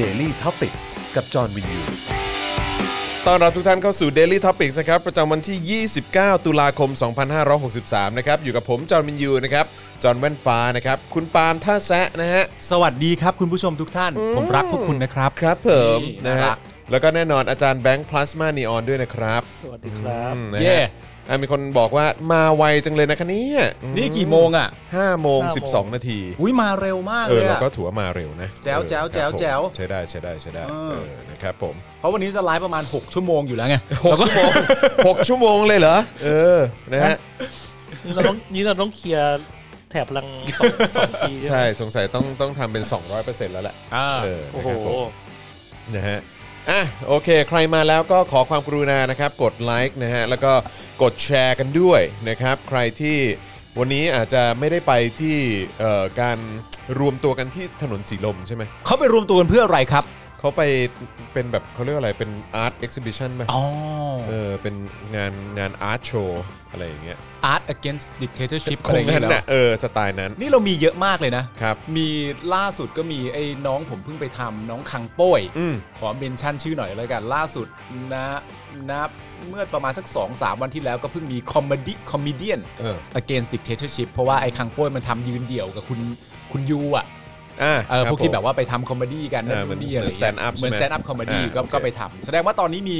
Daily t o p i c กกับจอห์นวินยู ต้อนรับทุกท่านเข้าสู่ Daily Topics นะครับประจำวันที่ 29 ตุลาคม 2563 นะครับ อยู่กับผม จอห์นวินยูนะครับ จอห์นแว่นฟ้านะครับ คุณปาล์มท่าแซะนะฮะ สวัสดีครับคุณผู้ชมทุกท่าน ผมรักพวกคุณนะครับ ครับผมนะ น่ารั ฮะ ก แล้วก็แน่นอนอาจารย์แบงค์พลาสมานีออนด้วยนะครับ สวัสดีครับ อืมนะฮะ เย่ อ่ะมีคนบอกว่ามาไวจังเลยนะคะเนี่ยอืม นี่กี่โมงอ่ะ ห้าโมง ห้าโมง สิบสองนาที อุ้ยมาเร็วมาก เอ เล อยเรา อะ ก็ถือว่ามาเร็วนะ แจ๋วแจ๋ว เออครับผม แจ๋วแจ๋ว ใช้ได้ใช้ได้ใช้ได้ เออ เออนะครับผม เพราะวันนี้จะไลฟ์ประมาณ 6 ชั่วโมงอยู่แล้วไง หกชั่วโมงหกชั่วโมงเลยเหรอเออนะฮะ นี่เราต้องนี่เราต้องเคลียร์แถบพลังสองสองปี ใช่ สงสัยต้องต้องทำเป็น 200%แล้วแหละ อ่า เออ โอ้โห นะครับผมนะฮะอ่ะโอเค ใครมาแล้วก็ขอความกรุณานะครับ กดไลค์นะฮะ แล้วก็กดแชร์กันด้วยนะครับ ใครที่วันนี้อาจจะไม่ได้ไปที่เอ่อการรวมตัวกันที่ถนนสีลมใช่ไหม เขาไปรวมตัวกันเพื่ออะไรครับ เขาไปเป็นแบบเขาเรียกอะไรเป็นอาร์ตเอ็กซิบิชันไหม อ๋อ เออเป็นงานงานอาร์ตโชว์อะไรอย่างเงี้ย Art against dictatorship ค อะไรอง ย่างเงี้ นั้นยเหร นะ อ เออสไตล์นั้น นี่เรามีเยอะมากเลยนะ ครับ มีล่าสุดก็มีไอ้น้องผมเพิ่งไปทำน้องคังโป้ย อืม ขอเมนชั่นชื่อหน่อยแล้วกัน ล่าสุดนะนะเมื่อประมาณสัก 2 3 วันที่แล้วก็เพิ่งมีคอมเมดี้คอมเมเดียน เออ against dictatorship เพราะว่าไอ้คังโป้ยมันทำยืนเดี่ยวกับคุณคุณยูอ่ะ อ่ะ เออ ครั พวกที่ ผม แบบว่าไปทำคอมเมดี้กัน เออเหมือน ดีอะไร เหมือน stand up เหมือน ใช่ไหม สแตนด์อัพคอมเมดี้ อ่า ก็ โอเค ก็ไปทำแสดงว่าตอนนี้มี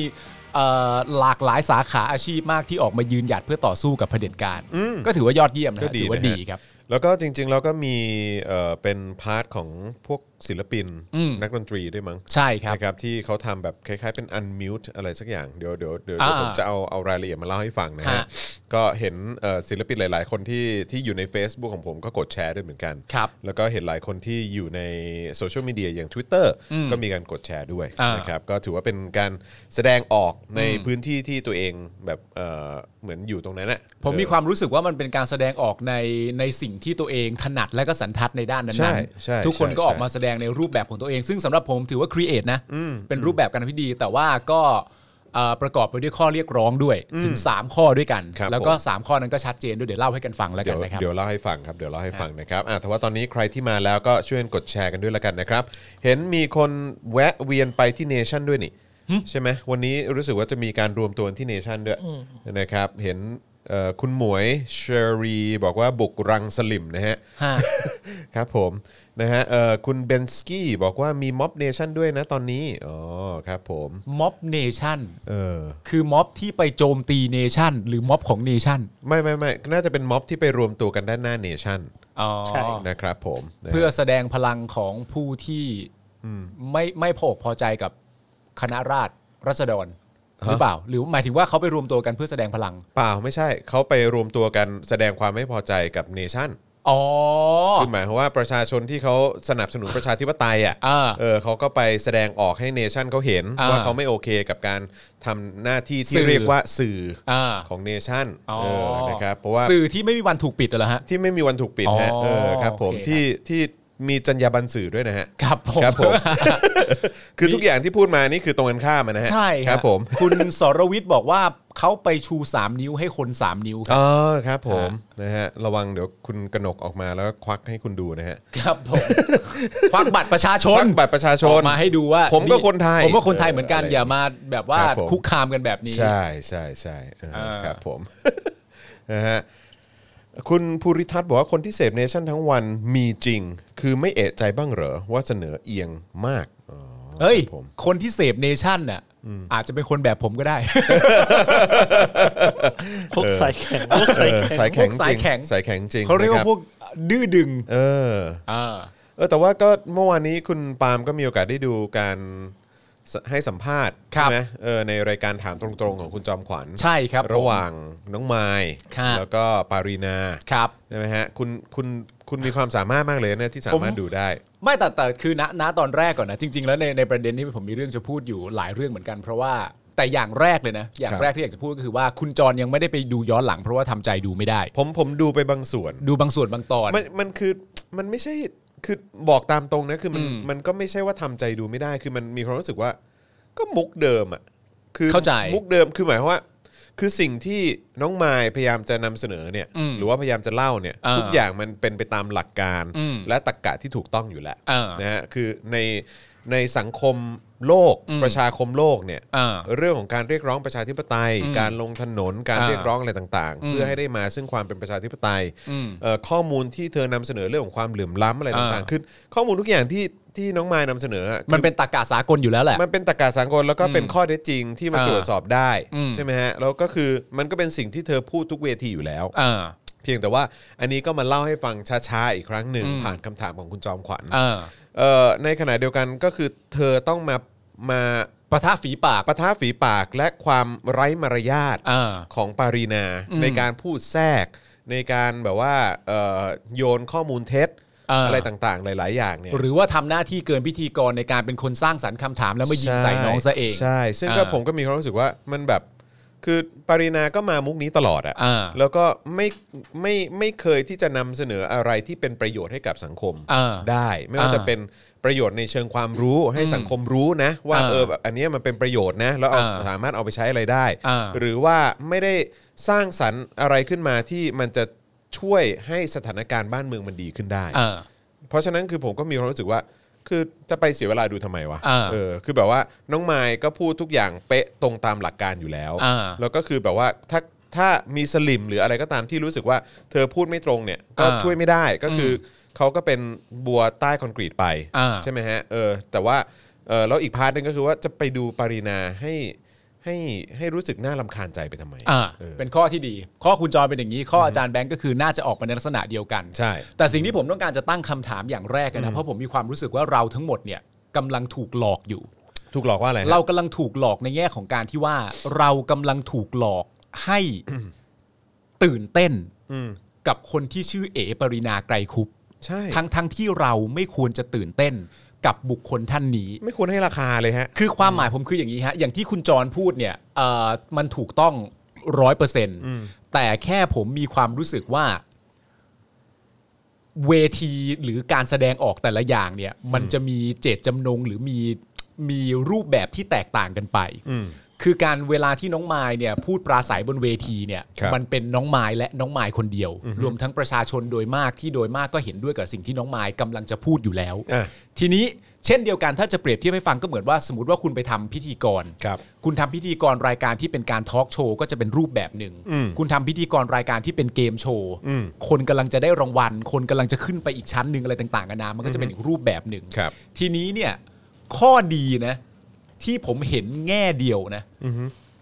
เอ่อหลากหลายสาขาอาชีพมากที่ออกมายืนหยัดเพื่อต่อสู้กับเผด็จการ ก็ถือว่ายอดเยี่ยมนะ ก็ ฮะ ดี ถือว่า นะฮะ ดีครับ แล้วก็จริงๆ แล้วก็มีเอ่อเป็นพาร์ทของพวกศิลปิน อืม นักดนตรีด้วยมั้ง ใช่ครับ นะครับที่เขาทำแบบคล้ายๆเป็น unmute อะไรสักอย่างเดี๋ยวเดี๋ยวเดี๋ยวเดี๋ยว อ่า ผมจะเอาเอารายละเอียดมาเล่าให้ฟังนะฮะ ฮะ ก็เห็นเอ่อศิลปินหลายๆ คนที่ที่อยู่ใน Facebook ของผมก็กดแชร์ด้วยเหมือนกัน ครับ แล้วก็เห็นหลายคนที่อยู่ในโซเชียลมีเดียอย่าง Twitter ก็มีการกดแชร์ด้วย อ่าน นะครับก็ถือว่าเป็นการแสดงออกในพื้นที่ที่ตัวเองแบบเอ่อเหมือนอยู่ตรงนั้นน่ะ ผมมี เออ ความรู้สึกว่ามันเป็นการแสดงออกในในสิ่งที่ตัวเองถนัดและก็สันทัดในด้าน ใช่ นั้น ใช่ ๆทุกคน ใช่ ก็ออก ใช่ มาแสดงในรูปแบบของตัวเอง ซึ่งสำหรับผมถือว่าครีเอทนะเป็นรูปแบบการพิธีแต่ว่าก็เอ่อประกอบไปด้วยข้อเรียกร้องด้วยถึง 3 ข้อด้วยกัน ครับ แล้วก็ 3 ข้อนั้นก็ชัดเจนด้วยเดี๋ยวเล่าให้กันฟังแล้วกั เดี๋ย น ว นะครับ เดี๋ยวเล่าให้ฟังครับเดี๋ยวเล่าให้ฟังนะครับอ่ะแต่ว่าตอนนี้ใครที่มาแล้วก็ช่วยกดแชร์กันด้วยละกันนะครับ เห็นมีคนแวะเวียนไปที่เนชั่นด้วยนี่ใช่ไหมวันนี้รู้สึกว่าจะมีการรวมตัวที่เนชั่นด้วยนะครับ เห็นเอ่อคุณหมวยเชอรีบอกว่าบุกรังสลิมนะฮะ ฮะ ครับผมนะฮะเอ่อคุณเบนสกี้บอกว่ามีม็อบเนชั่นด้วยนะตอนนี้อ๋อครับผม ม็อบเนชั่น เออ คือม็อบที่ไปโจมตีเนชั่นหรือม็อบของเนชั่น ไม่ไม่ไม่น่าจะเป็นม็อบที่ไปรวมตัวกันด้านหน้าเนชั่น ใช่ นะครับผมนะฮะ เพื่อแสดงพลังของผู้ที่ไม่ไม่พออกพอใจกับคณะราษรัษฎรหรือเปล่า หรือหมายถึงว่าเขาไปรวมตัวกันเพื่อแสดงพลัง เปล่าไม่ใช่เขาไปรวมตัวกันแสดงความไม่พอใจกับเนชั่น อ๋อ คือหมายความว่าประชาชนที่เขาสนับสนุนประชาธิปไตยอ่ะ อ่า เออเขาก็ไปแสดงออกให้เนชั่นเขาเห็น อ่า ว่าเขาไม่โอเคกับการทำหน้าที่ สื่ ที่ อ เรียกว่าสื่ออา ของเนชั่น อ๋อ เออนะครับเพราะว่า สื่อที่ไม่มีวันถูกปิดเหรอฮะ ที่ไม่มีวันถูกปิดฮะ อ๋อ เออครับผม โอเค ที่ที่มีจรรยาบรรณสื่อด้วยนะฮะ ครับผม ครับผม คือทุกอย่างที่พูดมานี่คือตรงกันข้ามอะนะฮะ ใช่ ค ฮะ รับผม คุณสรวิทย์บอกว่าเขาไปชู 3 นิ้วให้คน 3 นิ้วครับ อ๋อครับผมนะฮะระวังเดี๋ยวคุณกนกออกมาแล้วควักให้คุณดูนะฮะ ครับผม ควักบัตรประชาชน ควักบัตรประชาช อน อกมาให้ดูว่า ผมก็คนไทย ผมก็คนไทยเหมือนกัน เอออ อย่ามาแบบว่า ครับผม คุกคามกันแบบนี้ ใช่ใช่ใช่เออ อ่า ครับผม นะฮะคุณภูริทัศน์บอกว่าคนที่เสพเนชั่นทั้งวันมีจริง คือไม่เอะใจบ้างเหรอ ว่าเสนอเอียง มากอ๋อ เฮ้ย ครับผม คนที่เสพเนชั่นน่ะอาจจะเป็นคนแบบผมก็ได้ พวกสายแข็งพวกสายแข็ง สายแข็งจ สา ริ ย ง แข็ง สายแข็งจริง เขาเรียก นะ ว่า คบ พวกดื้อดึง เออ อ่า เออแต่ว่าก็เมื่อวานนี้คุณปาล์มก็มีโอกาสได้ดูการสให้สัมภาษณ์ คใช่รับ ไหมเออในรายการถามตรงๆของคุณจอมขวัญ ใช่ครับผม ระหว่างน้องไม้ ครับ แล้วก็ปารีนา ครับ ใช่ไหมฮะคุณคุณคุณมีความสามารถมากเลยนะที่สามารถ ผม ดูได้ ไม่แต่แต่คือณณตอนแรกก่อนนะจริง ๆ แล้วในในประเด็นนี้ผมมีเรื่องจะพูดอยู่หลายเรื่องเหมือนกัน เพราะว่าแต่อย่างแรกเลยนะ อย่า ค ง รับ แรกที่อยากจะพูดก็คือว่าคุณจรยังไม่ได้ไปดูย้อนหลัง เพราะว่าทำใจดูไม่ได้ ผมผมดูไปบางส่วน ดูบางส่วนบางตอน มันมันคือมันไม่ใช่คือบอกตามตรงนะคือมัน อืม มันก็ไม่ใช่ว่าทำใจดูไม่ได้ คือมันมีความรู้สึกว่า ก็มุกเดิมอ่ะคือ เข้าใจ มุกเดิมคือหมายความว่า คือสิ่งที่น้องมายพยายามจะนำเสนอเนี่ย อืม หรือว่าพยายามจะเล่าเนี่ย เออ ทุกอย่างมันเป็นไปตามหลักการ อืม และตรรกะที่ถูกต้องอยู่แล้ว เออ นะฮะคือใน ในสังคมโลก อืม ประชาคมโลกเนี่ย อ่า เรื่องของการเรียกร้องประชาธิปไตย อืม การลงถนน การ อ่า เรียกร้องอะไรต่าง อื ๆ ม เพื่อให้ได้มาซึ่งความเป็นประชาธิปไตย อืม เอ่อข้อมูลที่เธอนำเสนอเรื่องของความเหลื่อมล้ำอะไรต่าง อ่า ๆคือข้อมูลทุกอย่างที่ที่น้องมายนำเสนออะคือ มันเป็นตากาสากลอยู่แล้วแหละ มันเป็นตรรกะสากลแล้วก็เป็น อืม ข้อเท็จจริงที่มัน อ่า ตรวจสอบได้ อืม ใช่ไหมฮะแล้วก็คือมันก็เป็นสิ่งที่เธอพูดทุกเวทีอยู่แล้ว อ่า เพียงแต่ว่าอันนี้ก็มาเล่าให้ฟังช้าๆอีกครั้งหนึ่ง อืม ผ่านคำถามของคุณจอมขวัญ อ่า เอ่อในขณะเดียวกันก็คือเธอต้องมามา ประท่าฝีปาก ปะทะฝีปากและความไร้มารยาท อ่า ของปารีนา อืม ในการพูดแทรก ในการแบบว่าเอ่อโยนข้อมูลเท็จ อ่า อะไรต่างๆ หลาย ๆ อย่างเนี่ย หรือว่าทำหน้าที่เกินพิธีกรในการเป็นคนสร้างสรรค์คำถามแล้วมายิงใส่น้องซะเอง ใช่ ซึ่งก็ อ่า ผมก็มีความรู้สึกว่ามันแบบคือปารีนาก็มามุกนี้ตลอดอะ อ่า แล้วก็ไม่ไม่ไม่เคยที่จะนำเสนออะไรที่เป็นประโยชน์ให้กับสังคม อ่า ได้ ไม่ว่า อ่า จะเป็นประโยชน์ในเชิงความรู้ให้ อืม สังคมรู้นะ ว่า อ่า เออแบบอันเนี้ยมันเป็นประโยชน์นะแล้วเอา อ่า สามารถเอาไปใช้อะไรได้ อ่า หรือว่าไม่ได้สร้างสรรค์อะไรขึ้นมาที่มันจะช่วยให้สถานการณ์บ้านเมืองมันดีขึ้นได้ อ่า เพราะฉะนั้นคือผมก็มีความรู้สึกว่า คือจะไปเสียเวลาดูทำไมวะ อ่า เออคือแบบว่าน้องไมายก็พูดทุกอย่างเป๊ะตรงตามหลักการอยู่แล้ว อ่า แล้วก็คือแบบว่าถ้าถ้ามีสลิมหรืออะไรก็ตามที่รู้สึกว่า เธอพูดไม่ตรงเนี่ยก็ อ่า ช่วยไม่ได้ก็คืออเขาก็เป็นบัวใต้คอนกรีตไป อ่า ใช่ไหมฮะเออแต่ว่าเออแล้วอีกพาร์ทหนึงก็คือว่าจะไปดูปารีนาให้ให้ให้รู้สึกน่าลำคาญใจไปทำไม อ่า เออ เป็นข้อที่ดี ข้อคุณจอยเป็นอย่างนี้ ข้ออาจารย์แบงก์ก็คือน่าจะออกมาในลักษณะเดียวกัน ใช่ แต่สิ่งที่ผมต้องการจะตั้งคำถามอย่างแรกอะนะเพราะผมมีความรู้สึกว่าเราทั้งหมดเนี่ยกำลังถูกหลอกอยู่ ถูกหลอกว่าอะไรฮะ เรากำลังถูกหลอกในแง่ของการที่ว่า เรากำลังถูกหลอกให้ ตื่นเต้น อืม กับคนที่ชื่อเอ๋ปรินาไกรคุป ใช่ ทั้งทั้งที่เราไม่ควรจะตื่นเต้นกับบุคคลท่านนี้ ไม่ควรให้ราคาเลยฮะ คือความหมายผมคืออย่างนี้ฮะ อย่างที่คุณจรพูดเนี่ยเอ่อมันถูกต้องร้อยเปอร์เซ็นต์แต่แค่ผมมีความรู้สึกว่า เวทีหรือการแสดงออกแต่ละอย่างเนี่ย มันจะมีเจตจำนงหรือมีมีรูปแบบที่แตกต่างกันไป อืม คือการเวลาที่น้องไมายเนี่ยพูดปราศัยบนเวทีเนี่ย ครับ มันเป็นน้องไมายและน้องไมายคนเดียว รวมทั้งประชาชนโดยมากที่โดยมากก็เห็นด้วยกับสิ่งที่น้องไมายกำลังจะพูดอยู่แล้ว อ่ะ ทีนี้เช่นเดียวกันถ้าจะเปรียบเทียบให้ฟังก็เหมือนว่าสมมติว่าคุณไปทำพิธีกร ครับ คุณทำพิธีกรรายการที่เป็นการทอล์กโชว์ก็จะเป็นรูปแบบหนึ่ง อืม คุณทำพิธีกรรายการที่เป็นเกมโชว์ อืม คนกำลังจะได้รางวัล คนกำลังจะขึ้นไปอีกชั้นหนึ่งอะไรต่างๆกันานามันก็จะเป็นอีกรูปแบบหนึ่ง ครับ ทีนี้เนี่ยข้อดีนะ ที่ผมเห็นแง่เดียวนะ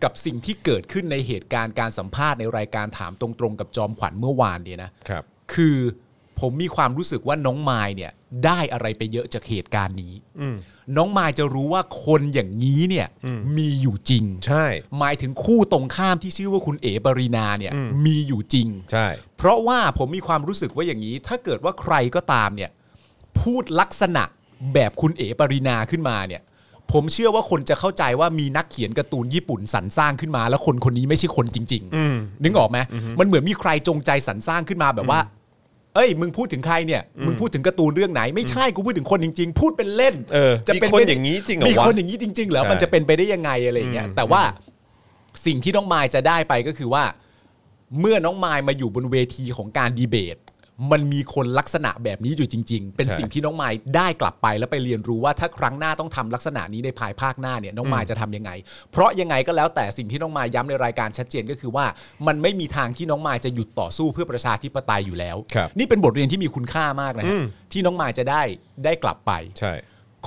กับสิ่งที่เกิดขึ้นในเหตุการณ์การสัมภาษณ์ในรายการถามตรงๆ กับจอมขวัญเมื่อวานเนี่ยนะ ครับ คือผมมีความรู้สึกว่าน้องมายเนี่ยได้อะไรไปเยอะจากเหตุการณ์นี้ อืม น้องมายจะรู้ว่าคนอย่างนี้เนี่ย อืม มีอยู่จริง ใช่ หมายถึงคู่ตรงข้ามที่ชื่อว่าคุณเอ๋ปรินาเนี่ย อืม มีอยู่จริง ใช่ เพราะว่าผมมีความรู้สึกว่าอย่างนี้ ถ้าเกิดว่าใครก็ตามเนี่ยพูดลักษณะแบบคุณเอ๋ปรินาขึ้นมาเนี่ย ผมเชื่อว่าคนจะเข้าใจว่ามีนักเขียนการ์ตูนญี่ปุ่นสรรสร้างขึ้นมา แล้วคนคนนี้ไม่ใช่คนจริง อืม ๆ นึกออกไหมมันเหมือนมีใครจงใจสรรสร้างขึ้นมาแบบว่า เอ้ย มึงพูดถึงใครเนี่ย มึงพูดถึงการ์ตูนเรื่องไหนไม่ใช่กูพูดถึงคนจริง ๆ พูดเป็นเล่น เออ จะ มี เป็น คน ไปได้ อย่างนี้จริงเหรอวะ มีคนอย่างนี้จริง ๆ เหรอ ใช่ มันจะเป็นไปได้ยังไงอะไรอย่างเงี้ยแต่ว่าสิ่งที่น้องมายจะได้ไปก็คือว่า เมื่อน้องมายมาอยู่บนเวทีของการดีเบต มันมีคนลักษณะแบบนี้อยู่จริง ๆ เป็น ใช่ สิ่งที่น้องมายได้กลับไปแล้วไปเรียนรู้ว่าถ้าครั้งหน้าต้องทำลักษณะนี้ในภายภาคหน้าเนี่ยน้องมายจะทำยังไง เพราะยังไงก็แล้วแต่สิ่งที่น้องมายย้ำในรายการชัดเจนก็คือว่า มันไม่มีทางที่น้องมายจะหยุดต่อสู้เพื่อประชาธิปไตยอยู่แล้ว ครับ นี่เป็นบทเรียนที่มีคุณค่ามากนะ อื ฮะ ม ที่น้องมายจะได้ได้กลับไป ใช่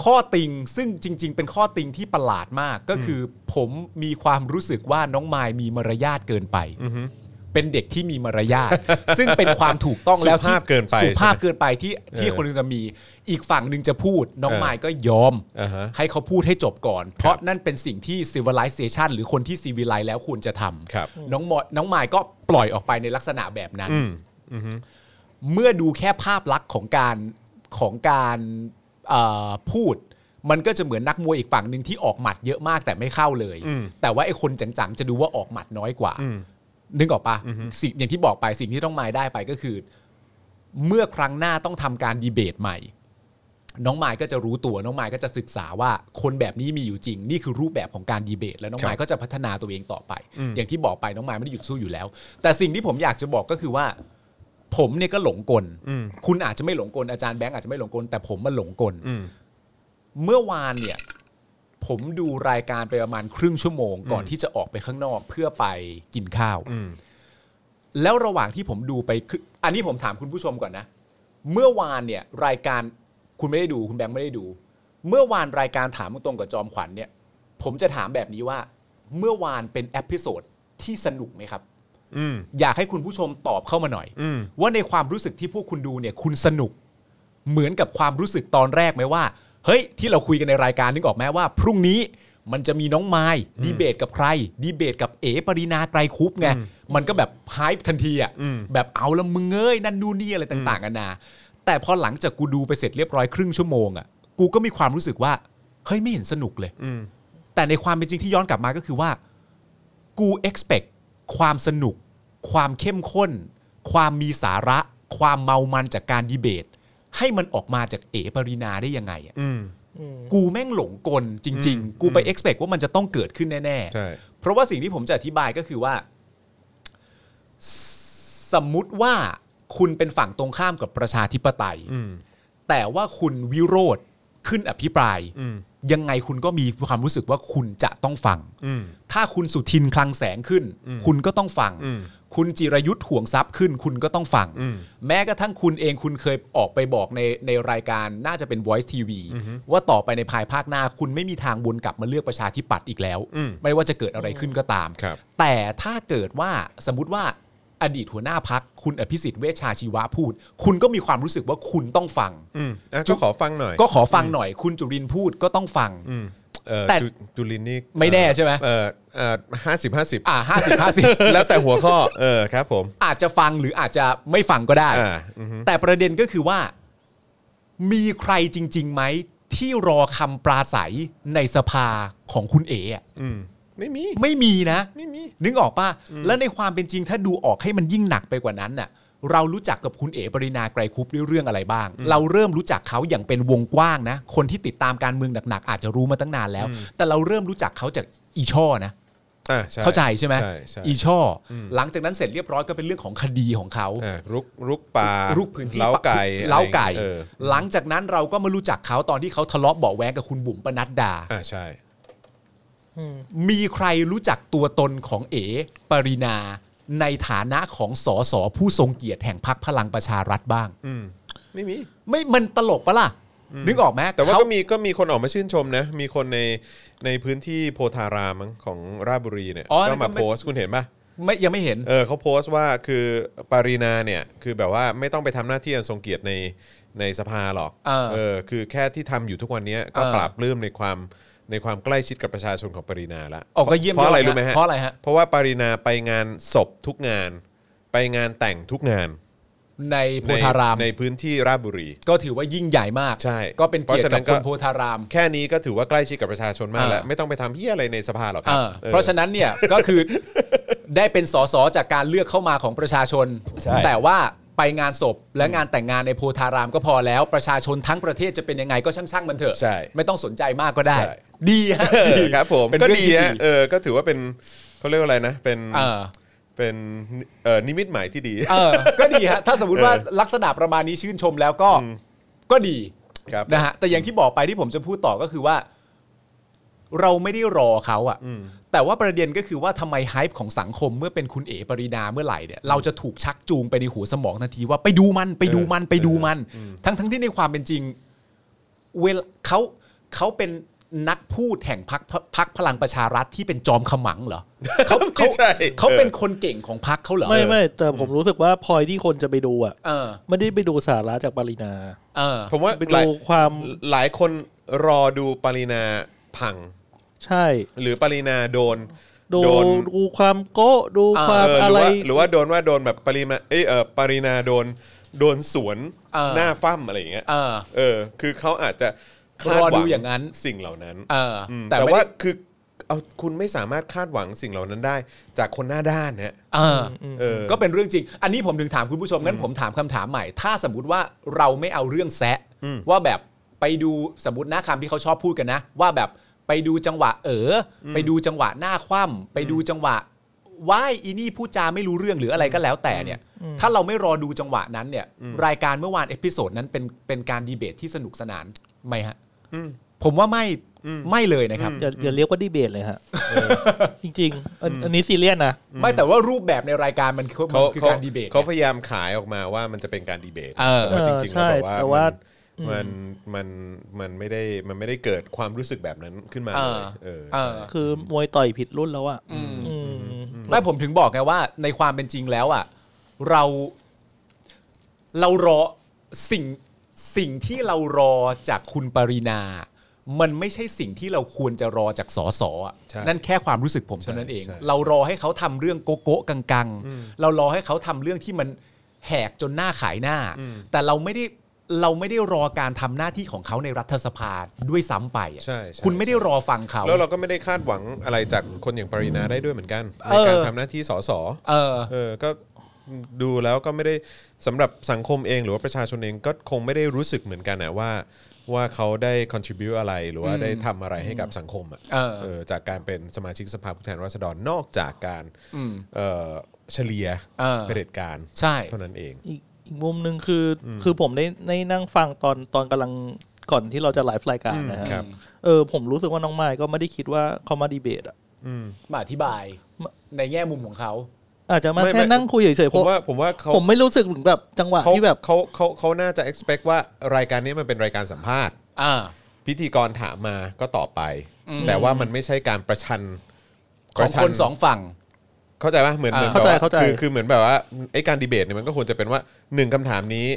ข้อติงซึ่งจริง ๆ เป็นข้อติงที่ประหลาดมากก็คืออผมมีความรู้สึกว่าน้องมายมีมารยาทเกินไป เป็นเด็กที่มีมารยาท ซึ่งเป็นความถูกต้องแล้ว สุ ที่ ภาพเกินไป สุภาพ ใช่ไหม เกินไปที่ที่ เออ คนหนึงจะมีอีกฝั่งหนึ่งจะพูด น้อง เออ มายก็ยอม อ่าฮะ ให้เขาพูดให้จบก่อน เพราะนั่นเป็นสิ่งที่ civilization หรือคนที่ civilize แล้วควรจะท ครับ ำน้องมอยน้องมายก็ปล่อยออกไปในลักษณะแบบนั้น อืม เมื่อดูแค่ภาพลักษณ์ของการของการเอ่อพูด มันก็จะเหมือนนักมวยอีกฝั่งหนึ่งที่ออกหมัดเยอะมากแต่ไม่เข้าเลย อืม แต่ว่าไอ้คนจังๆจะดูว่าออกหมัดน้อยกว่า อืม นึกออกปะสิ่งอย่างที่บอกไปสิ่งที่ต้องมายได้ไปก็คือ เมื่อครั้งหน้าต้องทำการดีเบตใหม่ น้องมายก็จะรู้ตัวน้องมายก็จะศึกษาว่าคนแบบนี้มีอยู่จริง นี่คือรูปแบบของการดีเบต แล้วน้อง ครับ มายก็จะพัฒนาตัวเองต่อไป อย่างที่บอกไปน้องมายไม่ได้หยุดสู้อยู่แล้ว แต่สิ่งที่ผมอยากจะบอกก็คือว่า ผมเนี่ยก็หลงกล อืม คุณอาจจะไม่หลงกลอาจารย์แบงค์อาจจะไม่หลงกลแต่ผมมันหลงกล อืม เมื่อวานเนี่ย ผมดูรายการไปประมาณครึ่งชั่วโมง ก่อนที่จะออกไปข้างนอกเพื่อไปกินข้าว อืม แล้วระหว่างที่ผมดูไปครึ่งอันนี้ผมถามคุณผู้ชมก่อนนะ เมื่อวานเนี่ยรายการคุณไม่ได้ดูคุณแบงค์ไม่ได้ดู เมื่อวานรายการถามตรงๆกับจอมขวัญเนี่ย ผมจะถามแบบนี้ว่า เมื่อวานเป็นเอพิโซดที่สนุกไหมครับ อืม อยากให้คุณผู้ชมตอบเข้ามาหน่อย อืม ว่าในความรู้สึกที่พวกคุณดูเนี่ย คุณสนุก เหมือนกับความรู้สึกตอนแรกไหมว่า เฮ้ย ที่เราคุยกันในรายการนึกออกไหมว่า พรุ่งนี้มันจะมีน้องไม้ดีเบตกับใคร ดีเบตกับเอ๋ปรินาไกรคุปไง มันก็แบบไฮป์ทันทีอ่ะแบบเอาละมึงเอ้ยนั่นนู่นนี่อะไรต่างๆกันานาแต่พอหลังจากกูดูไปเสร็จเรียบร้อยครึ่งชั่วโมงอ่ะกูก็มีความรู้สึกว่าเฮ้ยไม่เห็นสนุกเลย อืม แต่ในความเป็นจริงที่ย้อนกลับมาก็คือว่า กู expect ความสนุก ความเข้มข้น ความมีสาระ ความเมามันจากการดีเบต ให้มันออกมาจากเอปรินาได้ยังไงอะ อืม อืม กูแม่งหลงกลจริง อืม ๆ กูไป expect ว่ามันจะต้องเกิดขึ้นแน่ ใช่ ๆ เพราะว่าสิ่งที่ผมจะอธิบายก็คือว่า สมมุติว่าคุณเป็นฝั่งตรงข้ามกับประชาธิปไตย อืม แต่ว่าคุณวิโรธขึ้นอภิปราย อืม ยังไงคุณก็มีความรู้สึกว่าคุณจะต้องฟัง อืม ถ้าคุณสุทินคลังแสงขึ้น อืม คุณก็ต้องฟัง อืม คุณจิรยุทธ์ห่วงทรัพย์ขึ้น คุณก็ต้องฟัง อืม แม้กระทั่งคุณเองคุณเคยออกไปบอกในในรายการน่าจะเป็น Voice TV ว่าต่อไปในภายภาคหน้า คุณไม่มีทางวนกลับมาเลือกประชาธิปัตย์อีกแล้ว อืม ไม่ว่าจะเกิดอะไรขึ้นก็ตาม ครับ แต่ถ้าเกิดว่าสมมติว่าอดีตหัวหน้าพักคุณอภิสิทธิ์เวชชาชีวะพูด คุณก็มีความรู้สึกว่าคุณต้องฟัง อืมอ่ะก็ขอฟังหน่อย ก็ขอฟังหน่อย คุณจุรินทร์พูดก็ต้องฟัง อืมเออ แต่ จุจุลินนี่ ไม่แน่ใช่ไหม เออเออห้าสิบห้าสิบ อ่าห้าสิบห้าสิบ แล้วแต่หัวข้อ เออครับผม อาจจะฟังหรืออาจจะไม่ฟังก็ได้ อ่าอือฮึ แต่ประเด็นก็คือว่า มีใครจริง ๆ ไหม ที่รอคำปราศัยในสภาของคุณเอ๋อะ อืมไม่มี ไม่มีนะ ไม่มี นึกออกป่ะ แล้วในความเป็นจริงถ้าดูออกให้มันยิ่งหนักไปกว่านั้นน่ะ เรารู้จักกับคุณเอ๋ปรินาไกรคุปด้วยเรื่องอะไรบ้าง เราเริ่มรู้จักเขาอย่างเป็นวงกว้างนะ คนที่ติดตามการเมืองหนักๆ อาจจะรู้มาตั้งนานแล้ว แต่เราเริ่มรู้จักเขาจากอีช่อนะ อ่ะ เข้าใจใช่ไหม ใช่ใช่ อีช่ออหลังจากนั้นเสร็จเรียบร้อยก็เป็นเรื่องของคดีของเขา อ่ะรุกรุกป่า รุกพื้นที่ เล้าไก่ เล้าไก่ อะไรเงี้ยเออ หลังจากนั้นเราก็มารู้จักเขาตอนที่เขาทะเลาะเบาะแว้งกับคุณบุ๋มปนัดดา อ่ะใช่ อืม มีใครรู้จักตัวตนของเอ๋ปรินา ในฐานะของสสผู้ทรงเกียรติแห่งพักพลังประชารัฐบ้าง อืมไม่มี ไม่มันตลกปะล่ะ นึกออกไหม แต่ว่า เข ก็มีก็มีคนออกมาชื่นชมนะ มีคนในในพื้นที่โพธารามมั้งของราชบุรีเนี่ย ก็มาโพสต์คุณเห็นปะ ไม่ยังไม่เห็น เออเขาโพสต์ว่าคือปารีนาเนี่ย คือแบบว่าไม่ต้องไปทำหน้าที่อันทรงเกียรติในในสภาหรอก เออ อคือแค่ที่ทำอยู่ทุกวันเนี้ยก็ เออ ปราบปลื้มในความในความใกล้ชิดกับประชาชนของปารีนาละ ออกก็เยี่ยม เพราะ ยด อะไรรู้ไหมฮะ เพราะอะไรฮะ เพราะว่าปารีนาไปงานศพทุกงาน ไปงานแต่งทุกงาน ในโพธาราม ในในพื้นที่ราชบุรี ก็ถือว่ายิ่งใหญ่มาก ใช่ ก็เป็นเพเกียรราะฉะ ติ นั้นกับค ก็ นโพธาราม แค่นี้ก็ถือว่าใกล้ชิดกับประชาชนมากแล้ว อ่า ไม่ต้องไปทำเฮียอะไรในสภาหรอกครั เอบ อ ออ เพราะฉะนั้นเนี่ย ก็คือได้เป็นสสจากการเลือกเข้ามาของประชาชน ใช่ แต่ว่าไปงานศพและงานแต่งงานในโพธารามก็พอแล้วประชาชนทั้งประเทศจะเป็นยังไงก็ช่างๆมันเถอะ ใช่ ไม่ต้องสนใจมากก็ได้ ใช่ ดีฮะ เออ ดี ครับผม เป็น ก็ เรื่อง ดี ที่ ฮะเออก็ถือว่าเป็นเขาเรียกว่าอะไรนะ เป็น เออ เป็นเอ่อนิมิตหมายที่ดี เออ ก็ดีฮะถ้าสมมติว่าลักษณะประมาณนี้ชื่นชมแล้วก็ก็ดี ครับ นะฮะแต่อย่างที่บอกไปที่ผมจะพูดต่อก็คือว่า เราไม่ได้รอเขาอะ อืม แต่ว่าประเด็นก็คือว่าทำไมไฮป์ของสังคมเมื่อเป็นคุณเอ๋ปรินาเมื่อไหร่เนี่ยเราจะถูกชักจูงไปในหัวสมองทันทีว่าไปดูมันไปดูมันไปดูมัน ทั้งทั้งที่ในความเป็นจริง เวลาเขาเขาเป็นนักพูดแห่งพักพักพลังประชารัฐที่เป็นจอมขมังเหรอ เขาเขา ไม่ใช่ เขาเป็นคนเก่งของพักเขาเหรอ ไม่ไม่แต่ผมรู้สึกว่าพอยที่คนจะไปดูอ่ะ เออ ไม่ได้ไปดูสาระจากปรินา เออ ผมว่า ไป ห ดู ลาย ความ หลายคนรอดูปรินาพัง ใช่ หรือปรินาโดน ดูดูความโกะดู อ่า ความ เออห อะ รือ ไร ว่าหรือว่าโดนว่าโดนแบบปรินาเอยเออปรินาโดนโดนสวน เออ หน้าฟั่มอะไรอย่างเงี้ย เออ เออ คือเขาอาจจะคาด รอ ห ดู วัง อย่างนั้น สิ่งเหล่านั้น เออ อืม แต่ แต่ ไม่ ว่า ได้ คือเอาคุณไม่สามารถคาดหวังสิ่งเหล่านั้นได้ จากคนหน้าด้านนะ เอออ เออ ก็เป็นเรื่องจริง อันนี้ผมถึงถามคุณผู้ชมงั้นผมถามคำถามใหม่ ถ้าสมมติว่าเราไม่เอาเรื่องแซะว่าแบบไปดูสมมตินะคำที่เขาชอบพูดกันนะ ว่าแบบไปดูจังหวะเอออไปดูจังหวะหน้าคว่ำไปดูจังหวะว่ายอีนี่พูดจาไม่รู้เรื่องหรืออะไรก็แล้วแต่เนี่ย ถ้าเราไม่รอดูจังหวะนั้นเนี่ย รายการเมื่อวานเอพิโซดนั้นเป็นเป็นการดีเบตที่สนุกสนานไหมฮะ ผมว่าไม่ไม่เลยนะครับ อย่าอย่าเรียกว่าดีเบตเลยฮะจริงๆอันอันนี้ซีเรียสนะ ไม่แต่ว่ารูปแบบในรายการมันคือ เขา มันคือ เขา การดีเบต เขาพยายามขายออกมาว่ามันจะเป็นการดีเบต เออ เออ จริงๆ ใช่ แล้ว แต่ แบบ ว่า ว่ามันมันมันมันไม่ได้มันไม่ได้เกิดความรู้สึกแบบนั้นขึ้นมา เอ เล อ ยเออ เออ คือมวยต่อยผิดรุ่นแล้วอ่ะอืม ไม่ผมถึงบอกไงว่าในความเป็นจริงแล้วอ่ะเราเรารอสิ่งสิ่งที่เรารอจากคุณปรินา มันไม่ใช่สิ่งที่เราควรจะรอจากสสอ่ะนั่นแค่ความรู้สึกผมเท่านั้นเอง เรารอให้เขาทำเรื่องโกโก้กังๆ เรารอให้เขาทำเรื่องที่มันแหกจนหน้าขายหน้า แต่เราไม่ได้เราไม่ได้รอการทำหน้าที่ของเขาในรัฐสภาด้วยซ้ำไปอะ ใช่ใช่ คุณไม่ได้รอฟังเขา แล้วเราก็ไม่ได้คาดหวังอะไรจากคนอย่างปรินาได้ด้วยเหมือนกัน เอ ใน อ การทำหน้าที่สส เออ เออก็ดูแล้วก็ไม่ได้สำหรับสังคมเองหรือว่าประชาชนเองก็คงไม่ได้รู้สึกเหมือนกันนะว่า ว่าเขาได้ contribu อะไรหรือว่าได้ทำอะไรให้กับสังคมอะ เออ เออจากการเป็นสมาชิกสภาผู้แทนราษฎรนอกจากการเออเฉลี่ย เออ เผด็จการ ใช่ เท่านั้นเอง อีกอีกมุมหนึ่งคืออคือผมได้ได้นั่งฟังตอนตอนกำลังก่อนที่เราจะไลฟ์รายการนะฮะ ครับ เออผมรู้สึกว่าน้องไมค์ก็ไม่ได้คิดว่าเขามาดีเบตอ่ะ มาอธิบาย มา ในแง่มุมของเขา อาจจะมา ไม่ แค่ ไม่ นั่งคุยเฉยๆ ผ ผม ม ว่าผมว่าเขา ผมไม่รู้สึกถึงแบบจังหวะ เขา ที่แบบ เขาเขาเขาน่าจะ expect ว่ารายการนี้มันเป็นรายการสัมภาษณ์ อ่า พิธีกรถามมาก็ตอบไป แต่ว่ามันไม่ใช่การประชัน ของคนสองฝั่ง เข้าใจป่ะเหมือน อ่า เหมือนแบบว่า เข้าใจเข้าใจ คือคือเหมือนแบบว่าไอ้การดีเบตเนี่ยมันก็ควรจะเป็นว่าหนึ่งคำถามนี้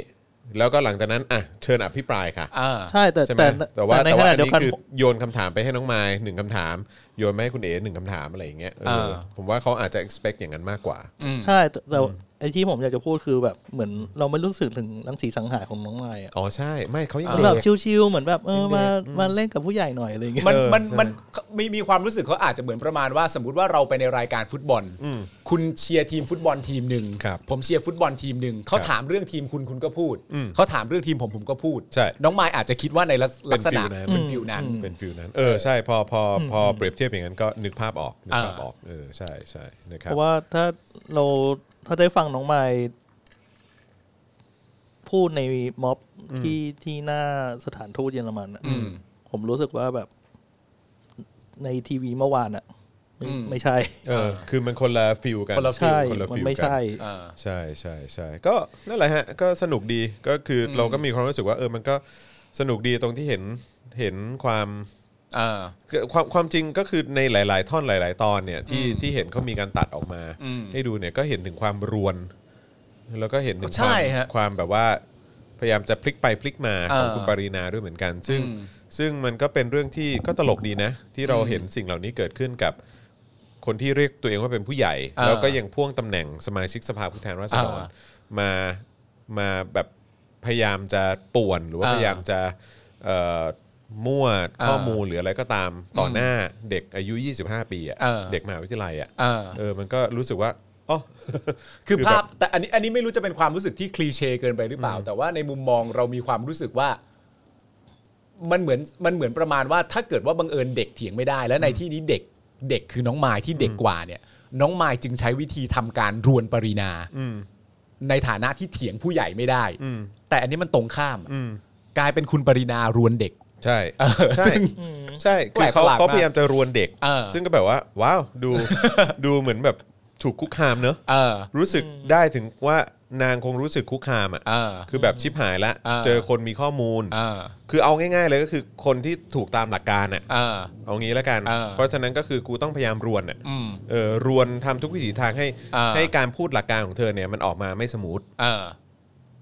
แล้วก็หลังจากนั้นอ่ะเชิญอภิปรายค่ะ อ่า ใช่แต่ ใช่ไหม แต่ แต่ว่า ใน แต่ ข ว่า ณะ อัน เดียว นี้ กัน คือโยนคำถามไปให้น้องไม้หนึ่งคำถาม โยนไปให้คุณเอ๋หนึ่งคำถามอะไรอย่างเงี้ยเอออา ผมว่าเขาอาจจะ expect อย่างนั้นมากกว่า ใช่แต่แต่ไอ้ที่ผมอยากจะพูดคือแบบเหมือนเราไม่รู้สึกถึงรังสีสังหารของน้องไมค์อ่ะ อ๋อใช่ไม่เขายัง แบบ เด็ก ชิวๆเหมือนแบบเออมามาเล่นกับผู้ใหญ่หน่อยอะไรอย่างเงี้ย มัน เออ มัน ใช่ มันมีมีความรู้สึกเขาอาจจะเหมือนประมาณว่า สมมติว่าเราไปในรายการฟุตบอล คุณเชียร์ทีมฟุตบอลทีมหนึ่ง ครับ ผมเชียร์ฟุตบอลทีมหนึ่งเขาถามเรื่องทีมคุณคุณก็พูด เขาถามเรื่องทีมผมผมก็พูด ใช่ น้องไมายอาจจะคิดว่าในลักลักษณะ เป็ เป็น นฟิลนั้น เป็นฟิลนั้นเออใช่พอพอพอเปรียบเทียบอย่างนั้นก็นึกภาพออกนึกภาพออกเออใช่ใช่นะครับ เพราะว่าถ้าเราถ้าได้ฟังน้องไมค์พูดในม็อบที่ที่หน้าสถานทูตเยอรมันน่ะ อืม ผมรู้สึกว่าแบบในทีวีเมื่อวานอ่ะไม่ อืม ไม่ใช่ เออคือมันคนละฟิลกัน คนละ ใช่ คนละ มัน ฟิล ไม่ กั ใช่ น อ่า ใช่ใช่ใช่ก็นั่นแหละฮะก็สนุกดีก็คืออเราก็มีความรู้สึกว่าเออมันก็สนุกดีตรงที่เห็นเห็นความ อ่า คือความความจริงก็คือในหลาย ๆ ท่อนหลาย ๆ ตอนเนี่ยที่ที่เห็นเขามีการตัดออกมา อืม ให้ดูเนี่ยก็เห็นถึงความรวน แล้วก็เห็นถึงค ใช่ วาม ฮะ ความแบบว่าพยายามจะพลิกไปพลิกมา เอขอองคุณปรินาด้วยเหมือนกัน ซึ่ง อืม ซึ่งมันก็เป็นเรื่องที่ก็ตลกดีนะ ที่เราเห็นสิ่งเหล่านี้เกิดขึ้นกับ คนที่เรียกตัวเองว่าเป็นผู้ใหญ่ อ่า แล้วก็ยังพ่วงตำแหน่งสมาชิกสภาผู้แทนราษฎร อ่า มามาแบบพยายามจะป่วนหรือว่า อ่า พยายามจะเอ่อมั่วข้อมูลหรืออะไรก็ตามต่อหน้าเด็กอายุ 25 ปีอะ เออ เด็กมหาวิทยาลัยอ่ะ อ่า เออมันก็รู้สึกว่าอ๋อ คือ คือ ภา แบ พ บ แต่อันนี้อันนี้ไม่รู้จะเป็นความรู้สึกที่คลีเช่เกินไปหรือเปล่า แต่ว่าในมุมมองเรามีความรู้สึกว่า มันเหมือนมันเหมือนประมาณว่า ถ้าเกิดว่าบังเอิญเด็กเถียงไม่ได้ และในที่นี้เด็กเด็กคือน้องมายที่เด็กกว่าเนี่ย น้องมายจึงใช้วิธีทำการรวนปรินาในฐานะที่เถียงผู้ใหญ่ไม่ได้ แต่อันนี้มันตรงข้ามอะกลายเป็นคุณปรินารวนเด็ก ใช่ เออซึ่ ใช่ ง ใช่ แป คื ล อก เขา ประหลาดมาก เขาพยายามจะรวนเด็ก เออ ซึ่งก็แบบว่า ว้าว ดู ดูเหมือนแบบถูกคุกคามเนอะ เออ รู้สึกได้ถึงว่านางคงรู้สึกคุกคามอ่ะ เออ คือแบบชิบหายละ อ่า เจอคนมีข้อมูล เออ คือเอาง่าย ๆ เลยก็คือคนที่ถูกตามหลักการอ่ะ เออ เอางี้แล้วกัน อ่า เพราะฉะนั้นก็คือกูต้องพยายามรวนอ่ะ อืม เออรวนทำทุกวิถีทางให้ อ่า ให้การพูดหลักการของเธอเนี่ยมันออกมาไม่สมูท เออ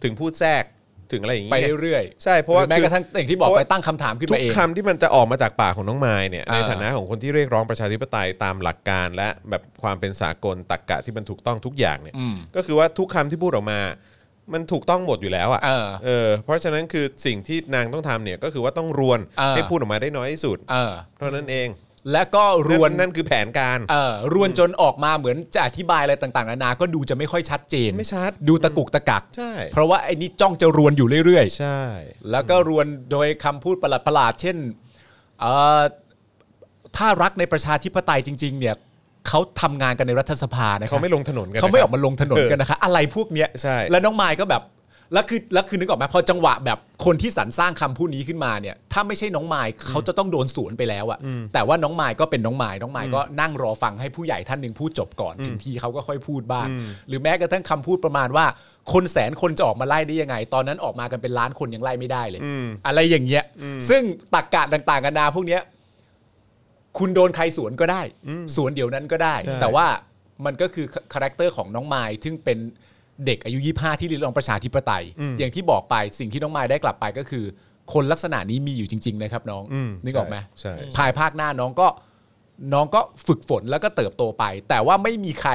ถึงพูดแทรกถึงอะไรอย่าง ไป เงี้ย เรื่อยๆ ใช่เพราะว่า หอแม้ คือก ระทั่งอย่างที่บอก เพราะ ไปตั้งคำถามขึ้น ทุ มาก เอง คำที่มันจะออกมาจากปากของน้องไม้เนี่ยใน อ่า ฐานะของคนที่เรียกร้องประชาธิปไตยตามหลักการ และแบบความเป็นสากลตรรกะที่มันถูกต้องทุกอย่างเนี่ย อืม ก็คือว่าทุกคำที่พูดออกมา มันถูกต้องหมดอยู่แล้วอ่ะ เออ เออ เพราะฉะนั้นคือสิ่งที่นางต้องทำเนี่ยก็คือว่าต้องรวน เออ ให้พูดออกมาได้น้อยที่สุด เออ เท่านั้นเอง และก็รวน นั่นคือแผนการ เอ่อรวนจนออกมาเหมือนจะอธิบายอะไรต่างๆนานาก็ดูจะไม่ค่อยชัดเจน ไม่ชัด ดูตะกุกตะกัก ใช่ เพราะว่าไอ้นี่จ้องจะรวนอยู่เรื่อย ใช่ ๆ แล้วก็รวนโดยคำพูดประหลาดๆเช่นเอ่อถ้ารักในประชาธิปไตยจริง ๆ เนี่ยเขาทำงานกันในรัฐสภานะครั เขาไม่ลงถนนกัน เขาไม่ออก นะค มา รับ ลงถนนกันนะคะ อะไรพวกเนี้ย ใช่ แล้วน้องไมายก็แบบ แล้วคือแล้วคือนึกออกไหมพอจังหวะแบบคนที่สรรสร้างคำพูดนี้ขึ้นมาเนี่ย ถ้าไม่ใช่น้องไมค์เขาจะต้องโดนสวนไปแล้วอะแต่ว่าน้องไมค์ก็เป็นน้องไมค์น้องไมค์ก็นั่งรอฟังให้ผู้ใหญ่ท่านหนึ่งพูดจบก่อนถึงทีเขาก็ค่อยพูดบ้าง หรือแม้กระทั่งคำพูดประมาณว่า คนแสนคนจะออกมาไล่ได้ยังไง ตอนนั้นออกมากันเป็นล้านคนยังไล่ไม่ได้เลย อะไรอย่างเงี้ย ซึ่งตรกกะต่างๆกันานาพวกเนี้ย คุณโดนใครสวนก็ได้ สวนเดี๋ยวนั้นก็ได้ ใช่ แต่ว่ามันก็คือคาแรคเตอร์ของน้องไมล์ซึ่งเป็นเด็กอายุ 25 ที่เรียนรองประชาธิปไตย อย่างที่บอกไปสิ่งที่น้องไมล์ได้กลับไปก็คือ คนลักษณะนี้มีอยู่จริง ๆ นะครับน้อง อืม นึกออกไหม ใช่ ภายภาคหน้าน้องก็น้องก็ฝึกฝนแล้วก็เติบโตไป แต่ว่าไม่มีใคร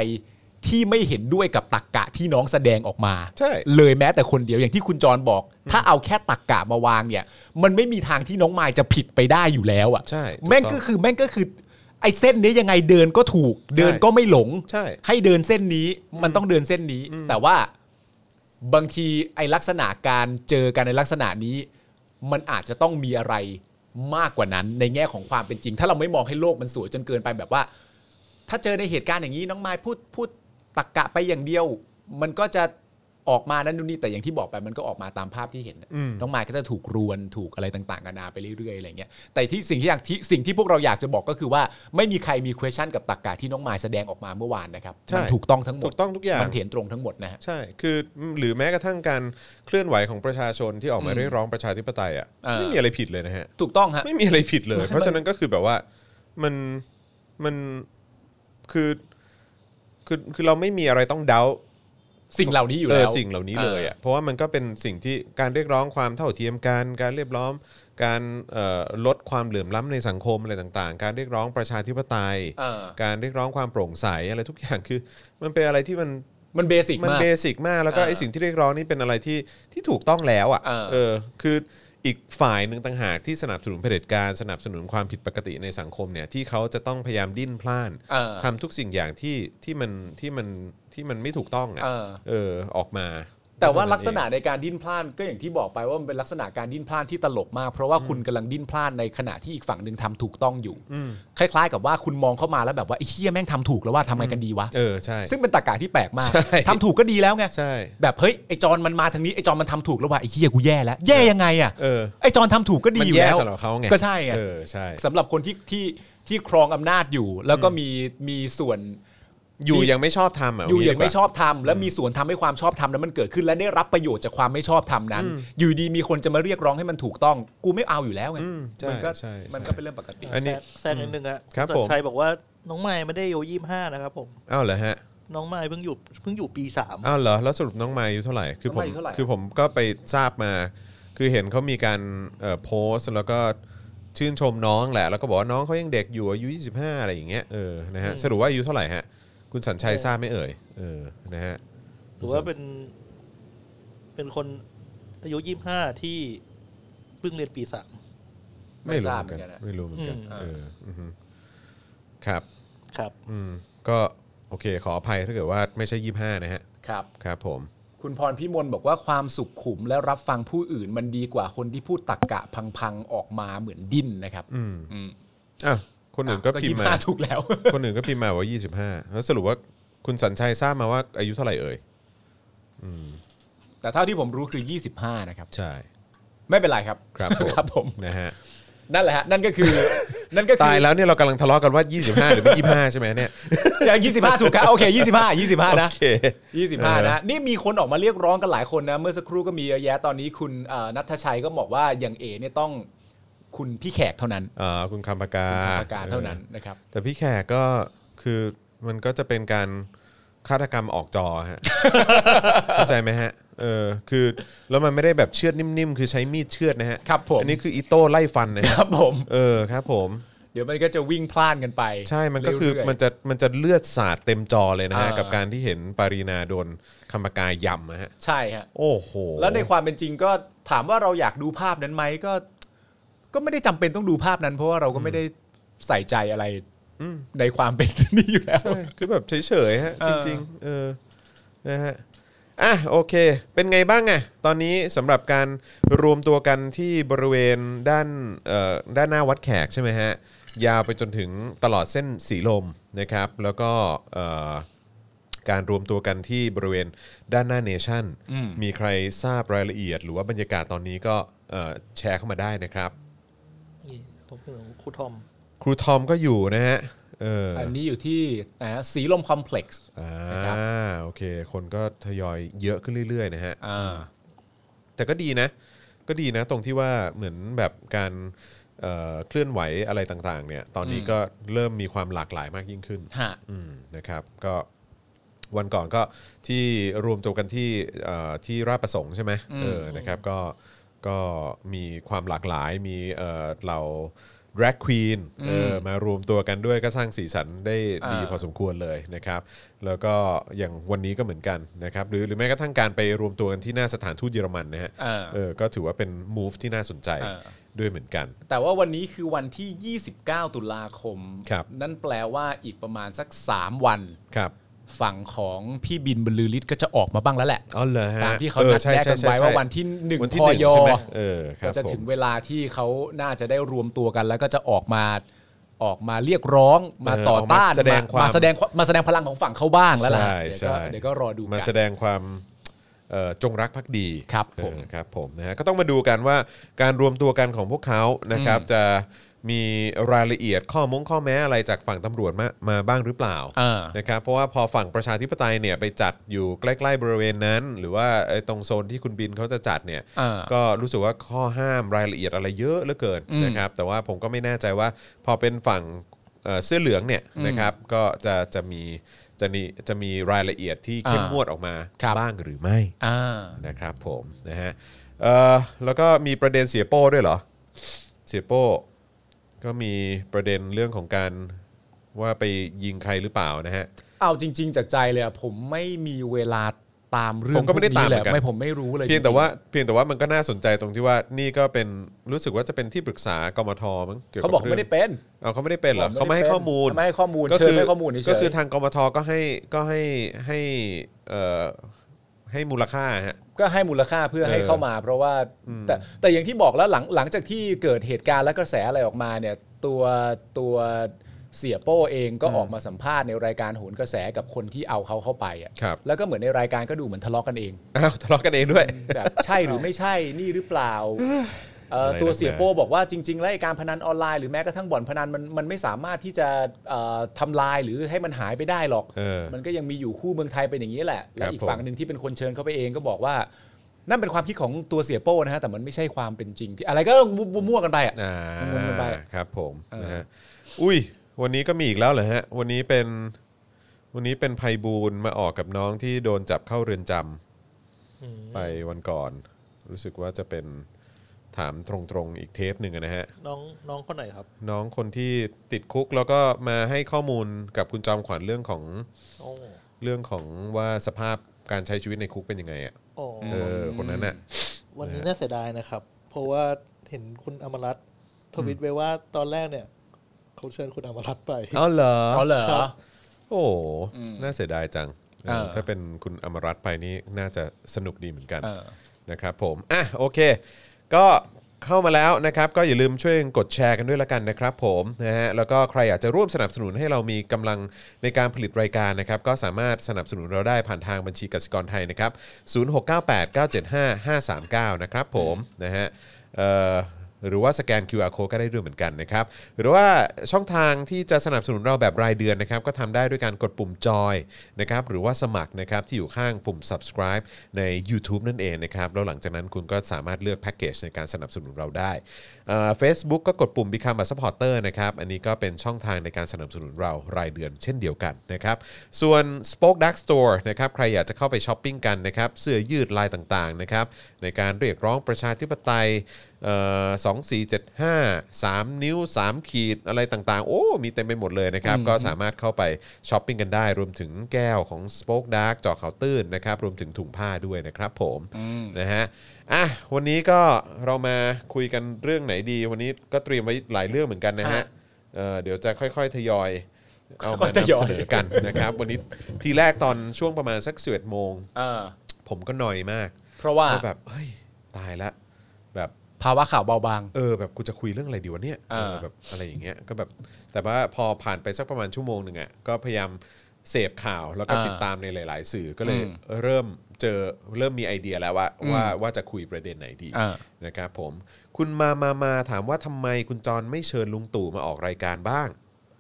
ที่ไม่เห็นด้วยกับตักกะที่น้องแสดงออกมา ใช่ เลยแม้แต่คนเดียวอย่างที่คุณจรบอก ถ้าเอาแค่ตักกะมาวางเนี่ย มันไม่มีทางที่น้องมายจะผิดไปได้อยู่แล้วอะ ใช่ถูกต้อง แม่งก็คือแม่งก็คือไอ้เส้นนี้ยังไงเดินก็ถูก เดินก็ไม่หลง ใช่ เดินเส้นนี้มันต้องเดินเส้นนี้ แต่ว่าบางทีไอ้ลักษณะการเจอกันในลักษณะนี้ มันอาจจะต้องมีอะไรมากกว่านั้นในแง่ของความเป็นจริง ถ้าเราไม่มองให้โลกมันสวยจนเกินไปแบบว่า ถ้าเจอในเหตุการณ์อย่างนี้น้องไม้พูดพูดตักกะไปอย่างเดียว มันก็จะออกมานั่นนู่นนี่แต่อย่างที่บอกไปมันก็ออกมาตามภาพที่เห็นน่ะ อืม น้องไม้ก็จะถูกรวนถูกอะไรต่างๆกันานาไปเรื่อยๆอะไรเงี้ยแต่ที่สิ่งที่อยากที่สิ่งที่พวกเราอยากจะบอกก็คือว่าไม่มีใครมี question กับตักกะที่น้องไม้แสดงออกมาเมื่อวานนะครับมันถูกต้องทั้งหม ถู ด กต้องทุกอย่าง มันเห็นตรงทั้งหมดนะฮะ ใช่ คือหรือแม้กระทั่งการเคลื่อนไหวของประชาชนที่ออกมา อืม เรียกร้องประชาธิปไตยอ่ะ เออ ไม่มีอะไรผิดเลยนะฮะ ถูกต้องฮะ ไม่มีอะไรผิดเลย เพราะฉะนั้นก็คือแบบว่ามันมันคือคือคือเราไม่มีอะไรต้องเดา สิ่งเหล่านี้อยู่ เอ แล้ อ ว สิ่งเหล่านี้เลยอ่ะเพราะว่ามันก็เป็นสิ่งที่การเรียกร้องความเท่าเทียมกันการเรียกร้องการเอ่อลดความเหลื่อมล้ำในสังคมอะไรต่าง ๆ การเรียกร้องประชาธิปไตย เออ การเรียกร้องความโปร่งใสอะไรทุกอย่าง คือ มันเป็นอะไรที่มัน มันเบสิก มัน มาก เบสิกมากแล้วก็ อ่า ไอสิ่งที่เรียกร้องนี่เป็นอะไรที่ที่ถูกต้องแล้วอ่ะ เออ เออคืออีกฝ่ายหนึ่งต่างหากที่สนับสนุนเผด็จการสนับสนุนความผิดปกติในสังคมเนี่ยที่เขาจะต้องพยายามดิ้นพล่าน เออ ทำทุกสิ่งอย่างที่ที่มันที่มันที่มันไม่ถูกต้องอ่ะ เออ เออออกมา แต่ว่าลักษณะในการดิ้นพลานก็อย่างที่บอกไปว่ามันเป็นลักษณะการดิ้นพลานที่ตลกมาก เพราะว่าคุณกำลังดิ้นพลานในขณะที่อีกฝั่งหนึ่งทำถูกต้องอยู่ คล้ายๆ กับว่าคุณมองเข้ามาแล้วแบบว่าไอ้เฮียแม่งทำถูกแล้วว่าทำไมกันดีวะ เออใช่ ซึ่งเป็นตรรกะที่แปลกมาก ใช่ ทำถูกก็ดีแล้วไง ใช่ แบบเฮ้ยไอ้จอนมันมาทางนี้ไอ้จอนมันทำถูกแล้วว่ะไอ้เฮียกูแย่แล้วแย่ยังไงอ่ะ เออ ไอ้จอนทำถูกก็ดี มัน อยู่ แย่ แล้ว สำหรับเขาไง ก็ใช่ไง เออใช่ สำหรับคนที่ที่ที่ครองอำนาจอยู่ แล้วก็มีมีส่วน อยู่ยังไม่ชอบทำอ่ะ อยู่ น อ นี้ ย่างไม่ ดีกว่ ชอบทำและมีส่วนทำให้ความชอบทำนั้นมันเกิดขึ้นและได้รับประโยชน์จากความไม่ชอบทำนั้น อยู่ดีมีคนจะมาเรียกร้องให้มันถูกต้อง กูไม่เอาอยู่แล้วไง อืมใช่ มันก็ ใช่ใช่ มันก็เป็นเรื่องปกติ อันนี้ แทรกแซงนิดนึงอะ ครับ สั ผ ญ ม ชัยบอกว่าน้องไม้ไม่ได้อายุยี่ห้านะครับผม อ้าวเหรอฮะ น้องไม้เพิ่งอยู่เพิ่งอยู่ปีสาม อ้าวเหรอแล้วสรุปน้องมายอายุเท่าไหร่คือผม น้องมายอายุเท่าไหร่อะ คือผมก็ไปทราบมา คือเห็นเขามีการเอ่อโพสต์แล้วก็ชื่นชมน้องแหละ แล้วก็บอกว่าน้องเขายังเด็กอยู่อายุ25 อะไรอย่างเงี้ยเออนะฮะสรุปว่าอายุเท่าไหร่ฮะ คุณสัญชัยทราบไหม่เอ่ยเออนะฮะ ถือว่าเป็น เป็นคนอายุยี่ห้าที่เพิ่งเรียนปีสาม ไม่รู้ ทรา เห บ มือนกัน เหมือนกันอะ ไม่รู้เหมือนกัน อืเออมอือฮึครับ ครับ อืมก็โอเคขออภัยถ้าเกิดว่าไม่ใช่ 25 นะฮะ ครับ ครับผม คุณพรพิมลบอกว่าความสุขขุมและรับฟังผู้อื่น มันดีกว่าคนที่พูดตักกะพังๆออกมาเหมือนดิ้นนะครับ อืม อืม อ่ะคนอื่นก็พิมพ์มา อ่ะ25ถูกแล้ว คนอื่นก็พิมพ์มาว่า 25 แล้วสรุปว่าคุณสัญชัยทราบมาว่าอายุเท่าไหร่เอ่ย แต่เท่าที่ผมรู้คือ 25 นะครับ ใช่ ไม่เป็นไรครับ ครับผม ครับผม นะฮะ นั่นแหละฮะนั่นก็คือนั่นก็คื ตายแล้วเนี่ยเรากำลังทะเลาะกันว่า 25 หรือไม่ 25 ใช่ไหมเนี่ย อย่าง25 ถูกครับโอเค 25 25นะ โอเค เออ 25นะนี่มีคนออกมาเรียกร้องกันหลายคนนะ เมื่อสักครู่ก็มีเยอะแยะตอนนี้คุณเอ่อนัทชัยก็บอกว่าอย่างเอเนี่ยต้องคุณพี่แขกเท่านั้น อ่าคุณคำปากกา คุณปากกาเท่านั้นนะครับ ออแต่พี่แขกก็คือมันก็จะเป็นการฆาตกรรมออกจอ ฮะ เข้าใจไหมฮะเออคือแล้วมันไม่ได้แบบเชือดนิ่มๆ คือใช้มีดเชือดนะฮะ ครับผม อันนี้คืออีโต้ไล่ฟันนะ ค ฮะ รับผม เออครับผม เดี๋ยวมันก็จะวิ่งพล่านกันไป ใช่มันก็คือ เรื่ยๆ มันจะมันจะเลือดสาดเต็มจอเลยนะฮะ อ่ากั กับการที่เห็นปารีนาโดนคำปากกายำนะฮะ ใช่ฮะ โอ้โห แล้วในความเป็นจริงก็ถามว่าเราอยากดูภาพนั้นไหมก็ ก็ไม่ได้จำเป็นต้องดูภาพนั้น เพราะว่าเราก็ไม่ได้ใส่ใจอะไร อืม ในความเป็น นี่อยู่แล้ว ใช่คือแบบเฉยๆฮะ เอ จ อ ริงๆเออนะฮะอ่ะโอเค เป็นไงบ้างไงตอนนี้สำหรับการรวมตัวกันที่บริเวณด้านเอ่อด้านหน้าวัดแขกใช่ไหมฮะ ยาวไปจนถึงตลอดเส้นสีลมนะครับ แล้วก็เอ่อ การรวมตัวกันที่บริเวณด้านหน้าเนชั่น มีใครทราบรายละเอียด หรือว่าบรรยากาศตอนนี้ก็เอ่อแชร์เข้ามาได้นะครับ นี่ผมเป็นของครูทอม ครูทอมก็อยู่นะฮะเอออ อันนี้อยู่ที่ไหนนะสีลมคอมเพล็กซ์ อ่า นะครับ โอเค คนก็ทยอยเยอะขึ้นเรื่อยๆนะฮะ อ่า แต่ก็ดีนะ ก็ดีนะตรงที่ว่าเหมือนแบบการเอ่อเคลื่อนไหวอะไรต่างๆ เนี่ย ตอนนี้ อืม ก็เริ่มมีความหลากหลายมากยิ่งขึ้น ฮะ อืมนะครับก็วันก่อนก็ที่รวมตัวกันที่เอ่อที่ราชประสงค์ใช่ไหม อืม เออนะครับก็ก็มีความหลากหลายมีเอ่อเรา drag queen เออมารวมตัวกันด้วยก็สร้างสีสันได้ดีพอสมควรเลยนะครับ แล้วก็อย่างวันนี้ก็เหมือนกันนะครับหรือหรือแม้กระทั่งการไปรวมตัวกันที่หน้าสถานทูตเยอรมันนะฮะ เออ เออก็ถือว่าเป็น move ที่น่าสนใจ เออ ด้วยเหมือนกัน แต่ว่าวันนี้คือวันที่ 29 ตุลาคม ครับ นั่นแปลว่าอีกประมาณสัก 3 วัน ครับ ฝั่งของพี่บินบรรลือฤทธิ์ก็จะออกมาบ้างแล้วแหละ อ๋อเหรอฮะ ตามที่เขา ออ นัด ใช่ แนะกัน ใช่ ไว้ ใช่ ว่าวันที่หนึ่ง วั พอ นึ่ง ยอ ใช่ไหมเออครับ ก็จะ ผม ถึงเวลาที่เขาน่าจะได้รวมตัวกัน แล้วก็จะออกมาออกมาเรียกร้องมา เออ ต่อ ออกมา ต้าน แสดงความ มาแสดงมาแสดงพลังของฝั่งเขาบ้างแล้วล่ะ ใช่ เดี๋ยวก็ ใช่ เดี๋ยวก็รอดูกั มาน แสดงความเอ่อจงรักภักดี ครับผม เออครับผมนะฮะก็ต้องมาดูกันว่าการรวมตัวกันของพวกเขานะครับ จะมีรายละเอียดข้อมงข้อแม้อะไรจากฝั่งตำรวจมามาบ้างหรือเปล่า เออ นะครับเพราะว่าพอฝั่งประชาธิปไตยเนี่ยไปจัดอยู่ใกล้ๆบริเวณนั้น หรือว่าไอ้ตรงโซนที่คุณบินเขาจะจัดเนี่ย อ่า ก็รู้สึกว่าข้อห้ามรายละเอียดอะไรเยอะเหลือเกิน อืม นะครับแต่ว่าผมก็ไม่แน่ใจว่าพอเป็นฝั่งเอ่อเสื้อเหลืองเนี่ยนะครับก็จะจะมีจะมีจะมีรายละเอียดที่เข้ม อ่าง งวดออกมา ครับ บ้างหรือไม่ อ่า นะครับผมนะฮะเอ่อแล้วก็มีประเด็นเสียโป้ด้วยเหรอเสียโป้ก็มีประเด็นเรื่องของการว่าไปยิงใครหรือเปล่านะฮะ เอาจริง ๆ จากใจเลยอะผมไม่มีเวลาตามเรื่อง ผมก็ไม่ได้ตาม พวนี้ เหมือนกั เล น ยไม่ผมไม่รู้เลย เพียงแต่ จริๆ ว่าเพียงแต่ว่ามันก็น่าสนใจตรงที่ว่านี่ก็เป็นรู้สึกว่าจะเป็นที่ปรึกษากมทมั้งยว เขาบอก รื่ง ไม่ได้เป็น เอาเขาไม่ได้เป็นเหรอ ผมเขาไม่ได้ไม่ให้ เป็น ข้อมูล ไม่ให้ข้อมูลเชิญไม่ให้ข้อมูลเฉยๆ ก็คือทางกมทก็ให้ก็ให้ให้เอ่อให้มูลค่าฮะ ก็ให้มูลค่าเพื่อให้ เออ เข้ามา เพราะว่าแต่แต่อย่างที่บอกแล้วหลังหลังจากที่เกิดเหตุการณ์และกระแสอะไรออกมาเนี่ยตัวตัวเสียโป้เองก็ออกมาสัมภาษณ์ในรายการโหนกระแสกับคนที่เอาเขาเข้าไปอ่ะ ครับ แล้วก็เหมือนในรายการก็ดูเหมือนทะเลาะกันเอง อ้าวทะเลาะกันเองด้วย แบบใช่หรือไม่ใช่นี่หรือเปล่าเอ่อ อะไร ตัว นัก เสีย หนา โป้บอกว่าจริงๆแล้วไอ้การพนันออนไลน์หรือแม้กระทั่งบ่อนพนันมันมันไม่สามารถที่จะเอ่อทำลายหรือให้มันหายไปได้หรอก เออ มันก็ยังมีอยู่คู่เมืองไทยเป็นอย่างนี้แหละ และอีก ผม ฝั่งหนึ่งที่เป็นคนเชิญเข้าไปเองก็บอกว่า นั่นเป็นความคิดของตัวเสียโป้นะฮะ แต่มันไม่ใช่ความเป็นจริงที่อะไรก็มั่วๆกันไปอ่ะ อ่า วนๆไป ครับผม เออ นะฮะอุ้ย วันนี้ก็มีอีกแล้วเหรอฮะ วันนี้เป็นวันนี้เป็นไพบูลย์มาออกกับน้องที่โดนจับเข้าเรือนจำ อืม ไปวันก่อน รู้สึกว่าจะเป็นถามตรงๆอีกเทปหนึ่งอะนะฮะ น้องน้องคนไหนครับ น้องคนที่ติดคุกแล้วก็มาให้ข้อมูลกับคุณจอมขวัญเรื่องของ โอ้ เรื่องของว่าสภาพการใช้ชีวิตในคุกเป็นยังไงอะ โอ้ เออคนนั้นน่ะ วันนี้น่าเสียดายนะครับ เพราะว่าเห็นคุณอมรัตน์ทวิตไว้ว่าตอนแรกเนี่ยเขาเชิญคุณอมรัตน์ไป เอาเหรอ อ๋อเหรอ ครับ โอ้โห อืม น่าเสียดายจังเออ เออ ถ้าเป็นคุณอมรัตน์ไปนี้น่าจะสนุกดีเหมือนกัน เออ นะครับผม อ่ะโอเค ก็เข้ามาแล้วนะครับ ก็อย่าลืมช่วยกดแชร์กันด้วยละกันนะครับผมนะฮะแล้วก็ใครอยากจะร่วมสนับสนุนให้เรามีกำลังในการผลิตรายการนะครับ ก็สามารถสนับสนุนเราได้ผ่านทางบัญชีกสิกรไทยนะครับ 0698975539 นะครับผมนะฮะเอ่อ หรือว่าสแกน QR code ก็ได้ด้วยเหมือนกันนะครับ หรือว่าช่องทางที่จะสนับสนุนเราแบบรายเดือนนะครับ ก็ทำได้ด้วยการกดปุ่มจอยนะครับ หรือว่าสมัครนะครับ ที่อยู่ข้างปุ่ม subscribe ใน YouTube นั่นเองนะครับ แล้วหลังจากนั้นคุณก็สามารถเลือกแพ็กเกจในการสนับสนุนเราได้เฟซบุ๊กก็กดปุ่ม Become a supporter นะครับ อันนี้ก็เป็นช่องทางในการสนับสนุนเรารายเดือนเช่นเดียวกันนะครับ ส่วน Spoke Dark Store นะครับ ใครอยากจะเข้าไปช้อปปิ้งกันนะครับ เสื้อยืดลายต่างๆนะครับ ในการเรียกร้องประชาธิปไตย สองสี่เจ็ดห้าสามนิ้ว 3 ขีดอะไรต่างๆ โอ้ มีเต็มไปหมดเลยนะครับ ก็สามารถเข้าไปช้อปปิ้งกันได้ รวมถึงแก้วของ Spoke Dark จอขาวตื้นนะครับ รวมถึงถุงผ้าด้วยนะครับผมนะฮะอ่ะวันนี้ก็เรามาคุยกันเรื่องไหนดี วันนี้ก็เตรียมไว้หลายเรื่องเหมือนกันนะฮะ ฮะ เอ่อเดี๋ยวจะค่อยๆ ทยอย เอา ค่ มา อยๆทย นำ อย เสนอกันนะครับ วันนี้ทีแรกตอนช่วงประมาณสักสิบเอ็ดโมง เออ ผมก็หน่อยมาก เพราะว่า ว่าแบบเฮ้ยตายละแบบ ภาวะข่าวเบาบาง เออแบบกูจะคุยเรื่องอะไรดีวะเนี่ย อ่า เออแบบอะไรอย่างเงี้ยก็แบบแต่ว่าพอผ่านไปสักประมาณชั่วโมงหนึ่งอ่ะก็พยายาม เสพข่าวแล้วก็ อ่า ติดตามในหลาย ๆ สื่อก็เลย อืม เริ่มเจอเริ่มมีไอเดียแล้วว่า อืม ว่าว่าจะคุยประเด็นไหนดี อ่า นะครับผม คุณมามามาถามว่าทำไมคุณจรไม่เชิญลุงตู่มาออกรายการบ้าง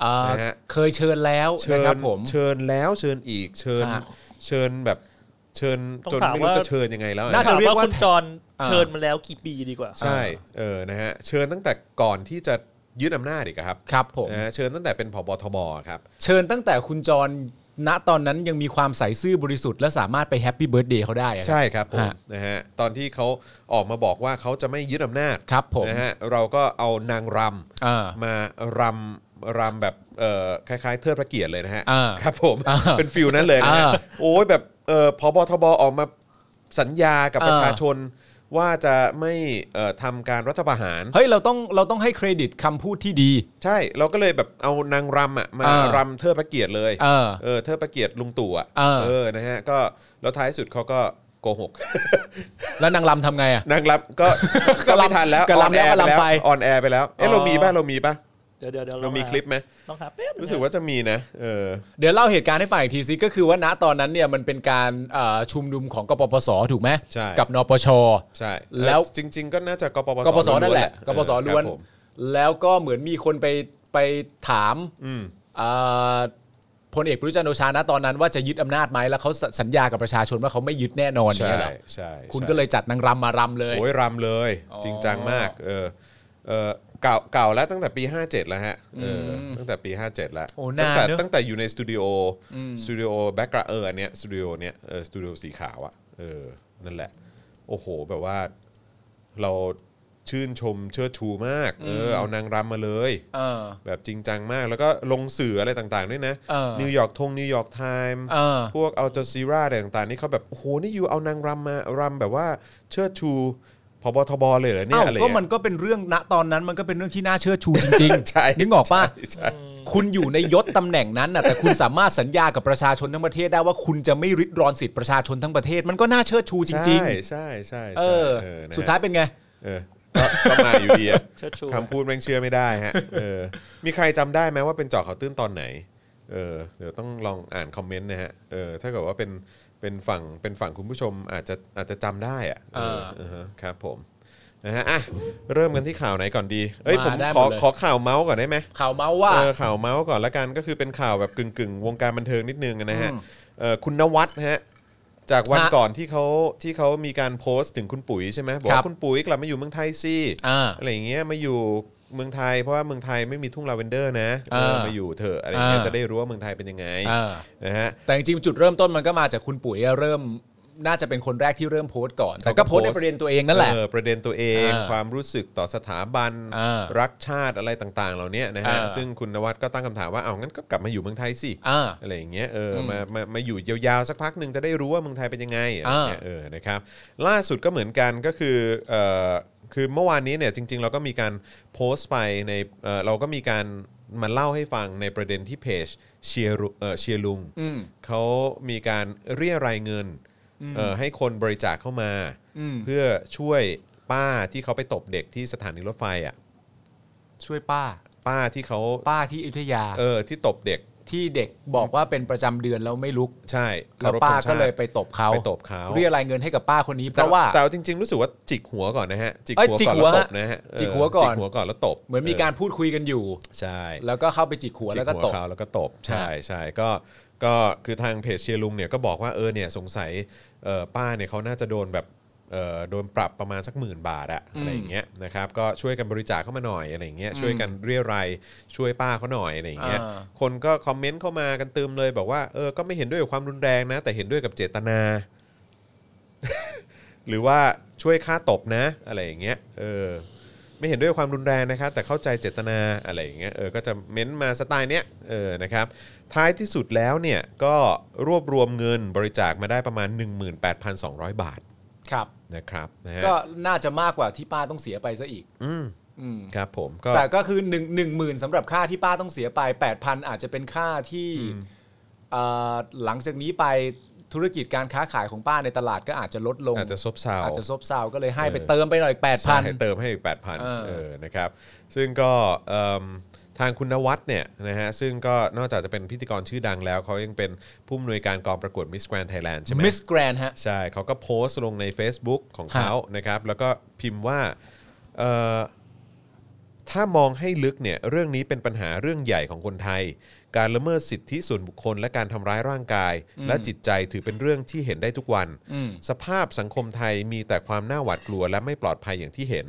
เอ่อ นะฮะ เคยเชิญแล้ว เชิญนะครับผม เชิญแล้วเชิญอีกเชิญ ฮะ เชิญแบบเชิญ ต้อง จน ถาม ไม่รู้ ว่า จะเชิญยังไงแล้วอะ น่า นะ จะเรียกว่า ถมคุณจร อ่า เชิญมาแล้วกี่ปีดีกว่า ใช่เออนะฮะเชิญตั้งแต่ก่อนที่จะยึดอำนาจอีกอะครับ ครับผม นะฮะเชิญตั้งแต่เป็นผบทบครับ เชิญตั้งแต่คุณจรณตอนนั้นยังมีความใสซื่อบริสุทธิ์และสามารถไปแฮปปี้เบิร์ดเดย์เขาได้อะ ใช่ครับผม ฮะ นะฮะตอนที่เขาออกมาบอกว่าเขาจะไม่ยึดอำนาจ ครับผม นะฮะเราก็เอานางร อ่า ำมารำรำแบบเอ่อคล้าย ๆ เทิดพระเกียรติเลยนะฮะ อ่า ครับผม อ่า เป็นฟิลนั้นเลยนะฮะ อ่า โอ้ยแบบเอ่อพบทบออกมาสัญญากับ อ่า ประชาชน ว่าจะไม่เอ่อทำการรัฐประหาร เฮ้ยเราต้องเราต้องให้เครดิตคำพูดที่ดี ใช่เราก็เลยแบบเอานางรำอ่ะมา อ่าร รำเทิดพระเกียรติเลย เออ เออเทิดพระเกียรติลุงตู่อ่ะ เออ เออนะฮะก็แล้วท้ายสุดเขาก็โกห ก แล้วนางรำทำไงอ่ะ นางรับก็ ก็ไม่ทันแล้ว ก็รับแล้วก็รับไป ออนแอร์ไปแล้วเอ๊ะ อ๋อ เรามีป่ะเรามีป่ะ เดี๋ยวเดี๋ยวเดี๋ยว เรามีคลิปไหม ต้องหาแป๊บนึง รู้สึกว่าจะมีนะเออ เดี๋ยวเล่าเหตุการณ์ให้ฟังอีกทีซิก็คือว่าณตอนนั้นเนี่ยมันเป็นการเอ่อชุมนุมของกปปสถูกไหม ใช่ กับนปช ใช่ แล้ว เออจริง ๆ ก็น่าจะกปปส กปสนั่นแหวละๆ กปส เออ ล้วน ครับผม แล้วก็เหมือนมีคนไปไปถาม อืม เอ่อพลเอกประยุทธ์จันทร์โอชานะตอนนั้นว่าจะยึดอำนาจไหมแล้วเขาสสัญญากับประชาชนว่าเขาไม่ยึดแน่นอนอย่าง ใช่ เงี้ยเหรอ ใช่ คุณ ใช่ ก็เลยจัดนางรำมารำเลย โอ้ยรำเลย อ๋อ จริงจังมากเออเออเก่าเก่าแล้วตั้งแต่ปี 57 แล้วฮะเอออตั้งแต่ปี 57 แล้ว โอ้ ตั้ นางน แต่ เนอะ ตั้งแต่อยู่ในสตูดิโออสตูดิโอแบ็กกราเอออันเนี้ยสตูดิโอเนี้ยเออสตูดิโอสีขาวอะเออนั่นแหละ โอ้โหแบบว่า เราชื่นชมเชิดชูมาก เออ เอานางรำมาเลย เออ แบบจริงจังมากแล้วก็ลงสื่ออะไรต่างๆด้วยนะ เออ นิวยอร์กทงนิวยอร์กไทม์ เออ พวกอัลจ z ซีราอะไรต่างๆ นี่เขาแบบ โอ้โห นี่อยู่เอานางรำมารำแบบว่าเชิดชูพบทบเลยเหรอเนี่ ้าวย อะไร ก็ เงี้ย มันก็เป็นเรื่องณตอนนั้นมันก็เป็นเรื่องที่น่าเชื่อชูจริง ใช่ นึกออกป่ะ ใช่ คุณอยู่ในยศตำแหน่งนั้นนะแต่คุณสามารถสัญญากับประชาชนทั้งประเทศได้ว่าคุณจะไม่ริดรอนสิทธิประชาชนทั้งประเทศ มันก็น่าเชิดชูจริง ใช่ใช่ใช่ ๆ ใช่ เออ เออนะฮะ สุดท้ายเป็นไง เออก็ก็มาอยู่ดีอะ เชิดชู คำพูดแม่งเชื่อไม่ได้ฮะเออมีใครจำได้ไหมว่าเป็นเจอข่าวตื้นตอนไหนเออเดี๋ยวต้องลองอ่านคอมเมนต์นะฮะเออถ้าเกิดว่าเป็นเป็นฝั่งเป็นฝั่งคุณผู้ชมอาจจะอาจจะจำได้อะเออเออฮะครับผมนะฮะอ่ะเริ่มกันที่ข่าวไหนก่อนดีเอ้ย มา ผม ได้หมด ขอ เลย ขอข่าวเมาส์ก่อนได้ไหม ข่าวเมาส์ว่า เออข่าวเมาส์ก่อนละกันก็คือเป็นข่าวแบบกึ่งกึ่งๆวงการบันเทิงนิดนึงนะฮะเอ่อคุณนวัดฮะจากวัน ฮะ ก่อนที่เขาที่เขามีการโพสต์ถึงคุณปุ๋ยใช่ไหมบอก ครับ ว่าคุณปุ๋ยกลับมาอยู่เมืองไทยสิ อ่า อะไรอย่างเงี้ยมาอยู่เมืองไทย เพราะว่าเมืองไทยไม่มีทุ่งลาเวนเดอร์นะเออ เออ มาอยู่เถอะอะไรอย่างเงี้ย อ่า จะได้รู้ว่าเมืองไทยเป็นยังไง อ่า นะฮะ แต่จริงๆจุดเริ่มต้นมันก็มาจากคุณปุ๋ยเริ่มน่าจะเป็นคนแรกที่เริ่มโพสต์ก่อน แต่ก็โพสต์ในประเด็นตัวเองนั่นแหละ เออประเด็นตัวเอง อ่า ความรู้สึกต่อสถาบัน อ่า รักชาติอะไรต่างๆ เหล่าเนี้ยนะฮะ อ่า ซึ่งคุณนวัดก็ตั้งคำถามว่าเอางั้นก็กลับมาอยู่เมืองไทยสิ อ่า อะไรอย่างเงี้ยเอออมามามาอยู่ยาวๆสักพักหนึ่งจะได้รู้ว่าเมืองไทยเป็นยังไงอะไรเงี้ยเออนะครับล่าสุดก็เหมือนกันก็คือเอ่อคือเมื่อวานนี้เนี่ยจริง ๆ เราก็มีการโพสต์ไปในเอ่อเราก็มีการมาเล่าให้ฟังในประเด็นที่เพจเชียร์ลุเอ่อเชียร์ลุง อืม เขามีการเรียรายเงินเอ่อให้คนบริจาคเข้ามา เพื่อช่วยป้าที่เขาไปตบเด็กที่สถานีรถไฟอ่ะ ช่วยป้า ป้าที่เขา ป้าที่อยุธยา เออที่ตบเด็ก ที่เด็กบอกว่าเป็นประจำเดือนแล้วไม่ลุก ใช่ แล้ว ครพ ป้า ธงช ก็ ติ เลยไปตบเขา ไปตบเขา เรียรายเงินให้กับป้าคนนี้ เพ แต่ ราะว่า แต่จริง ๆ รู้สึกว่าจิกหัวก่อนนะฮะจิก เอ้ย หัว จิก ก่อน หัว แล้วตบนะฮะเออ จิกหัวก่อน จิกหัวก่อนแล้วตบ เหมือนมีการพูดคุยกันอยู่ ใช่ แล้วก็เข้าไปจิกหัวแล้วก็ จิ ต หั บ เขาแล้วก็ตบใช่ใช่ก็ก็คือทางเพจเชียร์ลุงเนี่ยก็บอกว่าเออเนี่ยสงสัยเออป้าเนี่ยเขาน่าจะโดนแบบเออโดนปรับประมาณสักหมื่นบาทอะอะไรอย่างเงี้ยนะครับก็ช่วยกันบริจาคเข้ามาหน่อยอะไรอย่างเงี้ยช่วยกันเรียรัยช่วยป้าเขาหน่อยอะไรอย่างเงี้ย อ่า คนก็คอมเมนต์เข้ามากันเติมเลยบอกว่าเออก็ไม่เห็นด้วยกับความรุนแรงนะ แต่เห็นด้วยกับเจตนา หรือว่าช่วยค่าตบนะ อะไรอย่างเงี้ยเออไม่เห็นด้วยกับความรุนแรงนะครับ แต่เข้าใจเจตนาอะไรอย่างเงี้ยเออก็จะเม้นมาสไตล์เนี้ยเออนะครับท้ายที่สุดแล้วเนี่ยก็รวบรวมเงินบริจาคมาได้ประมาณ 18,200 บาท ครับ นะครับนะฮะ ก็น่าจะมากกว่าที่ป้าต้องเสียไปซะอีก อืม อืม ครับผมก็ แต่ก็คือหนึ่งหนึ่งหมื่นสำหรับค่าที่ป้าต้องเสียไปแปดพันอาจจะเป็นค่าที่เอ่อหลังจากนี้ไปธุรกิจการค้าขายของป้าในตลาดก็อาจจะลดลง อาจจะซบเซา อาจจะซบเซาก็เลยให้ไป เออ เติมไปหน่อยแปดพัน ใช่เติมให้อีก 8,000 เออ เออนะครับซึ่งก็เอิ่ม ทางคุณนวัดเนี่ยนะฮะซึ่งก็นอกจากจะเป็นพิธีกรชื่อดังแล้ว เขายังเป็นผู้อำนวยการกองประกวด Miss Grand Thailand ใช่ไหม มิสแกรนฮะ ใช่เขาก็โพสต์ลงใน Facebook ของเขานะครับ แล้วก็พิมพ์ว่าเอ่อถ้ามองให้ลึกเนี่ยเรื่องนี้เป็นปัญหาเรื่องใหญ่ของคนไทย การละเมิดสิทธิส่วนบุคคล และการทำร้ายร่างกาย และจิตใจถือเป็นเรื่องที่เห็นได้ทุกวัน อืม สภาพสังคมไทยมีแต่ความน่าหวาดกลัวและไม่ปลอดภัยอย่างที่เห็น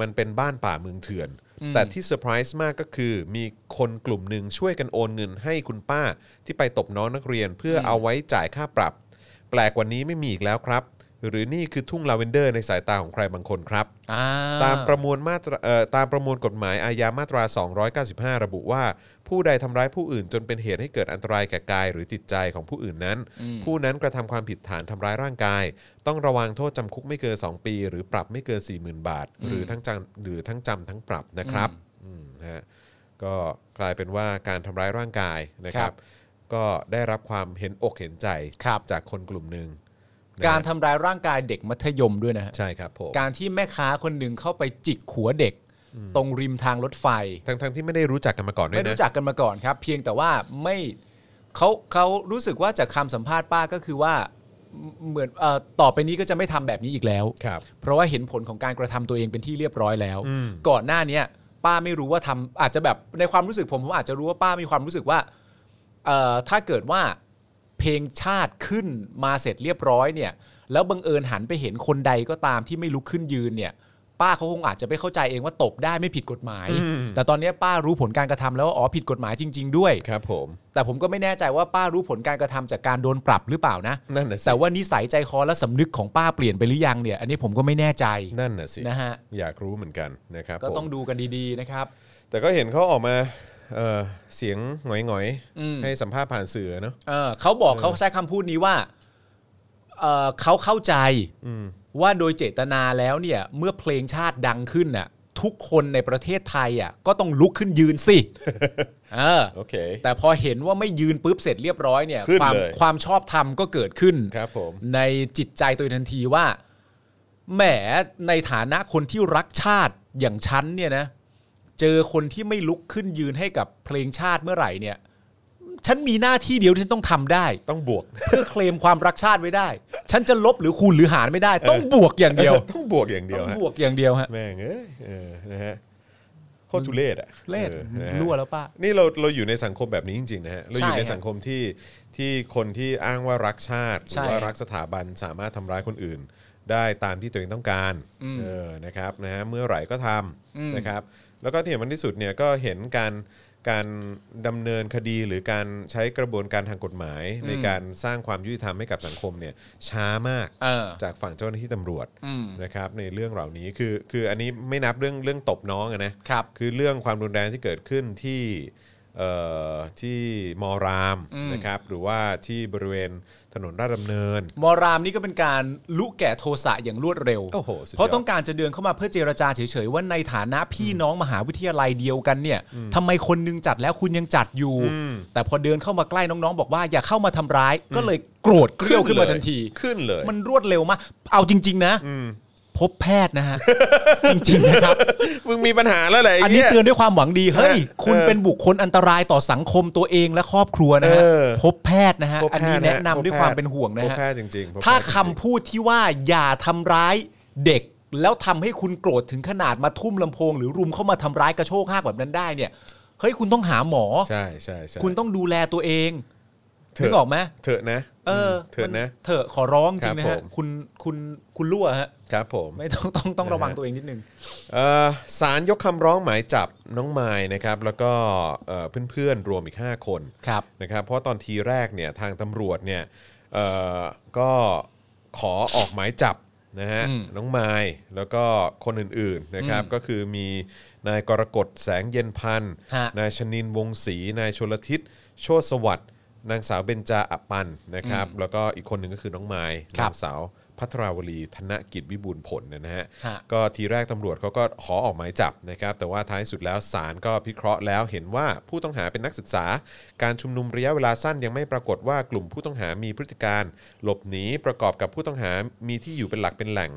มันเป็นบ้านป่าเมืองเถื่อน แต่ที่เซอร์ไพรส์มากก็คือ มีคนกลุ่มหนึ่งช่วยกันโอนเงินให้คุณป้าที่ไปตบน้องนักเรียนเพื่อเอาไว้จ่ายค่าปรับ แปลกกว่านี้ไม่มีอีกแล้วครับ หรือนี่คือทุ่งลาเวนเดอร์ในสายตาของใครบางคนครับ อ่า ตามประมวลมาตราเอ่อตามประมวลกฎหมายอาญามาตรา 295 ระบุว่า ผู้ใดทำร้ายผู้อื่นจนเป็นเหตุให้เกิดอันตรายแก่กายหรือจิตใจของผู้อื่นนั้น ผู้นั้นกระทำความผิดฐานทำร้ายร่างกาย ต้องระวังโทษจำคุกไม่เกิน 2 ปี หรือปรับไม่เกิน 40,000 บาท หรือทั้งจำหรือทั้งจำทั้งปรับนะครับอืมนะฮะก็กลายเป็นว่าการทำร้ายร่างกายนะค ครั รับ บ ก็ได้รับความเห็นอกเห็นใจ ครับ จากคนกลุ่มหนึ่งนะฮะ การทำร้ายร่างกายเด็กมัธยมด้วยนะฮะ ใช่ครับผม การที่แม่ค้าคนหนึ่งเข้าไปจิกหัวเด็ก ตรงริมทางรถไฟ ทั้งทั้งที่ไม่ได้รู้จักกันมาก่อนด้ว ไม่ ยนะ รู้จักกันมาก่อนครับ เพียงแต่ว่าไม่เขาเขารู้สึกว่าจากคำสัมภาษณ์ป้าก็คือว่าเหมือนเอ่อต่อไปนี้ก็จะไม่ทำแบบนี้อีกแล้ว ครับ เพราะว่าเห็นผลของการกระทำตัวเองเป็นที่เรียบร้อยแล้ว อืม ก่อนหน้าเนี้ยป้าไม่รู้ว่าทำอาจจะแบบในความรู้สึกผมผมอาจจะรู้ว่าป้ามีความรู้สึกว่าเอ่อถ้าเกิดว่าเพลงชาติขึ้นมาเสร็จเรียบร้อยเนี่ย แล้วบังเอิญหันไปเห็นคนใดก็ตามที่ไม่ลุกขึ้นยืนเนี่ย ป้าเขาคงอาจจะไม่เข้าใจเองว่าตบได้ไม่ผิดกฎหมาย แต่ตอนเนี้ยป้ารู้ผลการกระทำแล้วว่าอ๋อผิดกฎหมายจริง ๆ ด้วย ครับผม แต่ผมก็ไม่แน่ใจว่าป้ารู้ผลการกระทำจากการโดนปรับหรือเปล่านะ นั่นน่ะสิ แต่ว่านิสัยใจคอและสำนึกของป้าเปลี่ยนไปหรือยังเนี่ย อันนี้ผมก็ไม่แน่ใจ นั่นน่ะสิ นะฮะ อยากรู้เหมือนกันนะครับ ก็ต้อง ผม ดูกันดีๆนะครับ แต่ก็เห็นเขาออกมาเอ่อเสียงหงอย อืม ๆ ให้สัมภาษณ์ผ่านสื่อเนอะ เออเขาบอกเขาใช้คำพูดนี้ว่าเอ่อเขาเข้าใจ อืม ว่าโดยเจตนาแล้วเนี่ย เมื่อเพลงชาติดังขึ้นน่ะ ทุกคนในประเทศไทยอ่ะก็ต้องลุกขึ้นยืนสิ เออ โอเค แต่พอเห็นว่าไม่ยืนปุ๊บเสร็จเรียบร้อยเนี่ย ขึ้น ความ เลย ความชอบธรรมก็เกิดขึ้น ครับผม ในจิตใจตัวเองทันทีว่าแหมในฐานะคนที่รักชาติอย่างฉันเนี่ยนะ เจอคนที่ไม่ลุกขึ้นยืนให้กับเพลงชาติเมื่อไหร่เนี่ย ฉันมีหน้าที่เดียวที่ฉันต้องทำได้ ต้องบวก เพื่อเคลมความรักชาติไว้ได้ ฉันจะลบหรือคูณหรือหารไม่ได้ ต้องบวกอย่างเดียว ต้องบวกอย่างเดี ต้ ยว อง ฮะ บวกอย่างเดียวฮะ แม่งเอ้ยเออนะฮะโคตรทุเรศอะ เล่น ออนะฮะ รั่วแล้วป้า นี่เราเราอยู่ในสังคมแบบนี้จริงๆนะฮะเราอยู่ใน ใช่ครับ สังคมที่ที่คนที่อ้างว่ารักชาติห ใช่ รือว่ารักสถาบันสามารถทำร้ายคนอื่น ได้ตามที่ตัวเองต้องการเออนะครับนะฮะเมื่อไหร่ก็ท อืม ำนะครับ แล้วก็ที่เห็นมันที่สุดเนี่ยก็เห็นการการดำเนินคดีหรือการใช้กระบวนการทางกฎหมาย ในการสร้างความยุติธรรมให้กับสังคมเนี่ยช้ามาก เออ จากฝั่งเจ้าหน้าที่ตำรวจ อืม นะครับในเรื่องเหล่านี้คือคืออันนี้ไม่นับเรื่องเรื่องตบน้องอะนะ ครับ คือเรื่องความรุนแรงที่เกิดขึ้นที่เอ่อที่มอรามนะครับหรือว่าที่บริเวณถนนราชดำเนิน มอรามนี่ก็เป็นการลุแก่โทสะอย่างรวดเร็ว โอ้โหสุดยอด เพราะต้องการจะเดินเข้ามาเพื่อเจรจาเฉยๆว่าในฐานะพี่น้องมหาวิทยาลัยเดียวกันเนี่ยทำไมคนนึงจัดแล้วคุณยังจัดอยู่ แต่พอเดินเข้ามาใกล้น้องๆ บอกว่าอย่าเข้ามาทำร้าย ก็เลยโกรธเกรี้ยวขึ้นมาทันที ขึ้นเลย มันรวดเร็วมาก เอาจริง ๆ นะ พบแพทย์นะ ฮะ จริง ๆ นะครับ มึงมีปัญหาแล้วแหละ อัน ไอ้ นี้ เหี้ย เตือนด้วยความหวังดี เฮ้ย คุณ เออ เป็นบุคคลอันตรายต่อสังคมตัวเองและครอบครัวนะฮะ เออ พบแพทย์นะฮะ อันนี้แนะนำด้วยความเป็นห่วงนะ พบ ฮะ แพทย์จริงๆพบแพทย์ ถ้าคำ จริงๆ พูดที่ว่าอย่าทำร้ายเด็ก แล้วทำให้คุณโกรธถึงขนาดมาทุ่มลำโพง หรือรุมเข้ามาทำร้ายกระโชกห้ากแบบนั้นได้เนี่ยเฮ้ยคุณต้องหาหมอ ใช่ใช่ใช่ คุณต้องดูแลตัวเอง เถ นึกออกไหม เถอะนะ เออ เถอะนะ มัเถอะขอร้องจริงนะครับ ฮะ ผม คุณคุณคุณรั่วฮะ ครับผม ไม่ต้องต้องต้องระวังตัวเองนิดนึง เอ่อศาลยกคำร้องหมายจับน้องไม้นะครับ แล้วก็เอ่อเพื่อนๆรวมอีก 5 คน ครับ นะครับเพราะตอนทีแรกเนี่ยทางตำรวจเนี่ยเอ่อก็ขอออกหมายจับนะฮะ อืม น้องไม้แล้วก็คนอื่นๆนะครับก็คือมีนายกรกฎแสงเย็นพันธ์ ฮะ นายชนินวงศรีนายชลทิศโชติสวัสด์นางสาวเบญจาอปปันนะครับแล้วก็อีกคนหนึ่งก็คือน้องไม้ ครับ นางสาวพัทราวลีธนกิจวิบูลย์ผลนะฮะ ฮะ ก็ทีแรกตำรวจเขาก็ขอออกหมายจับนะครับ แต่ว่าท้ายสุดแล้วศาลก็พิเคราะห์แล้วเห็นว่าผู้ต้องหาเป็นนักศึกษา การชุมนุมระยะเวลาสั้นยังไม่ปรากฏว่ากลุ่มผู้ต้องหามีพฤติการ หลบหนีประกอบกับผู้ต้องหามีที่อยู่เป็นหลักเป็นแหล่ง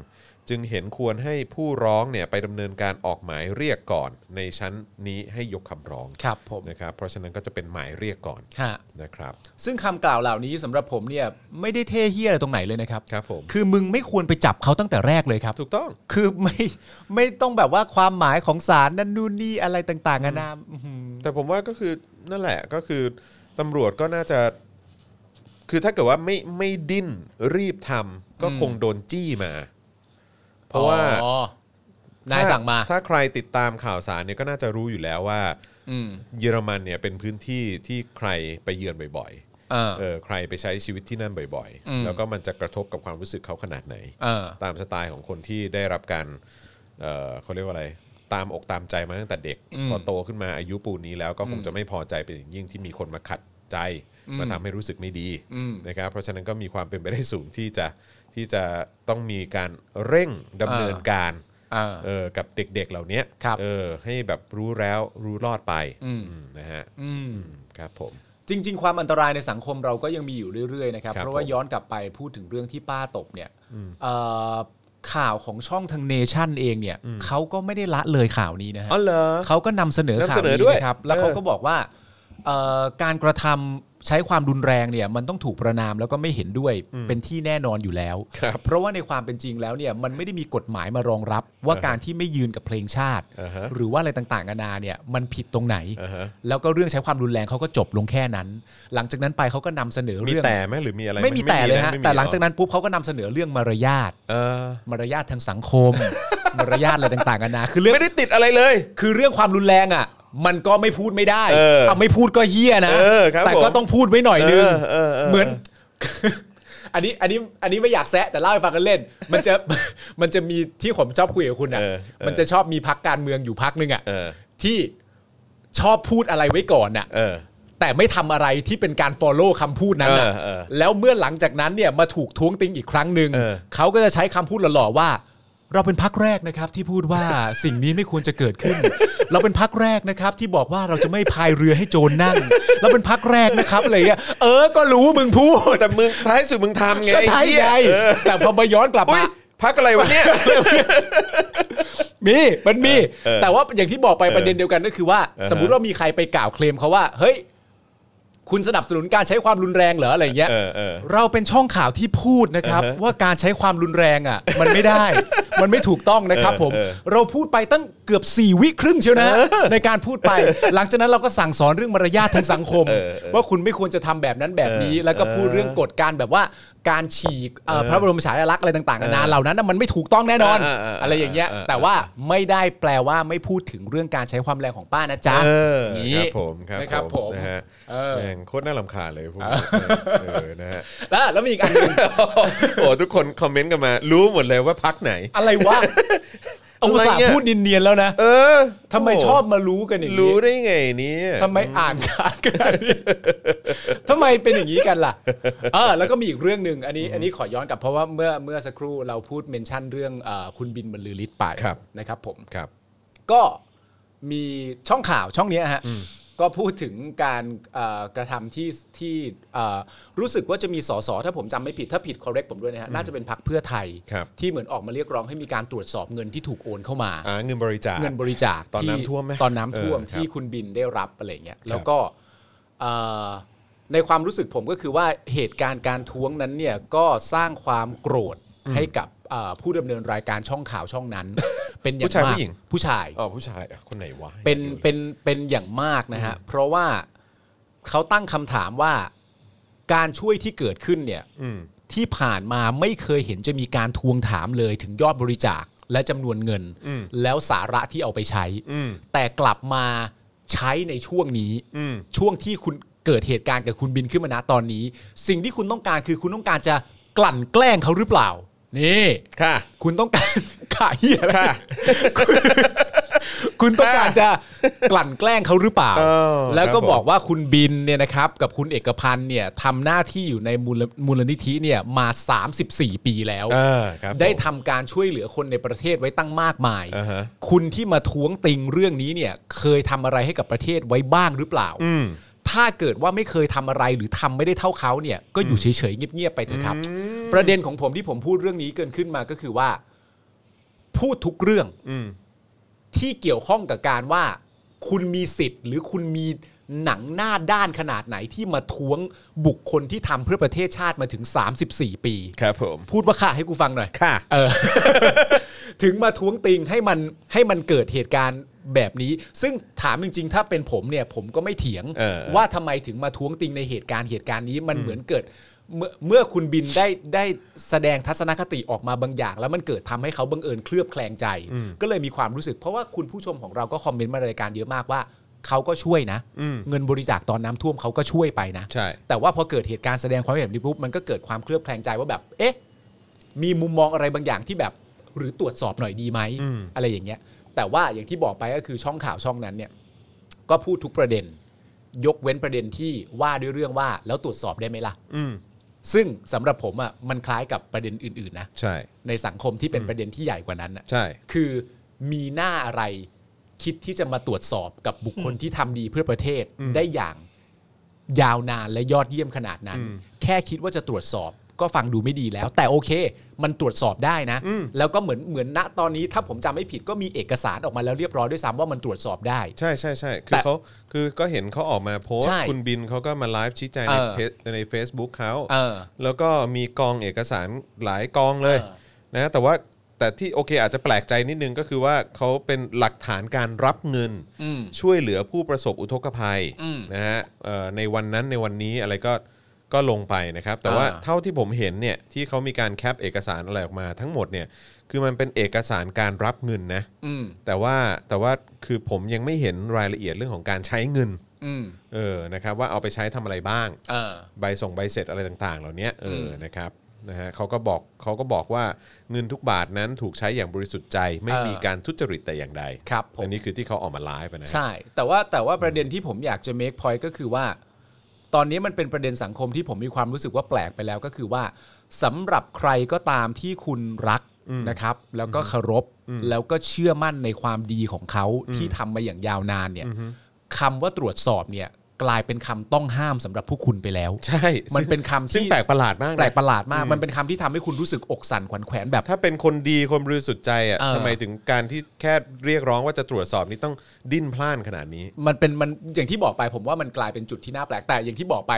จึงเห็นควรให้ผู้ร้องเนี่ยไปดำเนินการออกหมายเรียกก่อน ในชั้นนี้ให้ยกคำร้อง ครับผม นะครับเพราะฉะนั้นก็จะเป็นหมายเรียกก่อน ฮะ นะครับ ซึ่งคำกล่าวเหล่านี้สำหรับผมเนี่ยไม่ได้เท่เฮี้ยอะไรตรงไหนเลยนะครับ ครับผม คือมึงไม่ควรไปจับเขาตั้งแต่แรกเลยครับ ถูกต้อง คือ ไม่ไม่ต้องแบบว่าความหมายของสารนั่นนู่นนี่อะไรต่างๆนานาอื้อหือ แต่ผมว่าก็คือนั่นแหละก็คือตำรวจก็น่าจะ คือถ้าเกิดว่าไม่ไม่ดิ้นรีบทำก็ อืม คงโดนจี้มา เพราะว่า อ๋อนาย ถ้ สั่งมา ถ้าใครติดตามข่าวสารเนี่ยก็น่าจะรู้อยู่แล้วว่า อืม เยอรมันเนี่ยเป็นพื้นที่ที่ใครไปเยือนบ่อย เออ ๆเออใครไปใช้ชีวิตที่นั่นบ่อย อืม ๆ แล้วก็มันจะกระทบกับความรู้สึกเขาขนาดไหน เออ ตามสไตล์ของคนที่ได้รับการเอ่อเขาเรียกว่าอะไร ตามอกตามใจมาตั้งแต่เด็ก อืม พอโตขึ้นมาอายุปูนนี้แล้วก็คงจะไม่พอใจเป็นอย่างยิ่งที่มีคนมาขัดใจ อืม มาทำให้รู้สึกไม่ดี อืม นะครับเพราะฉะนั้นก็มีความเป็นไปได้สูงที่จะที่จะต้องมีการเร่งดำเนิน อ่า การ เออ เออกับเด็กๆเหล่านี้ ครับ เออให้แบบรู้แล้วรู้รอดไป อืม อืมนะฮะ อืม อืมครับผม จริง ๆ ความอันตรายในสังคมเราก็ยังมีอยู่เรื่อยๆนะครับ ครับ เพราะว่า ผม ย้อนกลับไปพูดถึงเรื่องที่ป้าตบเนี่ยเอ่อข่าวของช่องทางเนชั่นเองเนี่ยเขาก็ไม่ได้ละเลยข่าวนี้นะฮะ อ๋อเหรอ เขาก็นำเสนอข่าำวนเสนอ นี้ ด้วย นะครับ แล้วเขา เออ ก็บอกว่าเอ่อการกระทำใช้ความรุนแรงเนี่ยมันต้องถูกประนามแล้วก็ไม่เห็นด้วยเป็นที่แน่นอนอยู่แล้ว ครับ เพราะว่าในความเป็นจริงแล้วเนี่ยมันไม่ได้มีกฎหมายมารองรับ ว่า อ่าฮะ การที่ไม่ยืนกับเพลงชาติ อ่าฮะ หรือว่าอะไรต่างๆนานาเนี่ยมันผิดตรงไหน อ่าฮะ แล้วก็เรื่องใช้ความรุนแรงเขาก็จบลงแค่นั้น หลังจากนั้นไปเขาก็นำเสนอ มี เรื่อง แต่ไหมหรือมีอะไรห ไม่มีแต่เลยฮะ ไม่มี แต่หลังจากนั้นปุ๊บเขาก็นำเสนอเรื่องมารยาท เออ มารยาททางสังค ม มารยาทอะไรต่างๆนานาคือเรื่อง ไม่ได้ติดอะไรเลย คือเรื่องความรุนแรงอ่ะ มันก็ไม่พูดไม่ได้ เออ ไม่พูดก็เฮี้ยนะ เออครับ แต่ผก็ม ต้องพูดไว้หน่อยนึง เออเออเออ เหมือน อันนี้อันนี้อันนี้ไม่อยากแซะแต่เล่าให้ฟังกันเล่น มันจะ มันจะมีที่ผมชอบคุยกับคุณอ่ะ เออเออ มันจะชอบมีพักการเมืองอยู่พักนึงอ่ะ เออ ที่ชอบพูดอะไรไว้ก่อนอ่ะ เออ แต่ไม่ทำอะไรที่เป็นการ follow คำพูดนั้นน่ะ เออเออ แล้วเมื่อหลังจากนั้นเนี่ยมาถูกท้วงติงอีกครั้งหนึ่ง เออ เขาก็จะใช้คำพูดหล่อๆว่า เราเป็นพักแรกนะครับที่พูดว่า สิ่งนี้ไม่ควรจะเกิด ขึ้น เราเป็นพักแรกนะครับที่บอกว่าเราจะไม่พายเรือให้โจรนั่ง เราเป็นพักแรกนะครับอะไรเงี้ยเออ ก็รู้มึงพูด แต่มึงท้ายสุดมึงทำไง ก็ใช่ อ้เหี้ย ไง เออ แต่พอมาย้อนกลับ อุ๊ มา ยพักอะไรวะเนี่ย มีมันมี เออ แต่ว่าอย่างที่บอกไป เออ ประเด็นเดียวกันก็คือว่า เออฮะ สมมุติว่ามีใครไปกล่าวเคลมเขาว่า เฮ้ย คุณสนับสนุนการใช้ความรุนแรงเหรออะไรอย่างเงี้ย เออเออ เราเป็นช่องข่าวที่พูดนะครับ เออฮะ ว่าการใช้ความรุนแรงอ่ะ มันไม่ได้ มันไม่ถูกต้องนะครับ เออ ผม เออ เราพูดไปตั้งเกือบ4วิครึ่งเชียวนะ ในการพูดไป หลังจากนั้นเราก็สั่งสอนเรื่องมารยาททางสังคม เออเออ ว่าคุณไม่ควรจะทำแบบนั้นแบบนี้ เออ แล้วก็พูด เออ เรื่องกฎการแบบว่าการฉีกเอ่อพระบรมฉายาลักษณ์อะไรต่างๆนานาเหล่านั้นน่ะมันไม่ถูกต้องแน่นอน เออเออเอออ อะไรอย่างเงี้ย เออเออ แต่ ว่าไม่ได้แปลว่าไม่พูดถึงเรื่องการใช้ความแรงของป้านะจ๊ะ เออ นี่ ครับผมครับ นะครับผม นะฮะ เออ แม่งโคตรน่าลำคาญเลยพวกมึงเออนะฮะ แล้วแล้วมีอีกอันหนึง โอ้ทุกคนคอมเมนต์กันมา รู้หมดเลยว่าพักไหน อะไรวะ อะไรเนี่ย อุตส่าห์พูดเนียนๆแล้วนะ เออ ทำไม โ ชอบมารู้กันอย่าง รู้ นี้ ได้ไงเนี่ย ทำไมอ่านขาดกันนี้ ทำไมเป็นอย่างนี้กัน ล่ะเออแล้วก็มีอีกเรื่องหนึ่งอันนี้อันนี้ขอย้อนกลับเพราะว่าเมื่อเมื่อสักครู่เราพูดเมนชั่นเรื่องเอ่อคุณบินบรรลือฤทธิ์ไปนะครับผม ครับ ก็มีช่องข่าวช่องเนี้ยฮะก็พูดถึงการเอ่อกระทำที่ที่เอ่อรู้สึกว่าจะมีสสถ้าผมจำไม่ผิดถ้าผิด correct ผมด้วยนะฮะน่าจะเป็นพักเพื่อไทย ครับ ที่เหมือนออกมาเรียกร้องให้มีการตรวจสอบเงินที่ถูกโอนเข้ามา อ่าเงินบริจาค เงินบริจาค ตอนน้ำท่วมไหม ตอนน้ำท่วม เออครับ ที่คุณบินได้รับอะไรเงี้ยแล้วก็เอ่อในความรู้สึกผมก็คือว่าเหตุการณ์การท้วงนั้นเนี่ยก็สร้างความโกรธให้กับเอ่อผู้ดำเนินรายการช่องข่าวช่อง นั้น เป็นอย่า ผู้ ง ชาย มา ผู้ ก หญิง ผู้ชาย อ๋อผู้ชายอ่ะคนไหนวะ เป็นเป็นเป็นอย่างมากนะฮะ เพราะว่าเขาตั้งคำถามว่าการช่วยที่เกิดขึ้นเนี่ย อืม ที่ผ่านมาไม่เคยเห็นจะมีการทวงถามเลยถึงยอดบริจาคและจำนวนเงิน แล้วสาระที่เอาไปใช้ อืม แต่กลับมาใช้ในช่วงนี้ อืม ช่วงที่คุณเกิดเหตุการณ์กับคุณบินขึ้นมาณตอนนี้ สิ่งที่คุณต้องการคือคุณต้องการจะกลั่นแกล้งเขาหรือเปล่า นี่ ค่ะ คุณต้องการ ขาเหี้ยอะไร ค่ะ คุณคุณต้องการจะกลั่นแกล้งเขาหรือเปล่า เออ แล้วก็ ครับผม บอกว่าคุณบินเนี่ยนะครับ กับคุณเอกพันธ์เนี่ยทำหน้าที่อยู่ในมูลมูลนิธิเนี่ยมา 34 ปีแล้ว เออครับผม ได้ทำการช่วยเหลือคนในประเทศไว้ตั้งมากมาย อ่าฮะ คุณที่มาท้วงติงเรื่องนี้เนี่ย เคยทำอะไรให้กับประเทศไว้บ้างหรือเปล่า อืม ถ้าเกิดว่าไม่เคยทำอะไรหรือทำไม่ได้เท่าเขาเนี่ยก็อยู่เฉยๆเงียบๆไปเถอะครับ ประเด็นของผมที่ผมพูดเรื่องนี้เกินขึ้นมาก็คือว่า พูดทุกเรื่อง อืม ที่เกี่ยวข้องกับการว่า คุณมีสิทธิ์ หรือคุณมีหนังหน้าด้านขนาดไหนที่มาท้วงบุคคลที่ทำเพื่อประเทศชาติมาถึง 34 ปี ครับผม พูดว่าค่ะให้กูฟังหน่อย ค่ะ เออ ถึงมาท้วงติงให้มันให้มันเกิดเหตุการณ์แบบนี้ ซึ่งถามจริงๆ ถ้าเป็นผมเนี่ย ผมก็ไม่เถียง เออ ว่าทำไมถึงมาท้วงติงในเหตุการณ์เหตุการณ์นี้มันเหมือนเกิด เมื่อเมื่อคุณบินได้ได้แสดงทัศนคติออกมาบางอย่าง แล้วมันเกิดทำให้เขาบังเอิญเคลือบแคลงใจ ก็เลยมีความรู้สึก เพราะว่าคุณผู้ชมของเราก็คอมเมนต์มารายการเยอะมากว่าเขาก็ช่วยนะ อืม เงินบริจาคตอนน้ำท่วมเขาก็ช่วยไปนะ ใช่ แต่ว่าพอเกิดเหตุการณ์แสดงความเห็นนี้ปุ๊บมันก็เกิดความเคลือบแคลงใจว่าแบบ เอ๊ะ มีมุมมองอะไรบางอย่างที่แบบ หรือตรวจสอบหน่อยดีไหม อืม อะไรอย่างเงี้ย แต่ว่าอย่างที่บอกไปก็คือช่องข่าวช่องนั้นเนี่ย ก็พูดทุกประเด็น ยกเว้นประเด็นที่ว่าด้วยเรื่องว่าแล้วตรวจสอบได้ไหมล่ะ อืม ซึ่งสำหรับผมอ่ะมันคล้ายกับประเด็นอื่นๆนะ ใช่ ในสังคมที่เป็นประเด็นที่ใหญ่กว่านั้นน่ะ ใช่ คือมีหน้าอะไรคิดที่จะมาตรวจสอบกับบุคคลที่ทำดีเพื่อประเทศได้อย่างยาวนานและยอดเยี่ยมขนาดนั้น แค่คิดว่าจะตรวจสอบก็ฟังดูไม่ดีแล้ว แต่โอเค มันตรวจสอบได้นะ อืม แล้วก็เหมือนเหมือนณตอนนี้ถ้าผมจำไม่ผิดก็มีเอกสารออกมาแล้วเรียบร้อยด้วยซ้ำว่ามันตรวจสอบได้ ใช่ใช่ใช่คือ แต่ เขาคือก็เห็นเขาออกมาโพส ใช่ ต์ คุณบินเขาก็มาไลฟ์ชี้แจงใน เออ เพจใน Facebook เขา เออ แล้วก็มีกองเอกสารหลายกองเลย เออ นะแต่ว่าแต่ที่โอเคอาจจะแปลกใจนิดนึงก็คือว่าเขาเป็นหลักฐานการรับเงิน อืม ช่วยเหลือผู้ประสบอุทกภัย อืม นะฮะเอ่อในวันนั้นในวันนี้อะไรก็ก็ลงไปนะครับ แต่ว่า อ่า เท่าที่ผมเห็นเนี่ยที่เขามีการแคปเอกสารอะไรออกมาทั้งหมดเนี่ยคือมันเป็นเอกสารการรับเงินนะ อืม แต่ว่าแต่ว่าคือผมยังไม่เห็นรายละเอียดเรื่องของการใช้เงิน อืม เออนะครับว่าเอาไปใช้ทำอะไรบ้าง เออ ใบส่งใบเสร็จอะไรต่างๆ เหล่านี้เออ ม อนะครับนะฮะเขาก็บอกเขาก็บอกว่าเงินทุกบาทนั้นถูกใช้อย่างบริสุทธิ์ใจ ไม่ เออ มีการทุจริตแต่อย่างใด ครับผม อันนี้คือที่เขาออกมาไลฟ์นะฮะ ใช่ แต่ว่าแต่ว่าประเด็นที่ผมอยากจะ make point ก็คือว่า ตอนนี้มันเป็นประเด็นสังคมที่ผมมีความรู้สึกว่าแปลกไปแล้วก็คือว่าสำหรับใครก็ตามที่คุณรักนะครับ แล้วก็เคารพแล้วก็เชื่อมั่นในความดีของเขาที่ทำมาอย่างยาวนานเนี่ยคำว่าตรวจสอบเนี่ยกลายเป็นคำต้องห้ามสำหรับผู้คุณไปแล้ว ใช่ มัน ซึ่ง เป็นคำที่ ซึ่งแปลกประหลาดมากนะ แปลกประหลาดมาก มันเป็นคำที่ทำให้คุณรู้สึกอกสั่นขวัญแขวนแบบ ถ้าเป็นคนดีคนบริสุทธิ์ใจอ่ะ เออ ทำไมถึงการที่แค่เรียกร้องว่าจะตรวจสอบนี่ต้องดิ้นพล่านขนาดนี้ มันเป็นมันอย่างที่บอกไปผมว่ามันกลายเป็นจุดที่น่าแปลกแต่อย่างที่บอกไป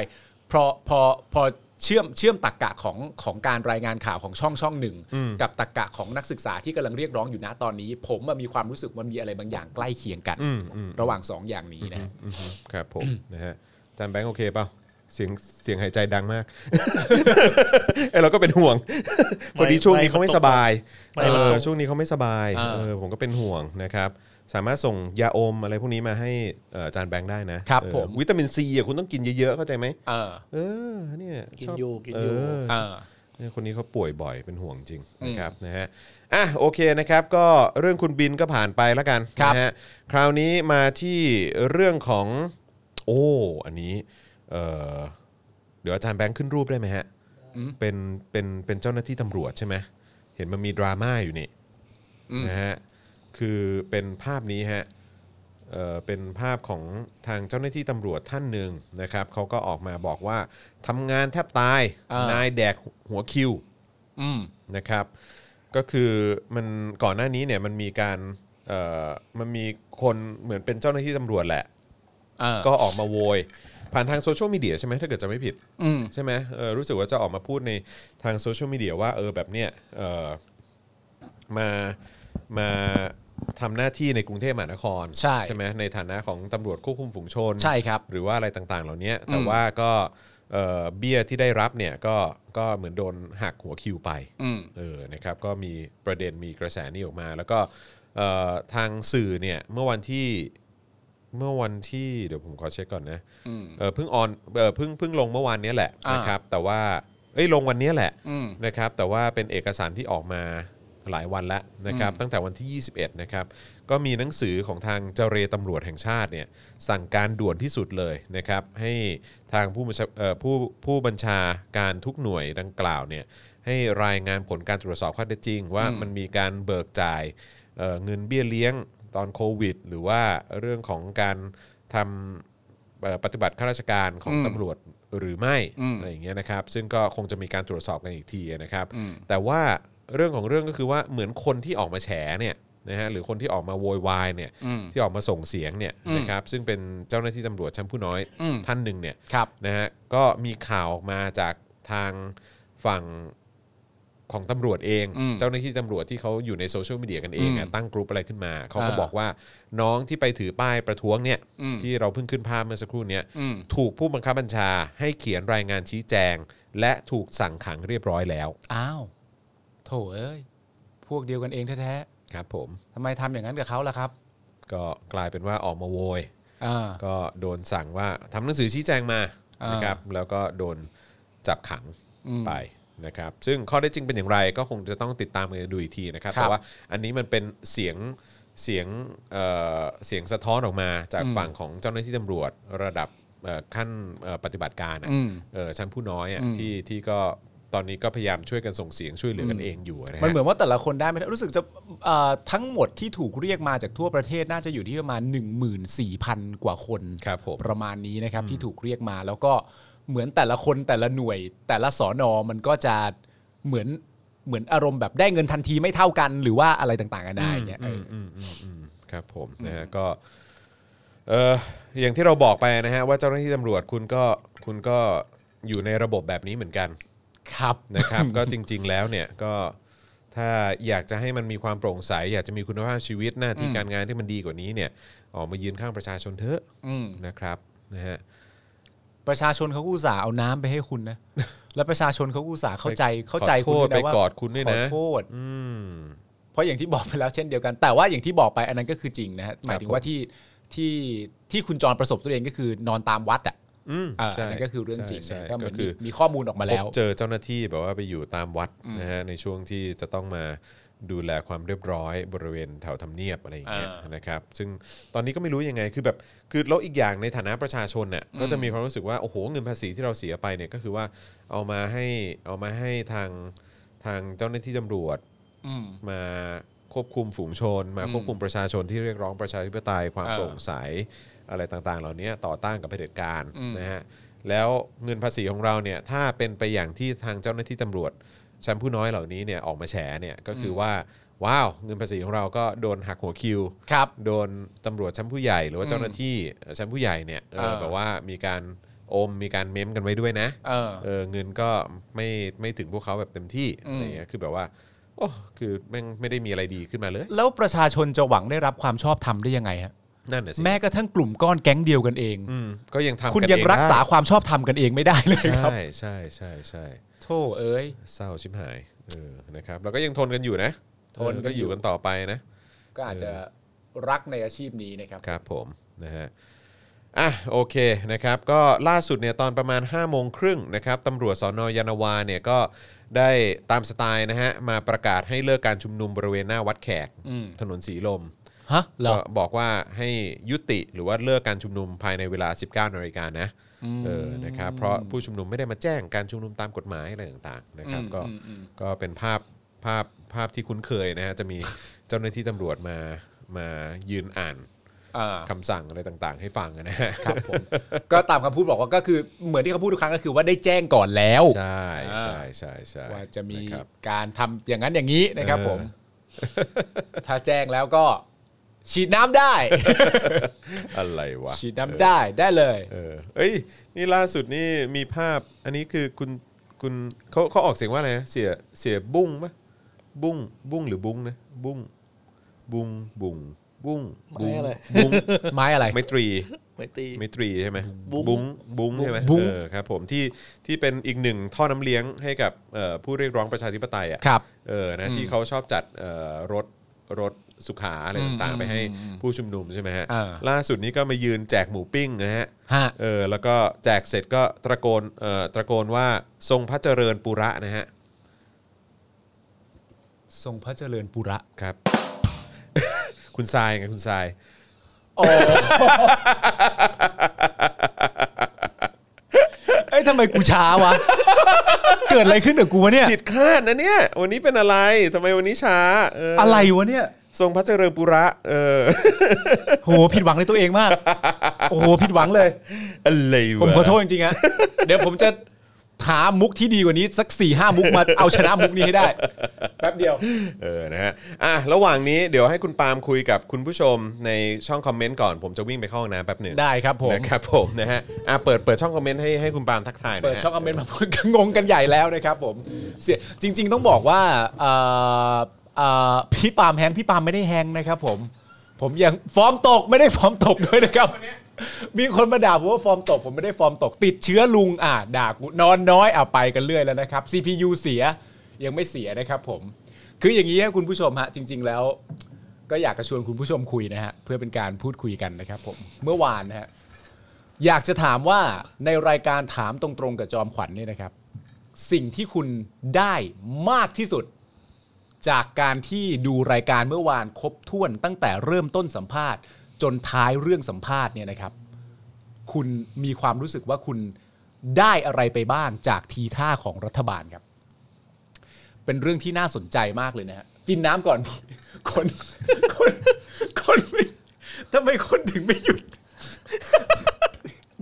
พอพอพอเชื่อมเชื่อมตักกะของของการรายงานข่าวของช่องช่องหนึ่ง กับตักกะของนักศึกษาที่กำลังเรียกร้องอยู่นะตอนนี้ ผมอะมีความรู้สึกมันมีอะไรบางอย่างใกล้เคียงกัน อืมอืม ระหว่างสองอย่างนี้นะ อือฮึครับผม นะฮะอาจานแบงค์โอเคเปล่าเสียงเสียงหายใจดังมาก เอยเราก็เป็นห่วง พอดีช่วงนี้เขาไม่สบาย ไม่ เออไม่ช่วงนี้เขาไม่สบาย อ่า เออผมก็เป็นห่วงนะครับ สามารถส่งยาอมอะไรพวกนี้มาให้เอ่ออาจานแบงค์ได้นะครับ เออ ผม วิตามินซีอ่ะคุณต้องกินเยอะๆเข้าใจไหม เออ เออเนี่ย กิ ช น อบ อยู่กิน เอ อยู่ อ เออ เนี่ยคนนี้เขาป่วยบ่อยเป็นห่วงจริง อืม นะครับนะฮะอ่ะโอเคนะครับก็เรื่องคุณบินก็ผ่านไปแล้วกัน ครับ นะฮะคราวนี้มาที่เรื่องของโอ้อันนี้เอ่อเดี๋ยวอาจารย์แบงค์ขึ้นรูปได้ไหมฮะ อืม เป็นเป็นเป็นเจ้าหน้าที่ตำรวจใช่ไหมเห็นมันมีดราม่าอยู่นี่นะฮะคือเป็นภาพนี้ฮะ เอ่อเป็นภาพของทางเจ้าหน้าที่ตำรวจท่านหนึ่งนะครับเขาก็ออกมาบอกว่าทำงานแทบตาย อ่าน นายแดกหัวคิว อืม นะครับ ก็คือมันก่อนหน้านี้เนี่ยมันมีการเอ่อมันมีคนเหมือนเป็นเจ้าหน้าที่ตำรวจแหละ เออ ก็ออกมาโวย ผ่านทางโซเชียลมีเดียใช่ไหมถ้าเกิดจะไม่ผิด อืม ใช่ไหมเออรู้สึกว่าจะออกมาพูดในทางโซเชียลมีเดียว่าเออแบบเนี้ยเออมามาทำหน้าที่ในกรุงเทพมหานคร ใช่ ไหมในฐานะของตำรวจควบคุมฝูงชน ใช่ครับ หรือว่าอะไรต่างๆ เหล่านี้แต่ อืม ว่าก็เออเบี้ยที่ได้รับเนี่ยก็ก็เหมือนโดนหักหัวคิวไป อืม เออ นะครับ ก็มีประเด็น มีกระแสนี้ออกมา แล้วก็เอ่อทางสื่อเนี่ย เมื่อวันที่ เมื่อวันที่ เดี๋ยวผมขอเช็คก่อนนะ อืม เออเพิ่งออน เออเพิ่ง เพิ่งลงเมื่อวานเนี้ยแหละ อ่าน นะครับ แต่ว่า เอ้ย ลงวันเนี้ยแหละ อืม นะครับแต่ว่าเป็นเอกสารที่ออกมาหลายวันแล้วนะครับตั้งแต่วันที่ 21 นะครับก็มีหนังสือของทางเจรตำรวจแห่งชาติเนี่ยสั่งการด่วนที่สุดเลยนะครับให้ทางผู้บัญชาเอ่อผู้ผู้บัญชาการทุกหน่วยดังกล่าวเนี่ยให้รายงานผลการตรวจสอบข้อเท็จจริง ว่ามันมีการเบิกจ่ายเอ่อเงินเบี้ยเลี้ยงตอนโควิด หรือว่าเรื่องของการทำเอ่อปฏิบัติข้าราชการของ อืม ตำรวจหรือไม่ อืม อะไรอย่างเงี้ยนะครับ ซึ่งก็คงจะมีการตรวจสอบกันอีกทีนะครับ อืม แต่ว่า เรื่องของเรื่องก็คือว่าเหมือนคนที่ออกมาแฉเนี่ยนะฮะหรือคนที่ออกมาโวยวายเนี่ย อืม ที่ออกมาส่งเสียงเนี่ย อืม นะครับซึ่งเป็นเจ้าหน้าที่ตำรวจชั้นผู้น้อย อืม ท่านหนึ่งเนี่ย ครับ นะฮะก็มีข่าวออกมาจากทางฝั่งของตำรวจเอง อืม เจ้าหน้าที่ตำรวจที่เขาอยู่ในโซเชียลมีเดียกันเองอะ อืม ตั้งกลุ่มอะไรขึ้นมาเขาก็ อ่า บอกว่าน้องที่ไปถือป้ายประท้วงเนี่ย อืม ที่เราเพิ่งขึ้นภาพเมื่อสักครู่เนี่ย อืม ถูกผู้บังคับบัญชาให้เขียนรายงานชี้แจง และถูกสั่งขังเรียบร้อยแล้ว อ้าวโถเอ้ยพวกเดียวกันเองแท้ ครับผม ๆทำไมทำอย่างนั้นกับเขาล่ะครับ ก็กลายเป็นว่าออกมาโวย อ่า ก็โดนสั่งว่าทำหนังสือชี้แจงมา อ่าน นะครับแล้วก็โดนจับขัง อืม ไปนะครับ ซึ่งข้อได้จริงเป็นอย่างไรก็คงจะต้องติดตามกันดูอีกทีนะครับ ครับ แต่ว่าอันนี้มันเป็นเสียงเสียงเอ่อเสียงสะท้อนออกมาจาก อืม ฝั่งของเจ้าหน้าที่ตำรวจระดับเอ่อขั้นเอ่อปฏิบัติการอะ อืม เอ่อชั้นผู้น้อยอะ อืม ที่ที่ก็ตอนนี้ก็พยายามช่วยกันส่งเสียงช่วยเหลือกันเองอยู่นะฮะ มันเหมือนว่าแต่ละคนได้ไหมรู้สึกจะเอ่อทั้งหมดที่ถูกเรียกมาจากทั่วประเทศน่าจะอยู่ที่ประมาณ 14,000 กว่าคน ครับผม ประมาณนี้นะครับที่ถูกเรียกมาแล้วก็เหมือนแต่ละคนแต่ละหน่วย แต่ละสอนอมันก็จะเหมือนเหมือนอารมณ์แบบได้เงินทันทีไม่เท่ากัน หรือว่าอะไรต่างๆกันได้อย่างเงี้ยเอออ อืมอืมอืมครับผมนะฮะก็เอออย่างที่เราบอกไปนะฮะว่าเจ้าหน้าที่ตำรวจคุณก็คุณก็อยู่ในระบบแบบนี้เหมือนกัน ครับ นะครับ ก็จริง ๆ แล้วเนี่ยก็ถ้าอยากจะให้มันมีความโปร่งใส อยากจะมีคุณภาพชีวิตหน้าที่การงานที่มันดีกว่านี้เนี่ยออกมายืนข้างประชาชนเถอะ อืม นะครับนะฮะ ประชาชนเขาก็อุตส่าห์เอาน้ำไปให้คุณ นะ แล้วประชาชนเขาก็อุตส่าห์เข้าใจเข้าใจ ขอ คุณ โทษ ด้ไปวยนะว่าก อดคุณด้วย ขอ นะ โทษ อืม เพราะอย่างที่บอกไปแล้วเช่นเดียวกัน แต่ว่าอย่างที่บอกไปอันนั้นก็คือจริงนะฮะหมายถึงว่าที่ที่ที่คุณจรประสบตัวเองก็คือนอนตามวัดอ่ะ อืม เอ่อ ใช่ อันนั้นก็คือเรื่องจริง ใช่ นะ ใช่ ก็เหมือน ก็คือ มีมีข้อมูลออกมา พ แล้ว บเจอเจ้าหน้าที่แบบว่าไปอยู่ตามวัดนะฮะในช่วงที่จะต้องมาดูแลความเรียบร้อยบริเวณแถวทำเนียบอะไรอย่างเงี้ย อ่าน นะครับซึ่งตอนนี้ก็ไม่รู้ยังไงคือแบบคือแล้วอีกอย่างในฐานะประชาชนเนี่ยก็จะมีความรู้สึกว่าโอ้โหเงินภาษีที่เราเสียไปเนี่ยก็คือว่าเอามาให้เอามาให้ทางทางเจ้าหน้าที่ตำรวจมาควบคุมฝูงชน มาควบคุมประชาชนที่เรียกร้องประชาธิปไตยความ อ่า โปร่งใสอะไรต่างๆ เหล่านี้ต่อต้านกับเผด็จการ อืม นะฮะ แล้วเงินภาษีของเราเนี่ยถ้าเป็นไปอย่างที่ทางเจ้าหน้าที่ตำรวจชั้นผู้น้อยเหล่านี้เนี่ยออกมาแฉเนี่ยก็คือว่าว้าวเงินภาษีของเราก็โดนหักหัวคิว ครับ โดนตำรวจชั้นผู้ใหญ่หรือว่าเจ้าหน้าที่ชั้นผู้ใหญ่เนี่ยเออ เออ แบบว่ามีการอมมีการเม้มกันไว้ด้วยนะ เออ เออเงินก็ไม่ไม่ถึงพวกเขาแบบเต็มที่อะไรเงี้ยคือแบบว่าโอ้คือแม่งไม่ได้มีอะไรดีขึ้นมาเลย แล้วประชาชนจะหวังได้รับความชอบธรรมได้ยังไงฮะ นั่นแหะสิ แม้กระทั่งกลุ่มก้อนแก๊งเดียวกันเอง อืมก็ยังทำ คุณ น ยัง เอได้ รักษาความชอบธรรมกันเองไม่ได้เลยครับ ใช่ใช่ใช่ใช่ โธ่เอ้ย เศร้าชิบหายเออนะครับแล้วก็ยังทนกันอยู่นะ ทนกันอเออก็อยู่ยู่กันต่อไปนะ ก็อาจจะรักในอาชีพนี้นะครับ ครับผมนะฮะอ่ะโอเคนะครับก็ล่าสุดเนี่ยตอนประมาณ 5 โมงครึ่งนะครับตำรวจสอนอยานนาวาเนี่ยก็ได้ตามสไตล์นะฮะมาประกาศให้เลิกการชุมนุมบริเวณหน้าวัดแขก อืม ถนนสีลม ฮะเหร ก็ อ บอกว่าให้ยุติหรือว่าเลิกการชุมนุมภายในเวลา 19นาฬิกานะเออนะครับเพราะผู้ชุมนุมไม่ได้มาแจ้งการชุมนุมตามกฎหมายอะไรต่างๆนะครับ อืม ก็ อืมอืม ก็เป็นภาพภาพภาพที่คุ้นเคยนะฮะจะมีเจ้าหน้าที่ตำรวจมามายืนอ่าน อ่า คำสั่งอะไรต่างๆ ให้ฟังนะฮะ ครับผม ก็ตามคำพูดบอกว่าก็คือเหมือนที่เขาพูดทุกครั้งก็คือว่าได้แจ้งก่อนแล้ว ใช่ใช่ใช่ใช่ ว่าจะมี นครับ การทำอย่างนั้นอย่างนี้นะครับ เออ ผม ถ้าแจ้งแล้วก็ ฉีดน้ำได้ อะไรวะ ฉีดน้ำได้ได้เลย เออเอ้ยนี่ล่าสุดนี่มีภาพอันนี้คือคุณคุณเขาเขาออกเสียงว่าอะไรนะเสียเสียบุ้งปะบุ้งบุ้งหรือบุ้งนะบุ้งบุ้งบุ้งบุ้งบุ้ไม่ง อะไร บุ้ง ไม้อะไร ไม่ตรี ไม่ตี มิตรีใช่ไหม บุ้ง งบุ้งใช่ไหม บุ้ง เออครับผมที่ที่เป็นอีกหนึ่งท่อน้ำเลี้ยงให้กับเอ่อผู้เรียกร้องประชาธิปไตยอ่ะ ครับ เออนะที่เขาชอบจัดเอ่อรถรถสุขาอะไรต่าง อืม ๆ ไปให้ผู้ชุมนุมใช่ไหมฮะ เออ ล่าสุดนี้ก็มายืนแจกหมูปิ้งนะฮะ ฮะ เออแล้วก็แจกเสร็จก็ตะโกนเอ่อตะโกนว่าทรงพระเจริญปุระนะฮะ ทรงพระเจริญปุระ ครับ คุณทรายไงคุณทราย เอ้ยทำไมกูช้าวะ เกิดอะไรขึ้นกับกูวะเนี่ย ผิดคาดนะเนี่ยวันนี้เป็นอะไรทำไมวันนี้ช้าเออ อะไรวะเนี่ย ทรงพระเจริญปุระเออ โหผิดหวังในตัวเองมาก โอ้โหผิดหวังเลย อะไรวะ ผมขอโทษจริงๆอะเดี๋ยวผมจะ หามุกที่ดีกว่านี้สัก4ี่ห้ามุกมา เอาชนะมุกนี้ให้ได้ แป๊บเดียว เออนะฮะอ่ะระหว่างนี้เดี๋ยวให้คุณปาล์มคุยกับคุณผู้ชมในช่องคอมเมนต์ก่อนผมจะวิ่งไปเข้าห้องน้ำแป๊บหนึ่ง ได้ครับผม นะครับผมนะฮะอ่ะเปิดเปิดช่องคอมเมนต์ให้ให้คุณปาล์มทักทายหนะฮะ เปิดช่องคอมเมนต์มาพูดกันงงกันใหญ่แล้วนะครับผมเสียจริง ๆ ต้องบอกว่าเอ่อเอ่อพี่ปาล์มแฮงค์พี่ปาล์มไม่ได้แฮงค์นะครับผม ผมยังฟอร์มตกไม่ได้ฟอร์มตกด้วยนะครับ มีคนมาด่าผมว่าฟอร์มตกผมไม่ได้ฟอร์มตก ติดเชื้อลุงอ่ะด่ากูนอนน้อยอ่ะไปกันเรื่อยแล้วนะครับ CPU เสียยังไม่เสียนะครับผม คืออย่างนี้ครับคุณผู้ชมฮะจริง ๆ แล้ว ก็อยากจะชวนคุณผู้ชมคุยนะฮะเพื่อเป็นการพูดคุยกันนะครับผมเมื่อวานนะฮะ อยากจะถามว่าในรายการถามตรงๆกับจอมขวัญเนี่ยนะครับ สิ่งที่คุณได้มากที่สุด จากการที่ดูรายการเมื่อวานครบถ้วนตั้งแต่เริ่มต้นสัมภาษณ์ จนท้ายเรื่องสัมภาษณ์เนี่ยนะครับ คุณมีความรู้สึกว่าคุณได้อะไรไปบ้างจากทีท่าของรัฐบาลครับ เป็นเรื่องที่น่าสนใจมากเลยนะฮะกินน้ำก่อน คนคนคนไม่ทำไมคนถึงไม่หยุด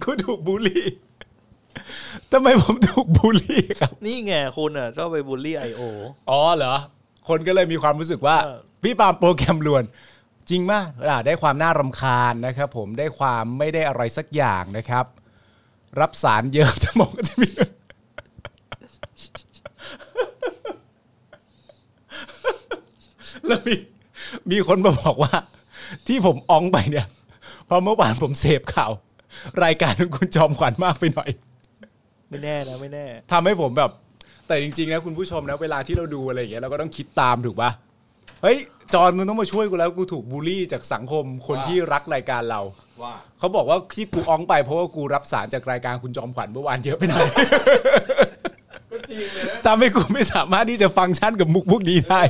คุณถูกบูลลี่ทำไมผมถูกบูลลี่ครับ นี่ไงคุณอ่ะชอบไปบูลลี่ไอโอ อ๋อเหรอ คนก็เลยมีความรู้สึกว่า เออ พี่ปาล์มโปรแกรมลวน จริงมากล่ะได้ความน่ารำคาญนะครับผมได้ความไม่ได้อะไรสักอย่างนะครับ รับสารเยอะ สมองก็จะมี แล้วมีมีคนมาบอกว่า ที่ผมอองไปเนี่ยเพราะเมื่อวานผมเสพข่าว รายการของคุณจอมขวัญมากไปหน่อย ไม่แน่นะไม่แน่ ทำให้ผมแบบ แต่จริงๆนะคุณผู้ชมนะเวลาที่เราดูอะไรอย่างเงี้ยเราก็ต้องคิดตามถูกปะเฮ้ย จอนมึงต้องมาช่วยกูแล้วกูถูกบูลลี่จากสังคมคนที่รักรายการเรา ว่า เขาบอกว่าที่กูอ้องไปเพราะว่ากูรับสารจากรายการคุณจอมขวัญเมื่อวานเยอะไปหน่อย ก็จริงเลยนะ ทำให้กูไม่สามารถที่จะฟังก์ชันกับมุกพวกนี้ได้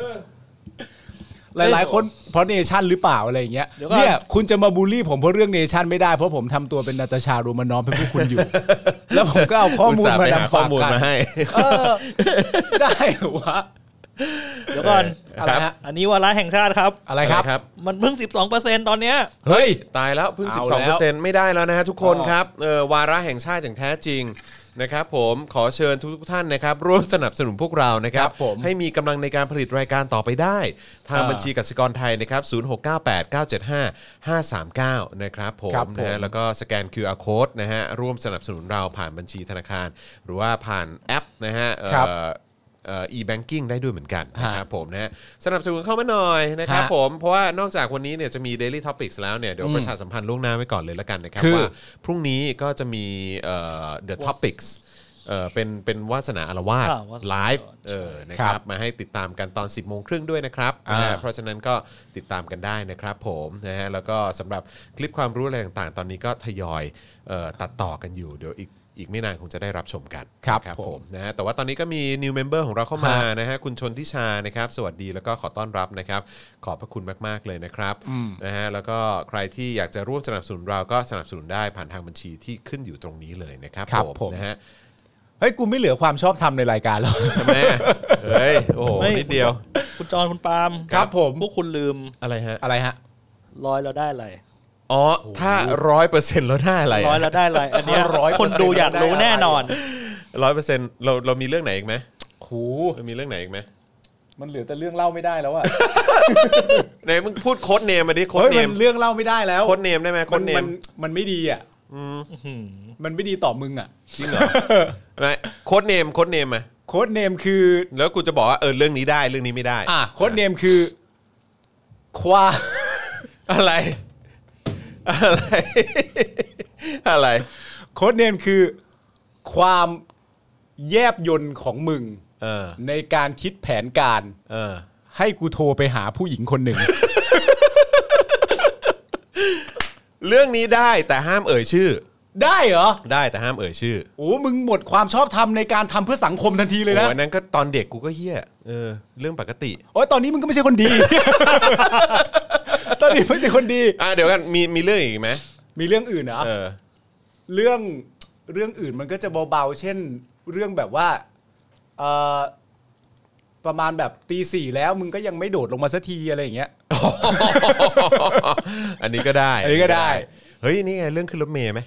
หลายๆ คนเพราะเนชั่นหรือเปล่าอะไรอย่างเงี้ย เดี๋ยวก่อน เนี่ยคุณจะมาบูลลี่ผมเพราะเรื่องเนชั่นไม่ได้เพราะผมทำตัวเป็นนาตาชาโรมานอฟเป็นพวกคุณอยู่ แล้วผมก็เอาข้อมูล ตส่ห์ มา ไปห นำ ข้อ ฝาก มูล กัน มาให้ เออได้เหรอวะ เดี๋ยวก่อน อะไรฮะ อันนี้วาระแห่งชาติครับ อะไรครับ มันเพิ่ง 12เปอร์เซ็นตอนเนี้ย เฮ้ย ตายแล้วเพิ่ง เอาแล้ว 12%ไม่ได้แล้วนะฮะทุกคน อ๋อ ครับเออวาระแห่งชาติอย่างแท้จริงนะครับผมขอเชิญทุกๆท่านนะครับ ร่วมสนับสนุนพวกเรานะครับ ครับผม ให้มีกำลังในการผลิตรายการต่อไปได้ ทาง อ่า บัญชีกสิกรไทยนะครับ 0698975539 นะครับผม ครับผม นะฮะแล้วก็สแกน QR code นะฮะร่วมสนับสนุนเราผ่านบัญชีธนาคาร หรือว่าผ่านแอปนะฮะเอ่อ ครับ เอ่อ e-banking ได้ด้วยเหมือนกันนะครับ ฮะ ผมนะฮะสนับสนุนเข้ามาหน่อยนะครับ ฮะ ผม ผมเพราะว่านอกจากวันนี้เนี่ยจะมี Daily Topics แล้วเนี่ยเดี๋ยวประชาสัมพันธ์ล่วงหน้าไว้ก่อนเลยละกันนะครับ คือ ว่าพรุ่งนี้ก็จะมีเอ่อ The Topics เอ่อเป็นเป็นวาสนาอารวาส อ่าวาสนา ไลฟ์เออนะค ครั รับบ มาให้ติดตามกันตอน 10บโมงครึ่งด้วยนะครับ อ่า นะฮะเพราะฉะนั้นก็ติดตามกันได้นะครับผมนะฮะแล้วก็สำหรับคลิปความรู้อะไรต่างๆ ตอนนี้ก็ทยอยเอ่อตัดต่อกันอยู่เดี๋ยวอีกอีกไม่นานคงจะได้รับชมกัน ครับ นะ ผม นะฮะแต่ว่าตอนนี้ก็มี new member ของเราเข้ามา ฮะ นะฮะคุณชนทิชานะครับสวัสดีแล้วก็ขอต้อนรับนะครับ ขอบพระคุณมาก ๆ เลยนะครับนะฮะแล้วก็ใครที่อยากจะร่วมสนับสนุนเราก็สนับสนุนได้ผ่านทางบัญชีที่ขึ้นอยู่ตรงนี้เลยนะครับ ครับผม นะฮะ เฮ้ย กูไม่เหลือความชอบทำในรายการแล้ว ทำไมอะเฮ้ย โอ้โห ไม่ นิดเดียว คุณจอนคุณปาล์ม ครับผม พวกคุณลืม อะไรฮะ อะไรฮะ ร้อยเราได้อะไร อ๋อ ถ้าร้อยเปอร์เซ็นต์เราได้อะไร ร้อยเราได้อะไรอันเนี้ย ร้อยเป ค อร์ น เซ็นต์ ดูอยากรู้ เราได้อะไร แน่นอน ร้อยเปอร์เซ็นต์เราเรามีเรื่องไหนอีกไหม โห เรามีเรื่องไหนอีกไหม มันเหลือแต่เรื่องเล่าไม่ได้แล้วอะ ไหนมึงพูดโค้ดเนมมาดิโค้ด เฮ้ย เน มั ม นเรื่องเล่าไม่ได้แล้ว โค้ดเนมได้ไหม มั โค้ดเน มั ม มันไม่ดีอะมันไม่ดีต่อมึงอะ จริงเหรอไหนโค้ดเนมโค้ดเนมมา โค้ดเนมคือ แล้วกูจะบอกว่าเออเรื่องนี้ได้เรื่องนี้ไม่ได้ อ่ะโค้ดเนมคือควา อะไร อะไร อะไร โค้ดเนมคือ ความแยบยนต์ของมึง เออ ในการคิดแผนการ เออ ให้กูโทรไปหาผู้หญิงคนหนึ่ง เรื่องนี้ได้แต่ห้ามเอ่ยชื่อ ได้เหรอ ได้แต่ห้ามเอ่ยชื่อ โอ้มึงหมดความชอบธรรมในการทำเพื่อสังคมทันทีเลย โอ้ นะ อันนั้นก็ตอนเด็กกูก็เฮี้ย เออ เรื่องปกติ โอ้ยตอนนี้มึงก็ไม่ใช่คนดี ตอนนี้ไม่ใช่คนดี อ่ะเดี๋ยวกัน มี มีเรื่องอีกไหม มีเรื่องอื่นเหรอ เออ เรื่องเรื่องอื่นมันก็จะเบาๆ เช่น เรื่องแบบว่าเอ่อประมาณแบบตีสี่แล้วมึงก็ยังไม่โดดลงมาสักทีอะไรอย่างเงี้ย อันนี้ก็ได้ อันนี้ก็ได้ เฮ้ย นี่ไง เรื่องขึ้นรถเมย์ไหม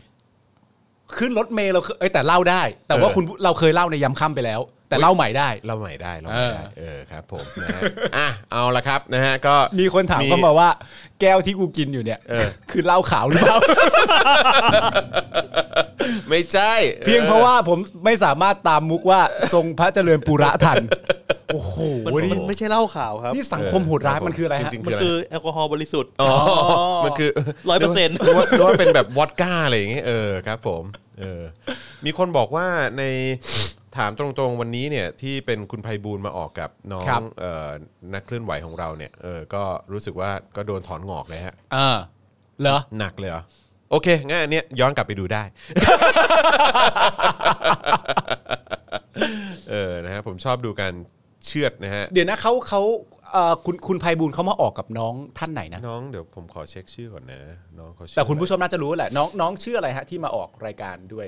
ขึ้นรถเมล์เราเคยเอ้ยแต่เล่าได้ แต่ว่า เออ คุณเราเคยเล่าในยามค่ำไปแล้ว แต่เล่าใหม่ได้ เราใหม่ได้เราใหม่ได้เออครับผมนะฮะอ่ะเอาละครับนะฮะก็ มีคนถามเข้ามาว่าแก้วที่กูกินอยู่เนี่ย เออ คือเหล้าขาวหรือเปล่า ไม่ใช่ เพียงเพราะว่าผมไม่สามารถตามมุกว่าทรงพระเจริญปุระทัน โอ้โห มัน นี่ มันไม่ใช่เหล้าขาวครับ นี่สังคมโหดร้ายมันคืออะไรฮะ จริงๆ มั คือนอะไร คือแอลกอฮอล์บริสุทธิ์ อ๋อมันคือ ร้อยเปอร์เซ็นต์ นึกว่า นึกว่าเป็นแบบวอดก้าอะไรอย่างเงี้ยเออครับผมเออมีคนบอกว่าในถามตรงๆวันนี้เนี่ยที่เป็นคุณไพบูลย์มาออกกับน้อง ครับ เอ่อนักเคลื่อนไหวของเราเนี่ยเออก็รู้สึกว่าก็โดนถอนงอกเลยฮะ เออเหรอ หนักเลยเหรอโอเคงั้นอันเนี้ยย้อนกลับไปดู ได้ เออนะฮะผมชอบดูการเชือดนะฮะ เดี๋ยวนะเขาเขาเอ่อคุณคุณไพบูลย์เขามาออกกับน้องท่านไหนนะ น้องเดี๋ยวผมขอเช็คชื่อก่อนนะ น้องเขาชื่อ แต่คุณผู้ชมน่าจะรู้แหละน้องน้องชื่ออะไรฮะที่มาออกรายการด้วย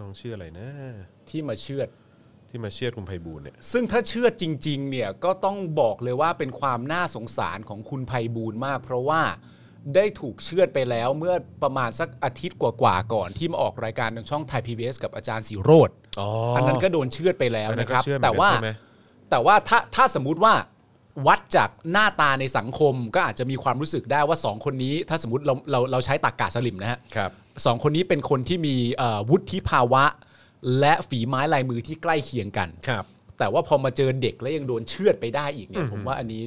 น้องชื่ออะไรนะ ที่มาเชื่อด ที่มาเชือดคุณไพบูลย์เนี่ย ซึ่งถ้าเชื่อจริง ๆ เนี่ยก็ต้องบอกเลยว่าเป็นความน่าสงสารของคุณไพบูลย์มาก เพราะว่าได้ถูกเชื่อดไปแล้วเมื่อประมาณสักอาทิตย์กว่าๆก่อนที่มาออกรายการทางช่องไทยพีบีกับอาจารย์สิโรธ อ๋ออั อันนั้นก็โดนเชื่อดไปแล้ว อันนั้ นะคนก็ รับ เชื่อดเหมื แต่ อนกัน ว่า ใช่ไหม แต่ว่าถ้าถ้าสมมุติว่าวัดจากหน้าตาในสังคมก็อาจจะมีความรู้สึกได้ว่าสองคนนี้ ถ้าสมมติเราเราเราใช้ตากกาสลิมนะฮะ ครับ สองคนนี้เป็นคนที่มีเอ่อวุฒิภาวะ และฝีไม้ลายมือที่ใกล้เคียงกัน ครับ แต่ว่าพอมาเจอเด็กแล้วยังโดนเชือดไปได้อีกเนี่ยผมว่าอันนี้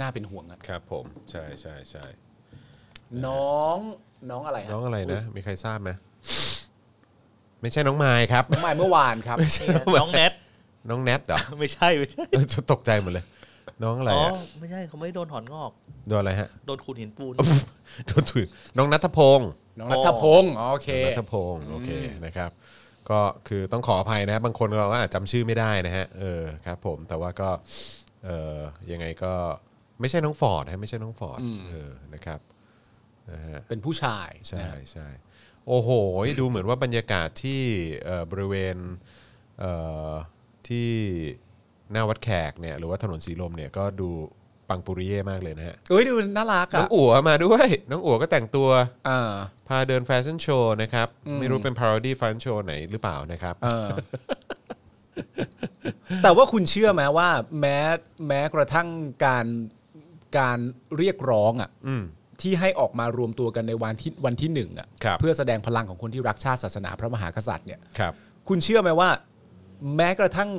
น่าเป็นห่วงอะ ครับผม ใช่ใช่ใช่ น้องน้องอะไรฮ น้องอะไรนะ มีใครทราบไหมไม่ใช่น้องไมค์ครับ น้องไมายเมื่อวานครับ น้องแนท น้องแนทเหรอ ไม่ใช่ไม่ใช่ เออจะตกใจหมดเลย น้องอะไร อ๋อ อะ ไม่ใช่เขาไม่ได้โดนถอนงอก โดนอะไรฮะ โดนขูดหินปูน โดนถุยน้องนัทพงศ์ น้องนัทพงศ์อ๋อโอเค นัทพงศ์โอเคนะครับ ก็คือต้องขออภัยนะบางคนเราก็อาจจำชื่อไม่ได้นะฮะเออครับ ผมแต่ว่าก็เออยังไงก็ไม่ใช่น้องฟอร์ดฮะไม่ใช่น้องฟอร์ดเออนะครับนะฮะ เป็นผู้ชาย ใช่ นะฮะ ใช่โอ้โหดูเหมือนว่าบรรยากาศที่เอ่อบริเวณเอ่อที่หน้าวัดแขกเนี่ยหรือว่าถนนสีลมเนี่ยก็ดูปังปุริเย่มากเลยนะฮะ เอ้ยดูน่ารัก น้ อะ องอัวมาด้วย น้องอัวก็แต่งตัว อ่า พาเดินแฟชั่นโชว์นะครับ ไม่รู้เป็นพาราดี้แฟชั่นโชว์ไหนหรือเปล่านะครับ เออ แต่ว่าคุณเชื่อไหมว่า แม้แม้กระทั่งการการเรียกร้องอะ อืม ที่ให้ออกมารวมตัวกันในวันที่วันที่หนึ่งอะ ครับ เพื่อแสดงพลังของคนที่รักชาติศาสนาพระมหากษัตริย์เนี่ย ครับ คุณเชื่อไหมว่า แม้กระทั่ง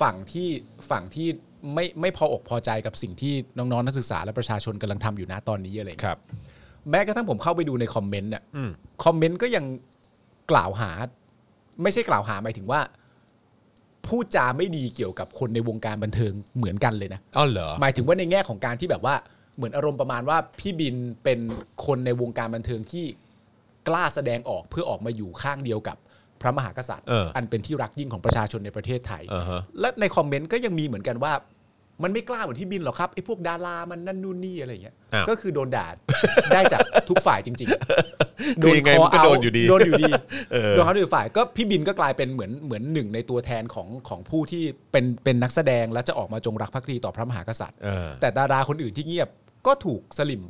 ฝั่งที่ฝั่งที่ไม่ไม่พออกพอใจกับสิ่งที่น้องๆนักศึกษาและประชาชนกำลังทำอยู่นะตอนนี้อะไร ค เงี้ย รับ แม้กระทั่งผมเข้าไปดูในคอมเมนต์น่ะ อืม คอมเมนต์ก็ยังกล่าวหา ไม่ใช่กล่าวหาหมายถึงว่าพูดจาไม่ดีเกี่ยวกับคนในวงการบันเทิงเหมือนกันเลยนะ อ้าวเหรอ หมายถึงว่าในแง่ของการที่แบบว่าเหมือนอารมณ์ประมาณว่าพี่บินเป็นคนในวงการบันเทิงที่กล้าแสดงออกเพื่อออกมาอยู่ข้างเดียวกับพระมหากษัตริย์ เอออั นเป็นที่รักยิ่งของประชาชนในประเทศไทย อ่าฮะ และในคอมเมนต์ก็ยังมีเหมือนกันว่า มันไม่กล้าเหมือนที่บินหรอกครับไอ้พวกดารามันนั่นนู่นนี่อะไรอย่างเงี้ย อ้าว ก็คือโดนด่า ได้จากทุกฝ่ายจริงๆ คือยังไงมันก็ call out โดนอยู่ดี โดนอยู่ดี เออ โดนเขาโดนฝ่ายก็พี่บินก็กลายเป็นเหมือนเหมือนหนึ่งในตัวแทนของของผู้ที่เป็นเป็นนักแสดงและจะออกมาจงรักภักดีต่อพระมหากษัตริย์ เออ แต่ดาราคนอื่นที่เงียบก็ถูกสลิม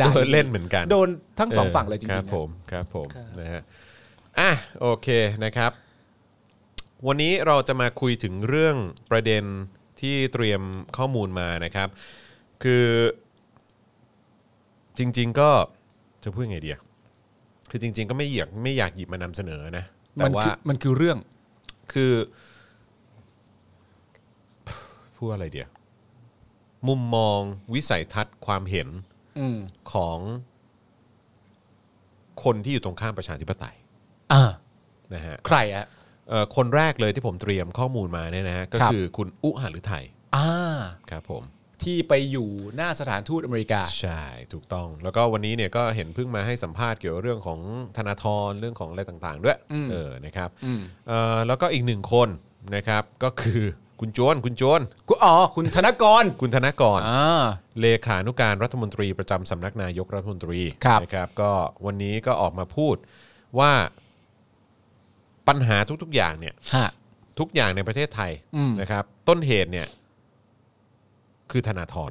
ด่า โดนเล่นเหมือนกัน โดนทั้งสองฝั่งเลยจ ค ริ รั ง บ ๆ ผ นะ ม ครับผม นะฮะ อ่ะ โอเคนะครับ วันนี้เราจะมาคุยถึงเรื่องประเด็นที่เตรียมข้อมูลมานะครับ คือจริง ๆ ก็จะพูดยังไงเดียคือจริง ๆ ก็ไม่อยากไม่อยากหยิบมานำเสนอนะ แต่ มัน ว่า คือมันคือเรื่อง คือพูดอะไรเดียวมุมมองวิสัยทัศน์ความเห็น อืม ของคนที่อยู่ตรงข้ามประชาธิปไตย อ่า นะฮะ ใครอะ เอ่อคนแรกเลยที่ผมเตรียมข้อมูลมาเนี่ยนะฮะก็คือคุณอุหฤทัย อ่า ครับผม ที่ไปอยู่หน้าสถานทูตอเมริกา ใช่ถูกต้องแล้วก็วันนี้เนี่ยก็เห็นเพิ่งมาให้สัมภาษณ์เกี่ยวกับเรื่องของธนาธรเรื่องของอะไรต่างๆ ด้วย อืม เออนะครับ อืม เอ่อแล้วก็อีกหนึ่งคนนะครับก็คือคุณโจวนคุณโจวน กูอ๋อคุณธนกร คุณธนกร อ่า เลขานุการรัฐมนตรีประจำสำนักนายกรัฐมนตรี ครับ นะครับก็วันนี้ก็ออกมาพูดว่าปัญหาทุกๆอย่างเนี่ยทุกอย่างในประเทศไทย อืม นะครับ ต้นเหตุเนี่ย คือธนาธร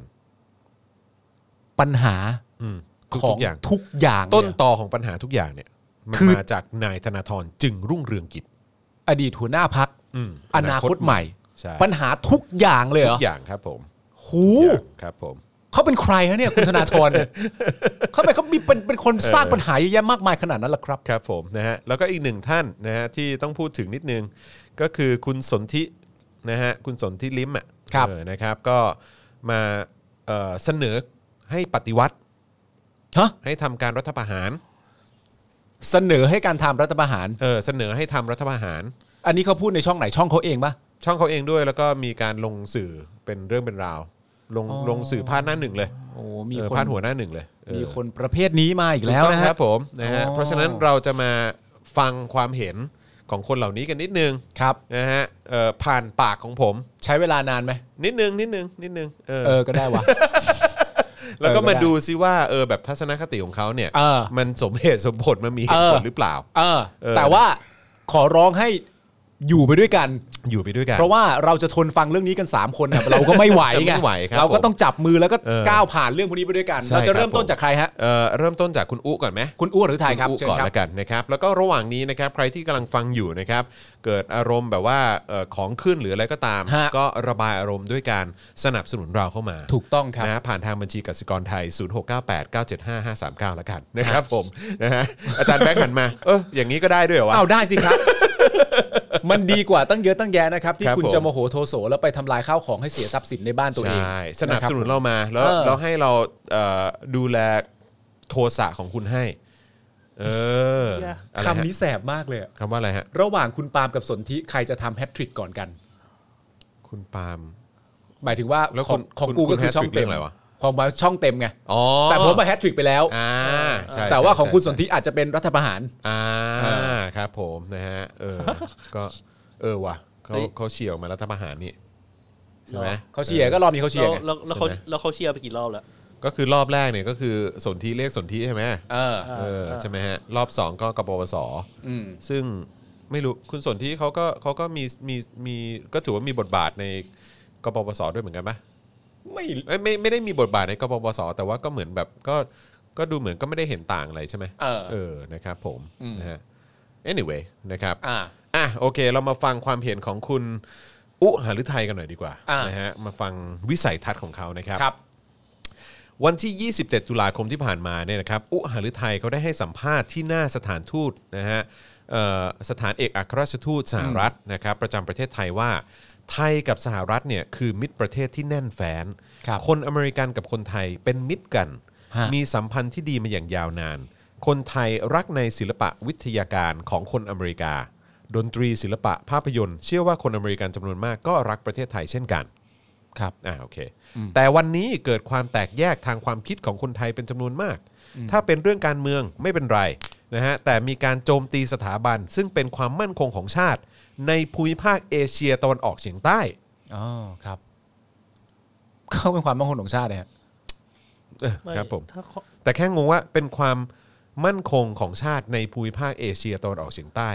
ปัญหา อืม ขอ ทุ ง กๆอย่าง ทุกอย่าง ต้น เลย ตอของปัญหาทุกอย่างเนี่ย มัน คือ มาจากนายธนาธรจึงรุ่งเรืองกิจ อดีตหัวหน้าพัก อืม อนาคตใหม่ ใช่ ปัญหาทุกอย่างเลยเหร ทุ อก อย่างครับผม หู อย่างครับผม เขาเป็นใครฮะเนี่ยคุณธนาธรเนี่ยเขาเป็นเขามีเป็นเป็นคนสร้างปัญหาเยอะแยะมากมายขนาดนั้นเหรอครับ ครับผมนะฮะแล้วก็อีกหนึ่งท่านนะฮะที่ต้องพูดถึงนิดนึง ก็คือคุณสนธินะฮะคุณสนธิลิมอ่ะ ครับ เออนะครับก็มาเอ่อเสนอให้ปฏิวัติ ฮะ ให้ทำการรัฐประหาร เสนอให้การทำรัฐประหาร เออเสนอให้ทำรัฐประหาร อันนี้เขาพูดในช่องไหนช่องเขาเองปะ ช่องเขาเองด้วยแล้วก็มีการลงสื่อเป็นเรื่องเป็นราว ลง อ๋อ ลงสื่อพาดหน้าหนึ่งเลย โอ้มี เออ คน พาดหัวหน้าหนึ่งเลยเออ มีคนประเภทนี้มาอีกแล้ว ถู นะ ต้องค ฮะ รับผมนะฮะ อ๋อ เพราะฉะนั้นเราจะมาฟังความเห็นของคนเหล่านี้กันนิดนึง ครับ นะฮะเอ่อผ่านปากของผม ใช้เวลานานไหม นิดนึงนิดนึงนิดนึงเออ เออก็ได้วะ แล้วก็ เออก็ มา ได้ ดูซิว่าเออแบบทัศนคติของเขาเนี่ย เออ มันสมเหตุสมผลมันมีเหตุผล เออ หรือเปล่า เออ เออ แต่ว่าขอร้องให้อยู่ไปด้วยกัน อยู่ไปด้วยกัน เพราะว่าเราจะทนฟังเรื่องนี้กัน 3 คน น่ะเราก็ไม่ไหวไง ไม่ไหวครับ เราก็ต้องจับมือแล้วก็ เออ ก้าวผ่านเรื่องพวกนี้ไปด้วยกัน ใช่ เราจะเริ่ม ครับ ต้ผนม จากใครฮะ เออเริ่มต้นจากคุณอุ๊ก่อนไหม คุณอ้วนหรือไทยครับ ณ เชิญ ก่อน ครับ ละกันนะครับแล้วก็ระหว่างนี้นะครับใครที่กำลังฟังอยู่นะครับเกิดอารมณ์แบบว่าเอ่อของขึ้นหรืออะไรก็ตาม ฮะ ก็ระบายอารมณ์ด้วยการสนับสนุนเราเข้ามา ถูกต้องครับ นะผ่านทางบัญชีกสิกรไทย 0698 975 539แล้วกัน นะครับผมนะฮะอาจารย์แบงค์หันมาเอออย่างนี้ก็ได้ด้วยเหรอวะ เอาได้สิครับ มันดีกว่าตั้งเยอะตั้งแยะนะครับ ที่ ครับ คุณ ผม จะโมโหโทโสแล้วไปทำลายข้าวของให้เสียทรัพย์สินในบ้านตัวเอง ใช่สนับสนุนเรามาแล้ว เออ เราให้เราเอ่อดูแลโทสะของคุณให้ เอออะไร นะครับคำ ฮะ นี้แสบมากเลยอะ คำว่าอะไรฮะ ระหว่างคุณปาล์มกับสนธิใครจะทำแฮตทริกก่อนกัน คุณปาล์ม หมายถึงว่า แล้ว ข คุ อง ณ ของ คุณ กู คุณ ก็คือช่อง hat-trick เต็ เรื่องอะมไรวะ ของว่าช่องเต็มไง อ๋อ แต่ผมมาแฮตทริกไปแล้ว อ่าใช่ แต่ว่าของคุณสน ใช่ ธิอาจจะเป็นรัฐประหาร อ่า เออ ครับผมนะฮะเออก็เออว่ะเขาเขาเฉี่ยวมารัฐประหารนี่ใช่ไหม เขาเชียร์ก็รอบนี้เขาเชีย แล้วร์ไง แล้วแล้วเขา ใช่ไหม แล้วเขาเชียร์ไปกี่รอบแล้ว ก็คือรอบแรกเนี่ยก็คือสนธิเรียกสนธิใช่ไหม เออ เออ เออ ใช่ไหมฮะรอบสองก็กบวส อืม ซึ่งไม่รู้คุณสนที่เขาก็เขาก็มีมีมีก็ถือว่ามีบทบาทในกปปสด้วยเหมือนกันปะ ไม่ เอ้ยไม่ไม่ได้มีบทบาทในกปปสแต่ว่าก็เหมือนแบบก็ก็ดูเหมือนก็ไม่ได้เห็นต่างอะไรใช่ไหม เออ เออนะครับผม อืม นะฮะ anyway นะครับ อ่า อ่ะโอเค เรามาฟังความเห็นของคุณอุหฤทัยกันหน่อยดีกว่า อ่ะ นะฮะมาฟังวิสัยทัศน์ของเขานะครับ ครับ วันที่ 27 ตุลาคมที่ผ่านมาเนี่ยนะครับ อุหฤทัยเขาได้ให้สัมภาษณ์ที่หน้าสถานทูตนะฮะเอ่อสถานเอกอัครราชทูตสหรัฐนะครับประจำประเทศไทยว่า ไทยกับสหรัฐเนี่ยคือมิตรประเทศที่แน่นแฟ้น ครับ นอเมริกันกับคนไทยเป็นมิตรกัน ฮะ มีสัมพันธ์ที่ดีมาอย่างยาวนาน คนไทยรักในศิลปะวิทยาการของคนอเมริกา ดนตรีศิลปะภาพยนตร์ เชื่อว่าคนอเมริกันจำนวนมากก็รักประเทศไทยเช่นกัน ครับ อ่าโอเค แต่วันนี้เกิดความแตกแยกทางความคิดของคนไทยเป็นจำนวนมาก ถ้าเป็นเรื่องการเมืองไม่เป็นไรนะฮะแต่มีการโจมตีสถาบัน ซึ่งเป็นความมั่นคงของชาติ ในภูมิภาคเอเชียตะวันออกเฉียงใต้ อ๋อ ครับ เขาเป็นความมั่งคงของชาติเนี่ยฮะ เออ ไ ครับผม ถ้าเขา แต่แค่งงว่าเป็นความมั่นคงของชาติในภูมิภาคเอเชียตะวันออกเฉียงใต้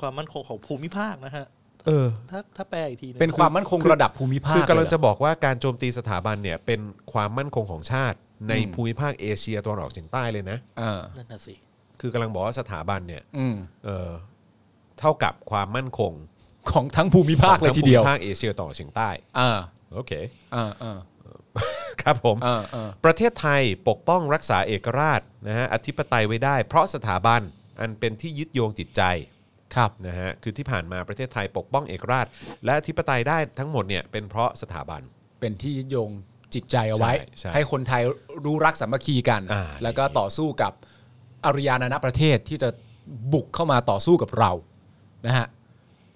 ความมั่นคงของภูมิภาคนะฮะ เออ ถ้าถ้าแปลอีกทีหง เป็นความมั่นคงระดับภูมิภาค คือกำลัง เยเหร จะบอกว่าการโจมตีสถาบันเนี่ยเป็นความมั่นคงของชาติ ใน อืม ภูมิภาคเอเชียตะวันออกเฉียงใต้เลยนะ เออ นั่นน่ะสิ คือกำลังบอกว่าสถาบันเนี่ย อืม เอ่อเท่ากับความมั่นคง ของทั้งภูมิภาคเลยทีเดียว ของทั้งภูมิภาคเอเชียต่อเฉียงใต้ เออ โอเค เออเออ ครับผม เออเออ ประเทศไทยปกป้องรักษาเอกราชนะฮะอธิปไตยไว้ได้ เพราะสถาบันอันเป็นที่ยึดโยงจิตใจ ครับ นะฮะคือที่ผ่านมาประเทศไทยปกป้องเอกราช และอธิปไตยได้ทั้งหมดเนี่ยเป็นเพราะสถาบัน เป็นที่ยึดโยงจิตใจเอาไว้ ใช่ใช่ ให้คนไทยรู้รักสามัคคีกัน อ่า แล้วก็ต่อสู้กับอารยานานาประเทศที่จะบุกเข้ามาต่อสู้กับเรานะฮะ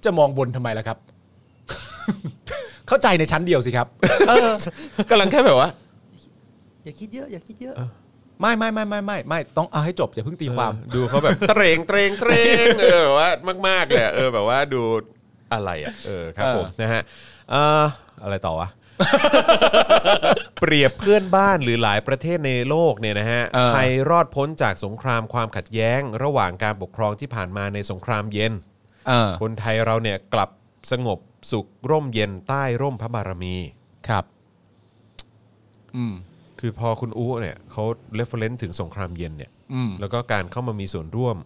จะมองบนทำไมล่ะครับ เข้าใจในชั้นเดียวสิครับ กำลังแค่แบบว่า อย่าคิดเยอะ อย่าคิดเยอะ ไม่ไม่ไม่ไม่ไม่ไม่ต้องเอาให้จบอย่าเพิ่งตีความ ดูเขาแบบเตรงเตรงเตรงเออแบบว่ามากๆเลยอะเออแบบว่าดูอะไรอ่ะเออครับ เออ ผมนะฮะเอ่ออะไรต่อวะ เปรียบเพื่อนบ้านหรือหลายประเทศในโลกเนี่ยนะฮะ เออ ไทยรอดพ้นจากสงครามความขัดแย้ง ระหว่างการปกครองที่ผ่านมาในสงครามเย็น เออ คนไทยเราเนี่ยกลับสงบสุขร่มเย็นใต้ร่มพระบารมี ครับ อืม คือพอคุณอู้เนี่ยเขาเรฟเฟรนซ์ถึงสงครามเย็นเนี่ย อืม แล้วก็การเข้ามามีส่วนร่วม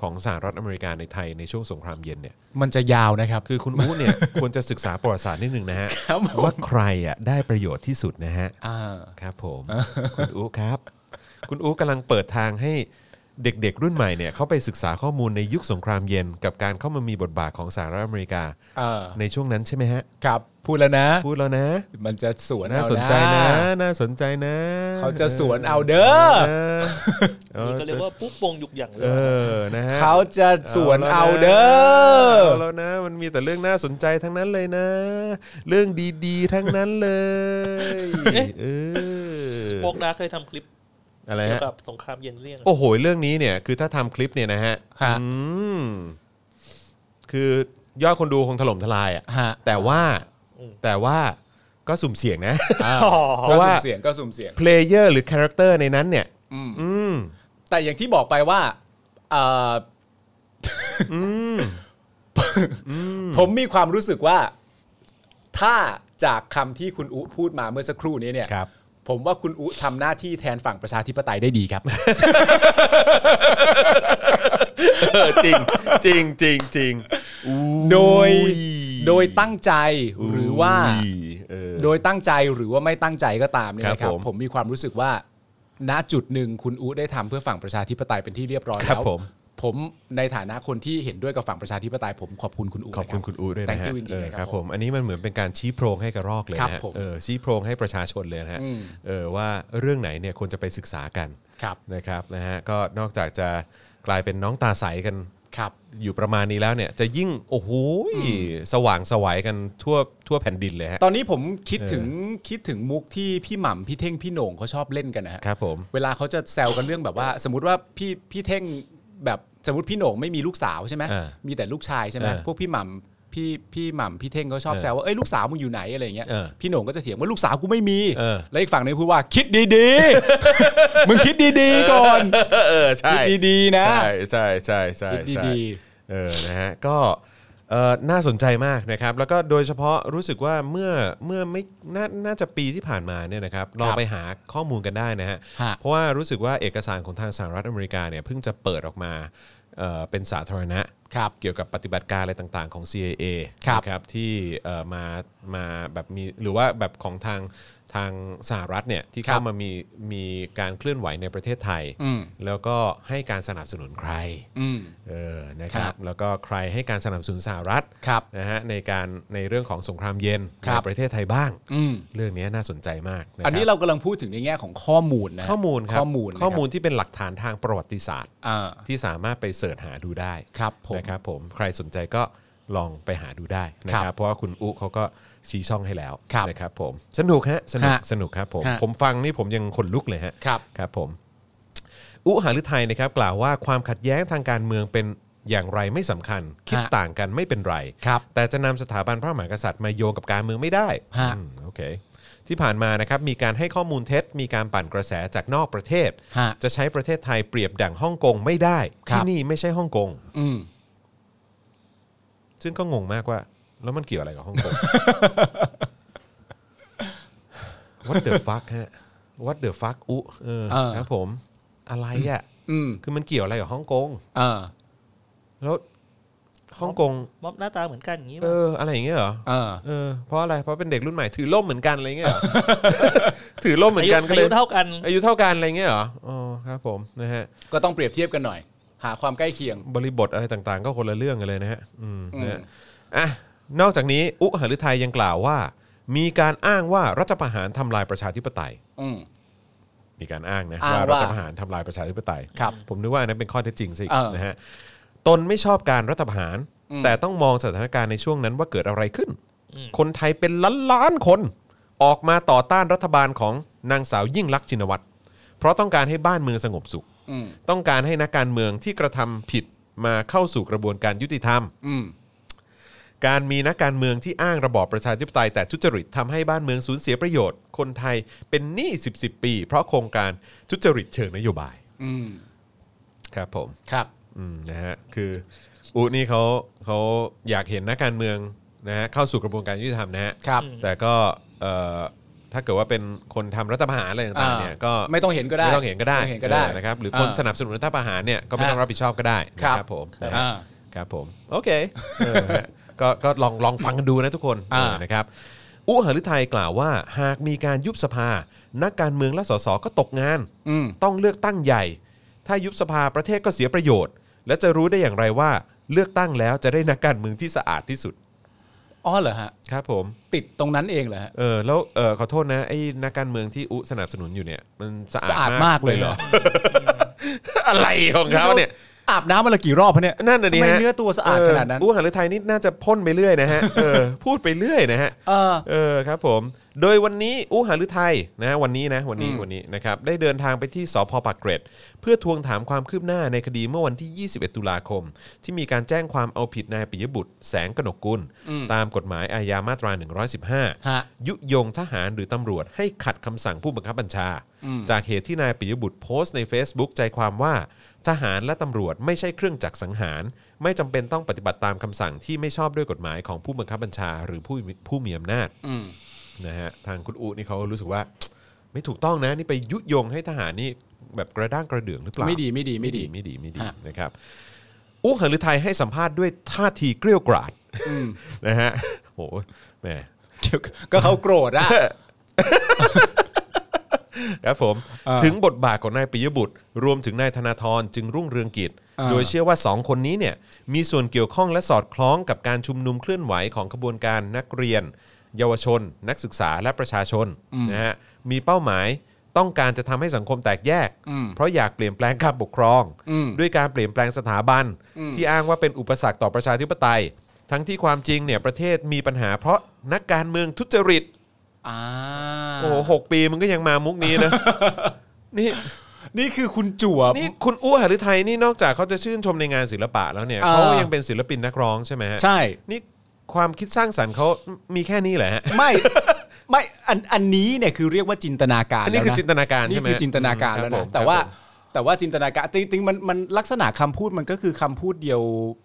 ของสหรัฐอเมริกาในไทยในช่วงสงครามเย็นเนี่ย มันจะยาวนะครับ คือคุณอู้ เนี่ย ควรจะศึกษาประวัติศาสตร์นิดหนึ่งนะฮะ ครับผม ว่าใครอ่ะได้ประโยชน์ที่สุดนะฮะ อ่า ครับผม คุณอู้ครับ คุณอู้กำลังเปิดทางให้เด็กๆ รุ่นใหม่เนี่ยเขาไปศึกษาข้อมูลในยุคสงครามเย็น กับการเข้ามามีบทบาทของสหรัฐอเมริกา เออ ในช่วงนั้นใช่ไหมฮะ ครับ พูดแล้วนะ พูดแล้วนะ มันจะสวน น่า เอ สนใจนะ น่าสนใจนะ เขาจะสวนเอาเด้อ เออเอ นี่ อ ก็เรียกว่าปุ๊บปงหยุกหยั่งเล เอย อนะฮะ เขาจะสวนเอาเด้อ เอาแล้วนะ มันมีแต่เรื่องน่าสนใจทั้งนั้นเลยนะ เรื่องดีๆ ทั้งนั้นเลยเออ โปกดาร์กเคยทำคลิป อะไร เกี่ฮะยวกับสงครามเย็นเรื่อง โอ้โห เรื่องนี้เนี่ย คือถ้าทำคลิปเนี่ยนะฮะ ฮะ อืมคือยอดคนดูคงถล่มทลายอ่ะ ฮะ แต่ว่าแต่ว่าก็สุ่มเสี่ยงนะ เพราะว่าเสียงก็สุ่มเสียง เพลเยอร์หรือคาแรคเตอร์ในนั้นเนี่ย อืม แต่อย่างที่บอกไปว่าเอ่ออผมมีความรู้สึกว่า ถ้าจากคำที่คุณอุพูดมาเมื่อสักครู่นี้เนี่ย ครับ ผมว่าคุณอุทำหน้าที่แทนฝั่งประชาธิปไตยได้ดีครับ เออจริง จริงจริงจริง โดยโดยตั้งใจหรือว่า ยเออ โดยตั้งใจหรือว่าไม่ตั้งใจก็ตามเนี่ยนะค ครั รั บบ ผม ผมมีความรู้สึกว่า ณจุดหนึ่งคุณอู๊ดได้ทำเพื่อฝั่งประชาธิปไตยเป็นที่เรียบร้อย ครับ แล้ว ผม ผมในฐานะคนที่เห็นด้วยกับฝั่งประชาธิปไตยผมขอบคุณคุณอู๊ด ขอบคุณ นะรั คุณอูด้วยนะ Thank ฮะ you จริงๆ เออ เลย ค ครั รับบ ผม อันนี้มันเหมือนเป็นการชี้โพรงให้กระรอกเลย ครับ นะฮะ ผม เออชี้โพรงให้ประชาชนเลยนะฮะ อืม เออว่าเรื่องไหนเนี่ยควรจะไปศึกษากัน ครับ นะครับนะฮะก็นอกจากจะกลายเป็นน้องตาใสกัน ครับ อยู่ประมาณนี้แล้วเนี่ย จะยิ่งโอ้โหยสว่างสวัยกันทั่วทั่วแผ่นดินเลยฮะ ตอนนี้ผมคิด เออ ถึงคิดถึงมุกที่พี่หม่ำพี่เท่งพี่โหน่งเขาชอบเล่นกันนะฮะ ครับผม เวลาเขาจะแซวกันเรื่องแบบว่า สมมติว่าพี่พี่เท่งแบบสมมติพี่โหน่งไม่มีลูกสาวใช่ไหม อ่า มีแต่ลูกชายใช่ไหม เออ พวกพี่หม่ำพี่พี่หม่ำพี่เท่งเขาชอบ เออ แซวว่าเอ้ยลูกสาวมึงอยู่ไหนอะไรอย่างเงี้ย เออ พี่โหน่งก็จะเถียงว่าลูกสาวกูไม่มี เออ แล้วอีกฝั่งหนึงพูดว่าคิดดีๆ มึงคิดดีๆก่อน เออใช่ คิดดีๆนะ ใช่ใช่ใช่ใช่ คิด ใช่ ดี เออนะฮะก็เอ่อน่าสนใจมากนะครับ แล้วก็โดยเฉพาะรู้สึกว่าเมื่อเมื่อไม่น่าน่าจะปีที่ผ่านมาเนี่ยนะครับลองไปหาข้อมูลกันได้นะฮะ ฮะ เพราะว่ารู้สึกว่าเอกสารของทางสหรัฐอเมริกาเนี่ยเพิ่งจะเปิดออกมาเอ่อเป็นสาธารณะ ครับ เกี่ยวกับปฏิบัติการอะไรต่างๆของ CIA ครับ นะครับที่เอ่อมามาแบบมีหรือว่าแบบของทางทางสหรัฐเนี่ยที่เข้ามามีมีการเคลื่อนไหวในประเทศไทย แล้วก็ให้การสนับสนุนใคร อืม เออนะครั ครับ บ แล้วก็ใครให้การสนับสนุนสหรัฐ ครับ นะฮะในการในเรื่องของสงครามเย็น ครั ใน บ ประเทศไทยบ้าง อืม เรื่องนี้น่าสนใจมากะคบ อันนี้เรากำลังพูดถึงในแง่ของข้อมูลนะ ข้อมูลครับ ข้อมูลนะครับ ข้อมูลที่เป็นหลักฐานทางประวัติศาสตร์ อ่า ที่สามารถไปเสิร์ชหาดูได้ ครับผม นะครับผมใครสนใจก็ลองไปหาดูได้นะค ครั รับบ เพราะว่าคุณอุเขาก็ชี้ช่องให้แล้ว ครับ นะครับผมสนุกฮะสนุก ฮะ สนุกครับผม ฮะ ผมฟังนี่ผมยังขนลุกเลยฮะ ครับ ครับผมอุหาฤทัยนะครับ กล่าวว่าความขัดแย้งทางการเมืองเป็นอย่างไรไม่สำคัญ คิด ฮะ ต่างกันไม่เป็นไร ครับ แต่จะนำสถาบันพระมหากษัตริย์มาโยงกับการเมืองไม่ได้ ฮะ อืมโอเคที่ผ่านมานะครับมีการให้ข้อมูลเท็จ มีการปั่นกระแสจากนอกประเทศ ฮะ จะใช้ประเทศไทยเปรียบดั่งฮ่องกงไม่ได้ ครั ที่ บ นี่ไม่ใช่ฮ่องกง อืม ซึ่งก็งงมากว่า แล้วมันเกี่ยวอะไรกับฮ่อง กง What the fuck ฮะ What the fuck อุเออ เออ ครับผม อะไรอ่ะ อืม คือมันเกี่ยวอะไรกับฮ่องกง อ่า แล้วฮ่องกง ม็อบหน้าตาเหมือนกันอย่างนี้ เออป่ะอะไรอย่างเงี้ยเหรอ เออ เออ เพราะอะไร เพราะเป็นเด็กรุ่นใหม่ถือล่มเหมือนกันอะไรเงี้ยเหรอ ถือล่มเหมือนกันก็ อา เล ยุ ย เท่ากัน อายุเท่ากันอะไรเงี้ยเหรอ อ๋อ ครับผม นะฮะ ก็ต้องเปรียบเทียบกันหน่อย หาความใกล้เคียง บริบทอะไรต่างๆ ก็คนละเรื่องกันเลยนะฮะอืม อืม นะฮะอ่ะนอกจากนี้ อุหฤทัยยังกล่าวว่า มีการอ้างว่ารัฐประหารทำลายประชาธิปไตย อืม มีการอ้างนะ อ้าง ว่า ว่า รัฐประหารทำลายประชาธิปไตย ครับ ผมนึกว่าอันนั้นเป็นข้อเท็จจริงซะอีก เออ นะฮะตนไม่ชอบการรัฐประหาร แต่ต้องมองสถานการณ์ในช่วงนั้นว่าเกิดอะไรขึ้น คนไทยเป็นล้านล้านๆคน ออกมาต่อต้านรัฐบาลของนางสาวยิ่งลักษณ์ชินวัตรเพราะต้องการให้บ้านเมืองสงบสุข อืม ต้องการให้นักการเมืองที่กระทำผิดมาเข้าสู่กระบวนการยุติธรรม อืม การมีนักการเมืองที่อ้างระบอบประชาธิปไตยแต่ทุจริตทำให้บ้านเมืองสูญเสียประโยชน์ คนไทยเป็นหนี้10 10 ปี เพราะโครงการทุจริตเชิงนโยบาย อืม ครับผม ครับ อืมนะฮะคืออูนี่เขาเขาอยากเห็นนักการเมืองนะฮะเข้าสู่กระบวนการยุติธรรมนะฮะ ครับ แต่ก็เอ่อ ถ้าเกิดว่าเป็นคนทำรัฐประหารอะไรต่างๆเนี่ยก็ ไม่ต้องเห็นก็ได้ ไม่ต้องเห็นก็ได้ ม่ต้องเห็นก็ได้ เออนะครับหรือคน เ สนับสนุนรัฐประหารเนี่ยก็ไม่ต้อง ฮะ รับผิดชอบก็ได้นะครับ ผม อ่า นะฮะ ครับผม โอเคเออฮะก็ก็ลองลองฟังกันดูนะทุกคน อ่า เออนะครับ อุหฤทัยกล่าวว่า หากมีการยุบสภา นักการเมืองและสสก็ตกงาน อืม ต้องเลือกตั้งใหญ่ ถ้ายุบสภาประเทศก็เสียประโยชน์ และจะรู้ได้อย่างไรว่าเลือกตั้งแล้วจะได้นักการเมืองที่สะอาดที่สุด อ๋อเหรอฮะ ครับผม ติดตรงนั้นเองเหรอฮะ เออแล้วเออขอโทษนะไอ้นักการเมืองที่อุสนับสนุนอยู่เนี่ยมันสะอาด สะอาดมากเลย เหรอ นะ อะไรของเขาเนี่ย อาบน้ำมาละกี่รอบพะเนี่ย นั่นน่ะดิ ทำ ฮะ ไมเนื้อตัวสะอาดขนาดนั้น เอู้หฤทัยนี่น่าจะพ่นไปเรื่อยนะฮะ เออ พูดไปเรื่อยนะฮะ เออ เออครับผม โดยวันนี้อู้หฤทัยนะฮะวันนี้นะวันนี้วันนี้นะครับได้เดินทางไปที่สพปากเกร็ด เพื่อทวงถามความคืบหน้าในคดีเมื่อวันที่ 21 ตุลาคม ที่มีการแจ้งความเอาผิดนายปิยบุตร แสงกนกกุล ตามกฎหมายอาญามาตรา ฮะ 115 ยุยงทหารหรือตำรวจให้ขัดคำสั่งผู้บังคับบัญชา จากเหตุที่นายปิยบุตรโพสต์ใน Facebook ใจความว่า ทหารและตำรวจไม่ใช่เครื่องจักรสังหาร ไม่จำเป็นต้องปฏิบัติตามคำสั่งที่ไม่ชอบด้วยกฎหมายของผู้บังคับบัญชา หรือผู้มีผู้มีอำนาจ อืม นะฮะทางคุณอูนี่เขารู้สึกว่า ไม่ถูกต้องนะนี่ไปยุยงให้ทหารนี่แบบกระด้างกระเดื่องหรือเปล่า ไม่ดีไม่ดีไม่ดี ไม่ดีไม่ดี ฮะ นะครับอู้หฤทัยให้สัมภาษณ์ด้วยท่าทีเกรี้ยวกราดนะฮะโหแหม เดี๋ยวก็เขาโกรธอะ ครับผม อ่า ถึงบทบาทของนายปิยบุตร รวมถึงนายธนาธรจึงรุ่งเรืองกิจ อ่า โดยเชื่อว่า 2 คนนี้เนี่ยมีส่วนเกี่ยวข้องและสอดคล้องกับการชุมนุมเคลื่อนไหวของขบวนการนักเรียน เยาวชน นักศึกษาและประชาชนนะฮะมีเป้าหมายต้องการจะทำให้สังคมแตกแยก เพราะอยากเปลี่ยนแปลงการปกครอง ด้วยการเปลี่ยนแปลงสถาบัน ที่อ้างว่าเป็นอุปสรรคต่อประชาธิปไตย ทั้งที่ความจริงเนี่ยประเทศมีปัญหา เพราะนักการเมืองทุจริต อ่า โอ้โหหกปีมันก็ยังมามุกนี้นะ นี่ นี่คือคุณจั่ว นี่คุณอู้หฤทัยนี่นอกจากเขาจะชื่นชมในงานศิลปะแล้วเนี่ย อ่า เขายังเป็นศิลปินนักร้องใช่ไหมฮะ ใช่ นี่ความคิดสร้างสรรค์เขามีแค่นี้แหละฮะ ไม่ ไม่อันอันนี้เนี่ยคือเรียกว่าจินตนาการ อันนี้ แล้วะ คือจินตนาการใช่ไหม นี่คือจินตนาการ ครับ แล้ว ผมนะแต่ว่า ครับผม แต่ว่าจินตนาการจริงๆมันมันลักษณะคำพูดมันก็คือคำพูดเดียว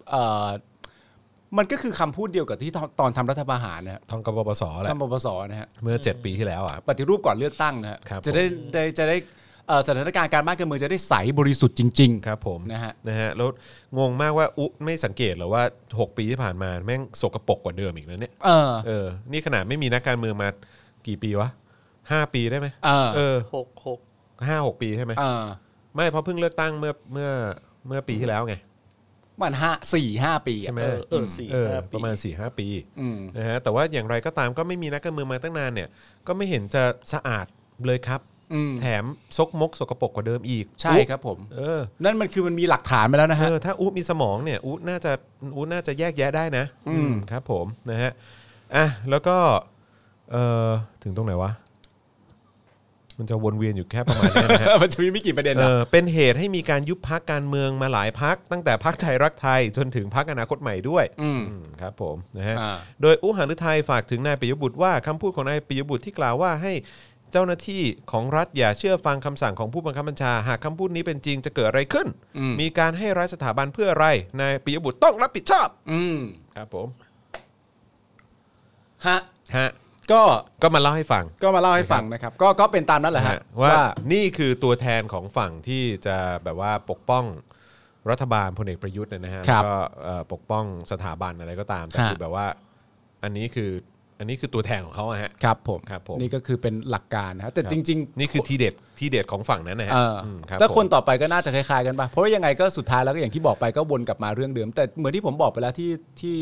เอ่อมันก็คือคำพูดเดียวกับที่ตอนตอนทำรัฐประหารนะฮะ ทองกบปสแหละ ทำปปสนะฮะ เมื่อ 7 ปีที่แล้วอ่ะ ปฏิรูปก่อนเลือกตั้งนะฮะ ครับ จะได้ ผม ได้จะได้เอ่อสถานการณ์การบ้านการเมืองจะได้ใสบริสุทธิ์จริง ๆ ครับผม นะฮะ นะฮะแล้วงงมากว่าอุ๊ไม่สังเกตเหรอว่า 6 ปีที่ผ่านมาแม่งสกปรกกว่าเดิมอีกนะเนี่ย เออ เออนี่ขนาดไม่มีนักการเมืองมากี่ปีวะห้าปีได้ไหม เออ เออ หกหก ห้าหกปีใช่ไหม เออ ไม่เพราะเพิ่งเลือกตั้งเมื่อเมื่อเมื่อปีที่แล้วไง มันห้าสี่ห้าปีอะ ใช่ไหม เออเออสี่ เออ ห้าปี ประมาณ4ี่หปี อืม นะฮะแต่ว่าอย่างไรก็ตามก็ไม่มีนักการเมืองมาตั้งนานเนี่ย ก็ไม่เห็นจะสะอาดเลยครับ อืม แถมซกมกสกปรกกว่าเดิมอีก ใช่ อุ๊ ครับผม เออ นั่นมันคือมันมีหลักฐานมาแล้วนะ เอ ฮะ อถ้าอุ๊มีสมองเนี่ยอุ๊น่าจะอุ๊น่าจะแยกแยะได้นะ อืม ครับผมนะฮะอ่ะแล้วก็เออถึงตรงไหนวะมันจะวนเวียนอยู่แค่ประมาณเนี้ยนะฮะ มันจะมีไม่กี่ประเด็น เอ นะ อเป็นเหตุให้มีการยุบพักการเมืองมาหลายพัก ตั้งแต่พักไทยรักไทยจนถึงพักอนาคตใหม่ด้วย อืม อืมครับผมนะฮะ อ่า โดยอุหฤทัยฝากถึงนายปิยบุตรว่าคำพูดของนายปิยบุตรที่กล่าวว่าให้เจ้าหน้าที่ของรัฐอย่าเชื่อฟังคำสั่งของผู้บังคับบัญชา หากคำพูดนี้เป็นจริงจะเกิดอะไรขึ้น มีการให้ร้ายสถาบันเพื่ออะไรนายปิยบุตรต้องรับผิดชอบ อืม ครับผม ฮะ ฮะ ก็ ก็มาเล่าให้ฟัง ก็มาเล่าให้ฟังนะครับ ก็ก็เป็นตามนั้นแหละฮะ ฮะว่านี่คือตัวแทนของฝั่งที่จะแบบว่าปกป้องรัฐบาลพลเอกประยุทธ์เนยนะฮะ ครับ แล้วก็ ก็เอ่อปกป้องสถาบันอะไรก็ตาม แต่ ฮะ คือแบบว่า อันนี้คืออันนี้คือตัวแทนของเขาอะฮะ ครับผม ครับผม นี่ก็คือเป็นหลักการนะฮะแต่จริงๆ นี่คือทีเด็ดทีเด็ดของฝั่งนั้นนะฮะ เออ มรับ แล้วคน ผม ต่อไปก็น่าจะคล้ายๆกันป่ะเพราะว่ายังไงก็สุดท้ายแล้วก็อย่างที่บอกไปก็วนกลับมาเรื่องเดิม แต่เหมือนที่ผมบอกไปแล้วที่ที่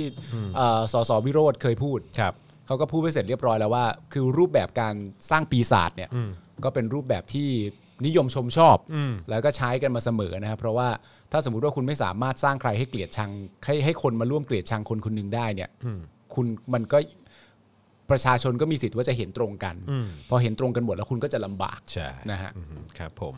เอ่อสสวิโรธเคยพูด ครับ เขาก็พูดไปเสร็จเรียบร้อยแล้วว่า คือรูปแบบการสร้างปีศาจเนี่ยก็เป็นรูปแบบที่นิยมชมชอบ อืม แล้วก็ใช้กันมาเสมอนะครับ เพราะว่าถ้าสมมติว่าคุณไม่สามารถสร้างใครให้เกลียดชังให้ให้คนมาร่วมเกลียดชังคนคนหนึ่งได้เนี่ยคุณมันก็ประชาชนก็มีสิทธิ์ว่าจะเห็นตรงกัน พอเห็นตรงกันหมดแล้วคุณก็จะลำบาก ใช่ นะฮะ อืมครับผม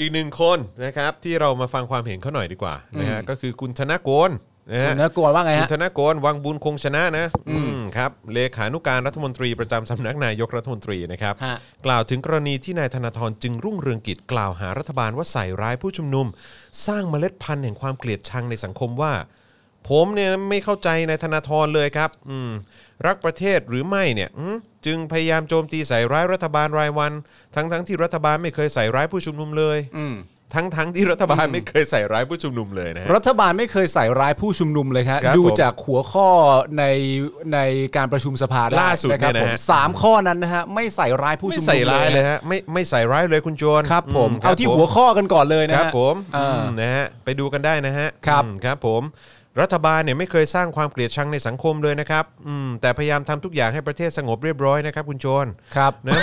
อีกหนึ่งคนนะครับ ที่เรามาฟังความเห็นเขาหน่อยดีกว่านะฮะก็คือคุณธนโกลนะฮะ คุณธนโกลว่าไงฮะ คุณธนโกลวังบุญคงชนะนะอืมครับเลขานุการรัฐมนตรีประจำสำนักนายกรัฐมนตรีนะครับ ฮะ กล่าวถึงกรณีที่นายธนาธรจึงรุ่งเรืองกิจกล่าวหารัฐบาลว่าใส่ร้ายผู้ชุมนุม สร้างเมล็ดพันธุ์แห่งความเกลียดชังในสังคมว่า ผมเนี่ยไม่เข้าใจนายธนาธรเลยครับ อืม รักประเทศหรือไม่เนี่ยอืมจึงพยายามโจมตีใส่ร้ายรัฐบาลรายวัน ทั้งทั้งๆที่รัฐบาลไม่เคยใส่ร้ายผู้ชุมนุมเลย อืม ทั้งทั้งๆที่รัฐบาลไม่เคยใส่ร้ายผู้ชุมนุมเลยนะฮะ รัฐบาลไม่เคยใส่ร้ายผู้ชุมนุมเลยครับ ครับ ดู ผม จากหัวข้อในในการประชุมสภาได้ ล่าสุด ะครับ เนี่ยนะ ผม ฮะ สามข้อนั้นนะฮะไม่ใส่ร้ายผู้ ไม่ ชุมนุม ใส่ร้ายเลย นะ ฮะไม่ไม่ใส่ร้ายเลยคุณโจร ครับ ผม ม เอาที่ ครับผม หัวข้อกันก่อนเลยนะ ค ฮะ รับผม อ่า อืมนะฮะไปดูกันได้นะฮะ ครับ อืมครับผม รัฐบาลเนี่ยไม่เคยสร้างความเกลียดชังในสังคมเลยนะครับอืมแต่พยายามทำทุกอย่างให้ประเทศสงบเรียบร้อยนะครับคุณโจร ครับ นะ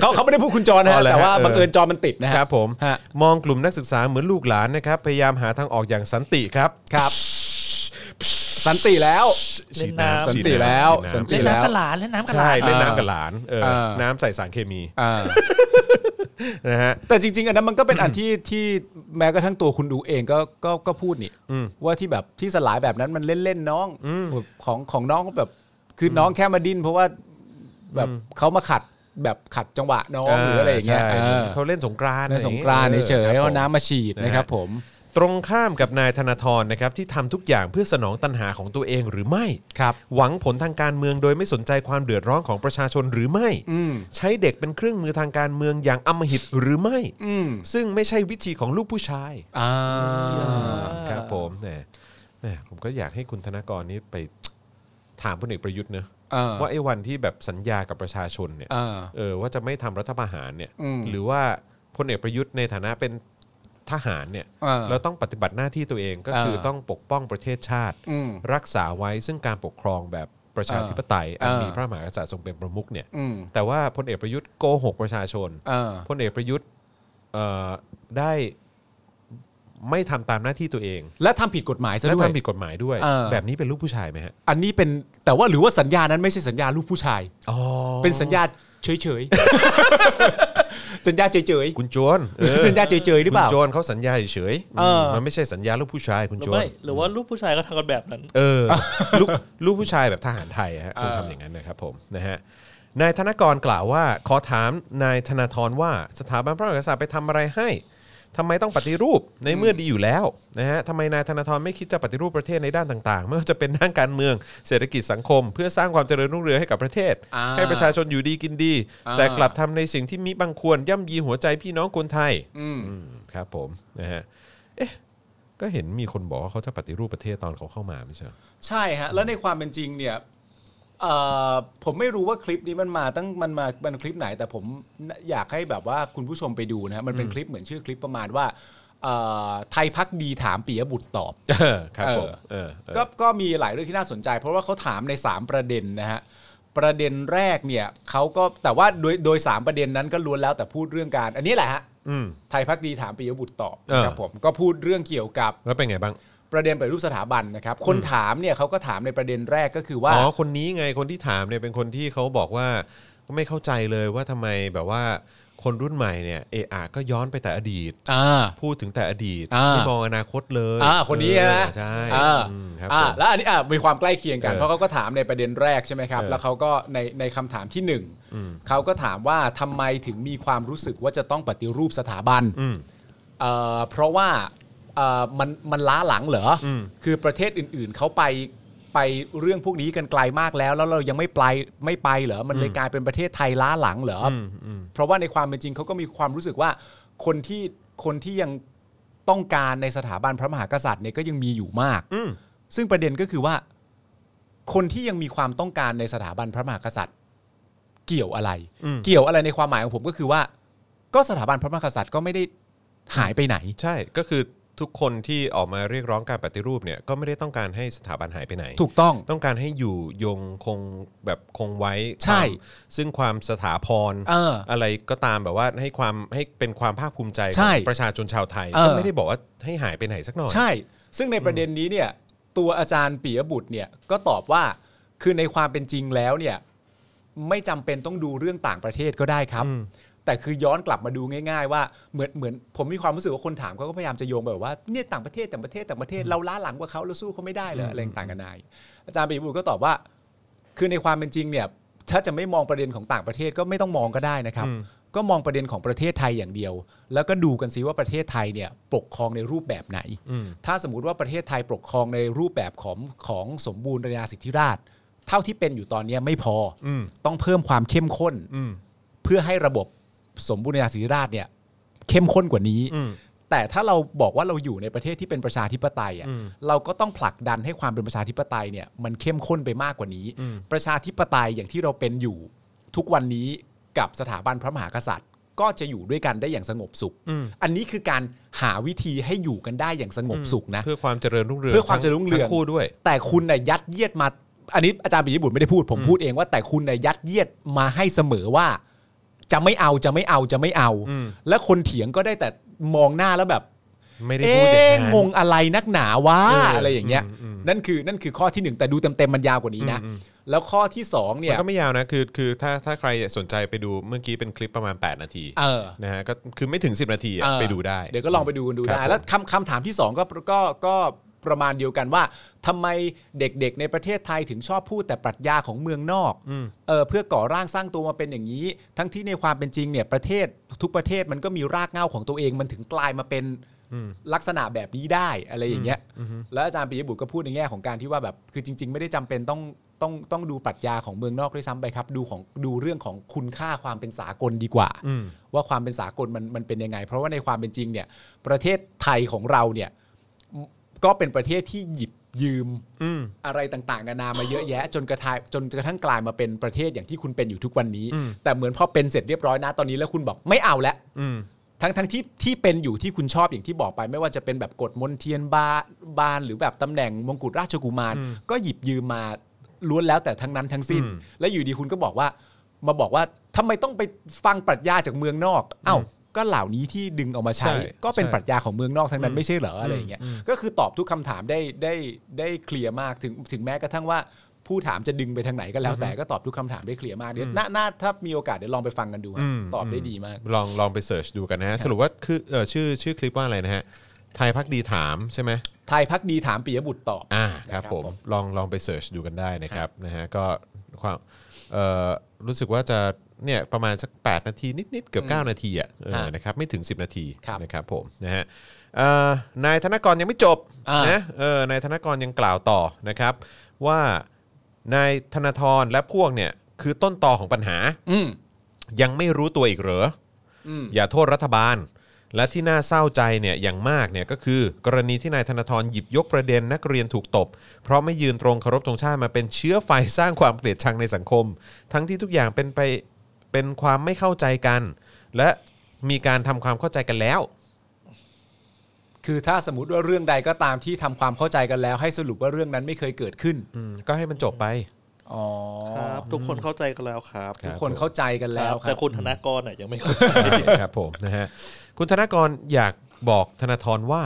เขาเขาไม่ได้พูดคุณจรนะ อ๋ ฮะ อเหรอฮะ แต่ว่า เออ บังเอิญจอมันติดนะฮะ ครับผม ฮะ มองกลุ่มนักศึกษาเหมือนลูกหลานนะครับพยายามหาทางออกอย่างสันติครับ ครับ สันติแล้ว เล่นน้ำ ฉีด สันติแล้ว ฉีด สันติ เล่นน้ำกระหลานเล่นน้ำกระหลา ใช่ น เล่นน้ำกับหลานเออ เออ น้ำใส่สารเคมี อ่า นะฮะ แต่จริง ๆ อันนั้นมันก็เป็นอันที่ที่แม้กระทั่งตัวคุณดูเองก็ก็ก็พูดนี่ อืม ว่าที่แบบที่สลายแบบนั้นมันเล่นๆน้องของของน้องก็แบบ คือน้องแค่มาดิ้นเพราะว่าแบบเขามาขัดแบบขัดจังหวะน้องหรืออะไรอย่างเงี้ย ใช่ เออ เขาเล่นสงกรานต์ ในสงกรานต์เฉย ออ ๆ ครับ เอา ผม น้ำมาฉีดนะครับผม ตรงข้ามกับนายธนาธรนะครับที่ทำทุกอย่างเพื่อสนองตัณหาของตัวเองหรือไม่ ครับ หวังผลทางการเมืองโดยไม่สนใจความเดือดร้อนของประชาชนหรือไม่ อืม ใช้เด็กเป็นเครื่องมือทางการเมืองอย่างอำมหิตหรือไม่ อืม ซึ่งไม่ใช่วิธีของลูกผู้ชาย อ่า ครับผมเนี่ยเนี่ยผมก็อยากให้คุณธนากรนี้ไปถามพลเอกประยุทธ์เนอะ เออ ว่าไอ้วันที่แบบสัญญากับประชาชนเนี่ย อ่า เออว่าจะไม่ทำรัฐประหารเนี่ย อืม หรือว่าพลเอกประยุทธ์ในฐานะเป็นทหารเนี่ย เออ เราต้องปฏิบัติหน้าที่ตัวเองก็คือ เออ ต้องปกป้องประเทศชาติ อืม รักษาไว้ซึ่งการปกครองแบบประชาธิปไตย เอออั อัน เออ มีพระมหากษัตริย์ทรงเป็นประมุขเนี่ย อืม แต่ว่าพลเอกประยุทธ์โกหกประชาชน อ่า พลเอกประยุทธ์เอ่อได้ไม่ทำตามหน้าที่ตัวเอง และทำผิดกฎหมายซะ และ ด้วย ทำผิดกฎหมายด้วย เออ แบบนี้เป็นลูกผู้ชายไหมฮะ อันนี้เป็นแต่ว่าหรือว่าสัญญานั้นไม่ใช่สัญญาลูกผู้ชาย อ๋อ เป็นสัญญาเฉยๆ สัญญาเฉย คุณโจรเออ ๆสัญญาเฉยๆหรือ คุ เป ณ ล่า โจรเขาสัญญาเฉยๆ เออ มันไม่ใช่สัญญาลูกผู้ชายคุณ หรื โจ อ ร ไม่หรือว่าลูกผู้ชายก็ทำกันแบบนั้น เออ ลูกลูกผู้ชายแบบทหารไทยฮะคง เออ ทำอย่างนั้นนะครับผมนะฮะนายธนกรกล่าวว่า ขอถามนายธนาธรว่าสถาบันพระมหากษัตริย์ไปทำอะไรให้ทำไมต้องปฏิรูปในเมื่อดีอยู่แล้วนะฮะทำไมนายธนาธรไม่คิดจะปฏิรูปประเทศในด้านต่างๆ ไม่ว่าจะเป็นด้านการเมืองเศรษฐกิจสังคม เพื่อสร้างความเจริญรุ่งเรืองให้กับประเทศ อ่า ให้ประชาชนอยู่ดีกินดี อ่า แต่กลับทำในสิ่งที่มิบังควรย่ำยีหัวใจพี่น้องคนไทย อืม อืมครับผมนะฮะเอ๊ะก็เห็นมีคนบอกว่าเขาจะปฏิรูปประเทศตอนเขาเข้ามาไม่ใช่เหรอ ใช่ฮะ แล้วในความเป็นจริงเนี่ยเอ่อผมไม่รู้ว่าคลิปนี้มันมาตั้งมันมามันคลิปไหน แต่ผมอยากให้แบบว่าคุณผู้ชมไปดูนะฮะมันเป็นคลิปเหมือนชื่อคลิปประมาณว่าเอ่อไทยพักดีถามปิยบุตรตอบ เออครับผมเออเออ ก็ก็มีหลายเรื่องที่น่าสนใจ เพราะว่าเขาถามใน 3 ประเด็นนะฮะประเด็นแรกเนี่ยเขาก็แต่ว่าโดยโดย 3 ประเด็นนั้นก็ล้วนแล้วแต่พูดเรื่องการ อันนี้แหละฮะ อืม ไทยพักดีถามปิยบุตรตอบ เออ ครับผมก็พูดเรื่องเกี่ยวกับ แล้วเป็นไงบ้าง ประเด็นปฏิรูปสถาบันนะครับ คนถามเนี่ยเขาก็ถามในประเด็นแรกก็คือว่า อ๋อคนนี้ไงคนที่ถามเนี่ยเป็นคนที่เขาบอกว่าไม่เข้าใจเลยว่าทำไมแบบว่าคนรุ่นใหม่เนี่ยเออาก็ย้อนไปแต่อดีต พูดถึงแต่อดีต อ่า ไม่มองอนาคตเลย อ่าคนนี้ใช่ไหม เออใช่ อ่า อืมครับ อ่า ผม แล้วอันนี้อ่ามีความใกล้เคียงกัน เออ เพราะเขาก็ถามในประเด็นแรกใช่ไหมครับ เออ แล้วเขาก็ในในคำถามที่หนึ่ง อืม เขาก็ถามว่าทำไมถึงมีความรู้สึกว่าจะต้องปฏิรูปสถาบัน อืม เอ่อเพราะว่าเอ่อมันมันล้าหลังเหรออ ม คือประเทศอื่นๆเขาไปไปเรื่องพวกนี้กันไกลมากแล้ว แล้วเรายังไม่ไปไม่ไปเหรอมันเลยกลายเป็นประเทศไทยล้าหลังเหรออ อืมอืม เพราะว่าในความเป็นจริงเขาก็มีความรู้สึกว่าคนที่คนที่ยังต้องการในสถาบันพระมหากษัตริย์เนี่ยก็ยังมีอยู่มาก อืม ซึ่งประเด็นก็คือว่า คนที่ยังมีความต้องการในสถาบันพระมหากษัตริย์ เกี่ยวอะไร อืม เกี่ยวอะไรในความหมายของผมก็คือว่า ก็สถาบันพระมหากษัตริย์ก็ไม่ได้หายไปไหน ใช่ก็คือทุกคนที่ออกมาเรียกร้องการปฏิรูปเนี่ยก็ไม่ได้ต้องการให้สถาบันหายไปไหน ถูกต้อง ต้องการให้อยู่ยงคงแบบคงไว้ ใช่ ความซึ่งความสถาพร เอออ ไรก็ตามแบบว่าให้ความให้เป็นความภาคภูมิใจข ใช่ องประชาชนชาวไทย เออ ก็ไม่ได้บอกว่าให้หายไปไหนสักหน่อย ใช่ ซึ่งในประเด็นนี้เนี่ย ตัวอาจารย์ปิยบุตรเนี่ยก็ตอบว่าคือในความเป็นจริงแล้วเนี่ย ไม่จำเป็นต้องดูเรื่องต่างประเทศก็ได้ครับ อืม แต่คือย้อนกลับมาดูง่าย ๆ ว่าเหมือนเหมือนผมมีความรู้สึกว่าคนถามเขาก็พยายามจะโยงแบบว่าเนี่ยต่างประเทศต่างประเทศต่างประเทศเราล้าหลังกว่าเขาเราสู้เขาไม่ได้เลยอะไรต่างกันนายอาจารย์ปิยบุตรก็ตอบว่า คือในความเป็นจริงเนี่ย ถ้าจะไม่มองประเด็นของต่างประเทศก็ไม่ต้องมองก็ได้นะครับ ก็มองประเด็นของประเทศไทยอย่างเดียว แล้วก็ดูกันซิว่าประเทศไทยเนี่ยปกครองในรูปแบบไหน ถ้าสมมติว่าประเทศไทยปกครองในรูปแบบของของสมบูรณาญาสิทธิราชย์เท่าที่เป็นอยู่ตอนเนี้ยไม่พออ ม ต้องเพิ่มความเข้มข้น อืม เพื่อให้ระบบสมบูรณาญาสิทธิราชย์เนี่ยเข้มข้นกว่านี้ อืม แต่ถ้าเราบอกว่าเราอยู่ในประเทศที่เป็นประชาธิปไตยอ่ะ อืม เราก็ต้องผลักดันให้ความเป็นประชาธิปไตยเนี่ยมันเข้มข้นไปมากกว่านี้ อืม ประชาธิปไตยอย่างที่เราเป็นอยู่ ทุกวันนี้กับสถาบันพระมหากษัตริย์ ก็จะอยู่ด้วยกันได้อย่างสงบสุข อืม อันนี้คือการหาวิธีให้อยู่กันได้อย่างสงบสุขนะ เพื่อความเจริญรุ่งเรือง เพื่อความเจริญรุ่งเรือง ทั้คู่ด้วย แต่คุณน่ยยัดเยียดมา อันนี้อาจารย์ปิยบุตรไม่ได้พูด ผมพูดเองว่าแต่คุณน่ยยัดเยียดมาให้เสมอว่า จะไม่เอาจะไม่เอาจะไม่เอา อืม และคนเถียงก็ได้แต่มองหน้าแล้วแบบ ไม่ได้ เอ๊ พูดอย่าง ะ นั้น งงอะไรนักหนาวะ เอออ อะไรอย่างเงี้ย อืมอืม นั่นคือนั่นคือข้อที่หนึ่งแต่ดูเต็มๆมันยาวกว่านี้นะ อืมอืม แล้วข้อที่สองเนี่ มั ย นก็ไม่ยาวนะคือคือถ้าถ้าใครสนใจไปดูเมื่อกี้เป็นคลิปประมาณ 8 นาที เออ นะฮะก็คือไม่ถึง 10 นาทีอะ เออ ไปดูได้ เดี๋ยวก็ลองไปดูกันดู ครับ ได้ ผม แล้วคำคำถามที่สองก็ก็ก็ประมาณเดียวกันว่าทำไมเด็กๆในประเทศไทยถึงชอบพูดแต่ปรัชญาของเมืองนอก อืม เออเพื่อก่อร่างสร้างตัวมาเป็นอย่างนี้ ทั้งที่ในความเป็นจริงเนี่ยประเทศทุกประเทศมันก็มีรากเหง้าของตัวเองมันถึงกลายมาเป็น อืม ลักษณะแบบนี้ได้อะไรอย่างเงี้ย แล้วอาจารย์ปิยบุตรก็พูดในแง่ของการที่ว่าแบบคือจริง ๆ ไม่ได้จำเป็นต้องต้องต้องดูปรัชญาของเมืองนอกด้วยซ้ำไปครับ ดูของดูเรื่องของคุณค่าความเป็นสากลดีกว่า อืม ว่าความเป็นสากลมันมันเป็นยังไง เพราะว่าในความเป็นจริงเนี่ย ประเทศไทยของเราเนี่ยก็เป็นประเทศที่หยิบยืม อืม อะไรต่างๆกันานามาเยอะแยะ จนกระทายจนกระทั่งกลายมาเป็นประเทศอย่างที่คุณเป็นอยู่ทุกวันนี้ อืม แต่เหมือนพอเป็นเสร็จเรียบร้อยนะตอนนี้แล้วคุณบอกไม่เอาแล้ว อืม ทั้งทั้งที่ที่เป็นอยู่ที่คุณชอบอย่างที่บอกไปไม่ว่าจะเป็นแบบกฎมนเทียนบาบานหรือแบบตำแหน่งมงกุฎราชกุมาร อืม ก็หยิบยืมมาล้วนแล้วแต่ทั้งนั้นทั้งสิ้น อืม และอยู่ดีคุณก็บอกว่า มาบอกว่าทำไมต้องไปฟังปรัชญาจากเมืองนอก เอ้า ก็เหล่านี้ที่ดึงเออกมาใช้ ใช่ ก็เป็น ใช่ ปรัชญาของเมืองนอกทั้งนั้ อืมนไม่ใช่เหรออะไรอย่างเงี้ย อืม ก็คือตอบทุกคำถามได้ได้ได้เคลียร์มากถึงถึงแม้กระทั่งว่า ผู้ถามจะดึงไปทางไหนก็แล้วแต่ก็ตอบทุกคำถามได้เคลียร์มากเดี๋ยวน่าน่าถ้ามีโอกาสเดี๋ยวลองไปฟังกันดูฮะ อืม ตอบได้ ม ดีมาก ลองลองไปเสิร์ชดูกันนะฮะ สรุปว่าคือเออชื่อชื่อคลิปว่าอะไรนะฮะ ไทยพักดีถามใช่ไหม ไทยพักดีถามปิยบุตรตอบ อ่าค ครั รับบ ผ ผม ม ลองลองไปเสิร์ชดูกันได้นะครับนะฮะก็ความเอ่อรู้สึกว่าจะเนี่ยประมาณสัก 8 นาทีนิด ๆ เกือบ 9 นาทีอ่ะเออนะครับไม่ถึง 10 นาที ครับ นะครับผมนะฮะเอ่อนายธนกรยังไม่จบ อ่าน นะเออนายธนกรยังกล่าวต่อนะครับ ว่านายธนทรและพวกเนี่ยคือต้นตอของปัญหา อืม ยังไม่รู้ตัวอีกเหรออ ม อย่าโทษรัฐบาล และที่น่าเศร้าใจเนี่ยอย่างมากเนี่ยก็คือ กรณีที่นายธนาธรหยิบยกประเด็นนักเรียนถูกตบ เพราะไม่ยืนตรงเคารพธงชาติมาเป็นเชื้อไฟสร้างความเกลียดชังในสังคม ทั้งที่ทุกอย่างเป็นไปเป็นความไม่เข้าใจกัน และมีการทำความเข้าใจกันแล้ว คือถ้าสมมติว่าเรื่องใดก็ตามที่ทำความเข้าใจกันแล้ว ให้สรุปว่าเรื่องนั้นไม่เคยเกิดขึ้น อืมก็ให้มันจบไป อ๋อ ครับ ทุกคนเข้าใจกันแล้วครับ ค ทุ รับ กคนเข้าใจกันแล้วค แต่ รับ คุณธนากรน่ะยังไม่เข้าใจ ครับผมนะฮะคุณธนากรอยากบอกธนาธรว่า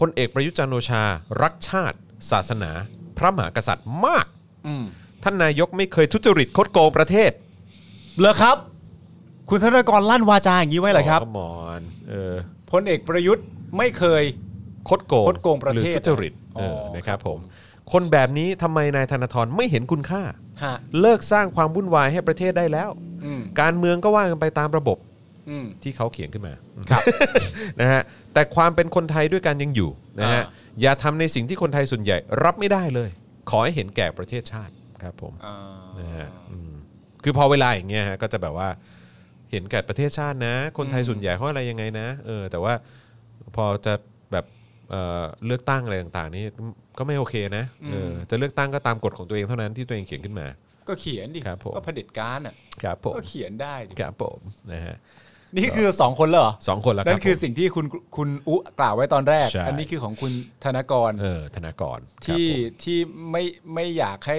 พลเอกประยุทธ์จันทร์โอชา รักชาติ ศาสนา พระมหากษัตริย์มาก อืม ท่านนายกไม่เคยทุจริตคดโกงประเทศ เหรอครับ คุณธนกรลั่นวาจาอย่างนี้ไว้เหรอครับ มอนเออ พลเอกประยุทธ์ไม่เคย คดโกง คดโกงประเทศ หอทุจริต อ๋ เอ อ อนะครับผม คนแบบนี้ทำไมนายธนาธรไม่เห็นคุณค่า ฮะ เลิกสร้างความวุ่นวายให้ประเทศได้แล้ว อืม การเมืองก็ว่ากันไปตามระบบ อืม ที่เขาเขียนขึ้นมา ครับ นะ ฮะแต่ความเป็นคนไทยด้วยกันยังอยู่นะฮะ อ่า อย่าทำในสิ่งที่คนไทยส่วนใหญ่รับไม่ได้เลย ขอให้เห็นแก่ประเทศชาติครับผม อ่า นะฮะอืมคือพอเวลาอย่างเงี้ยฮะก็จะแบบว่าเห็นแก่ประเทศชาตินะ คนไทยส่วนใหญ่เขาอะไรยังไงนะเออแต่ว่าพอจะแบบเอ่อเลือกตั้งอะไรต่างๆนี่ก็ไม่โอเคนะเออจะเลือกตั้งก็ตามกฎของตัวเองเท่านั้นที่ตัวเองเขียนขึ้นมา ก็เขียนดิ ครับผม ก็เผด็จการอ่ะ ครับผม ก็เขียนได้ดิ ครับผมนะฮะ นี่คือสองคนแล้วเหรอ สองคนแล้วครับ นั่นคือ ผม สิ่งที่คุณคุณอุกล่าวไว้ตอนแรก ใช่ อันนี้คือของคุณธนกร เออธนากรครับ ที่ ผม ที่ไม่ไม่อยากให้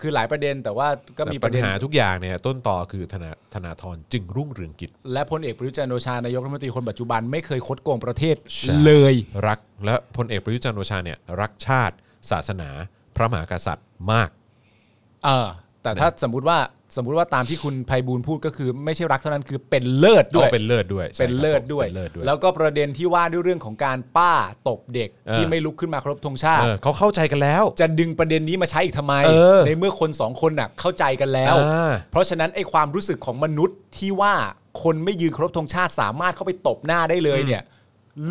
คือหลายประเด็น แต่ว่าก็มี แต่ ประเด็น หาทุกอย่างเนี่ยต้นต่อคือธนาธนาธรจึงรุ่งเรืองกิจ และพลเอกประยุทธ์จันทร์โอชานายกรัฐมนตรีคนปัจจุบันไม่เคยคดโกงประเทศ ใช่ เลย รักและพลเอกประยุทธ์จันทร์โอชาเนี่ยรักชาติ ศาสนา พระมหากษัตริย์มาก เออ แต่ถ้าสมมติว่าสมมติว่าตามที่คุณไพบูลย์พูดก็คือไม่ใช่รักเท่านั้นคือเป็นเลิศด้วย ก็เป็นเลิศด้วยใช่ เป็นเลิศ ครับผม ด้วย เป็นเลิศด้วย แล้วก็ประเด็นที่ว่าด้วยเรื่องของการป้าตบเด็ก เออ ที่ไม่ลุกขึ้นมาเคารพธงชาติ เออเขาเข้าใจกันแล้ว จะดึงประเด็นนี้มาใช้อีกทำไม เออ ในเมื่อคนสองคนน่ะเข้าใจกันแล้ว อ่า เพราะฉะนั้นไอ้ความรู้สึกของมนุษย์ที่ว่า คนไม่ยืนเคารพธงชาติสามารถเข้าไปตบหน้าได้เลยเนี่ย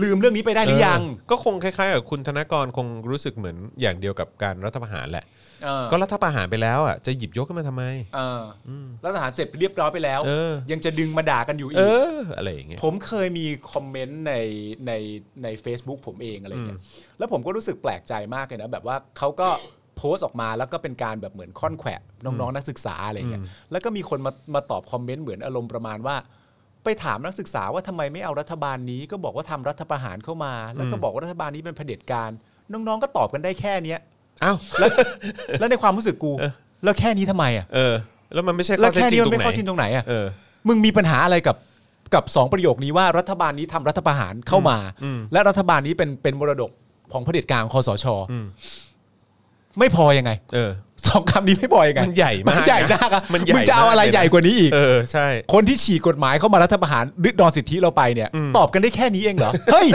ลืมเรื่องนี้ไปได้หรือยัง ก็คงคล้ายๆกับคุณธนกรคงรู้สึกเหมือนอย่างเดียวกับการรัฐประหารแหละ เออ ก็รัฐประหารไปแล้วอ่ะจะหยิบยกขึ้นมาทำไม เอออแล้วทหารเสร็จเรียบร้อยไปแล้ว เออ ยังจะดึงมาด่ากันอยู่อี เอก อ อะไรอย่างเงี้ย ผมเคยมีคอมเมนต์ในในใน Facebook ผมเองอะไรเงี้ย แล้วผมก็รู้สึกแปลกใจมากเลยนะ แบบว่าเขาก็โพสต์ออกมาแล้วก็เป็นการแบบเหมือนค่อนแขวะน้องๆนักศึกษาอะไรเงี้ย แล้วก็มีคนมามาตอบคอมเมนต์เหมือนอารมณ์ประมาณว่า ไปถามนักศึกษาว่าทำไมไม่เอารัฐบาลนี้ก็บอกว่าทำรัฐประหารเข้ามา แล้วก็บอกว่ารัฐบาลนี้เป็นเผด็จการน้องๆ ก็ตอบกันได้แค่เนี้ย อ้าว แล้วแล้วในความรู้สึกกู แล้วแค่นี้ทำไมอ่ะ เออ แล้วมันไม่ใช่ แล้ ข้อ ว เท็จ แค่ จริ นี้มันงตรง ไม่ ไหน ข้อจริงตรงไหนอ่ะ เออ มึงมีปัญหาอะไรกับกับสองประโยคนี้ว่ารัฐบาลนี้ทำรัฐประหารเข้ามา อืม และรัฐบาลนี้เป็นเป็นมรดกของเผด็จการของคอสช อืม ไม่พอยังไง เออ สองคำนี้ไม่พอยังไง มันใหญ่มามักนใหญ่มากอะ มันใหญ่ มึงจะเอาอะไร มากเลยนะ ใหญ่กว่านี้อีก เออใช่ คนที่ฉีกกฎหมายเข้ามารัฐประหารริดรอนสิทธิเราไปเนี่ย อืม ตอบกันได้แค่นี้เองเหรอ เฮ้ย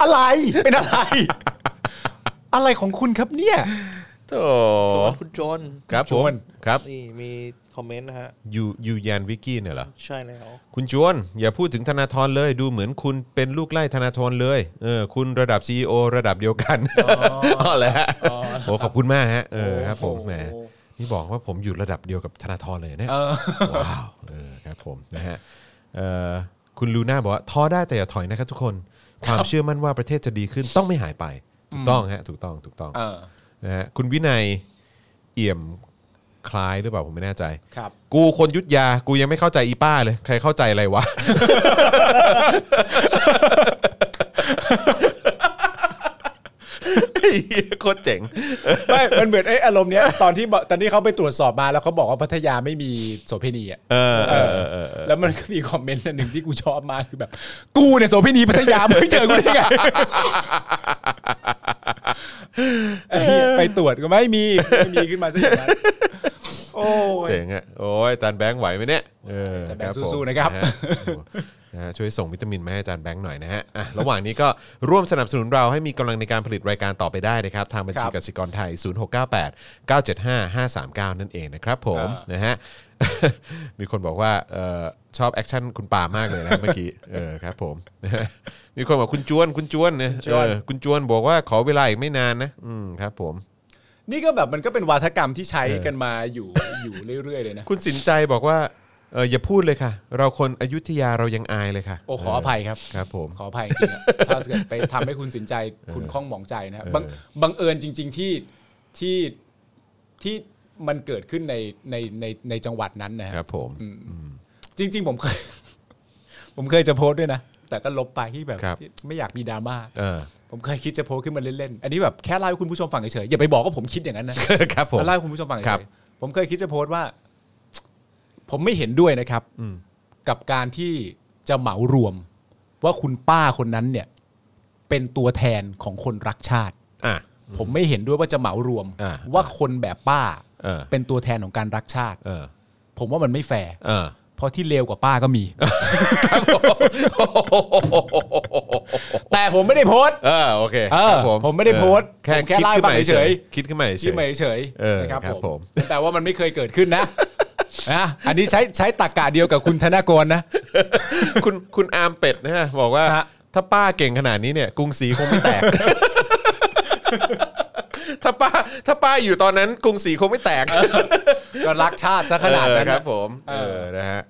อะไรเป็นอะไร อะไรของคุณครับเนี่ย โถ สำหรับคุณโจน ครับผ ช ม วน ครับ นี่มีคอมเมนต์นะฮะ ยูยูยานวิกกี้เนี่ยเหรอ ใช่แล้ว คุณจวนอย่าพูดถึงธนาธรเลย ดูเหมือนคุณเป็นลูกไล่ธนาธรเลยเออคุณระดับ CEO ระดับเดียวกัน อ๋อแหละโอ้ขอบคุณมากฮะเออครับผมแหมนี่บอกว่าผมอยู่ระดับเดียวกับธนาธรเลยเนี่ย เออ ว้าวเออครับผมนะฮะเอ่อคุณลูน่าบอกว่าท้อได้แต่อย่าถอยนะครับทุกคน ความเชื่อมั่นว่าประเทศจะดีขึ้นต้องไม่หายไปถูกต้องฮะถูกต้องถูกต้อง เออ นะฮะคุณวินัยเอี่ยมคล้ายหรือเปล่าผมไม่แน่ใจ ครับ กูคนยุทธยา กูยังไม่เข้าใจอีป้าเลย ใครเข้าใจอะไร วะ ไอ้เหี้ยโคตรเจ๋ง ไม่ มันเหมือนไอ้อารมณ์เนี้ยตอนที่บอกตอนที่เขาไปตรวจสอบมาแล้วเขาบอกว่าพัทยาไม่มีโสเภณีอ่ะ เออเออเออเออเออ แล้วมันก็มีคอมเมนต์อันหนึ่งที่กูชอบมากคือแบบ กูเนี่ยโสเภณีพัทยาไม่เจอกูได้ไงไอ้เหี้ยไปตรวจก็ไม่มีไม่มีขึ้นมาซะอย่างนั้นโอ้ย เจ๋งอ่ะ โอ้ยอาจานแบงค์ไหวไหมเนี่ยเออ อาจารย์แบงค์ ผม สู้ๆนะครับ ฮโอ้โห นะฮะช่วยส่งวิตามินมาให้อาจานแบงค์หน่อยนะฮะอ่ะระหว่างนี้ก็ร่วมสนับสนุนเราให้มีกำลังในการผลิตรายการต่อไปได้นะครับ ทางบัญชีกสิกรไทย 0698 975 539 นั่นเองนะครับผมนะฮ ะ มีคนบอกว่าเออชอบแอคชั่นคุณปามากเลยนะเมื่อกี้ เออครับผม มีคนบอกคุณจวนคุณจวนเนี่ยเออคุณจวนบอกว่าขอเวลาอีกไม่นานนะอืมครับผม นี่ก็แบบมันก็เป็นวาทกรรมที่ใช้กันมาอยู่อยู่เรื่อยๆเลยนะ คุณสินใจบอกว่าเอออย่าพูดเลยค่ะ เราคนอยุธยาเรายังอายเลยค่ะ โอ้ขออภัยครับ ครับผม ขออภัยจริงๆอะถ้าเกิดไปทำให้คุณสินใจคุณข้องหมองใจนะครับบังบังเอิญจริง ๆที่ที่ที่มันเกิดขึ้นในในในในจังหวัดนั้นนะค ค รั รั บบ ผม จริง ๆ ผมเคย ผมเคยจะโพสต์ด้วยนะ แต่ก็ลบไปที่แบบที่ไม่อยากมีดราม่า เออ ผมเคยคิดจะโพสต์ขึ้นมาเล่นๆอันนี้แบบแค่เล่าให้คุณผู้ชมฟังเฉยๆอย่าไปบอกว่าผมคิดอย่างนั้นนะครับ ผม เล่าให้คุณผู้ชมฟังเฉ ครับ ยๆผมเคยคิดจะโพสต์ว่า ผมไม่เห็นด้วยนะครับ อืม กับการที่จะเหมารวมว่าคุณป้าคนนั้นเนี่ย เป็นตัวแทนของคนรักชาติ อ่ะ ผมไม่เห็นด้วยว่าจะเหมารวม อ่า ว่าคนแบบป้า เออ นตัวแทนของการรักชาติ เออ ผมว่ามันไม่แฟร์ เออ เพราะที่เลวกว่าป้าก็มี แต่ผมไม่ได้โพสต์ เออโอเค เออ ครับผม ผมไม่ได้โพสต์ แค่ ผมแค่ คิด เล่าให้ ขึ้น ฟั มาง เฉ เฉ ย ย ๆคิดขึ้นมาเฉ ชื่ ย อมาเฉยๆ เออ นะครับ ครับ ผ ผม ม แต่ว่ามันไม่เคยเกิดขึ้นนะนะอันนี้ใช้ใช้ตรกกะเดียวกับคุณธนากรนะ ๆคุณคุณอาร์มเป็ดนะฮะบอกว่า ฮะ ถ้าป้าเก่งขนาดนี้เนี่ย กรุงศรีคงไม่แต ก ถ้าป้า ถ้าป้าอยู่ตอนนั้น กรุงศรีคงไม่แตก ก็รักชาติซะขนาดนั้น เออค นะ รับผมเออนะฮะ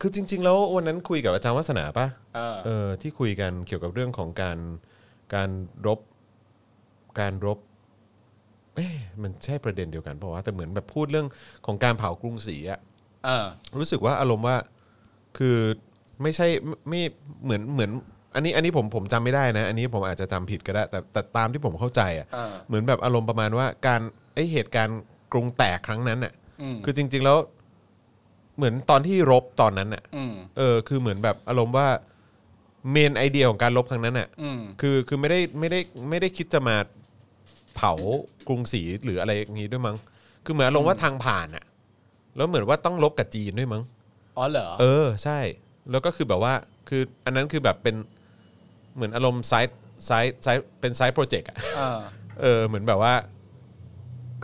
คือจริง ๆ แล้ววันนั้นคุยกับอาจารย์วัฒนาปะ เออ เออที่คุยกันเกี่ยวกับเรื่องของการการรบการรบเอ๊ะมันใช่ประเด็นเดียวกันเพราะว่าแต่เหมือนแบบพูดเรื่องของการเผากรุงศรีอะ เออ รู้สึกว่าอารมณ์ว่าคือไม่ใช่ไม่ไม่เหมือนเหมือน อันนี้อันนี้ผมผมจำไม่ได้นะ อันนี้ผมอาจจะจำผิดก็ได้ แต่แต่ตามที่ผมเข้าใจอะ เออ เหมือนแบบอารมณ์ประมาณว่าการไอเหตุการณ์กรุงแตกครั้งนั้นน่ะ อืม คือจริง ๆ แล้วเหมือนตอนที่รบตอนนั้นน่ะ อืม เออคือเหมือนแบบอารมณ์ว่าเมนไอเดียของการรบครั้งนั้นน่ะ อืม คือคือไม่ได้ไม่ได้ไม่ได้คิดจะมาเผากรุงศรีหรืออะไรอย่างนี้ด้วยมั้งคือเหมือนอารมณ์ว่าทางผ่านน่ะแล้วเหมือนว่าต้องรบกับจีนด้วยมั้ง อ๋อเหรอ เออใช่ แล้วก็คือแบบว่าคืออันนั้นคือแบบเป็นเหมือนอ ารมณ์ไซส์ไซส์ไซส์เป็นไซส์โปรเจกต์อะ เออ เออเหมือนแบบว่า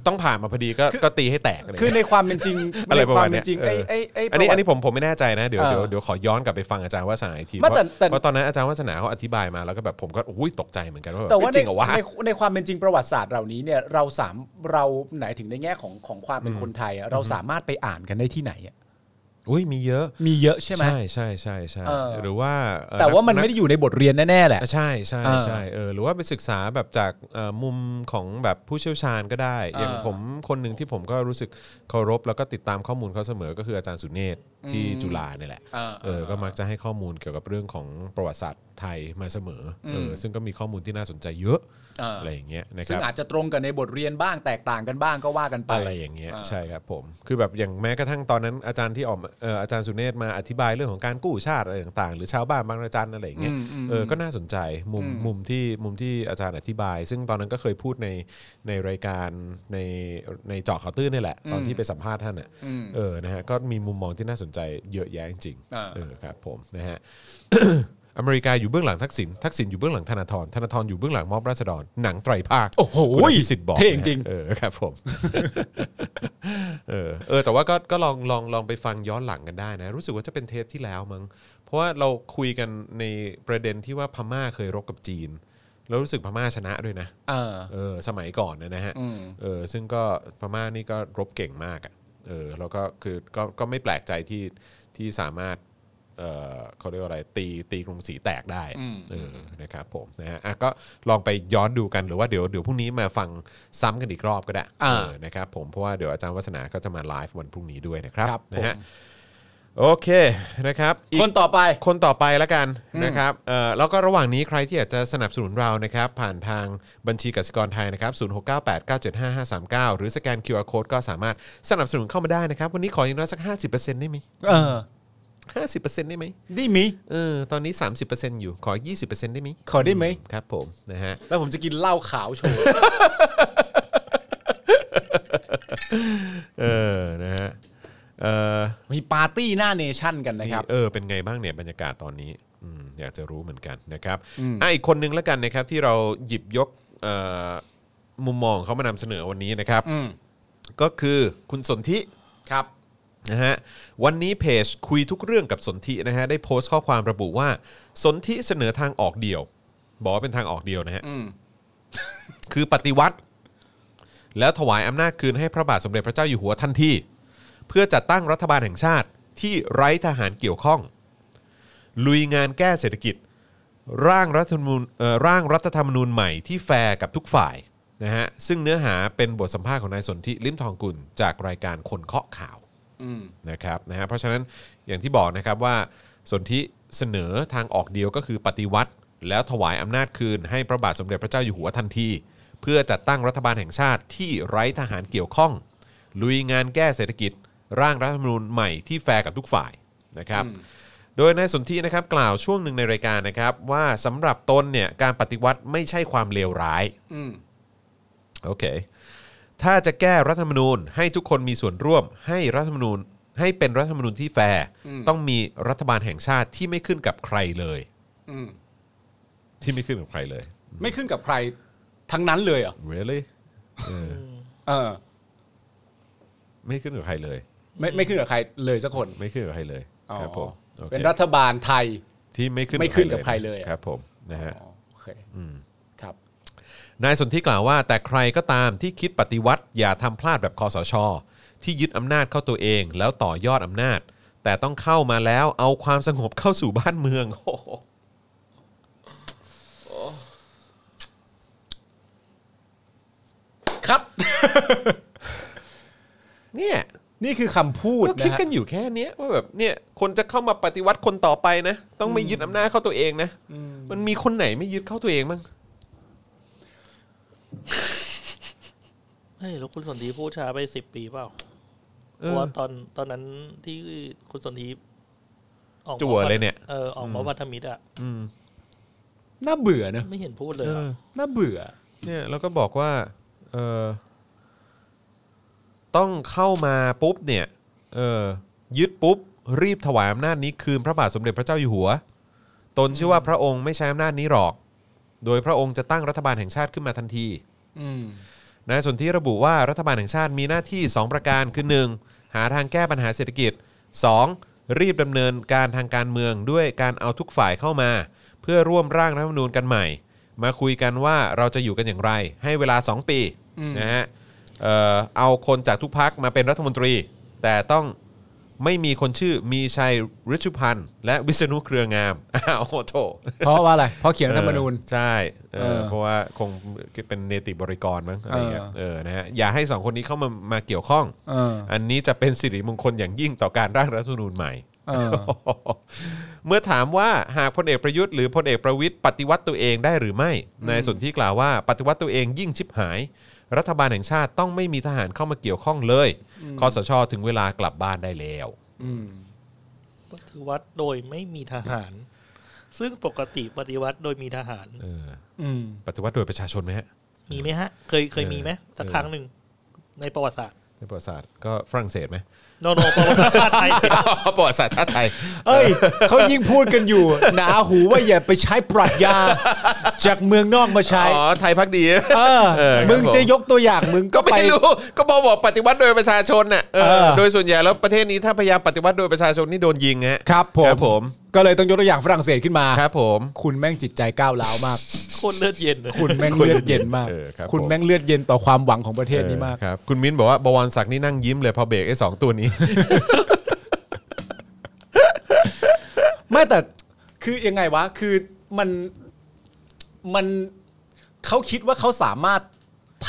ต้องผ่านมาพอดีก็ คือ ก็ตีให้แตกะไร คือ เงี้ย ในความเป็นจริง อะไร ใน ประมาวคา ณ ม เนี้ เป็ ย นจริง เออ ไอ้ไอ้ไอ้ อันนี้ ประวัติ อันนี้ผมผมไม่แน่ใจนะเดี๋ยว เออ เดี๋ยวเดี๋ยวขอย้อนกลับไปฟังอาจารย์วาสนาอีกที ไม่แต่แต่ เพราะตอนนั้นอาจารย์วาสนาเขาอธิบายมาแล้วก็แบบผมก็อุ้ยตกใจเหมือนกันว่าแบบ แต่ว่า เอ้ยจในริงเหรอวะ ในในความเป็นจริงประวัติศาสตร์เหล่านี้เนี่ยเราสามเราไหนถึงในแง่ของของความเป็นคนไทยอะเราสามารถไปอ่านกันได้ที่ไหนอะ อุ้ยมีเยอะ มีเยอะใช่ไหม ใช่ใช่ใช่ใช่ เออ หรือว่าเอ่อ แต่ว่ามัน ก ไม่ได้อยู่ในบทเรียนแน่ๆแหละ อ่ะใช่ใช่ เออ ใช่เออหรือว่าไปศึกษาแบบจากเอ่อมุมของแบบผู้เชี่ยวชาญก็ได้ อย่าง เออ ผมคนหนึ่งที่ผมก็รู้สึกเคารพแล้วก็ติดตามข้อมูลเขาเสมอก็คืออาจารย์สุเนศที่จุฬาเนี่ยแหละ เออ เออก็มักจะให้ข้อมูลเกี่ยวกับเรื่องของประวัติศาสตร์ไทยมาเสมออเออซึ่งก็มีข้อมูลที่น่าสนใจเยอะ เอออ ไรอย่างเงี้ยนะค ซึ่ รั ง บ อาจจะตรงกันในบทเรียนบ้างแตกต่างกันบ้างก็ว่ากันไป อะไรอย่างเงี้ย อ่า ใช่ครับผม คือแบบอย่างแม้กระทั่งตอนนั้นอาจารย์ที่ออกมาเอ่ออาจารย์สุเนศมาอธิบายเรื่องของการกู้ชาติอะไรต่างๆ หรือชาวบ้านบางระจันอะไรอย่างเงี้ย อืมอืม เออก็น่าสนใจมุมมุมที่มุมที่อาจารย์อธิบาย ซึ่งตอนนั้นก็เคยพูดในในรายการในในเจาะข่าวตื้นนี่แหละ ตอนที่ไปสัมภาษณ์ท่านอ่ะ อืม เออนะฮะก็มีมุมมองที่น่าสนใจเยอะแยะจริงๆ อ่า เออครับผมนะฮะ อเมริกาอยู่เบื้องหลังทักษิณทักษิณอยู่เบื้องหลังธนาธรธนาธรอยู่เบื้องหลังม็อบราษฎรหนังไตรภาค โอ้โห คุณอภิสิทธิ์บอก เท่จริง นะฮะเออครับผม เออเออแต่ว่าก็ก็ลองลองลองไปฟังย้อนหลังกันได้นะ รู้สึกว่าจะเป็นเทปที่แล้วมั้งเพราะว่าเราคุยกันในประเด็นที่ว่าพม่าเคยรบกับจีน แล้วรู้สึกพม่าชนะด้วยนะ เออ เออสมัยก่อนนะนะฮะ อืม เออซึ่งก็พม่านี่ก็รบเก่งมากอ่ะเออแล้วก็คือก็ก็ไม่แปลกใจที่ที่สามารถเออเขาเรียกว่าอะไรตีตีกรุงศรีแตกได้อะเออนะครับผมนะฮะอ่ะก็ลองไปย้อนดูกันหรือว่าเดี๋ยวเดี๋ยวพรุ่งนี้มาฟังซ้ำกันอีกรอบก็ได้ อ่า เออนะครับผมเพราะว่าเดี๋ยวอาจารย์วัฒนาก็จะมาไลฟ์วันพรุ่งนี้ด้วยนะครับ ครับผ นะ ม ฮะโอเคนะครับอีก คนต่อไป คนต่อไปแล้วกันนะครับเอ่อแล้วก็ระหว่างนี้ใครที่อยากจะสนับสนุนเรานะครับ ผ่านทางบัญชีกสิกรไทยนะครับ 0698975539 หรือสแกน QR Code ก็สามารถสนับสนุนเข้ามาได้นะครับ วันนี้ขออย่างน้อยสัก 50%ได้ไหม เออ 50%ได้ไหม ได้มิ เออตอนนี้ 30%อยู่ขอ 20%ได้ไหม ขอได้ไหม ครับผมนะฮะ แล้วผมจะกินเหล้าขาวโชว์ เออนะฮะเออ มีปาร์ตี้หน้าเนชั่นกันนะครับ เออเป็นไงบ้างเนี่ยบรรยากาศตอนนี้อืมอยากจะรู้เหมือนกันนะครับอ่ะอีกคนนึงแล้วกันนะครับที่เราหยิบยกเอ่อมุมมองของเขามานำเสนอวันนี้นะครับ อืม ก็คือคุณสนธิ ครับ นะฮะวันนี้เพจคุยทุกเรื่องกับสนธินะฮะได้โพสต์ข้อความระบุว่า สนธิเสนอทางออกเดียว บอกว่าเป็นทางออกเดียวนะฮะ อืม คือปฏิวัติ แล้วถวายอำนาจคืนให้พระบาทสมเด็จพระเจ้าอยู่หัวทันทีเพื่อจัดตั้งรัฐบาลแห่งชาติที่ไร้ทหารเกี่ยวข้อง ลุยงานแก้เศรษฐกิจ ร่างรัฐธรรมนูญเอ่อร่างรัฐธรรมนูญใหม่ที่แฟร์กับทุกฝ่ายนะฮะซึ่งเนื้อหาเป็นบทสัมภาษณ์ของนายสนธิลิ้มทองกุลจากรายการคนเคาะข่าวนะครับนะฮะเพราะฉะนั้นอย่างที่บอกนะครับว่าสนธิเสนอทางออกเดียวก็คือปฏิวัติ แล้วถวายอำนาจคืนให้พระบาทสมเด็จพระเจ้าอยู่หัวทันที เพื่อจัดตั้งรัฐบาลแห่งชาติที่ไร้ทหารเกี่ยวข้อง ลุยงานแก้เศรษฐกิจ ร่างรัฐธรรมนูญใหม่ที่แฟร์กับทุกฝ่ายนะครับ โดยนายสนธินะครับกล่าวช่วงหนึ่งในรายการนะครับว่าสำหรับตนเนี่ยการปฏิวัติไม่ใช่ความเลวร้าย อืม โอเคถ้าจะแก้รัฐธรรมนูญให้ทุกคนมีส่วนร่วม ให้รัฐธรรมนูญให้เป็นรัฐธรรมนูญที่แฟร์ต้องมีรัฐบาลแห่งชาติที่ไม่ขึ้นกับใครเลย อืม ที่ไม่ขึ้นกับใครเลย ไม่ขึ้นกับใครทั้งนั้นเลยเหรอ really เออ ไม่ขึ้นกับใครเลย ไม่ไม่ขึ้นกับใครเลยสักคน ไม่ขึ้นกับใครเลยครับผม อ๋อ โอค เป็นรัฐบาลไทย ที่ไม่ขึ้น ไม่ขึ้นกับใครเลยอะ ครับผมนะฮะ อ๋อโอเคครับ นายสนธิกล่าวว่า แต่ใครก็ตามที่คิดปฏิวัติอย่าทำพลาดแบบคอสช ที่ยึดอำนาจเข้าตัวเอง แล้วต่อยอดอำนาจ แต่ต้องเข้ามาแล้วเอาความสงบเข้าสู่บ้านเมือง โอ้โห ครับ เนี่ย นี่คือคำพูด ก็ นะ คิด ฮะ กันอยู่แค่เนี้ยว่าแบบเนี่ยคนจะเข้ามาปฏิวัติคนต่อไปนะ ต้องไม่ยึดอำนาจเข้าตัวเองนะมันมีคนไหนไม่ยึดเข้าตัวเองบ้าง เฮ้ยแล้วคุณสนธิพูดช้าไปสิบปีเปล่าเพ เอ ราะ อ ว่าตอนตอนนั้นที่คุณสนธิออกมา จั่วเลยเนี่ย เออออกมาวัฒมิตรอ่ะ อืม น่าเบื่อเนอะ ไม่เห็นพูดเลย เอ อะ อ น่าเบื่อ เนี่ยแล้วก็บอกว่าเออต้องเข้ามาปุ๊บเนี่ยเออยึดปุ๊บ รีบถวายอำนาจนี้คืนพระบาทสมเด็จพระเจ้าอยู่หัว ตนเชื่อว่าพระองค์ไม่ใช้อำนาจนี้หรอก โดยพระองค์จะตั้งรัฐบาลแห่งชาติขึ้นมาทันที อืม นายสนธิระบุว่ารัฐบาลแห่งชาติมีหน้าที่ 2 ประการคือ 1. หาทางแก้ปัญหาเศรษฐกิจ 2. รีบดำเนินการทางการเมืองด้วยการเอาทุกฝ่ายเข้ามา เพื่อร่วมร่างรัฐธรรมนูญกันใหม่ มาคุยกันว่าเราจะอยู่กันอย่างไร ให้เวลา 2 ปีนะฮะเอ่อเอาคนจากทุกพักมาเป็นรัฐมนตรี แต่ต้อง ไม่มีคนชื่อมีชัยริชุพันธ์และวิษณุเครืองาม อ้าวโอ้โถ เพราะว่าอะไร เพราะเขียนรัฐธรรมนูญ เออใช่เออ เออ เพราะว่าคงเป็นเนติบริกรมั้งอะไรอย่างเงี้ย เออ เออนะฮะอย่าให้สองคนนี้เข้ามามาเกี่ยวข้อง เออ อันนี้จะเป็นสิริมงคลอย่างยิ่งต่อการร่างรัฐธรรมนูญใหม่ เออ เมื่อถามว่าหากพลเอกประยุทธ์หรือพลเอกประวิทย์ปฏิวัติตัวเองได้หรือไม่นายสนธิกล่าวว่าปฏิวัติตัวเองยิ่งชิบหาย รัฐบาลแห่งชาติต้องไม่มีทหารเข้ามาเกี่ยวข้องเลยคอสชถึงเวลากลับบ้านได้แล้ว ปฏิวัติโดยไม่มีทหาร ซึ่งปกติปฏิวัติโดยมีทหาร เออ อืม ปฏิวัติโดยประชาชนไหมฮะ มีไหมฮะ เคยเคยมีไหมสัก เออ ครั้งหนึ่งในประวัติศาสตร์ ในประวัติศาสตร์ก็ฝรั่งเศสไหม โนโนประวัติศาสตร์ชาติไทย ประวัติศาสตร์ชาติไทย เอ้ย เขายิ่งพูดกันอยู่ หนาหูว่าอย่าไปใช้ปรัชญา จากเมืองนอกมาใช้ อ๋อไทยพักดี เออ เออครับ มึงจะยกตัวอย่างมึงก็ ก็ ไป ไม่รู้ ก็พอบอกปฏิวัติโดยประชาชนน่ะเออ เออ โดยส่วนใหญ่แล้วประเทศนี้ถ้าพยายามปฏิวัติโดยประชาชนนี่โดนยิงฮะ ครับผม ครับผม ก็เลยต้องยกตัวอย่างฝรั่งเศสขึ้นมา ครับผม คุณแม่งจิตใจก้าวร้าวมาก คนเลือดเย็นเลย คุณแม่งเลือดเย็นมาก เออครับ คุณแม่งเลือดเย็นต่อความหวังของประเทศนี้มาก เออครับคุณมิ้นบอกว่าบวรศักดิ์นี่นั่งยิ้มเลยพอเบรกไอ้สองตัวนี้ ไม่แต่คือยังไงวะ คือมันมันเขาคิดว่าเขาสามารถ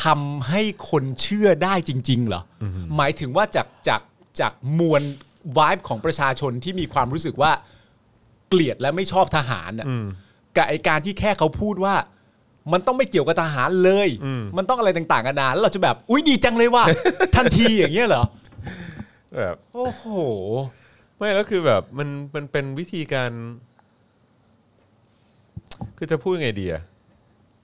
ทำให้คนเชื่อได้จริง ๆ เหรอ หมายถึงว่าจากจากจากมวลวายของประชาชนที่มีความรู้สึกว่าเกลียดและไม่ชอบทหารน่ะกับไอการที่แค่เขาพูดว่า มันต้องไม่เกี่ยวกับทหารเลย มันต้องอะไรต่างๆกันานาแล้วเราจะแบบ อุ้ยดีจังเลยว่ะ ทันทีอย่างเงี้ยเหรอ แบบ โอ้โห ไม่แล้วคือแบบมันมันเป็นวิธีการ คือจะพูดไงดีอะ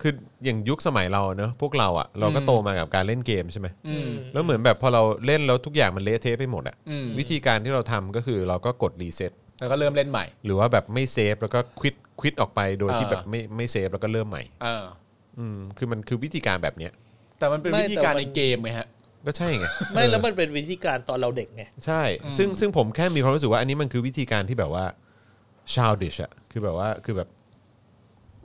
คืออย่างยุคสมัยเราเนอะพวกเราอะเราก็โตมากับการเล่นเกมใช่ไหม อืม แล้วเหมือนแบบพอเราเล่นแล้วทุกอย่างมันเละเทะไปหมดอะ อืม วิธีการที่เราทำก็คือเราก็กดรีเซ็ต แล้วก็เริ่มเล่นใหม่ หรือว่าแบบไม่เซฟแล้วก็ควิดควิดออกไปโดยที่ อ่า แบบไม่ไม่เซฟแล้วก็เริ่มใหม่ เออ อืมคือมันคือวิธีการแบบเนี้ย แต่มันเป็นวิธีการในเกมไงฮะ ก็ใช่ ไง ไม่แล้วมันเป็นวิธีการตอนเราเด็กไง ใช่ ซึ่งซึ่งผมแค่มีความรู้สึกว่าอันนี้มันคือวิธีการที่แบบว่าชาวดิชอะคือแบบว่าคือแบบ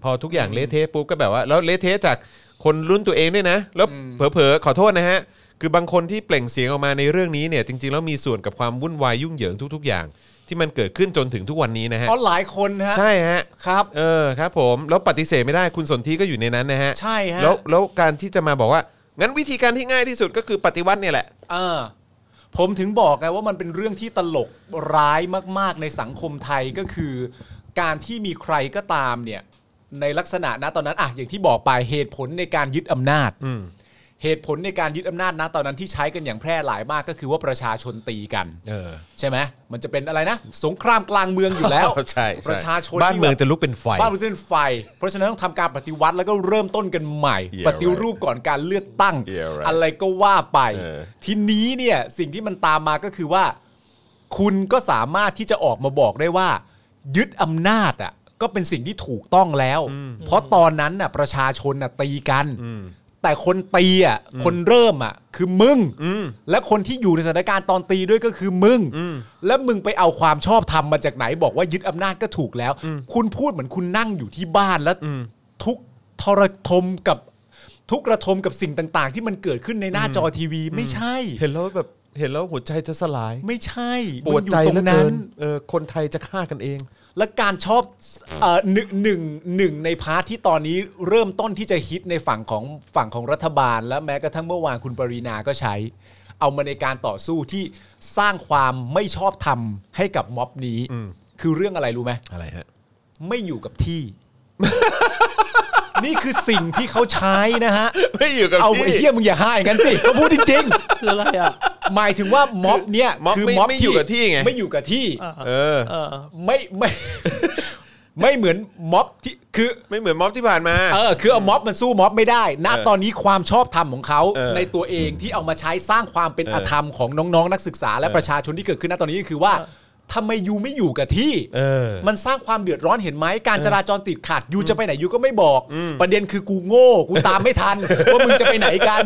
พอทุกอย่างเละเทะปุ๊บก็แบบว่า แล้วเละเทะจากคนรุ่นตัวเองด้วยนะ แล้วเผลอๆขอโทษนะฮะ คือบางคนที่เปล่งเสียงออกมาในเรื่องนี้เนี่ย จริงๆแล้วมีส่วนกับความวุ่นวายยุ่งเหยิงทุก ๆ อย่าง ที่มันเกิดขึ้นจนถึงทุกวันนี้นะฮะ เพราะหลายคนฮะ ใช่ฮะ ครับ เออครับผมแล้วปฏิเสธไม่ได้คุณสนธิก็อยู่ในนั้นนะฮะ ใช่ฮะ แล้วแล้วการที่จะมาบอกว่า งั้นวิธีการที่ง่ายที่สุดก็คือปฏิวัติเนี่ยแหละ เออผมถึงบอกไงว่ามันเป็นเรื่องที่ตลกร้ายมาก ๆ ในสังคมไทยก็คือ การที่มีใครก็ตามเนี่ย ในลักษณะนะตอนนั้นอ่ะอย่างที่บอกไปเหตุผลในการยึดอำนาจ อืม เหตุผลในการยึดอำนาจนะตอนนั้นที่ใช้กันอย่างแพร่หลายมากก็คือว่าประชาชนตีกัน เออ ใช่ไหมมันจะเป็นอะไรนะ สงครามกลางเมืองอยู่แล้ว ใช่ใ ประชาชน บ้าน ที่ เมือง แบบ จะลุกเป็นไฟ บ้านเมืองจะเป็นไฟ เพราะฉะนั้นต้องทำการปฏิวัติแล้วก็เริ่มต้นกันใหม่ Yeah, ปฏิรูปก่อนการเลือกตั้ง Yeah, right. อะไรก็ว่าไป เออ ทีนี้เนี่ยสิ่งที่มันตามมาก็คือว่า คุณก็สามารถที่จะออกมาบอกได้ว่า ยึดอำนาจอ่ะก็เป็นสิ่งที่ถูกต้องแล้ว เพราะตอนนั้นน่ะประชาชนน่ะตีกัน แต่คนตีอ่ะคนเริ่มอ่ะคือมึง และคนที่อยู่ในสถานการณ์ตอนตีด้วยก็คือมึง และมึงไปเอาความชอบธรรมมาจากไหน บอกว่ายึดอำนาจก็ถูกแล้ว คุณพูดเหมือนคุณนั่งอยู่ที่บ้านแล้วทุกข์ทรทมกับทุกข์ระทมกับสิ่งต่าง ๆ ที่มันเกิดขึ้นในหน้าจอทีวีไม่ใช่ เห็นแล้วแบบเห็นแล้วหัวใจจะสลาย ไม่ใช่ ปวดใจ มันอยู่ตร เหลือง เกิ นั้น นเออคนไทยจะฆ่ากันเอง และการชอบเอ่อหนึ่งหนึ่งหนึ่งในพาร์ทที่ตอนนี้เริ่มต้นที่จะฮิตในฝั่งของฝั่งของรัฐบาล และแม้กระทั่งเมื่อวานคุณปรีนาก็ใช้ เอามาในการต่อสู้ที่สร้างความไม่ชอบธรรมให้กับม็อบนี้ คือเรื่องอะไรรู้ไหม อะไรฮะ ไม่อยู่กับที่ นี่คือสิ่งที่เขาใช้นะฮะ ไม่อยู่กับ เอา ที่ ไอ้เหี้ยมึงอย่าห้าอย่างนั้นสิก็พูดจริงๆ คืออะไรอ่ะ หมายถึงว่าม็อบเนี่ย ม็อบ คือ ไม่ ม็อบ ไม่อยู่กับที่ไง ไม่อยู่กับที่ อ่า เออ เออ ไม่ไม่ ไม่เหมือนม็อบที่คือ ไม่เหมือนม็อบที่ผ่านมา เออคือเอาม็อบมันสู้ม็อบไม่ได้ณ เออ ตอนนี้ความชอบธรรมของเขา เออ ในตัวเองที่เอามาใช้สร้างความเป็นอธรรมของน้องๆ นักศึกษาและ เออ ประชาชนที่เกิดขึ้นณตอนนี้ก็คือว่า ทำไมยูไม่อยู่กับที่ เออ มันสร้างความเดือดร้อนเห็นไหมการจราจรติดขัดยูจะไปไหนยูก็ไม่บอก ประเด็นคือกูโง่ กูตามไม่ทัน ว่ามึงจะไปไหนกัน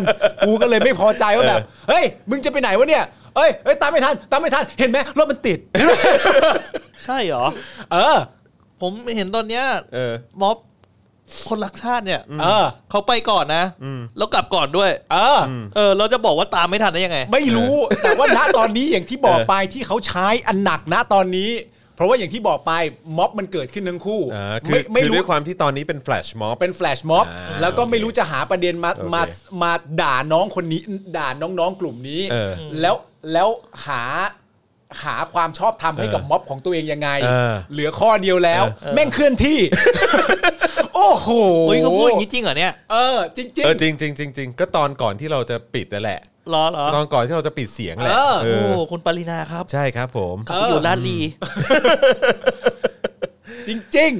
กูก็เลยไม่พอใจว่าแบบเฮ้ยมึงจะไปไหนวะเนี่ยเอ้ยเอ้ยตามไม่ทันตามไม่ทันเห็นไหมรถมันติด ใช่เหรอ เออ ผมเห็นตอนเนี้ย เออ ม็อบคนรักชาติเนี่ย เออ เขาไปก่อนนะ แล้วกลับก่อนด้วย เอออ เออ เราจะบอกว่าตามไม่ทันได้ยังไง ไม่รู้ แต่ว่าณตอนนี้อย่างที่บอกไปที่เขาใช้อันหนักนะตอนนี้ เพราะว่าอย่างที่บอกไปม็อบมันเกิดขึ้นทั้งคู่ อ่าคื ไม่ อ ไม่ คือ รู้ ด้วยความที่ตอนนี้เป็นแฟลชม็อบ เป็นแฟลชม็อบ อ่า แล้วก็ไม่รู้จะหาประเด็นมา โอเค มามาด่าน้องคนนี้ด่าน้องๆกลุ่มนี้ เออ แล้วแล้วหาหาความชอบธรรมให้กับ เออ ม็อบของตัวเองยังไง เออ เหลือข้อเดียวแล้ว แม่งเคลื่อน ที่ โอ้โห โอ้ยเขาพูดอย่างนี้จริงเหรอเนี่ย เออจริงๆ เออจริงจริงจริงจริงก็ตอนก่อนที่เราจะปิดนั่นแหละ รอเหรอ ตอนก่อนที่เราจะปิดเสียงแหละ เออ เอ โอ้ อ คุณปรินาครับ ใช่ครับผม เขาไปอยู่ลาดลี จริง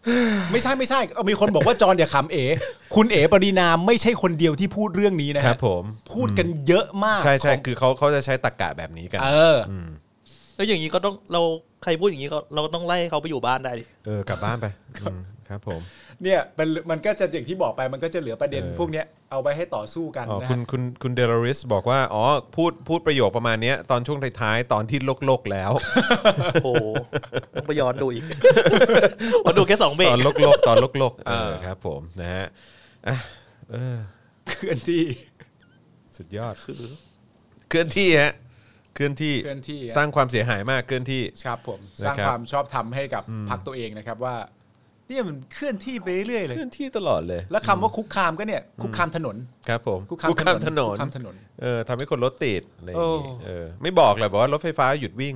ๆ ไม่ใช่ไม่ใช่เอามีคนบอกว่าจอนอย่าขำเอ๋คุณเอ๋ปรินาไม่ใช่คนเดียวที่พูดเรื่องนี้นะฮะ ครับผม พูดกันเยอะมาก ใช่ใช่ ของ คือเขาเขาจะใช้ตรกกะแบบนี้กัน เอออ แล้วอย่างนี้ก็ต้องเราใครพูดอย่างนี้ก็เราต้องไล่เขาไปอยู่บ้านได้ดิ เออกลับบ้านไปอืมครับผม เนี่ยเป็นมันก็จะอย่างที่บอกไปมันก็จะเหลือประเด็นพวกเนี้ยเอาไปให้ต่อสู้กัน อ๋อ นะ คุณ ฮะ คุณคุณเดลาริสบอกว่าอ๋อพูดพูดประโยคประมาณเนี้ยตอนช่วงท้ายๆตอนที่โลกโลกแล้ว โอ้โหต้องไปย้อนดู อีก มาดูแค่สองเบร ต ก อนโลกโลกตอนโลกโลกเออครับผมนะฮะอ่ะเออ เคลื่อนที่ สุดยอด คือ เคลื่อนที่ฮะเคลื่อนที่ เคลื่อนที่ สร้างความเสียหายมากเคลื่อนที่ ครับผม นะครับ สร้างความชอบธรรมให้กับพรรคตัวเองนะครับว่า เนี่ยมันเคลื่อนที่ไปเรื่อยเล เค ย ลื่อนที่ตลอดเลย แล้วคำว่าคุกคามก็เนี่ย คุกคามถนน ครับผม คุกคามถนน คุก คุก คา คามถมถ น น น น เออทำให้คนรถติดอะไรอย่าง โอ้ งี้เออไม่บอกเลยบอกว่ารถไฟฟ้าหยุดวิ่ง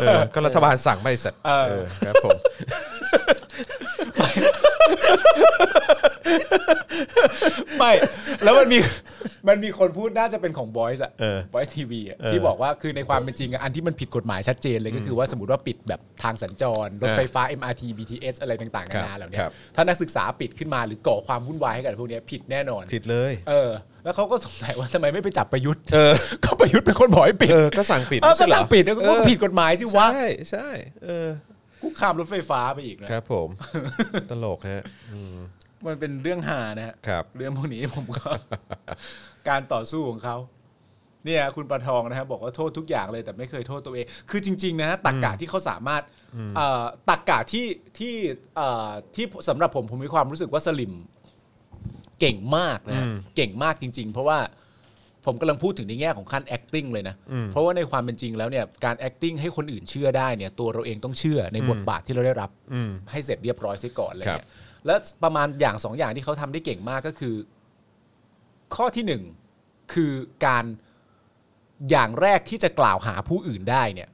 เออก็รัฐบาลสั่งไปสัตว์เออครับผม ไม่แล้วมันมีมันมีคนพูดน่าจะเป็นของบอยส์อะบอยส์ทีวีอะที่บอกว่าคือในความเป็นจริงอะอันที่มันผิดกฎหมายชัดเจนเลยก็คือว่าสมมติว่าปิดแบบทางสัญจร รถไฟฟ้า MRT BTS อะไรต่างๆนานาเหล่าเนี้ยถ้านักศึกษาปิดขึ้นมาหรือก่อความวุ่นวายให้กับพวกเนี้ยผิดแน่นอน ติดเลย เออ แล้วเขาก็สงสัยว่าทำไมไม่ไปจับประยุทธ์ เออ ก็ประยุทธ์เป็นคนบอกให้ปิด เออก็สั่งปิด เออ ไม่ ก็ ใช่เหรอ สั่งปิดแล้วก็ เออ ผิดกฎหมายสิวะ ใช่ใช่เออ คุกคามรถไฟฟ้าไปอีกนะครับ ผมตลกฮะ มันเป็นเรื่องหานะฮะ ครับ เรื่องพวกนี้ผมก็ การต่อสู้ของเขาเนี่ยคุณประทองนะครับบอกว่าโทษทุกอย่างเลยแต่ไม่เคยโทษตัวเอง คือจริง ๆ นะตักกะที่เขาสามารถเอ่อตักกะที่ที่เอ่อที่สำหรับผมผมมีความรู้สึกว่าสลิมเก่งมากนะฮะเก่งมากจริง ๆ เพราะว่าผมกำลังพูดถึงในแง่ของขั้น acting เลยนะ เพราะว่าในความเป็นจริงแล้วเนี่ยการ acting ให้คนอื่นเชื่อได้เนี่ยตัวเราเองต้องเชื่อในบทบาทที่เราได้รับให้เสร็จเรียบร้อยเสียก่อนอะไร ครั เงี้ บ ยและประมาณอย่างสองอย่างที่เขาทำได้เก่งมากก็คือ ข้อที่หนึ่งคือการอย่างแรกที่จะกล่าวหาผู้อื่นได้เนี่ย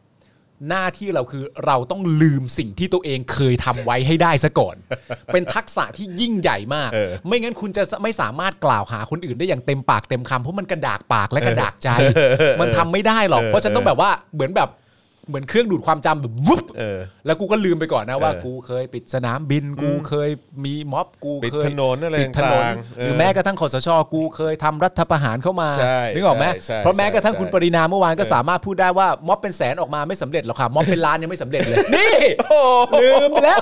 หน้าที่เราคือเราต้องลืมสิ่งที่ตัวเองเคยทำไว้ให้ได้ซะก่อน เป็นทักษะที่ยิ่งใหญ่มาก เออ ไม่งั้นคุณจะไม่สามารถกล่าวหาคนอื่นได้อย่างเต็มปากเต็มคำเพราะมันกระดากปากและกระดากใจ มันทำไม่ได้หรอก เพราะฉันต้องแบบว่าเหมือนแบบเหมือนเครื่องดูดความจำแบบวุบ เออ แล้วกูก็ลืมไปก่อนนะว่า เออ กูเคยปิดสนามบิน กูเคยมีม็อบกู ปิด เคย ถนนอะไร ปิดถนน ต่างๆเออ หรือแม้กระ ทั่งคอสชกูเคยทำรัฐประหารเข้ามา ใช่ นึกออกไหม ใช่ใช่ เพราะแม้กระทั่งคุณ ใช่ ปรินาเมื่อวานก็สามารถพูดได้ว่าม็อบเป็นแสนออกมาไม่สำเร็จหรอกค่ะม็อบ เป็นล้านยังไม่สำเร็จ เลย นี่ลืมไปแล้ว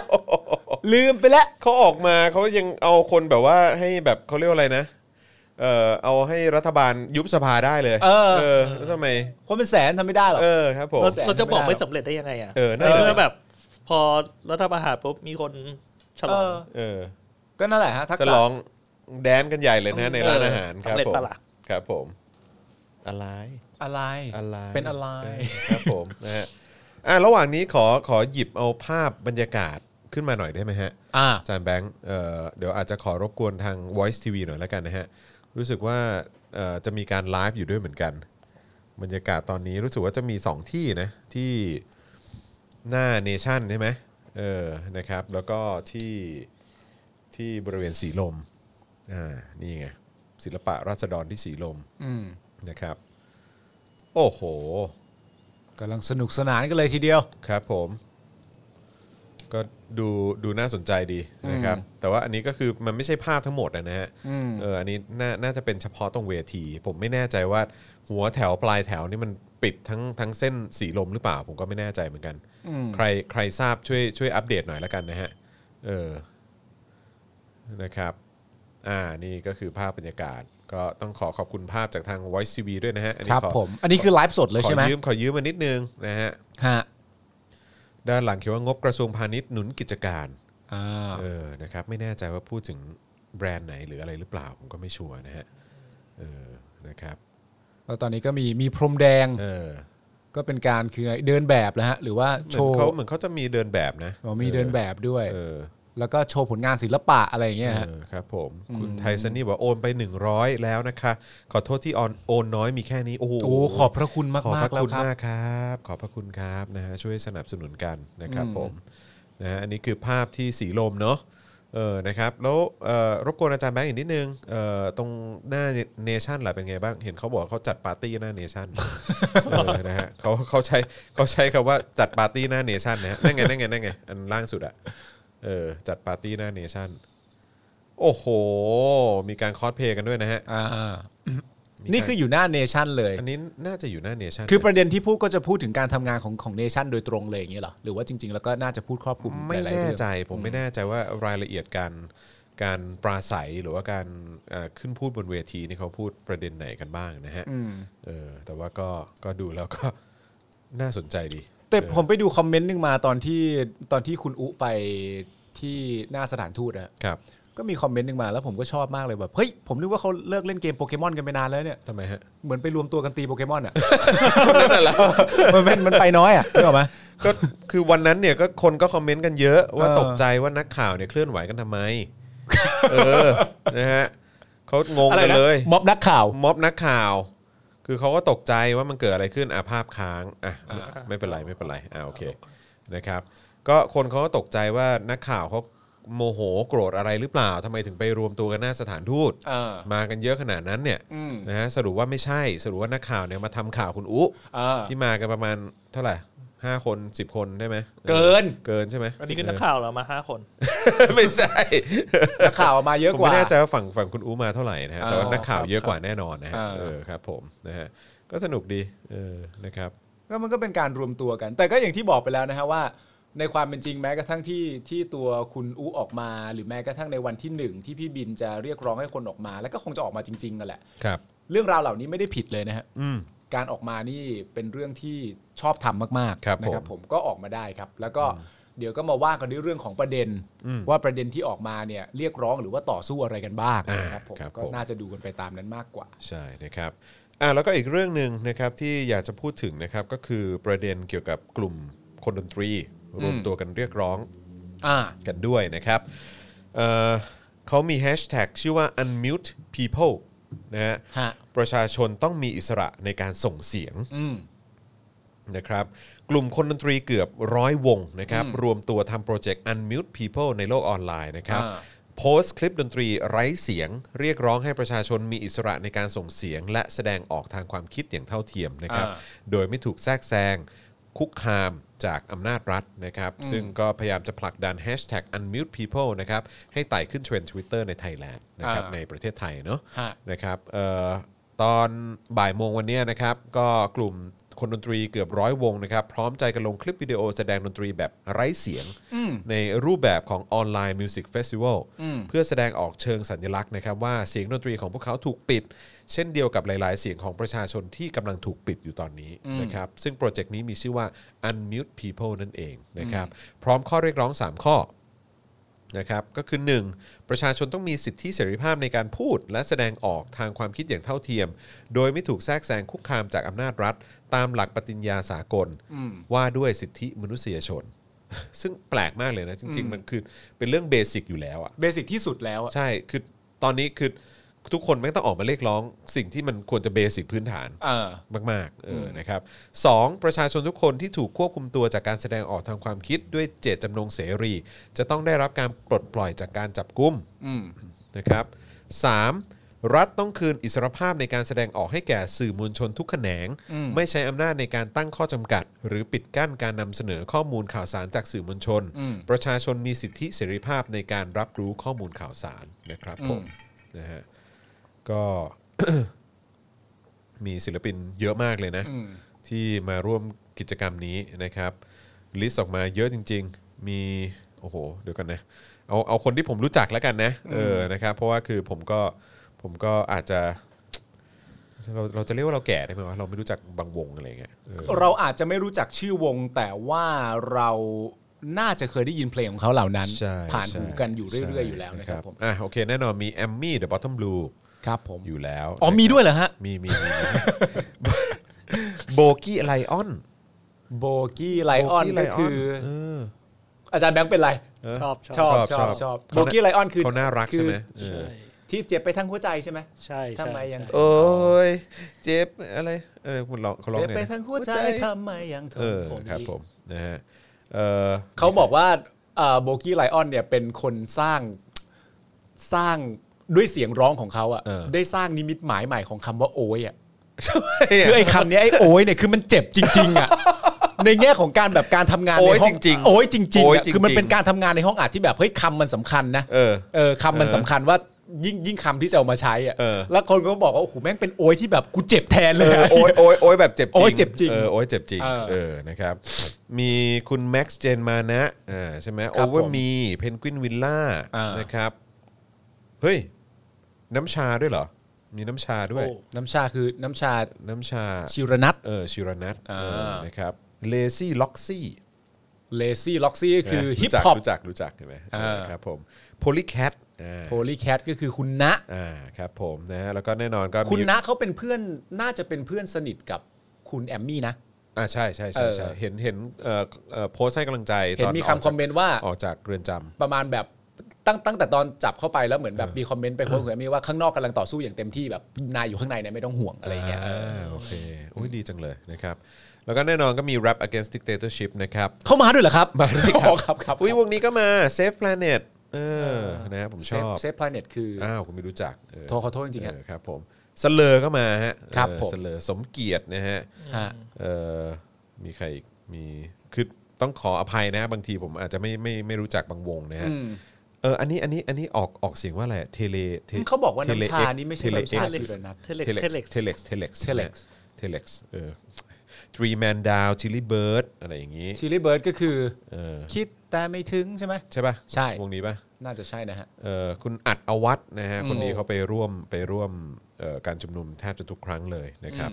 ลืมไปแล้ว เขาออกมาเขายังเอาคนแบบว่าให้แบบเขาเรียกว่าอะไรนะ เออเอาให้รัฐบาลยุบสภาได้เลย เออ แล้วทำไม คนเป็นแสนทำไม่ได้หรอก เออครับผม เรา แสน เราจะบอกไม่สำเร็จได้ยังไงอ่ะ เออนั่ ใน นแหละ เมื่อแบบ พอรัฐประหารปุ๊บมีคนฉล เอ อง อ เออ ก็นั่นแหละฮะทัก จะ ษะ ร้องแดนกันใหญ่เลยนะในร้านอาหารค สำ รับ เร็จ ผม ปะล่ะ ครับผมอะไร อะไร อะไร เป็นอะไร เครับผมนะฮะอ่ะระหว่างนี้ขอขอหยิบเอาภาพบรรยากาศขึ้นมาหน่อยได้ไหมฮะ อ่า อาจารย์แบงค์เอ่อเดี๋ยวอาจจะขอรบกวนทาง Voice TV หน่อยแล้วกันนะฮะ รู้สึกว่าเอ่อจะมีการไลฟ์อยู่ด้วยเหมือนกัน บรรยากาศตอนนี้รู้สึกว่าจะมี 2 ที่นะ ที่หน้าเนชั่นใช่ไหมเออนะครับ แล้วก็ที่ที่บริเวณสีลม อ่านี่ไงศิลปะราษฎรที่สีลม อืม นะครับ โอ้โห กำลังสนุกสนานกันเลยทีเดียว ครับผม ก็ดูดูน่าสนใจดีนะครับ แต่ว่าอันนี้ก็คือมันไม่ใช่ภาพทั้งหมดนะฮะเอออันนี้น่าน่าจะเป็นเฉพาะตรงเวที ผมไม่แน่ใจว่าหัวแถวปลายแถวนี่มันปิดทั้งทั้งเส้นสีลมหรือเปล่า ผมก็ไม่แน่ใจเหมือนกัน ใครใครทราบช่วยช่วยอัปเดตหน่อยละกันนะฮะเออนะครับ อ่านี่ก็คือภาพบรรยากาศ ก็ต้องขอขอบคุณภาพจากทาง Voice TV ด้วยนะฮะอัน ค นี้ รับ ขอ ผม อันนี้คือไลฟ์สดเลย ขอ ใช่ไหม ยืมขอยืมมานิดนึงนะฮะ ฮะ ด้านหลังเขียนว่างบกระทรวงพาณิชย์หนุนกิจการ อ่า เออนะครับไม่แน่ใจว่าพูดถึงแบรนด์ไหนหรืออะไรหรือเปล่าผมก็ไม่ชัวร์นะฮะเออนะครับ แล้วตอนนี้ก็มีมีพรมแดง เออ ก็เป็นการคือเดินแบบแล้วฮะหรือว่า เห โช มือน ว์ เขาเหมือนเขาจะมีเดินแบบนะ อ๋อมีเดินแบบด้วย เออ แล้วก็โชว์ผลงานศิลปะอะไรอย่างเงี้ยฮะ เออครับผมคุณไทสันนี่บอกว่าโอนไป 100 แล้วนะคะ ขอโทษที่ออนโอนน้อยมีแค่นี้โอ้โห โอ้ขอบพระคุณมาก ขอบ มา พระกแล้ คุ ว ณ ครับ มากครับ ขอบพระคุณครับนะฮะช่วยสนับสนุนกันนะครับผมนะฮะอันนี้คือภาพที่สีลมเนาะเออนะครับแล้วเอ่อรบกวนอาจารย์แบงค์อีกนิดนึงเอ่อตรงหน้าเนชั่นล่ะเป็นไงบ้าง เห็นเขาบอกว่าเขาจัดปาร์ตี้หน้าเนชั่นเออนะฮะเขาเขาใช้เขาใช้คำว่าจัดปาร์ตี้หน้าเนชั่นนะฮะนั่นไงนั่นไงนั่นไงอันล่างสุดอะเออจัดปาร์ตี้หน้าเนชั่นโอ้โห มีการคอสเพลย์กันด้วยนะฮะ อ่า มี นี่คืออยู่หน้าเนชั่นเลย อันนี้น่าจะอยู่หน้าเนชั่น คือประเด็นที่พูดก็จะพูดถึงการทำงานของของเนชั่นโดยตรงเลยอย่างเงี้ยเหรอหรือว่าจริง ๆ แล้วก็น่าจะพูดครอบคลุม ไม่ หลายแน่ๆเรื่อง ใจผมไม่แน่ใจว่ารายละเอียดการการปราศัยหรือว่าการเอ่อขึ้นพูดบนเวทีนี่เขาพูดประเด็นไหนกันบ้างนะฮะเออแต่ว่าก็ก็ดูแล้วก็ น่าสนใจดี แต่ เออ ผมไปดูคอมเมนต์หนึงมาตอนที่ตอนที่คุณอุไปที่หน้าสถานทูตอะ ครับ ก็มีคอมเมนต์หนึงมาแล้วผมก็ชอบมากเลยแบบเฮ้ยผมนึกว่าเขาเลิกเล่นเกมโปเกมอนกันไปนานแล้วเนี่ย ทำไมฮะ เหมือนไปรวมตัวกันตีโปเกมอนอะ มันเป็นมันไปน้อยอะนึกออกไหม ก็คือวันนั้นเนี่ยก็คนก็คอมเมนต์กันเยอะว่า เออ ตกใจว่านักข่าวเนี่ยเคลื่อนไหวกันทำไม เออนะฮะเขางงกันเลย ม็อบนักข่าว ม็อบนักข่าว คือเขาก็ตกใจว่ามันเกิดอะไรขึ้นอาภาพค้างอ่ะไม่เป็นไรไม่เป็นไรอ่าโอเคนะครับ ก็คนเขาก็ตกใจว่านักข่าวเขาโมโหโกรธอะไรหรือเปล่าทำไมถึงไปรวมตัวกันหน้าสถานทูต เออ มากันเยอะขนาดนั้นเนี่ย อืม นะฮะสรุปว่าไม่ใช่สรุปว่านักข่าวเนี่ยมาทำข่าวคุณอุ อ่า ที่มากันประมาณเท่าไหร่ห้าคนสิบคนได้ไหม เกิน เกินใช่ไหม อันนี้คือนักข่าวเหรามาห้าคน ไม่ใช่ นักข่าวมาเยอะ ผม กว่า ไม่แน่ใจว่าฝั่งฝั่งคุณอุมาเท่าไหร่นะฮะแต่ว่า อ๋อ นักข่าวเยอะกว่าแน่นอนนะฮะ อ่า เออครับผมนะฮะก็สนุกดีเออนะครับ ก็มันก็เป็นการรวมตัวกัน แต่ก็อย่างที่บอกไปแล้วนะฮะว่า ในความเป็นจริงแม้กระทั่งที่ที่ตัวคุณอูออกมา หรือแม้กระทั่งในวันที่หนึ่งที่พี่บินจะเรียกร้องให้คนออกมา แล้วก็คงจะออกมาจริงๆกันแหละ ครับ เรื่องราวเหล่านี้ไม่ได้ผิดเลยนะฮะ อืม การออกมานี่เป็นเรื่องที่ชอบทำมาก ครับ ๆนะ ผม ผมก็ออกมาได้ครับ แล้วก็เดี๋ยวก็มาว่ากันด้วยเรื่องของประเด็น อืม ว่าประเด็นที่ออกมาเนี่ยเรียกร้องหรือว่าต่อสู้อะไรกันบ้างนะครับผม อ่าครับ ก็ ผม น่าจะดูกันไปตามนั้นมากกว่า ใช่นะครับอ่าแล้วก็อีกเรื่องหนึ่งนะครับที่อยากจะพูดถึงนะครับก็คือประเด็นเกี่ยวกับกลุ่มคนดนตรี รวมตัวกันเรียกร้อง อ่า กันด้วยนะครับเอ่อเขามีแฮชแท็กชื่อว่า unmute people นะฮะ ฮะ ประชาชนต้องมีอิสระในการส่งเสียง อืม นะครับกลุ่มคนดนตรีเกือบร้อยวงนะครับรวมตัวทำโปรเจกต์ Unmute People ในโลกออนไลน์นะครับ อ่า โพสต์คลิปดนตรีไร้เสียง เรียกร้องให้ประชาชนมีอิสระในการส่งเสียง และแสดงออกทางความคิดอย่างเท่าเทียมนะครับโดยไม่ถูกแทรกแซงคุกคามจากอำนาจรัฐนะครับซึ่งก็พยายามจะผลักดัน Hashtag Unmute People นะครับให้ไต่ขึ้นเทรนด์ Twitter ในไทยแลนด์นะครับในประเทศไทยเนาะ ฮะ นะครับเอ่อตอนบ่ายโมงวันเนี้ยนะครับก็กลุ่มคนดนตรีเกือบร้อยวงนะครับพร้อมใจกันลงคลิปวิดีโอแสดงดนตรีแบบไร้เสียง ในรูปแบบของออนไลน์มิวสิกเฟสติวัลเพื่อแสดงออกเชิงสัญลักษณ์นะครับว่าเสียงดนตรีของพวกเขาถูกปิด เช่นเดียวกับหลาย ๆ เสียงของประชาชนที่กำลังถูกปิดอยู่ตอนนี้นะครับซึ่งโปรเจกต์นี้มีชื่อว่า Unmute People นั่นเองนะครับพร้อมข้อเรียกร้อง 3 ข้อ นะครับก็คือ 1. ประชาชนต้องมีสิทธิเสรีภาพในการพูด และแสดงออกทางความคิดอย่างเท่าเทียม โดยไม่ถูกแทรกแซงคุกคามจากอำนาจรัฐ ตามหลักปฏิญญาสากล ว่าด้วยสิทธิมนุษยชน ซึ่งแปลกมากเลยนะ จริง ๆ มันคือเป็นเรื่องเบสิกอยู่แล้วอะ เบสิกที่สุดแล้วอะ ใช่ คือตอนนี้คือทุกคนไม่งต้องออกมาเรียกร้อง สิ่งที่มันควรจะเบสิกพื้นฐาน เออ มากๆเอออนะครับสองประชาชนทุกคนที่ถูกควบคุมตัวจากการแสดงออกทางความคิดด้วยเจตจำนงเสรี จะต้องได้รับการปลดปล่อยจากการจับกุมนะครับสาม รัฐต้องคืนอิสรภาพในการแสดงออกให้แก่สื่อมวลชนทุกแขนง ไม่ใช้อำนาจในการตั้งข้อจำกัด หรือปิดกั้นการนำเสนอข้อมูลข่าวสารจากสื่อมวลชน ประชาชนมีสิทธิเสรีภาพในการรับรู้ข้อมูลข่าวสารนะครับผมนะฮะก็ มีศิลปินเยอะมากเลยนะ ที่มาร่วมกิจกรรมนี้นะครับ ลิสต์ออกมาเยอะจริง ๆ มีโอ้โหเดี๋ยวกันนะเอาเอาคนที่ผมรู้จักแล้วกันนะเออนะครับเพราะว่าคือผมก็ผมก็อาจจะ เราเราจะเรียกว่าเราแก่ได้ไหมวะเราไม่รู้จักบางวงอะไรอย่างเงี้ยเออ เราอาจจะไม่รู้จักชื่อวง แต่ว่าเราน่าจะเคยได้ยินเพลงของเขาเหล่านั้น ใช่ ผ่านหู ใช่ กันอยู่เรื่อย ใช่ ๆ อยู่แล้วนะครับผม อ่ะโอเคแน่นอนมีแอมมี่เดอะบอททอมบลู ครับผม อยู่แล้ว อ๋อมีด้วยเหรอฮะ มีมีมี โบกี้ไลออน โบกี้ไลออนก็คือ เออ อาจารย์แบงค์เป็นไร ชอบ ชอบ ช ช อ อ บบ ช ช อ อ บบ เขา โบกี้ไลออนคือ เขาน่ารักใช่ไหม คือ ใช่ ที่เจ็บไปทั้งหัวใจใช่ไหม ใช่ใช่ ทำไมยัง ใช่ โอ้ยเจ็บอะไรเออคุณร้องเขาร้อง เจ็บ เนี่ย ไป นะ ทั้งหัวใจทำไมยังท เอน อ ผม ครับ อีก ผมนะฮะเออ เขาบอกว่าโบกี้ไลออนเนี่ยเป็นคนสร้างสร้างด้วยเสียงร้องของเขาอะได้สร้างนิมิตหมายใหม่ของคำว่าโอยอะคือไอ้คำเนี้ยไอ้โอยเนี่ยคือมันเจ็บจริง ๆอะในแง่ของการแบบการทำงาน โอ้ ใน ยจห้อง ริงๆ โอยจริงๆ โย อะคือมันเป็นการทำงานในห้องอัดที่แบบเฮ้ยคำมันสำคัญนะ เออ เออคำมันสำคัญว่ายิ่งยิ่งคำที่จะเอามาใช้อะ เออ แล้วคนก็บอกว่าโอ้โหแม่งเป็นโอยที่แบบกูเจ็บแทนเล เอยอ อะ โอ้ยโอ้ยโอ้ยแบบเจ็บจริง โอ๊ยเจ็บจริง เออโอ้ยเจ็บจริง เออ เออนะครับ มีคุณแม็กซ์เจนมานะอ่าใช่ไหม ค โอ รับ เวอร์มีเพนกวินวิลล่า อ่าน นะครับ เฮ้ย น้ำชาด้วยเหรอ มีน้ำชาด้วย น้ำชาคือน้ำชา น้ำชา ชิรนัท เออชิรนัท อ่า เออนะครับเลซี่ล็อกซี่ เลซี่ล็อกซี่คือฮิปฮอป รู้จักรู้จักรู้จักใช่ไหม อ่า เออครับผมโพลีแคท โพลีแคทก็คือคุณณะ อ่าครับผมนะฮะแล้วก็แน่นอนก็มี คุณนะเขาเป็นเพื่อนน่าจะเป็นเพื่อนสนิทกับคุณแอมมี่นะ อ่าใช่ใช่ใช่ใช่ เออ เห็นเห็นเอ่อเอ่อโพสต์ให้กำลังใจ เห็น ต มี ก คำคอมเมนต์ว่า ออกจากเรือนจ ประมาณแบบตั้งตั้งแต่ตอนจับเข้าไปแล้วเหมือนแบบมีคอมเมนต์ไปโพสต์คุณแอมมี่ว่าข้างนอกกำลังต่อสู้อย่างเต็มที่แบบนายอยู่ข้างในเนี่ยไม่ต้องห่วง ำ อะไรอย่างเงี้ยเออ อ่าโอเคโอ้ยดีจังเลยนะครับ แล้วก็แน่นอนก็มี rap against dictatorship นะครับ เข้ามาด้วยเหรอครับมาด้วยครับครับครับ อุ้ยวงนี้ก็มา save planet เออนะฮะผมชอบ เซฟพลาเน็ตคืออ อ้าวผมไม่รู้จักเ โทษขอโทษจริงๆฮะ เครับผมสเลอก็มาฮะ ครับ เออ ผม สเลอสมเกียรตินะฮะ ฮะ เอ่อมีใครอีกมีคือต้องขออภัยนะ บางทีผมอาจจะไม่ไม่ไม่รู้จักบางวงนะฮะ อืม เอออันนี้อันนี้อันนี้ออกออกเสียงว่าอะไรเทเลเท เขาบอกว่าทลน้ำชานี่ไม่ใช่ เทเล น้ำชา เท เล็ก ชิรนัท เทเล็ก เทเล เทเล็ก เทเล็กเทเล็ก Telex เทเล็กเออทรีแมนดาวทิลลี่เบิร์ดอะไรอย่างงี้ ชิลลี่เบิร์ดก็คือ เออ คิดแต่ไม่ถึงใช่ไหม ใช่ป่ะ ใช่ วงนี้ป่ะ น่าจะใช่นะฮะ เออคุณอัดอวัตนะฮะคนนี้เขาไปร่วมไปร่วมเอ่อการชุมนุมแทบจะทุกครั้งเลยนะครับ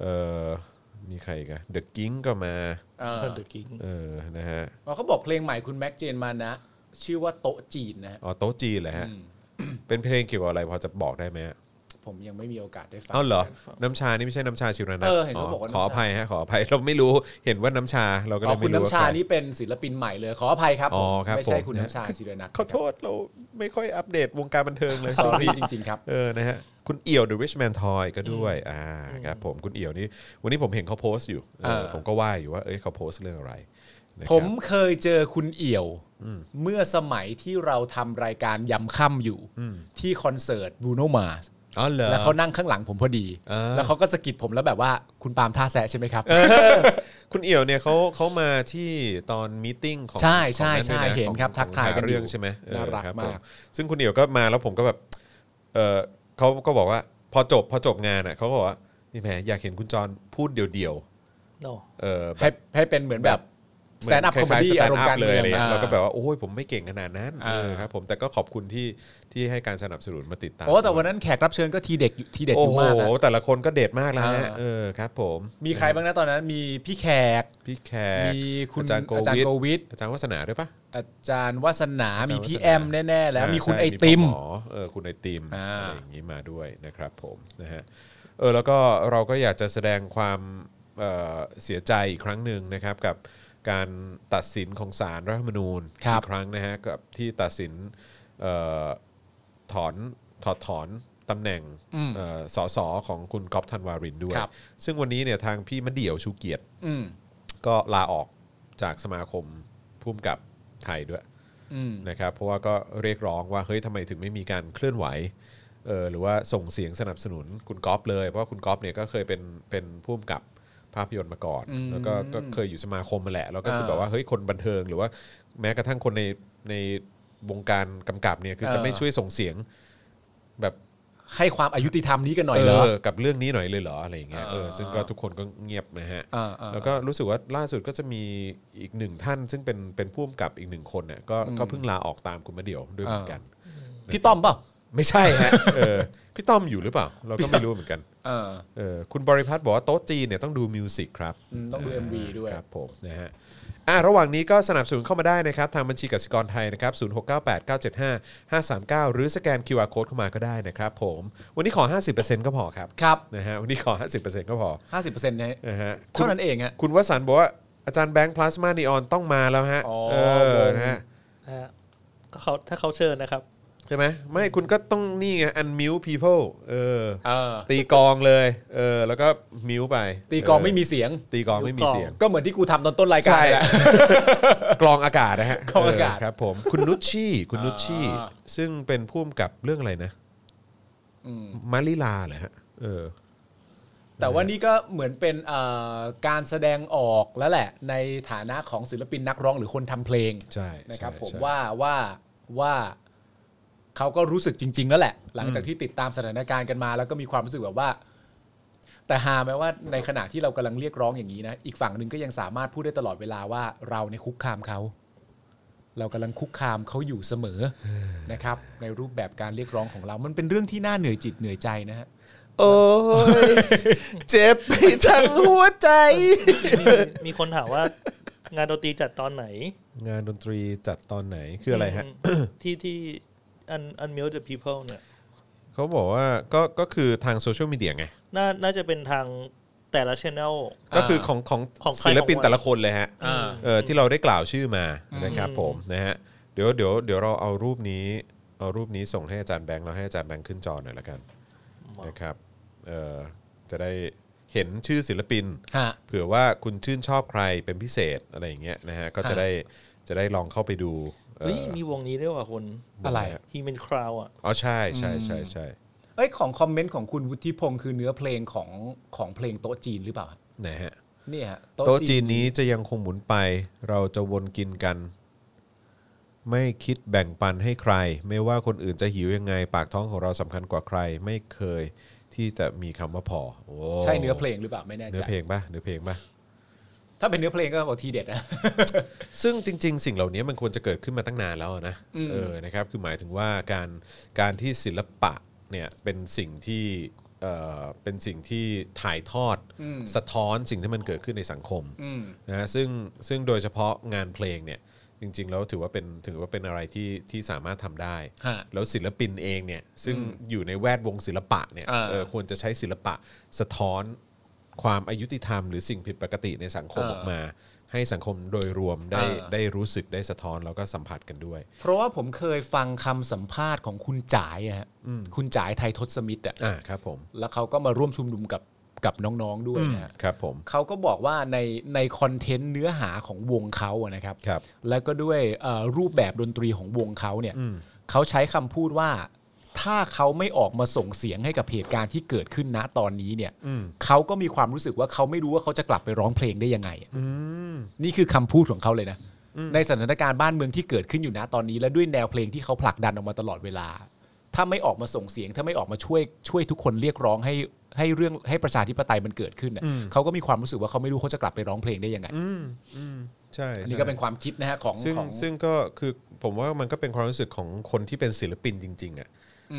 เออมีใครอีกันเดอะกิ้งก็มา เออ เดอะกิง เออนะฮะ อ๋อเขาบอกเพลงใหม่คุณแม็กเจนมานะ ชื่อว่าโต๊ะจีนนะฮะ อ๋อโต๊ะจีนเหรอฮะ เป็นเพลงเกี่ยวกับอะไรพอจะบอกได้ไหมฮะ ผมยังไม่มีโอกาสได้ฟัง เอ้าเหรอ น้ำชานี่ไม่ใช่น้ำชาชิวนะ เออเห็นเขาบอกว่าขน้ำชา ออภัยฮะขออภัยเราไม่รู้เห็นว่าน้ำชาเราก็ อ๋ เล อยคุ ไม่ ณ รู้ว่า น้ำชา ใคร นี่เป็นศิลปินใหม่เลย ขออภัยครับ อ๋อครับ ไม่ใช่ ผม คุณน้ำชาศิรนัท ขอโทษเราไม่ค่อยอัปเดตวงการบันเทิง เลย สอ sorry รี่จริง ๆ ครับ เออนะฮะคุณเอี่ยว The Rich Man Toy ก็ด้วยอ่าครับผมคุณเอี่ยวนี่วันนี้ผมเห็นเขาโพสต์อยู่เออ เออ ผมก็ว่าอยู่ว่าเอ้ยเขาโพสต์เรื่องอะไรนะครับ ผมเคยเจอคุณเอี่ยว เมื่อสมัยที่เราทำรายการยำค่ำอยู่ ที่คอนเสิร์ตบูโนมา อ๋อเหรอ แล้วเขานั่งข้างหลังผมพอดี เออ แล้วเขาก็สะกิดผมแล้วแบบว่าคุณปาล์มท่าแซะใช่ไหมครับ คุณเอี่ยวเนี่ยเขาเขามาที่ตอนมีตติ้งของ ใช่ใช่ ของด้วยะ ใช่เห็นครับ ของ ทักทายกัหนอยู่ เรื่องใช่ไหมเออ น่ารัก คบผม าก ซึ่งคุณเอี่ยวก็มาแล้วผมก็แบบเออเขาก็บอกว่าพอจบพอจบงานอ่ะเขาก็บอกว่านี่แหมอยากเห็นคุณจรพูดเดี่ยว no ๆเออแบ ให้ บ ให้เป็นเหมือนแบบ เห แซ มือน ด์อัพคอมเม ล้ยๆ ดี้ stand อารมณ์การ เล เมื ย อง อะไรเงี้ย อ่า เราก็แบบว่าโอ้ยผมไม่เก่งขนาดนั้น อ่า เออครับผมแต่ก็ขอบคุณที่ที่ให้การสนับสนุนมาติดตาม โอ้แต่วันนั้นแขกรับเชิญก็ทีเด็ดอยู่ทีเด็ด โอ้ อยู่ โห มากนะ แต่ละคนก็เด็ดมากแล้วฮะ อ่า เออครับ ผม มีใครบ้างนะตอนนั้นมีพี่แขก พี่แขก มีคุณ อาจารย์โ อาจารย์ ก โกวิ วิท ท อาจารย์วัฒนาด้วยปะ อาจารย์วาสนา อาจารย์ มีพี่ วาสนา แอมแน่ๆ แล้ว มีคุณ ใช่ ไอติม พ่หอเออคุณไอติม อ่า อะไรอย่างนี้มาด้วยนะครับผมนะฮะเออแล้วก็เราก็อยากจะแสดงความเอ่อเสียใจอีกครั้งหนึ่งนะครับกับการตัดสินของศาลรัฐธรรมนูญ ครับ อีกครั้งนะฮะกับที่ตัดสินเอ่อถอนถอดถอนตำแหน่งเอ่อสสของคุณก๊อฟธันวารินทร์ด้วย ซึ่งวันนี้เนี่ยทางพี่มะเดี่ยวชูเกียรติ อืม ก็ลาออกจากสมาคมพุ่มกับไทยด้วย อืม นะครับเพราะว่าก็เรียกร้องว่าเฮ้ยทำไมถึงไม่มีการเคลื่อนไหว เออหรือว่าส่งเสียงสนับสนุนคุณก๊อฟเลย เพราะว่าคุณก๊อฟเนี่ยก็เคยเป็นเป็นผู้กำกับภาพยนตร์มาก่อน แล้วก็ก็เคยอยู่สมาคมมาแหละ แล้วก็คือ เออ แบบว่าเฮ้ยคนบันเทิง หรือว่าแม้กระทั่งคนในในวงการกำกับเนี่ยคือจะ เออ ไม่ช่วยส่งเสียงแบบ ให้ความอายุติธรรมนี้กันหน่อยเหรอ กับเรื่องนี้หน่อยเลยเหรออะไรอย่างเงี้ย อ่า เออซึ่งก็ทุกคนก็เงียบนะฮะ อ่าอ่า แล้วก็รู้สึกว่าล่าสุดก็จะมีอีกหนึ่งท่าน ซึ่งเป็นเป็นผู้กำกับอีกหนึ่งคนเนี่ยก็ก็เพิ่งลาออกตามคุณมาเดียวด้วยเหมือน อ่ากั กัน พี่ต้อมเปล่า ไม่ใช่ ฮะเออพี่ต้อมอยู่หรือเปล่า เราก็ไม่รู้เหมือนกัน เออ เออคุณบริพัตรบอกว่าโต๊ะจีนเนี่ยต้องดูมิวสิกครับ อืมต้องดู MV ด้วย ครับผมนะฮะอ่ะระหว่างนี้ก็สนับสนุนเข้ามาได้นะครับ ทางบัญชีกสิกรไทยนะครับ 0698975539 หรือสแกน QR Code เข้ามาก็ได้นะครับผม วันนี้ขอ 50%ก็พอครับ ครับ นะฮะวันนี้ขอ 50%ก็พอ 50%เนี่ย นะฮะ เท่านั้นเองฮะ คุณวสันต์บอกว่าอาจารย์แบงค์พลาสมานีออนต้องมาแล้วฮะ อ๋อ เออนะฮะ นะฮะก็เขาถ้าเขาเชิญ นะครับ ใช่ไหมไม่คุณก็ต้องนี่ไง unmute people เออ เออ ตีกลองเลยเออแล้วก็มิวไป ตีกลอง เ ไม่มีเสียง ตีกลองไม่มีเสียง ก็เหมือนที่กูทำตอนต้นรายการ ใช่ แหละ กรองอากาศนะฮะ กรองอากาศ เครับผมคุณนุชชี่คุณนุชชี่ อ่า ซึ่งเป็นผู้กำกับเรื่องอะไรนะ อืม มาริลาเหรอฮะเออ แต่ว่านี่ก็เหมือนเป็นเอ่อการแสดงออกแล้วแหละ ในฐานะของศิลปินนักร้องหรือคนทำเพลง ใช่ นะครับ ใช่ ผม ใช่ ว่าว่าว่าเขาก็รู้สึกจริง ๆ แล้วแหละ หลังจากที่ติดตามสถานการณ์กันมา แล้วก็มีความรู้สึกแบบว่า แต่หาแม้ว่าในขณะที่เรากำลังเรียกร้องอย่างนี้นะอีกฝั่งหนึ่งก็ยังสามารถพูดได้ตลอดเวลาว่าเราในยคุกคามเขา เรากำลังคุกคามเขาอยู่เสม อนะครับ ในรูปแบบการเรียกร้องของเรา มันเป็นเรื่องที่น่าเหนื่อยจิตเหนื่อยใจนะฮะ โอ้ยเจ็บไปทั้งหัวใจ มีมีคนถามว่างานดนตรีจัดตอนไหน งานดนตรีจัดตอนไหนคืออะไรฮะ มที่ที่อันอันมิวจะพีเพิลเนี่ย เขาบอกว่าก็ก็คือทางโซเชียลมีเดียไง น่าน่าจะเป็นทางแต่ละช anel ก็คือของของ ของใคร ศิลปิน ของมัน แต่ละคนเลยฮะ อ่า เออที่เราได้กล่าวชื่อมานะครับผมนะฮะเดี๋ยวเดี๋ยวเดี๋ยวเราเอารูปนี้เอารูปนี้ส่งให้อาจารย์แบงค์แล้วให้อาจารย์แบงค์ขึ้นจอหน่อยละกันนะครับเออจะได้เห็นชื่อศิลปิน ฮะ เผื่อว่าคุณชื่นชอบใครเป็นพิเศษอะไรอย่างเงี้ยนะฮะก็จะ ฮะ ได้จะได้ลองเข้าไปดูเอ่อ เฮ้ยมีวงนี้ด้วยว่ะคน อะไร ฮีเมนคราวอ่ะ อ๋อใช่ใช่ใช่ใช่ เอ้ยของคอมเมนต์ของคุณวุฒิพงศ์คือเนื้อเพลงของของเพลงโต๊ะจีนหรือเปล่าครับ นะฮะ เนี่ยฮะ โต๊ะจีนนี้จะยังคงหมุนไป เราจะวนกินกัน ไม่คิดแบ่งปันให้ใคร ไม่ว่าคนอื่นจะหิวยังไง ปากท้องของเราสำคัญกว่าใคร ไม่เคยที่จะมีคำว่าพอโอ้ ใช่เนื้อเพลงหรือเปล่าไม่แน่ เนื้ ใจ อเพลงปะเนื้อเพลง ปะ ถ้าเป็นเนื้อเพลงก็บอกทีเด็ดนะ ซึ่งจริง ๆ สิ่งเหล่านี้มันควรจะเกิดขึ้นมาตั้งนานแล้วนะเออนะครับคือหมายถึงว่าการการที่ศิลปะเนี่ยเป็นสิ่งที่เอ่อเป็นสิ่งที่ถ่ายทอด อืม สะท้อนสิ่งที่มันเกิดขึ้นในสังคม อืม นะฮะซึ่งซึ่งโดยเฉพาะงานเพลงเนี่ยจริง ๆ แล้วถือว่าเป็นถือว่าเป็นอะไรที่ที่สามารถทำได้ ฮะ แล้วศิลปินเองเนี่ยซึ่งอยู่ในแวดวงศิลปะเนี่ย อ่า เออควรจะใช้ศิลปะสะท้อนความอายุติธรรม หรือสิ่งผิดปกติในสังคม อ่า ออกมา ให้สังคมโดยรวมได้ อ่า ได้รู้สึกได้สะท้อนแล้วก็สัมผัสกันด้วย เพราะว่าผมเคยฟังคำสัมภาษณ์ของคุณจ๋ายอะฮะ อืม คุณจ๋ายไทยทศมิตรอะ อ่าครับผม แล้วเขาก็มาร่วมชุมนุมกับกับน้องๆด้วยนะฮะ ครับผม เขาก็บอกว่าในในคอนเทนต์เนื้อหาของวงเขาอะนะครับ ครับ แล้วก็ด้วยเอ่อรูปแบบดนตรีของวงเขาเนี่ยเขาใช้คำพูดว่า ถ้าเขาไม่ออกมาส่งเสียงให้กับเหตุการณ์ที่เกิดขึ้นณตอนนี้เนี่ย อืม เขาก็มีความรู้สึกว่าเขาไม่รู้ว่าเขาจะกลับไปร้องเพลงได้ยังไง อืม นี่คือคำพูดของเขาเลยนะ ในสถานการณ์บ้านเมืองที่เกิดขึ้นอยู่นะตอนนี้ และด้วยแนวเพลงที่เขาผลักดันออกมาตลอดเวลา ถ้าไม่ออกมาส่งเสียง ถ้าไม่ออกมาช่วยช่วยทุกคนเรียกร้องให้ให้เรื่องให้ประชาธิปไตยมันเกิดขึ้นน่ะเขาก็มีความรู้สึกว่าเขาไม่รู้เขาจะกลับไปร้องเพลงได้ยังไง อืมอืมใช่ อันนี้ ใช่ ก็เป็นความคิดนะฮะของ ซึ่ง ของ ซึ่งก็คือผมว่ามันก็เป็นความรู้สึกของคนที่เป็นศิลปินจริง ๆ อ่ะ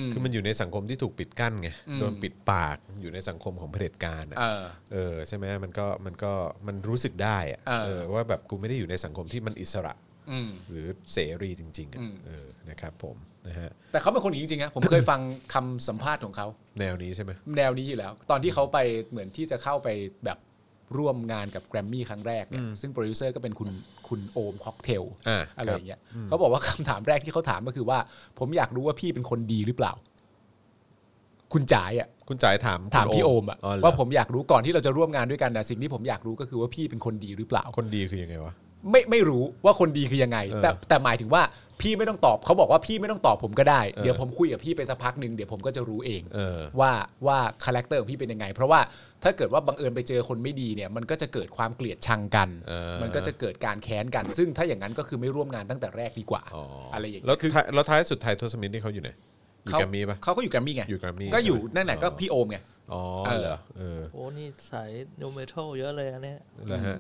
ม คือมันอยู่ในสังคมที่ถูกปิดกั้นไง อืม โดนปิดปากอยู่ในสังคมของเผด็จการอะ เออ เออใช่ไหมมันก็มันก็มันรู้สึกได้อะ เออ เออว่าแบบกูไม่ได้อยู่ในสังคมที่มันอิสระ อืม หรือเสรีจริง ๆอะ อืม เออนะครับผมนะฮะ แต่เขาเป็นคนอย่างนี้จริงๆนะผมเคยฟังคำสัมภาษณ์ของเขา แนวนี้ใช่ไหม แนวนี้อยู่แล้ว ตอนที่เขาไปเหมือนที่จะเข้าไปแบบร่วมงานกับแกรมมี่ครั้งแรกเนี่ยซึ่งโปรดิวเซอร์ก็เป็นคุณคุณโอมค็อกเทล อ่า อะไร ค อ รับ ย่างเงี้ยเขาบอกว่าคำถามแรกที่เขาถามก็คือว่า ผมอยากรู้ว่าพี่เป็นคนดีหรือเปล่า คุณจ๋ายอ่ะ คุณจ่ายถาม ถาม คุณ พี่โอมอ่ะ เหร ว่าผมอยากรู้ก่อนที่เราจะร่วมงานด้วยกันนะสิ่งที่ผมอยากรู้ก็คือว่าพี่เป็นคนดีหรือเปล่า คนดีคือยังไงวะ ไม่ไม่รู้ว่าคนดีคือยังไง เออ แต่แต่หมายถึงว่า พี่ไม่ต้องตอบเขาบอกว่าพี่ไม่ต้องตอบผมก็ได้ เออ เดี๋ยวผมคุยกับพี่ไปสักพักหนึ่งเดี๋ยวผมก็จะรู้เอง เออ ว่าว่าคาแรคเตอร์ของพี่เป็นยังไง เพราะว่าถ้าเกิดว่าบังเอิญไปเจอคนไม่ดีเนี่ย มันก็จะเกิดความเกลียดชังกัน เออ มันก็จะเกิดการแค้นกัน ซึ่งถ้าอย่างนั้นก็คือไม่ร่วมงานตั้งแต่แรกดีกว่า อ๋ออ อะไรอย่าง แล้ เงี้ยว ท้ายแล้วท้ายสุดไทายโทสมิธนี่เขาอยู่ไหนอยู่แกรมมี่ปะ เขาก็อยู่แกรมมี่ไง อยู่แกรมมี่ ก็อยู่ ใช่ไหม นั่นแหละก็ อ๋อ พี่โอมไง อ๋อเหรอเออ โอ้นี่สายนิวเมทัลเยอะเลยอันเนี้ย เหรอฮะ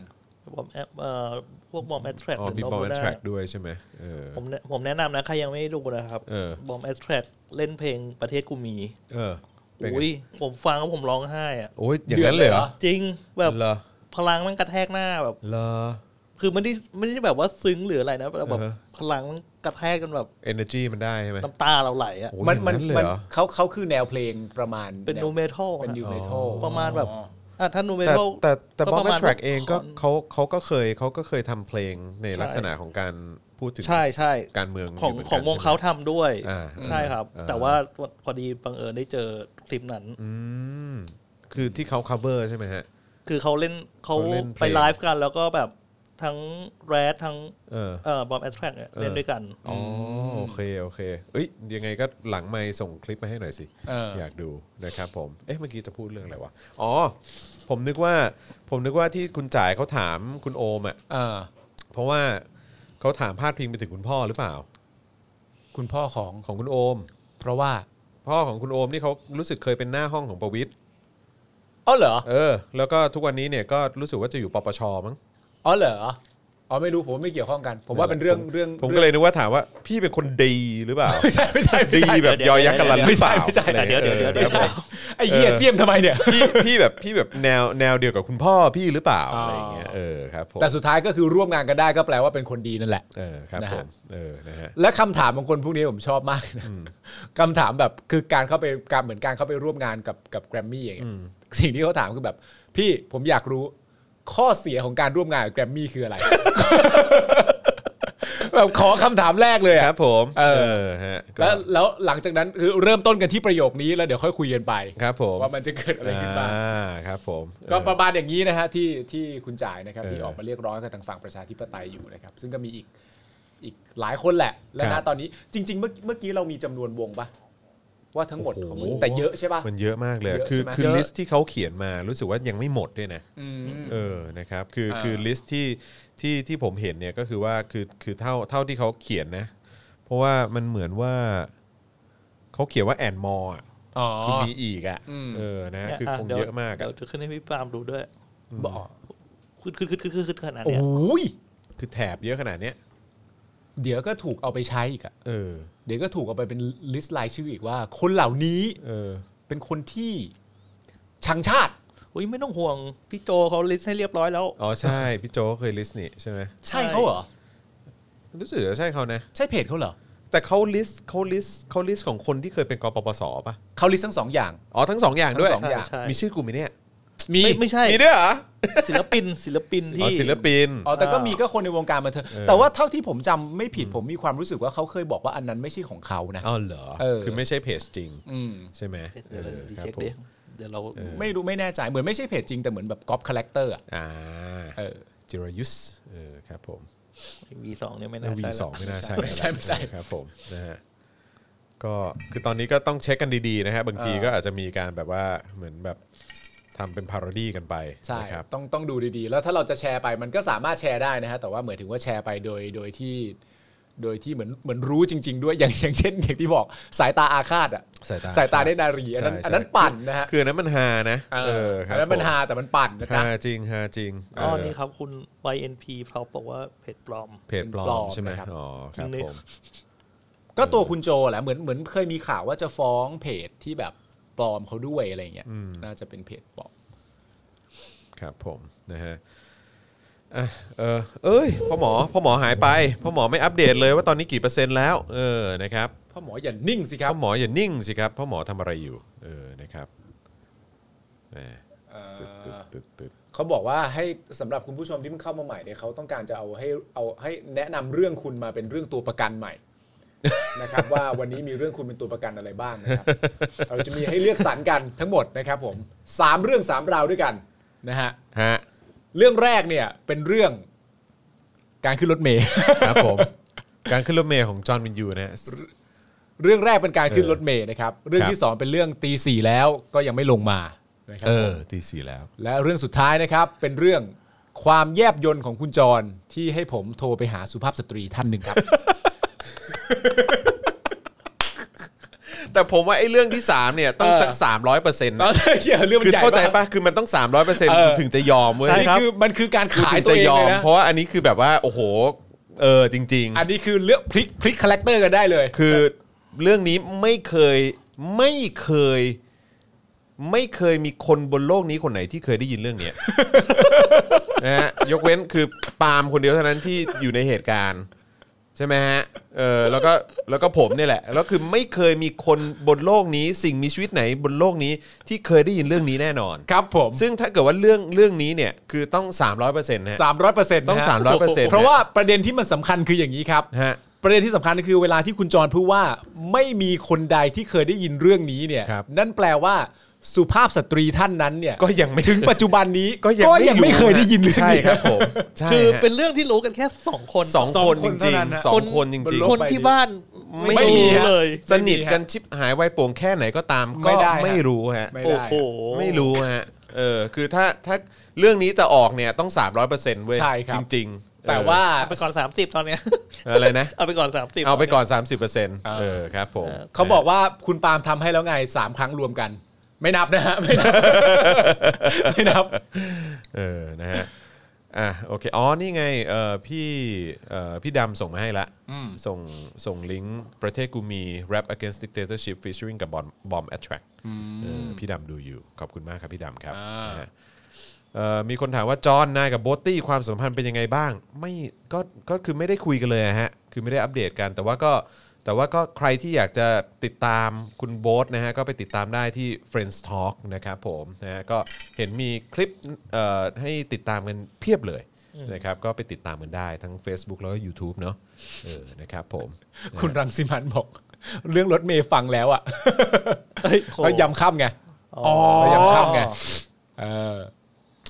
บอมแอปเอ่อพวกบอมแอทแทรก อ๋อ หรือ พี่ โน บอล บู แท น่า ร็กด้วยใช่ไหมเออ ผมแนะผมแนะนำนะ ใครยังไม่ได้ดูนะครับ เออ บอมแอทแทรกเล่นเพลงประเทศกูมี เออเป็นไง อุ้ยผมฟังแล้วผมร้องไห้อะ โอ้ยอย่างนั้นเลยเหรอ จริงแบบ เหรอ พลังมันกระแทกหน้าแบบ เหรอ คือมันไม่ได้ไม่ได้แบบว่าซึ้งหรืออะไรนะแต่แบบ อ่าฮะ พลังมันกระแทกกันแบบ energy มันได้ใช่ไหม น้ำตาเราไหลอะ โอ้ย มัน อย่าง มัน นั้นเลย มัน เหรอ เขาเขาคือแนวเพลงประมาณ เป็น แว นูเมทัล เป็นยู อะ เมทัล ประมาณแบบอ่ะถ้านูเม แต่ ทัล แต่แต่ ก็ บอมประ แม มาณ ทร็กเองก็ ว่าขอ เขาเขาก็เคยเขาก็เคยทำเพลงใน ใช่ ลักษณะของการพูดถึง ใช่ใช่ การเมือง ของ ยู่หมืน ข กัน องวง ใช่ไหม เขาทำด้วย อ่า ใช่ครับ อ่า แต่ว่าพอดีบังเอิญได้เจอคลิปนั้น อืมคือที่เขา cover ใช่ไหมฮะ คือเขาเล่นเขา เขาเล่นเพลง ไปไลฟ์กันแล้วก็แบบทั้งแรดทั้ง เออ เอ่อบอมแอสแทรกเนี่ย เออ เล่นด้วยกัน อ๋อโอเคโอเคเอ้ยยังไงก็หลังไม่ส่งคลิปมาให้หน่อยสิ เอออ ยากดูนะครับผมเอ๊ะเมื่อกี้จะพูดเรื่องอะไรวะอ๋อ ผมนึกว่าผมนึกว่าที่คุณจ่ายเขาถามคุณโอมอ่ะ เออ เพราะว่าเขาถามพาดพิงไปถึงคุณพ่อหรือเปล่า คุณพ่อของ ของคุณโอม เพราะว่า พ่อของคุณโอมนี่เขารู้สึกเคยเป็นหน้าห้องของประวิทย์ อ๋อเหรอ เออ แล้วก็ทุกวันนี้เนี่ยก็รู้สึกว่าจะอยู่ปปชมั้ง อ๋อเหรออ๋อไม่รู้ผมว่าไม่เกี่ยวข้องกัน ผมว่าเป็นเรื่องเรื่อง ผมก็เลยนึกว่าถามว่าพี่เป็นคนดีหรือเปล่า ไม่ใช่ไม่ใช่ไม่ ดี ใช่ แบบยอยักษ์กันลันหรือเปล่า ไม่ใช่ไม่ใช่ อะไรอางงี้ เดี๋ยวเดี๋ยวเดี๋ยว ครับผม ไอ้เหี้ย เออ เสียมทำไมเนี่ย พี่พี่แบบพี่แบบแนวแนวเดียวกับคุณพ่อพี่หรือเปล่า อ๋ออ อะไรอย่างเงี้ยเออครับผม แต่สุดท้ายก็คือร่วมงานกันได้ก็แปลว่าเป็นคนดีนั่นแหละ เออครับ นะ ผ ฮะ มเออนะฮะ และคำถามของคนพวกนี้ผมชอบมากนะคำถามแบบคือการเข้าไปการเหมือนการเข้าไปร่วมงานกับกับแกรมมี่อย่างเงี้ยสิ่งที่เขาถามคือแบบ พี่ผมอยากรู้ข้อเสียของการร่วมงานกับแกรมมี่คือ อะไร แบบขอคำถามแรกเลยอะ ครับผม เออ ฮะก็ แล้วแล้วหลังจากนั้นคือเริ่มต้นกันที่ประโยคนี้แล้วเดี๋ยวค่อยคุยกันไป ครับผม ว่ามันจะเกิดอะไรขึ้นบ้าง อ่าครับผม ก็ประมาณอย่างนี้นะฮะที่ที่คุณจ่ายนะครับ เออ ที่ออกมาเรียกร้องกับทางฝั่งประชาธิปไตยอยู่นะครับ ซึ่งก็มีอีกอีกหลายคนแหละ และ ครั ณ บ ตอนนี้จริง ๆ เมื่อเมื่อกี้เรามีจำนวนวงปะว่าทั้งหมด โอ้โห ของมันแต่เยอะใช่ปะ มันเยอะมากเลย เยอะ คือ ใช่ไหม คือ เยอะ ลิสต์ที่เขาเขียนมารู้สึกว่ายังไม่หมดด้วยนะ อืม เออนะครับคือ อ่า คือลิสต์ที่ที่ที่ผมเห็นเนี่ยก็คือว่าคือคือเท่าเท่าที่เขาเขียนนะ เพราะว่ามันเหมือนว่าเขาเขียนว่าแอนมอร์ อ๋อ คือมีอีกอ่ะ อืม เออนะคือคง ดี๋ว เยอะมาก เดี๋ อะ ยวจะขึ้นให้พี่ปาล์มดูด้วย บอก ขึ้นขึ้นขึ้นขึ้นขึ้นขึ้นขนาด โอ้ เนี้ย ย คือแถบเยอะขนาดเนี้ย เดี๋ยวก็ถูกเอาไปใช้อีกอะ เออ เดี๋ยวก็ถูกเอาไปเป็นลิสต์รายชื่ออีกว่า คนเหล่านี้ เออ เป็นคนที่ชังชาติ อุ้ยไม่ต้องห่วงพี่โจเขาลิสต์ให้เรียบร้อยแล้ว อ๋อ ใช่ พี่โจเคยลิสต์นี่ใช่ไหม ใช่เขาเหรอ รู้สึกจะใช่เขานะ ใช่เพจเขาเหรอ แต่เขาลิสต์เขาลิสต์เขาลิสต์ของคนที่เคยเป็นกปปสป่ะ เขาลิสต์ทั้งสองอย่าง อ๋อ ทั้งสองอย่างด้วย ทั้งสองอย่าง ใช่ใช่ มีชื่อกูไหมเนี่ย มี ไม่ไม่ใช่ มีด้วยเหรอ ศิลปินศิลปิน อ๋อ ที่ ศิลปิน อ๋อแต่ก็ อ่ามี มีก็คนในวงการบันเทิง เออ แต่ว่าเท่าที่ผมจำไม่ผิดผมมีความรู้สึกว่าเขาเคยบอกว่าอันนั้นไม่ใช่ของเขานะ อ๋อเหรอ เออ คือไม่ใช่เพจจริง อืม ใช่ไหม เดี๋ยวเรา ออ ดี ครับ เช็ค ผม ดิเดี๋ยวเรา ไม่รู้ไม่แน่ใจเหมือนไม่ใช่เพจจริงแต่เหมือนแบบก๊อปคาแรคเตอร์อะ อ่า เออ จิรายุสเออครับผม V2 เนี่ยไม่ แล้ น่าว ใช่ V2 ไม่น่าใช่ ไม่ใช่ไม่ใช่ แล้วนะครับผมนะฮะก็คือตอนนี้ก็ต้องเช็คกันดีๆนะฮะบางที เออ ก็อาจจะมีการแบบว่าเหมือนแบบทำเป็นพาร o ดี้กันไป ใช่ นะครับ ต้องต้องดูดีๆ แล้วถ้าเราจะแชร์ไปมันก็สามารถแชร์ได้นะฮะแต่ว่าเหมือนถึงว่าแชร์ไปโดยโดยที่ โดยที่เหมือนเหมือนรู้จริง ๆ ด้วย อย่างอย่างเช่นอย่างที่บอกสายตาอาฆาตอะ สายตา สายตาได้นารีอันนั้น ใช่ใช่ อันนั้นปั่นนะฮะ คืออนนั้นมันฮานะครับอันนั้นมันฮาแต่มันปั่นนะ ฮา จ๊ะ จริงฮาจริง อ๋อ เ นี่ครับคุณ YNP เขาบอกว่าเพจปลอม เพจปลอ ปลอ ม ม ใช่ไหม นะครับ อ๋อครับ จริงดิ ผม ก็ตัวคุณโจแหละเหมือนเหมือนเคยมีข่าวว่าจะฟ้องเพจที่แบบปลอมเขาด้วยอะไรอย่างเงี้ยน่าจะเป็นเพจปลอม ครับผมนะฮะอ่ะเออเอ้ยพ่อหมอพ่อหมอหายไปพ่อหมอไม่อัปเดตเลยว่าตอนนี้กี่เปอร์เซ็นต์แล้ว เออนะครับ พ่อหมออย่านิ่งสิครับ พ่อหมออย่านิ่งสิครับพ่อหมอทำอะไรอยู่ เออนะครับแหมตึ๊ดตึ๊ดตึ๊ดตึ๊ด เขาบอกว่าให้สำหรับคุณผู้ชมที่เพิ่งเข้ามาใหม่เนี่ยเขาต้องการจะเอาให้เอาให้แนะนำเรื่องคุณมาเป็นเรื่องตัวประกันใหม่ นะครับ ว่าวันนี้มีเรื่องคุณเป็นตัวประกันอะไรบ้างนะครับเราจะมีให้เลือกสรรกันทั้งหมดนะครับผมสามเรื่องสามราวด้วยกันนะฮะ ฮะ เรื่องแรกเนี่ยเป็นเรื่องการขึ้นรถเมล์ ครับผม การขึ้นรถเมล์ของจอห์นวินยูนะฮะ เรื่องแรกเป็นการขึ้น เออ รถเมล์นะครับ เรื่อง ครับ ที่สองเป็นเรื่องตีสี่แล้วก็ยังไม่ลงมานะครั เอ ผ อ ม ตีสี่แล้ว และเรื่องสุดท้ายนะครับ เป็นเรื่องความแยบยนต์ของคุณจรที่ให้ผมโทรไปหาสุภาพสตรีท่านหนึ่งครับ แต่ผมว่าไอ้เรื่องที่สามเนี่ยต้อง เออ สักสามร้อยเปอร์เซ็นต์ เอาเถอะเหี้ยเรื่องมัน คือ ใหญ่ เข้าใจ มก ปะคือมันต้องสามร้อยเปอร์เซ็นต์ เออ ถึงจะยอมเว้ย ใช่ นี่ ครับ คือมันคือการขาย ถึง ตัจะวเอง ยอ เล ม ยนะ เพราะว่าอันนี้คือแบบว่า โอ้โห เออจริง อันนี้คือเลือกพลิกพลิกคาแรคเตอร์กันได้เลย ๆ คือเรื่องนี้ไม่เคยไม่เคย ไม่เคยมีคนบนโลกนี้คนไหนที่เคยได้ยินเรื่องเนี้ย นะฮะยกเว้นคือปาล์มคนเดียวเท่านั้นที่อยู่ในเหตุการณ์ ใช่ไหมฮะเออแล้วก็แล้วก็ผมเนี่ยแหละแล้วคือไม่เคยมีคนบนโลกนี้ สิ่งมีชีวิตไหนบนโลกนี้ที่เคยได้ยินเรื่องนี้แน่นอน ครับผม ซึ่งถ้าเกิดว่าเรื่องเรื่องนี้เนี่ยคือต้อง 300%นะฮะ สามร้อยเปอร์เซ็นต์ ต้อง300% เพราะว่าประเด็นที่มันสำคัญคืออย่างนี้ครับ ฮะ ประเด็นที่สำคัญก็คือเวลาที่คุณจรพูดว่าไม่มีคนใดที่เคยได้ยินเรื่องนี้เนี่ย ครับ นั่นแปลว่าสุภาพสตรีท่านนั้นเนี่ย ก็ยังไม่ ถึงปัจจุบันนี้ ก็ยัง ไม่เคยได้ยินเรื่อง ใช่ นี้ ครับผมใช่ คือ ฮะ เป็นเรื่องที่รู้กันแค่สองคน สอง สอง ค คน น จริง เท่านั้นนะ ๆสองคนจ คน ริง บน ๆ โล ค ก นที่บ้าน ไม่ ไม่รู้ มีฮะ เลย สนิทกันชิบหายไวโป่งแค่ไหนก็ตาม ไม่ ก็ ได้ฮะ ไม่รู้ฮะ ไม่ โอ้ ได้ โห ไม่รู้ฮะเออคือถ้าถ้าเรื่องนี้จะออกเนี่ยต้อง 300%เว้ย ใช่ครับ จริงๆ แต่ว่า เอาไปก่อน 30 ตอนเนี้ย เอออะไรนะ เอาไปก่อน 30 เอาไปก่อน 30%เออครับผม เขาบอกว่าคุณปาล์มทำให้แล้วไงสามครั้งรวมกัน ไม่นับนะฮะ ไม่นับ ไม่นับ เออนะฮะอ่ะโอเคอ๋อนี่ไงเออพี่เออพี่ดำส่งมาให้ละส่งส่งลิงก์ประเทศกูมี rap against dictatorship featuring กับบอมบอม attract เออพี่ดำดูอยู่ ขอบคุณมากครับพี่ดำครับนะฮะ เอ่อมีคนถามว่าจอห์นนายกับโบตตี้ความสัมพันธ์เป็นยังไงบ้าง ไม่ก็ก็คือไม่ได้คุยกันเลยอะฮะคือไม่ได้อัปเดตกัน แต่ว่าก็แต่ว่าก็ใครที่อยากจะติดตามคุณโบทนะฮะก็ไปติดตามได้ที่ Friends Talk นะครับผมนะฮะก็เห็นมีคลิปเอ่อให้ติดตามกันเพียบเลยนะครับก็ไปติดตามกันได้ทั้ง Facebook แล้วก็ YouTube เนาะเออนะครับผม คุณรังสิมันบอก เรื่องรถเมย์ฟังแล้วอ่ะ เอ้ยโห เขายำค่ำไง อ๋อ เขายำค่ำไงเออ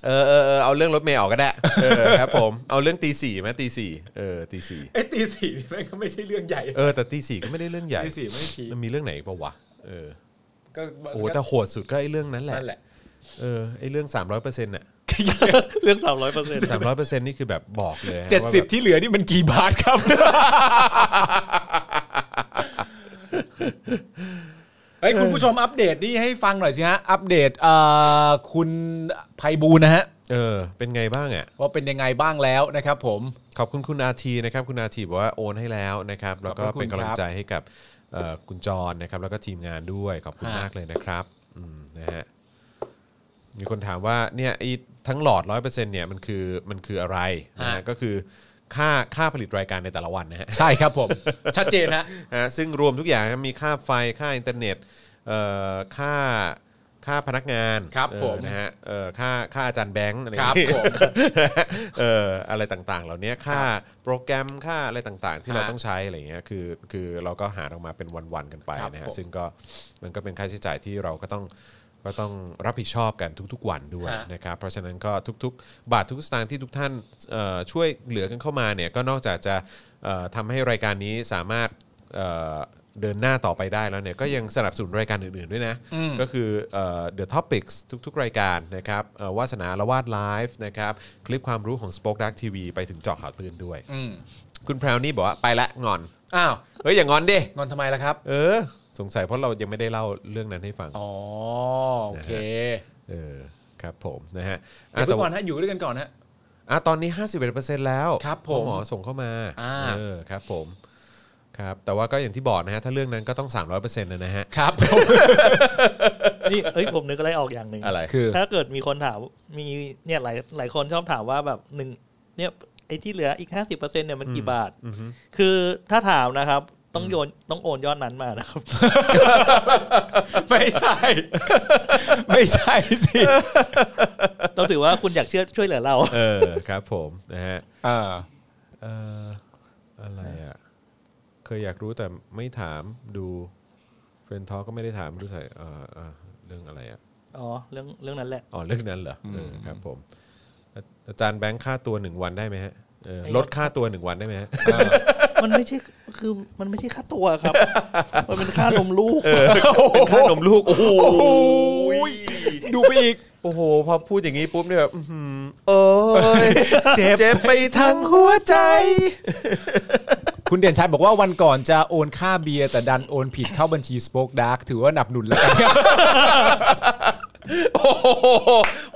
เออเออเออเอาเรื่องรถเมย์ออกก็ได้เออครับผมเอาเรื่องตีสี่ไหมตีสี่เออตีสี่ ไอ้ตีสี่นี่แม่งก็ไม่ใช่เรื่องใหญ่ เออแต่ตีสี่ก็ไม่ได้เรื่องใหญ่ ตีสี่ไม่ที มันมีเรื่องไหนอีกปะวะ เออ ก็ โอ้แต่โหดสุดก็ไอ้เรื่องนั้นแหละ นั่นแหละ เออ ไอ้เรื่อง 300%เน่ะ เรื่อง 300เปอร์เซ็นต์ 300%นี่คือแบบบอกเลยฮะ เจ็ด ว่า สิ แบบ ที่เหลือนี่มันกี่บาทครับ ไอ้ยคุณผู้ชม อัปเดตนี่ให้ฟังหน่อยสิฮะ อัปเดตเอ่อคุณไพบูลย์นะฮะ เออ เป็นไงบ้างอ่ะ ว่าเป็นยังไงบ้างแล้วนะครับผม ขอบคุณคุณอาทีนะครับ คุณอาทีบอกว่าโอนให้แล้วนะครับ แล้วก็ ขอบคุณ เป็นกำลั ค ง รับ ใจให้กับเอ่อคุณจรนะครับ แล้วก็ทีมงานด้วย ขอบคุณมากเลยนะครับ อืม นะฮะ มีคนถามว่า เนี่ยไอ้ทั้งหลอด 100%เนี่ย มันคือ มันคืออะไรนะฮะก็คือ ค่า ค่าผลิตรายการในแต่ละวันนะฮะ ใช่ครับผม ชัดเจนฮะ นะฮะซึ่งรวมทุกอย่างนะมีค่าไฟค่าอินเทอร์เน็ตเอ่อค่าค่าพนักงาน ครับ เออ ผม นะฮะเอ่อค่าค่าอาจารย์แบงค์อะไร ครับผม เอ่ออะไรต่างๆ เหล่านี้ค่าโปรแกรมค่าอะไรต่างๆ ที่เรา ฮะ ต้องใช้อะไรอย่างเงี้ยคือคือเราก็หารออกมาเป็นวันๆกันไป ครับ นะ ผ ฮะ ม ซึ่งก็มันก็เป็นค่าใช้จ่ายที่เราก็ต้องก็ต้องรับผิดชอบกันทุกๆวันด้วย ฮะ นะครับเพราะฉะนั้นก็ทุกๆ บาททุกสตางค์ที่ทุกท่านเอ่อช่วยเหลือกันเข้ามาเนี่ยก็นอกจากจะเอ่อทำให้รายการนี้สามารถเอ่อเดินหน้าต่อไปได้แล้วเนี่ยก็ยังสนับสนุนรายการอื่นๆด้วยนะ ก็คือเอ่อ The Topics ทุกๆ รายการนะครับเอ่อวาสนาละวาดไลฟ์นะครับคลิปความรู้ของ Spoke Dark TV ไปถึงเจาะข่าวตื่นด้วย อืม คุณแพรวนี่บอกว่าไปละงอน อ้าว เฮ้ยอย่างอนดิ งอนทำไมล่ะครับ เออ สงสัยเพราะเรายังไม่ได้เล่าเรื่องนั้นให้ฟัง อ๋อโอเค เออ ครับผมนะฮะ อย่า แต่ เพิ่งก่อนฮะอยู่ด้วยกันก่อนฮะ อ่ะตอนนี้ 51%แล้ว ครับผม หมอส่งเข้ามา อ่า เออครับผมครับ แต่ว่าก็อย่างที่บอกนะฮะ ถ้าเรื่องนั้นก็ต้อง 300%นะนะฮะ ครับ นี่เอ้ยผมนึกอะไรออกอย่างหนึ่ง อะไร คือ ถ้าเกิดมีคนถามมีเนี่ยหลายหลายคนชอบถามว่าแบบหนึ่งเนี่ยไอ้ที่เหลืออีก 50%เนี่ยมันกี่บาท อือฮึ คือถ้าถามนะครับ ต้องโยนต้องโอนยอดนั้นมานะครับ ไม่ใช่ ไม่ใช่สิ ต้องถือว่าคุณอยากเชื่อช่วยเหลือเรา เออ ครับผมนะฮะ เออ เอ่ออะไรอ่ะ เคยอยากรู้แต่ไม่ถามดูเฟรนทอก็ไม่ได้ถามรู้ใส่เอ่อเอ่อเรื่องอะไรอ่ะ อ๋อเรื่องเรื่องนั้นแหละ อ๋อเรื่องนั้นเหรอเออครับผมอาอาจารย์แบงค์ค่าตัวหนึ่งวันได้ไหมฮะเออ ไอ้ ลดค่าตัวหนึ่งวันได้ไหมฮะ มันไม่ใช่คือมันไม่ใช่ค่าตัว ครับ มันเป็นค่านมลูก เป็นค่านมลูก โอ้โห ดูไปอีก โอ้โห พอพูดอย่างนี้ปุ๊บเนี่ยแบบอื้อหือ โอ้ย เจ็บ เจ็บไปทั้งหัวใจ คุณเด่นชัยบอกว่าวันก่อนจะโอนค่าเบียร์แต่ดันโอนผิดเข้าบัญชี Spoke Dark ถือว่าหนับหนุนแล้วกัน ครับ โอ้โห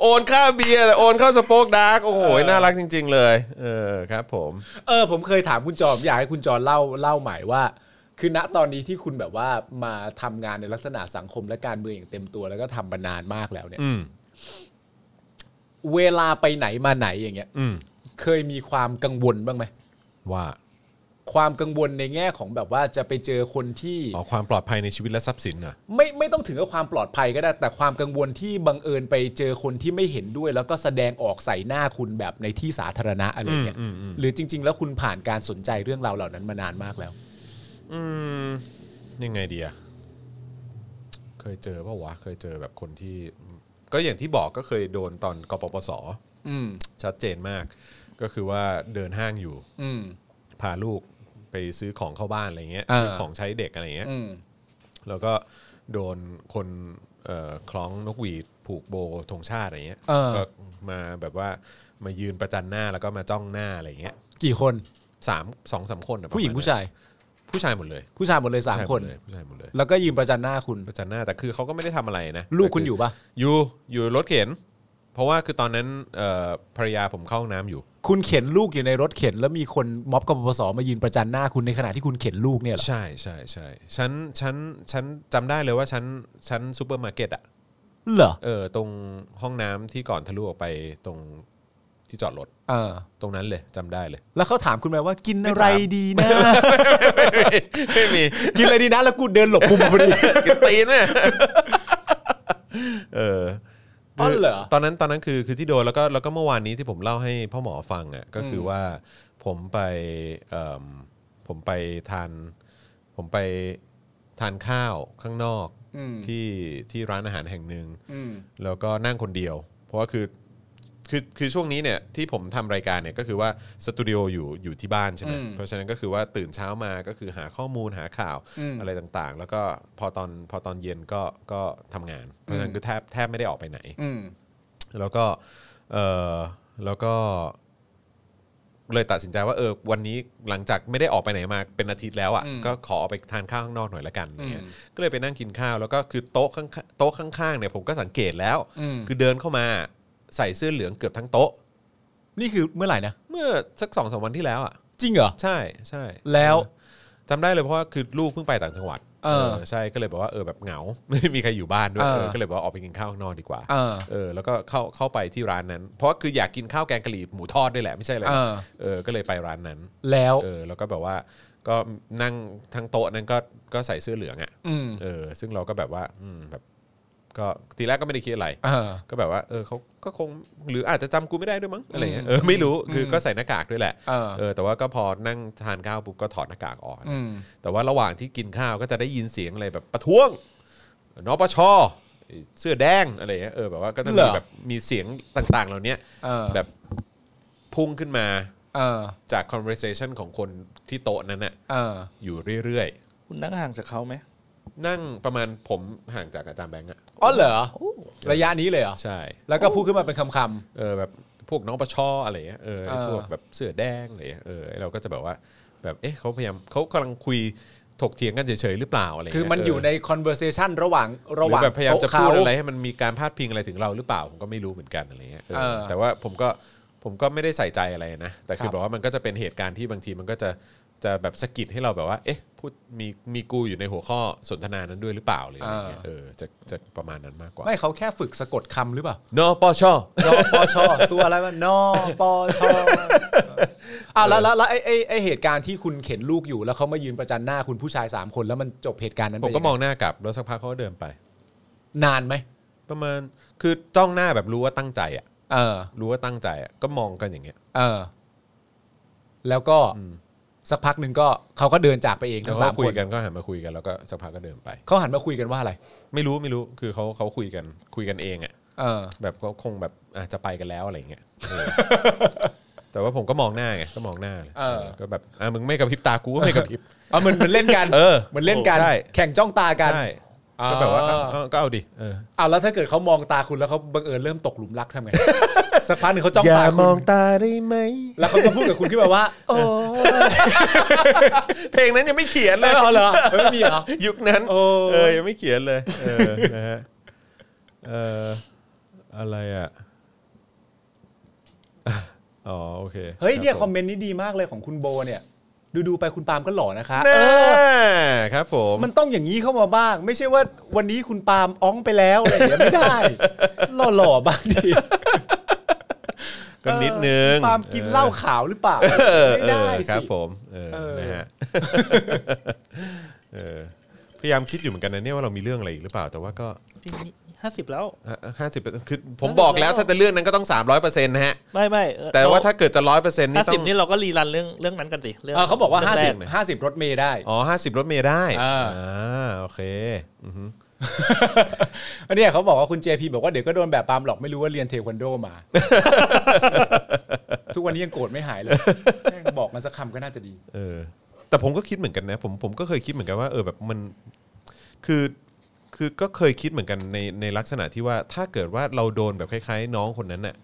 โอนค่าเบียร์แต่โอนเข้าสโป๊กดาร์กโอ้โห เออ น่ารักจริง ๆ เลย เออครับผม เออผมเคยถามคุณจอมอยากให้คุณจอมเล่าเล่าใหม่ว่า คือณตอนนี้ที่คุณแบบว่ามาทำงานในลักษณะสังคมและการเมืองอย่างเต็มตัวแล้วก็ทำมานานมากแล้วเนี่ย อืม เวลาไปไหนมาไหนอย่างเงี้ย อืม เคยมีความกังวลบ้างไหม ว่า ความกังวลในแง่ของแบบว่าจะไปเจอคนที่ อ๋อ ความปลอดภัยในชีวิตและทรัพย์สินนะ ไม่ไม่ต้องถึงกับความปลอดภัยก็ได้ แต่ความกังวลที่บังเอิญไปเจอคนที่ไม่เห็นด้วย แล้วก็แสดงออกใส่หน้าคุณแบบในที่สาธารณะอะไรเงี้ยหรือจริง ๆ แล้วคุณผ่านการสนใจเรื่องราวเหล่านั้นมานานมากแล้ว อืม ยังไงดีอะเคยเจอปะวะ เคยเจอแบบคนที่ ก็อย่างที่บอกก็เคยโดนตอนกปปส อืม ชัดเจนมาก ก็คือว่าเดินห้างอยู่ อืม พาลูกไปซื้อของเข้าบ้านอะไรเงี้ย อ่า ซื้อของใช้เด็กอะไรเงี้ย อืม แล้วก็โดนคนเอ่อคล้องนกหวีดผูกโบธงชาติอะไรเงี้ย เออ ก็มาแบบว่ามายืนประจันหน้าแล้วก็มาจ้องหน้าอะไรเงี้ย กี่คน สามสองสามคนอะประมณ ผู้หญิงผู้ชาย ผู้ชายหมดเลย ผู้ชายหมดเลยสามคน ผู้ชยหดเลยผู้ชายหมดเลย แล้วก็ยืนประจันหน้าคุณ ประจันหน้าแต่คือเขาก็ไม่ได้ทำอะไรนะ ลูกคุณ แต่ อยู่ปะ อยู่อยู่รถเข็น เพราะว่าคือตอนนั้นเอ่อภรรยาผมเข้าห้องน้ำอยู่ คุณเข็นลูกอยู่ในรถเข็น แล้วมีคนม็อบกบปสมายืนประจันหน้าคุณในขณะที่คุณเข็นลูกเนี่ยเหรอ ใช่ใช่ใช่ฉันฉันฉันจำได้เลยว่าฉันฉันซูเปอร์มาร์เก็ตอะ เหรอ เออตรงห้องน้ำที่ก่อนทะลุออกไปตรงที่จอดรถ เออ ตรงนั้นเลยจำได้เลย แล้วเขาถามคุณไหมว่ากินอะไร ไม่ถาม ดีนะ ไม่มี กินอะไรดีนะ แล้วกูเดินหลบมุมมาพอดี กินตีนเนี่ยเออ อ๋อเหรอ ตอนนั้นตอนนั้นคือคือที่โดนแล้วก็แล้วก็เมื่อวานนี้ที่ผมเล่าให้พ่อหมอฟังอ่ะก็คืออ ม ว่าผมไปเอิ่มผมไปทานผมไปทานข้าวข้างนอก อืม ที่ที่ร้านอาหารแห่งหนึ่ง อืม แล้วก็นั่งคนเดียว เพราะว่าคือคือคือช่วงนี้เนี่ยที่ผมทำรายการเนี่ยก็คือว่าสตูดิโออยู่อยู่ที่บ้านใช่ไหม อืม เพราะฉะนั้นก็คือว่าตื่นเช้ามาก็คือหาข้อมูลหาข่าว อืม อะไรต่างๆ แล้วก็พอตอนพอตอนเย็นก็ก็ทำงาน เพราะฉะนั้ อื น ม คือแทบแทบไม่ได้ออกไปไหน อืม แล้วก็เออแล้วก็เลยตัดสินใจว่าเออวันนี้หลังจากไม่ได้ออกไปไหนมาเป็นอาทิตย์แล้ว อืม อะ่ะก็ขอออกไปทานข้าวข้างนอกหน่อยละกัน อืม เนี่ยก็เลยไปนั่งกินข้าวแล้วก็คือโต๊ะข้างโต๊ะข้างๆเนี่ยผมก็สังเกตแล้ว อืม คือเดินเข้ามาใส่เสื้อเหลืองเกือบทั้งโต๊ะ นี่คือเมื่อไหร่นะ เมื่อสักสองสามวันที่แล้วอะ่ะ จริงเหรอ ใช่ใช่ แล้ว จำได้เลยเพราะว่าคือลูกเพิ่งไปต่างจังหวัด เออ ใช่ก็เลยบอกว่าเออแบบเหงา ไม่มีใครอยู่บ้านด้วย เออ เออก็เลยบอกว่าออกไปกินข้าวข้างนอกดีกว่า เออ เออแล้วก็เข้าเข้าไปที่ร้านนั้น เพราะคืออยากกินข้าวแกงกะหรี่หมูทอดด้วยแหละไม่ใช่อะไร เออ เออก็เลยไปร้านนั้น แล้ว เออแล้วก็แบบว่าก็นั่งทั้งโต๊ะนั้นก็ก็ใส่เสื้อเหลืองอ่ะ อืม เออซึ่งเราก็แบบว่าอืมแบบก็ทีแรกก็ไม่ได้คิดอะไร เออ ก็แบบว่าเออเขาก็คงหรืออาจจะจำกูไม่ได้ด้วยมั้งอะไรเงี้ยเออไม่รู้คือก็ใส่หน้ากากด้วยแหละ เออ เออแต่ว่าก็พอนั่งทานข้าวปุ๊บก็ถอดหน้ากากออก อืม แต่ว่าระหว่างที่กินข้าวก็จะได้ยินเสียงอะไรแบบประท้วงนปชเสื้อแดงอะไรเงี้ยเออแบบว่าก็จะ เหร มี อ แบบมีเสียงต่างๆ เหล่านี้ เออ แบบพุ่งขึ้นมา เออ จาก conversation ของคนที่โต๊ะนั้นน่ะ เออ อยู่เรื่อย คุณนั่งห่างจากเขาไหม ๆ นั่งประมาณผมห่างจากอาจารย์แบงค์อะ อ๋อเหรอ ระยะนี้เลยเหรอ ใช่ แล้วก็พูดขึ้นมาเป็นคำค เออแบบพวกน้องปชอะไรเงี้ยเออ เออ พวกแบบเสื้อแดงอะไรเงี้ยเออเราก็จะแบบว่าแบบเอ๊ะเขาพยายามเขากำลังคุยถกเถียงกันเฉยๆหรือเปล่าอะไร ำ เงี้ย คือมันอยู่ เ ใน conversation ระหว่าง ห ระห รือ ว่าง แบบพยายามจะพูด โต๊ อะไร เขา ให้มันมีการพาดพิงอะไรถึงเราหรือเปล่าผมก็ไม่รู้เหมือนกันอะไรเงี้ยเออ เออ แต่ว่าผมก็ผมก็ไม่ได้ใส่ใจอะไรนะแต่คื ครั อบ แบบว่ามันก็จะเป็นเหตุการณ์ที่บางทีมันก็จะจะแบบสะกิดให้เราแบบว่า เอ๊ะพูดมีมีกูอยู่ในหัวข้อสนทนานั้นด้วยหรือเปล่าหรืออะไรเงี้ยเออจะจะประมาณนั้นมากกว่า ไม่เขาแค่ฝึกสะกดคำหรือเปล่า นอปอชอน ปชตัวอะไรวะนปชอ่ะแล้วแล้วแล้วไอ้ไอ้ไอ้เหตุการณ์ที่คุณเข็นลูกอยู่แล้วเขามายืนประจันหน้าคุณผู้ชายสามคนแล้วมันจบเหตุการณ์นั้น ผม ไป ก็ ยังไง มองหน้ากลับแล้วสักพักเขาก็เดินไป นานไหม ประมาณคือจ้องหน้าแบบรู้ว่าตั้งใจอ่ะ เออ รู้ว่าตั้งใจอ่ะก็มองกันอย่างเงี้ย เออ แล้วก็สักพักหนึ่งก็เขาก็เดินจากไปเอง แล้ ทั้ ว ง ก็ สาม คุ ค ย น กันก็หันมาคุยกันแล้วก็สักพักก็เดินไป เขาหันมาคุยกันว่าอะไร ไม่รู้ไม่รู้คือเขาเขาคุยกันคุยกันเองอ่ะ เออ แบบก็คงแบบอาจจะไปกันแล้วอะไรอย่างเงี้ยเออ แต่ว่าผมก็มองหน้าไงก็มองหน้าเลย เออ ก็แบบอ่ะมึงไม่กระพริบตากูก็ไม่กระพริบ เอาเหมือนเหมือนเล่นกัน เออ หมือนเล่นกัน ใช่ แข่งจ้องตากัน ใช่ อ่า ก็แบบว่าอ่ะเออก็เอาดิเออ เอาแล้วถ้าเกิดเขามองตาคุณแล้วเขาบังเอิญเริ่มตกหลุมรักทำไง สักพักหนึ่งเขาจ้อง อย่า ตาคุ มอง ณ ตาได้ไหม แล้วเขาก็พูดกับคุณขึ้นมาว่าโอ้ เพลงนั้นยังไม่เขียนเล ไม่ ย เอาเหรอเออไม่มีเหรอ ยุคนั้น โอ้ เออยังไม่เขียนเลยเออนะฮะเอออะไรอ่ะอ๋อโอเค เฮ้ยเนี่ย รับ ค ผ อมเมนต์นี้ดีมากเลยของคุณโบเนี่ย ดูดูๆไปคุณปาล์มก็หล่อนะคะ แน่ เออ ครับผม มันต้องอย่างนี้เข้ามาบ้าง ไม่ใช่ว่าวันนี้คุณปาล์มอ้องไปแล้วอะไรอย่างเงี้ยไม่ได้ หล่อๆบ้างดิ ก็นิดนึง คุณปาล์มกินเหล้าขาวหรือเปล่า เออเอไม่ได้ อ สิ ครับผมเออ เออ นะฮ ะเออพยายามคิดอยู่เหมือนกันนะเนี่ยว่าเรามีเรื่องอะไรอีกหรือเปล่า แต่ว่าก็ ห้าสิบแล้ว ห้าสิบคือผมบอกแล้วถ้าจะเรื่องนั้นก็ต้อง 300%นะฮะ ไม่ไม่เออ แต่ว่าถ้าเกิดจะร้อยเปอร์เซ็นต์นี่ ห้า ต้ สิบ อง นี่เราก็รีรันเรื่องเรื่องนั้นกันสิรื่อง เออเขาบอกว่า รื่งแร 50 50 รถเมย์ได้ อ๋อห้าสิบรถเมย์ได้ อ่า โอเคอือฮึ อันเนี้ยเขาบอกว่าคุณ JP บอกว่าเดี๋ยวก็โดนแบบปาล์มหรอกไม่รู้ว่าเรียนเทควันโดมา ทุกวันนี้ยังโกรธไม่หาย เลยแม่งบอกมันสักคำก็น่าจะดี เออ แต่ผมก็คิดเหมือนกันนะ ผมผมก็เคยคิดเหมือนกันว่า เออแบบมัน คือ คือก็เคยคิดเหมือนกันในในลักษณะที่ว่าถ้าเกิดว่าเราโดนแบบคล้ายๆ น้องคนนั้นน่ะ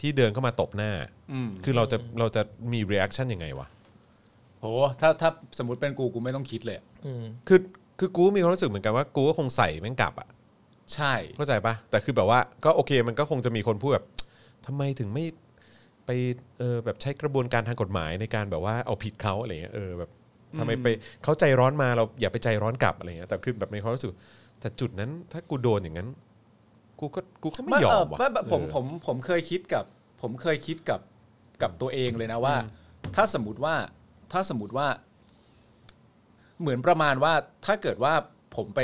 ที่เดินเข้ามาตบหน้า อืม คือเราจะเราจะมีรีแอคชั่นยังไงวะ โหถ้าถ้าสมมติเป็นกูกูไม่ต้องคิดเลยอะ อืม คือคือกูมีความรู้สึกเหมือนกันว่ากูก็คงใส่แม่งกลับอ่ะ ใช่ เข้าใจปะแต่คือแบบว่าก็โอเคมันก็คงจะมีคนพูดแบบทำไมถึงไม่ไปเออแบบใช้กระบวนการทางกฎหมายในการแบบว่าเอาผิดเขาอะไรเงี้ยเออแบบทำไมไปเขาใจร้อนมาเราอย่าไปใจร้อนกลับอะไรเงี้ยแต่คือแบบในความรู้สึกแต่จุดนั้นถ้ากูโดนอย่างนั้น กูก็กูก็ไม่ยอมว่ะ ไไผม เออ ผมผมเคยคิดกับ ผมเคยคิดกับกับตัวเองเลยนะว่า ถ้าสมมติว่าถ้าสมมติว่า เหมือนประมาณว่าถ้าเกิดว่าผมไป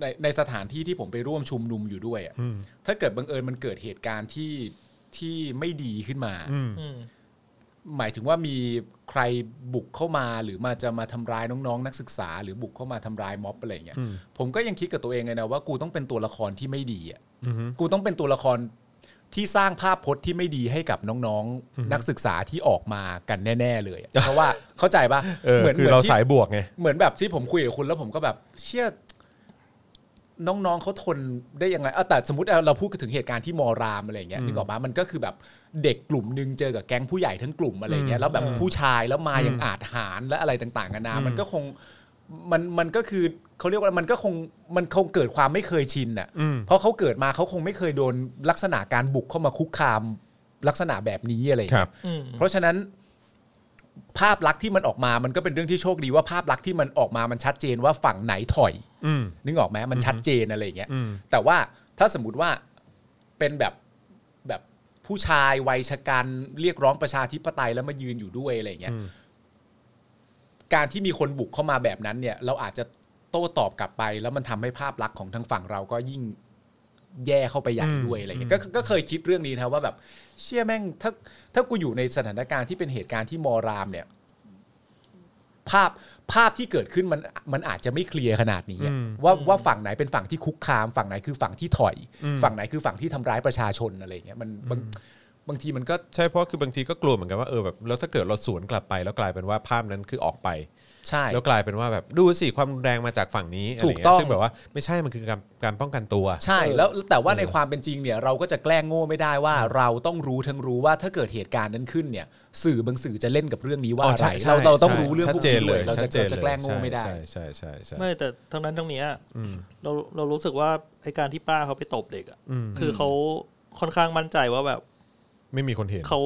ในในสถานที่ที่ผมไปร่วมชุมนุมอยู่ด้วยอะ อืม ถ้าเกิดบังเอิญมันเกิดเหตุการณ์ที่ที่ไม่ดีขึ้นมา อืม อืม หมายถึงว่ามีใครบุกเข้ามาหรือมาจะมาทำร้ายน้องๆ นักศึกษา หรือบุกเข้ามาทำร้ายม็อบอะไรอย่างเงี้ย อืม ผมก็ยังคิดกับตัวเองเลยนะว่ากูต้องเป็นตัวละครที่ไม่ดีอ่ะ อืม กูต้องเป็นตัวละครที่สร้างภาพพจน์ที่ไม่ดีให้กับน้องๆ นักศึกษาที่ออกมากันแน่ ๆ เลยอะ เพราะว่าเข้าใจปะ เออคือเราสายบวกไง เหมือนแบบที่ผมคุยกับคุณแล้วผมก็แบบ เชื่อน้องๆเขาทนได้ยังไงเอาแต่สมมติเอาเราพูดถึงเหตุการณ์ที่มอรามอะไรอย่างเงี้ยนึกออกปะมันก็คือแบบเด็กกลุ่มหนึ่งเจอกับแก๊งผู้ใหญ่ทั้งกลุ่มอะไรเงี้ยแล้วแบบผู้ชายแล้วมาอย่างอาจหารและอะไรต่างๆกันานามันก็คงมันมันก็คือเขาเรียกว่ามันก็คงมันคงเกิดความไม่เคยชินอ่ะ อืม เพราะเขาเกิดมาเขาคงไม่เคยโดนลักษณะการบุกเข้ามาคุกคามลักษณะแบบนี้อะไรอย่าง ค เงี้ย รับ อืม เพราะฉะนั้นภาพลักษณ์ที่มันออกมา มันก็เป็นเรื่องที่โชคดีว่าภาพลักษณ์ที่มันออกมามันชัดเจนว่าฝั่งไหนถอย อืม นึกออกไหมมันชัดเจนอะไรอย่างเงี้ย อืม แต่ว่าถ้าสมมติว่าเป็นแบบแบบผู้ชายวัยชะกันเรียกร้องประชาธิปไตยแล้วมายืนอยู่ด้วยอะไรอย่างเงี้ย อืม การที่มีคนบุกเข้ามาแบบนั้นเนี่ย เราอาจจะโต้ตอบกลับไป แล้วมันทำให้ภาพลักษณ์ของทางฝั่งเราก็ยิ่งแย่เข้าไปใหญ่ด้วยอะไรอย่างเงี้ยก็ก็เคยคิดเรื่องนี้นะว่าแบบ เชี่ยแม่งถ้าถ้ากูอยู่ในสถานการณ์ที่เป็นเหตุการณ์ที่มอรามเนี่ย ภาพภาพที่เกิดขึ้นมันมันอาจจะไม่เคลียร์ขนาดนี้อะ อืม ว่าว่าฝั่งไหนเป็นฝั่งที่คุกคาม ฝั่งไหนคือฝั่งที่ถอย ฝั่งไหนคือฝั่งที่ทำร้ายประชาชนอะไรอย่างเงี้ยมันบางบางทีมันก็ ใช่เพราะคือบางทีก็กลัวเหมือนกันว่าเออแบบแล้วถ้าเกิดเราสวนกลับไปแล้วกลายเป็นว่าภาพนั้นคือออกไป ใช่ แล้วกลายเป็นว่าแบบดูสิความรุนแรงมาจากฝั่งนี้ะไร ถู เย กต้อง ซึ่งแบบว่าไม่ใช่มันคือการการป้องกันตัว ใช่แล้วแล้วแต่ว่าในความเป็นจริงเนี่ยเราก็จะแกล้งโง่ไม่ได้ว่าเราต้องรู้ทั้งรู้ว่าถ้าเกิดเหตุการณ์นั้นขึ้นเนี่ย สื่อบางสื่อจะเล่นกับเรื่องนี้ว่า อ๋อ อะไร ใช่ใช่ เราเราต้อง ใช่ รู้เรื่องพวก ชัด นี้ จ ด้วยเรา ชั จะ ดจน เราจะ ลย แกล้งโง่ไม่ได้ ใช่ใช่ใช่ใช่ ไม่แต่ทั้งนั้นทั้งเนี้ย อืม เราเรารู้สึกว่าไอการที่ป้าเขาไปตบเด็กอ่ะ อืม คือเขาค่อนข้างมั่นใจว่าแบบ ไม่มีคนเห็น เขา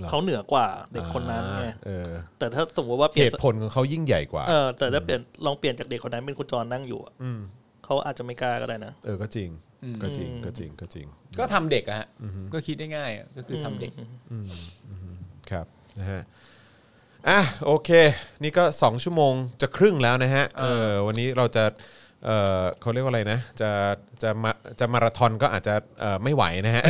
หรอ เขาเหนือกว่าเด็กคนนั้นไง อ่าเออ แต่ถ้าสมมติว่าเป เห ลี่ยน ตุผลของเขายิ่งใหญ่กว่า เออแต่ถ้าเปลี่ยนลองเปลี่ยนจากเด็กคนนั้นเป็นคุณจรนั่งอยู่อะ ม เขาอาจจะไม่กล้าก็ได้นะ เออก็จริง อืม ก็จริง อืม ก็จริงก็จริง ก็ทำเด็กอะฮะก็คิดได้ง่ายอะก็คือทำเด็ก อืมอืมครับนะฮะอ่ะโอเค นี่ก็ 2 ชั่วโมงจะครึ่งแล้วนะฮะเออวันนี้เราจะ เอ่อเขาเรียกว่าอะไรนะจะจะมาจะมาราธอนก็อาจจะเอ่อไม่ไหวนะฮะ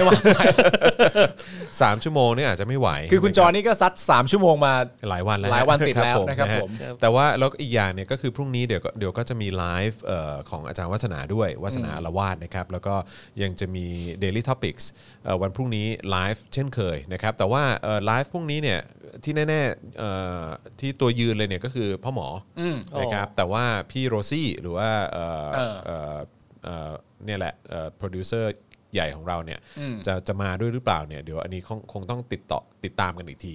สามชั่วโมงเนี่ยอาจจะไม่ไหว คือคุณจอนี่ก็ซัด 3 ชั่วโมงมา หลายวันแล้ว หลายวันติดแล้วนะครับ ฮ ผม ฮแต่ว่าแล้วก็อีกอย่างเนี่ยก็คือพรุ่งนี้เดี๋ยวก็เดี๋ยวก็จะมีไลฟ์เอ่อของอาจารย์วัฒนาด้วยวัฒนาละวาดนะครับ แล้วก็ยังจะมี Daily Topics เอ่อวันพรุ่งนี้ไลฟ์เช่นเคยนะครับ แต่ว่าเอ่อไลฟ์พรุ่งนี้เนี่ยที่แน่ๆเอ่อที่ตัวยืนเลยเนี่ยก็คือพ่อหมออนะครับแต่ว่าพี่โรซี่หรือว่าเอ่อ เออ เอ่อเอ่อเนี่ยแหละโปรดิวเซอร์ใหญ่ของเราเนี่ยจะจะมาด้วยหรือเปล่าเนี่ยเดี๋ยวอันนี้คงคงต้องติดต่อติดตามกันอีกที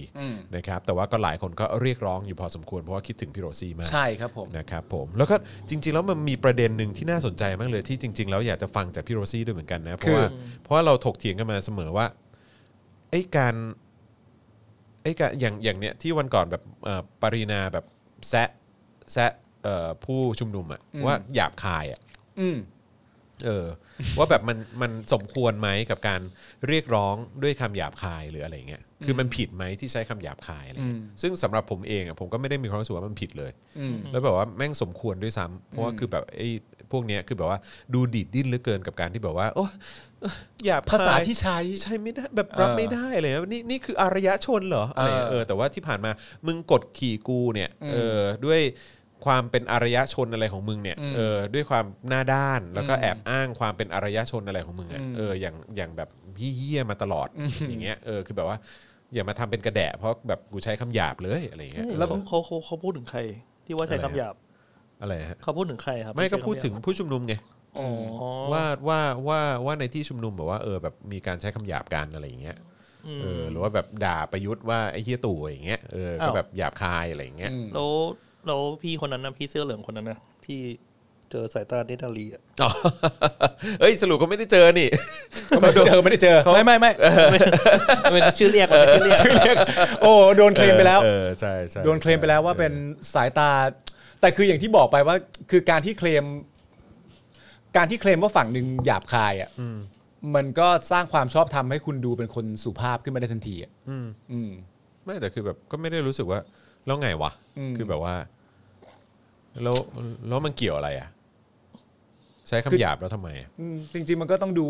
นะครับแต่ว่าก็หลายคนก็เรียกร้องอยู่พอสมควรเพราะว่าคิดถึงพี่โรซี่มาก ใช่ครับผม นะครับผมแล้วก็จริง ๆ แล้วมันมีประเด็นหนึ่งที่น่าสนใจมากเลยที่จริง ๆ แล้วอยากจะฟังจากพี่โรซี่ด้วยเหมือนกันนะเพราะว่าเพราะว่าเราถกเถียงกันมาเสมอว่าไอ้การไอ้การอย่างอย่างเนี้ยที่วันก่อนแบบเอ่อปรีนาแบบแซะแซะเอ่อผู้ชุมนุมอะว่าหยาบคายอะ อืม เออ ว่าแบบมันมันสมควรไหมกับการเรียกร้องด้วยคำหยาบคายหรืออะไรเงี้ยคือมันผิดไหมที่ใช้คำหยาบคายอะไรเงี้ยซึ่งสำหรับผมเองอ่ะผมก็ไม่ได้มีความรู้สึกว่ามันผิดเลย อืม แล้วแบบว่าแม่งสมควรด้วยซ้ำเพราะว่าคือแบบไอ้พวกเนี้ยคือแบบว่าดูดีดดิ้นเหลือเกินกับการที่แบบว่า โอ้หยาบคย ภาษาที่ใช้ ใช้ไม่ได้แบบรับ เออ ไม่ได้อะไรเลยนี่นี่คืออารยชนเหรออะไรเงี้ย เออ เออแต่ว่าที่ผ่านมามึงกดขี่กูเนี่ยเออด้วยความเป็นอารยชนอะไรของมึงเนี่ยเออด้วยความหน้าด้านแล้วก็แอบอ้างความเป็นอารยชนอะไรของมึงอ่ะเอออย่างอย่างแบบพี่เยี่ยมาตลอดอย่างเงี้ยเออคือแบบว่าอย่ามาทำเป็นกระแดะเพราะแบบกูใช้คำหยาบเลยอะไรเงี้ย แล้วเขาเขาเขาพูดถึงใคร ที่ว่าใช้คำหยาบ อะไรฮะ เขาพูดถึงใครครับ ไม่ก็ ที่ใช้คำหยาบ พูดถึงผู้ชุมนุมไง อ๋อ ว่าว่าว่าว่าในที่ชุมนุมแบบว่าเออแบบมีการใช้คำหยาบกันอะไรอย่างเงี้ยเออหรือว่าแบบด่าประยุทธ์ว่าไอ้เฮี้ยตู่อย่างเงี้ยเออก็แบบหยาบคายอะไรอย่างเงี้ย แล้วแล้วพี่คนนั้นนะพี่เสื้อเหลืองคนนั้นนะที่เจอสายตาเนตรนาลีอ่ะ อ๋อเอ้ยสรุปก็ไม่ได้เจอนี่ ก็ไม่ เจอไม่ได้เจอไม่ไม่ไม่ เป็นชื่อเรียกมันเป็นชื่อเรียก โอ้โดนเคลมไปแล้ว เออใช่ใช่ โดนเคลมไปแล้วว่าเป็นสายตา แต่คืออย่างที่บอกไปว่าคือการที่เคลม การที่เคลมว่าฝั่งหนึ่งหยาบคายอ่ะมันก็สร้างความชอบธรรมให้คุณดูเป็นคนสุภาพขึ้นมาได้ทันทีอ่ะอืม ไม่แต่คือแบบก็ไม่ได้รู้สึกว่าแล้วไงวะ อืม คือแบบว่าแล้วแล้วมันเกี่ยวอะไรอ่ะ ใช้คำหยาบแล้วทำไมอะ อืมจริง ๆ มันก็ต้องดู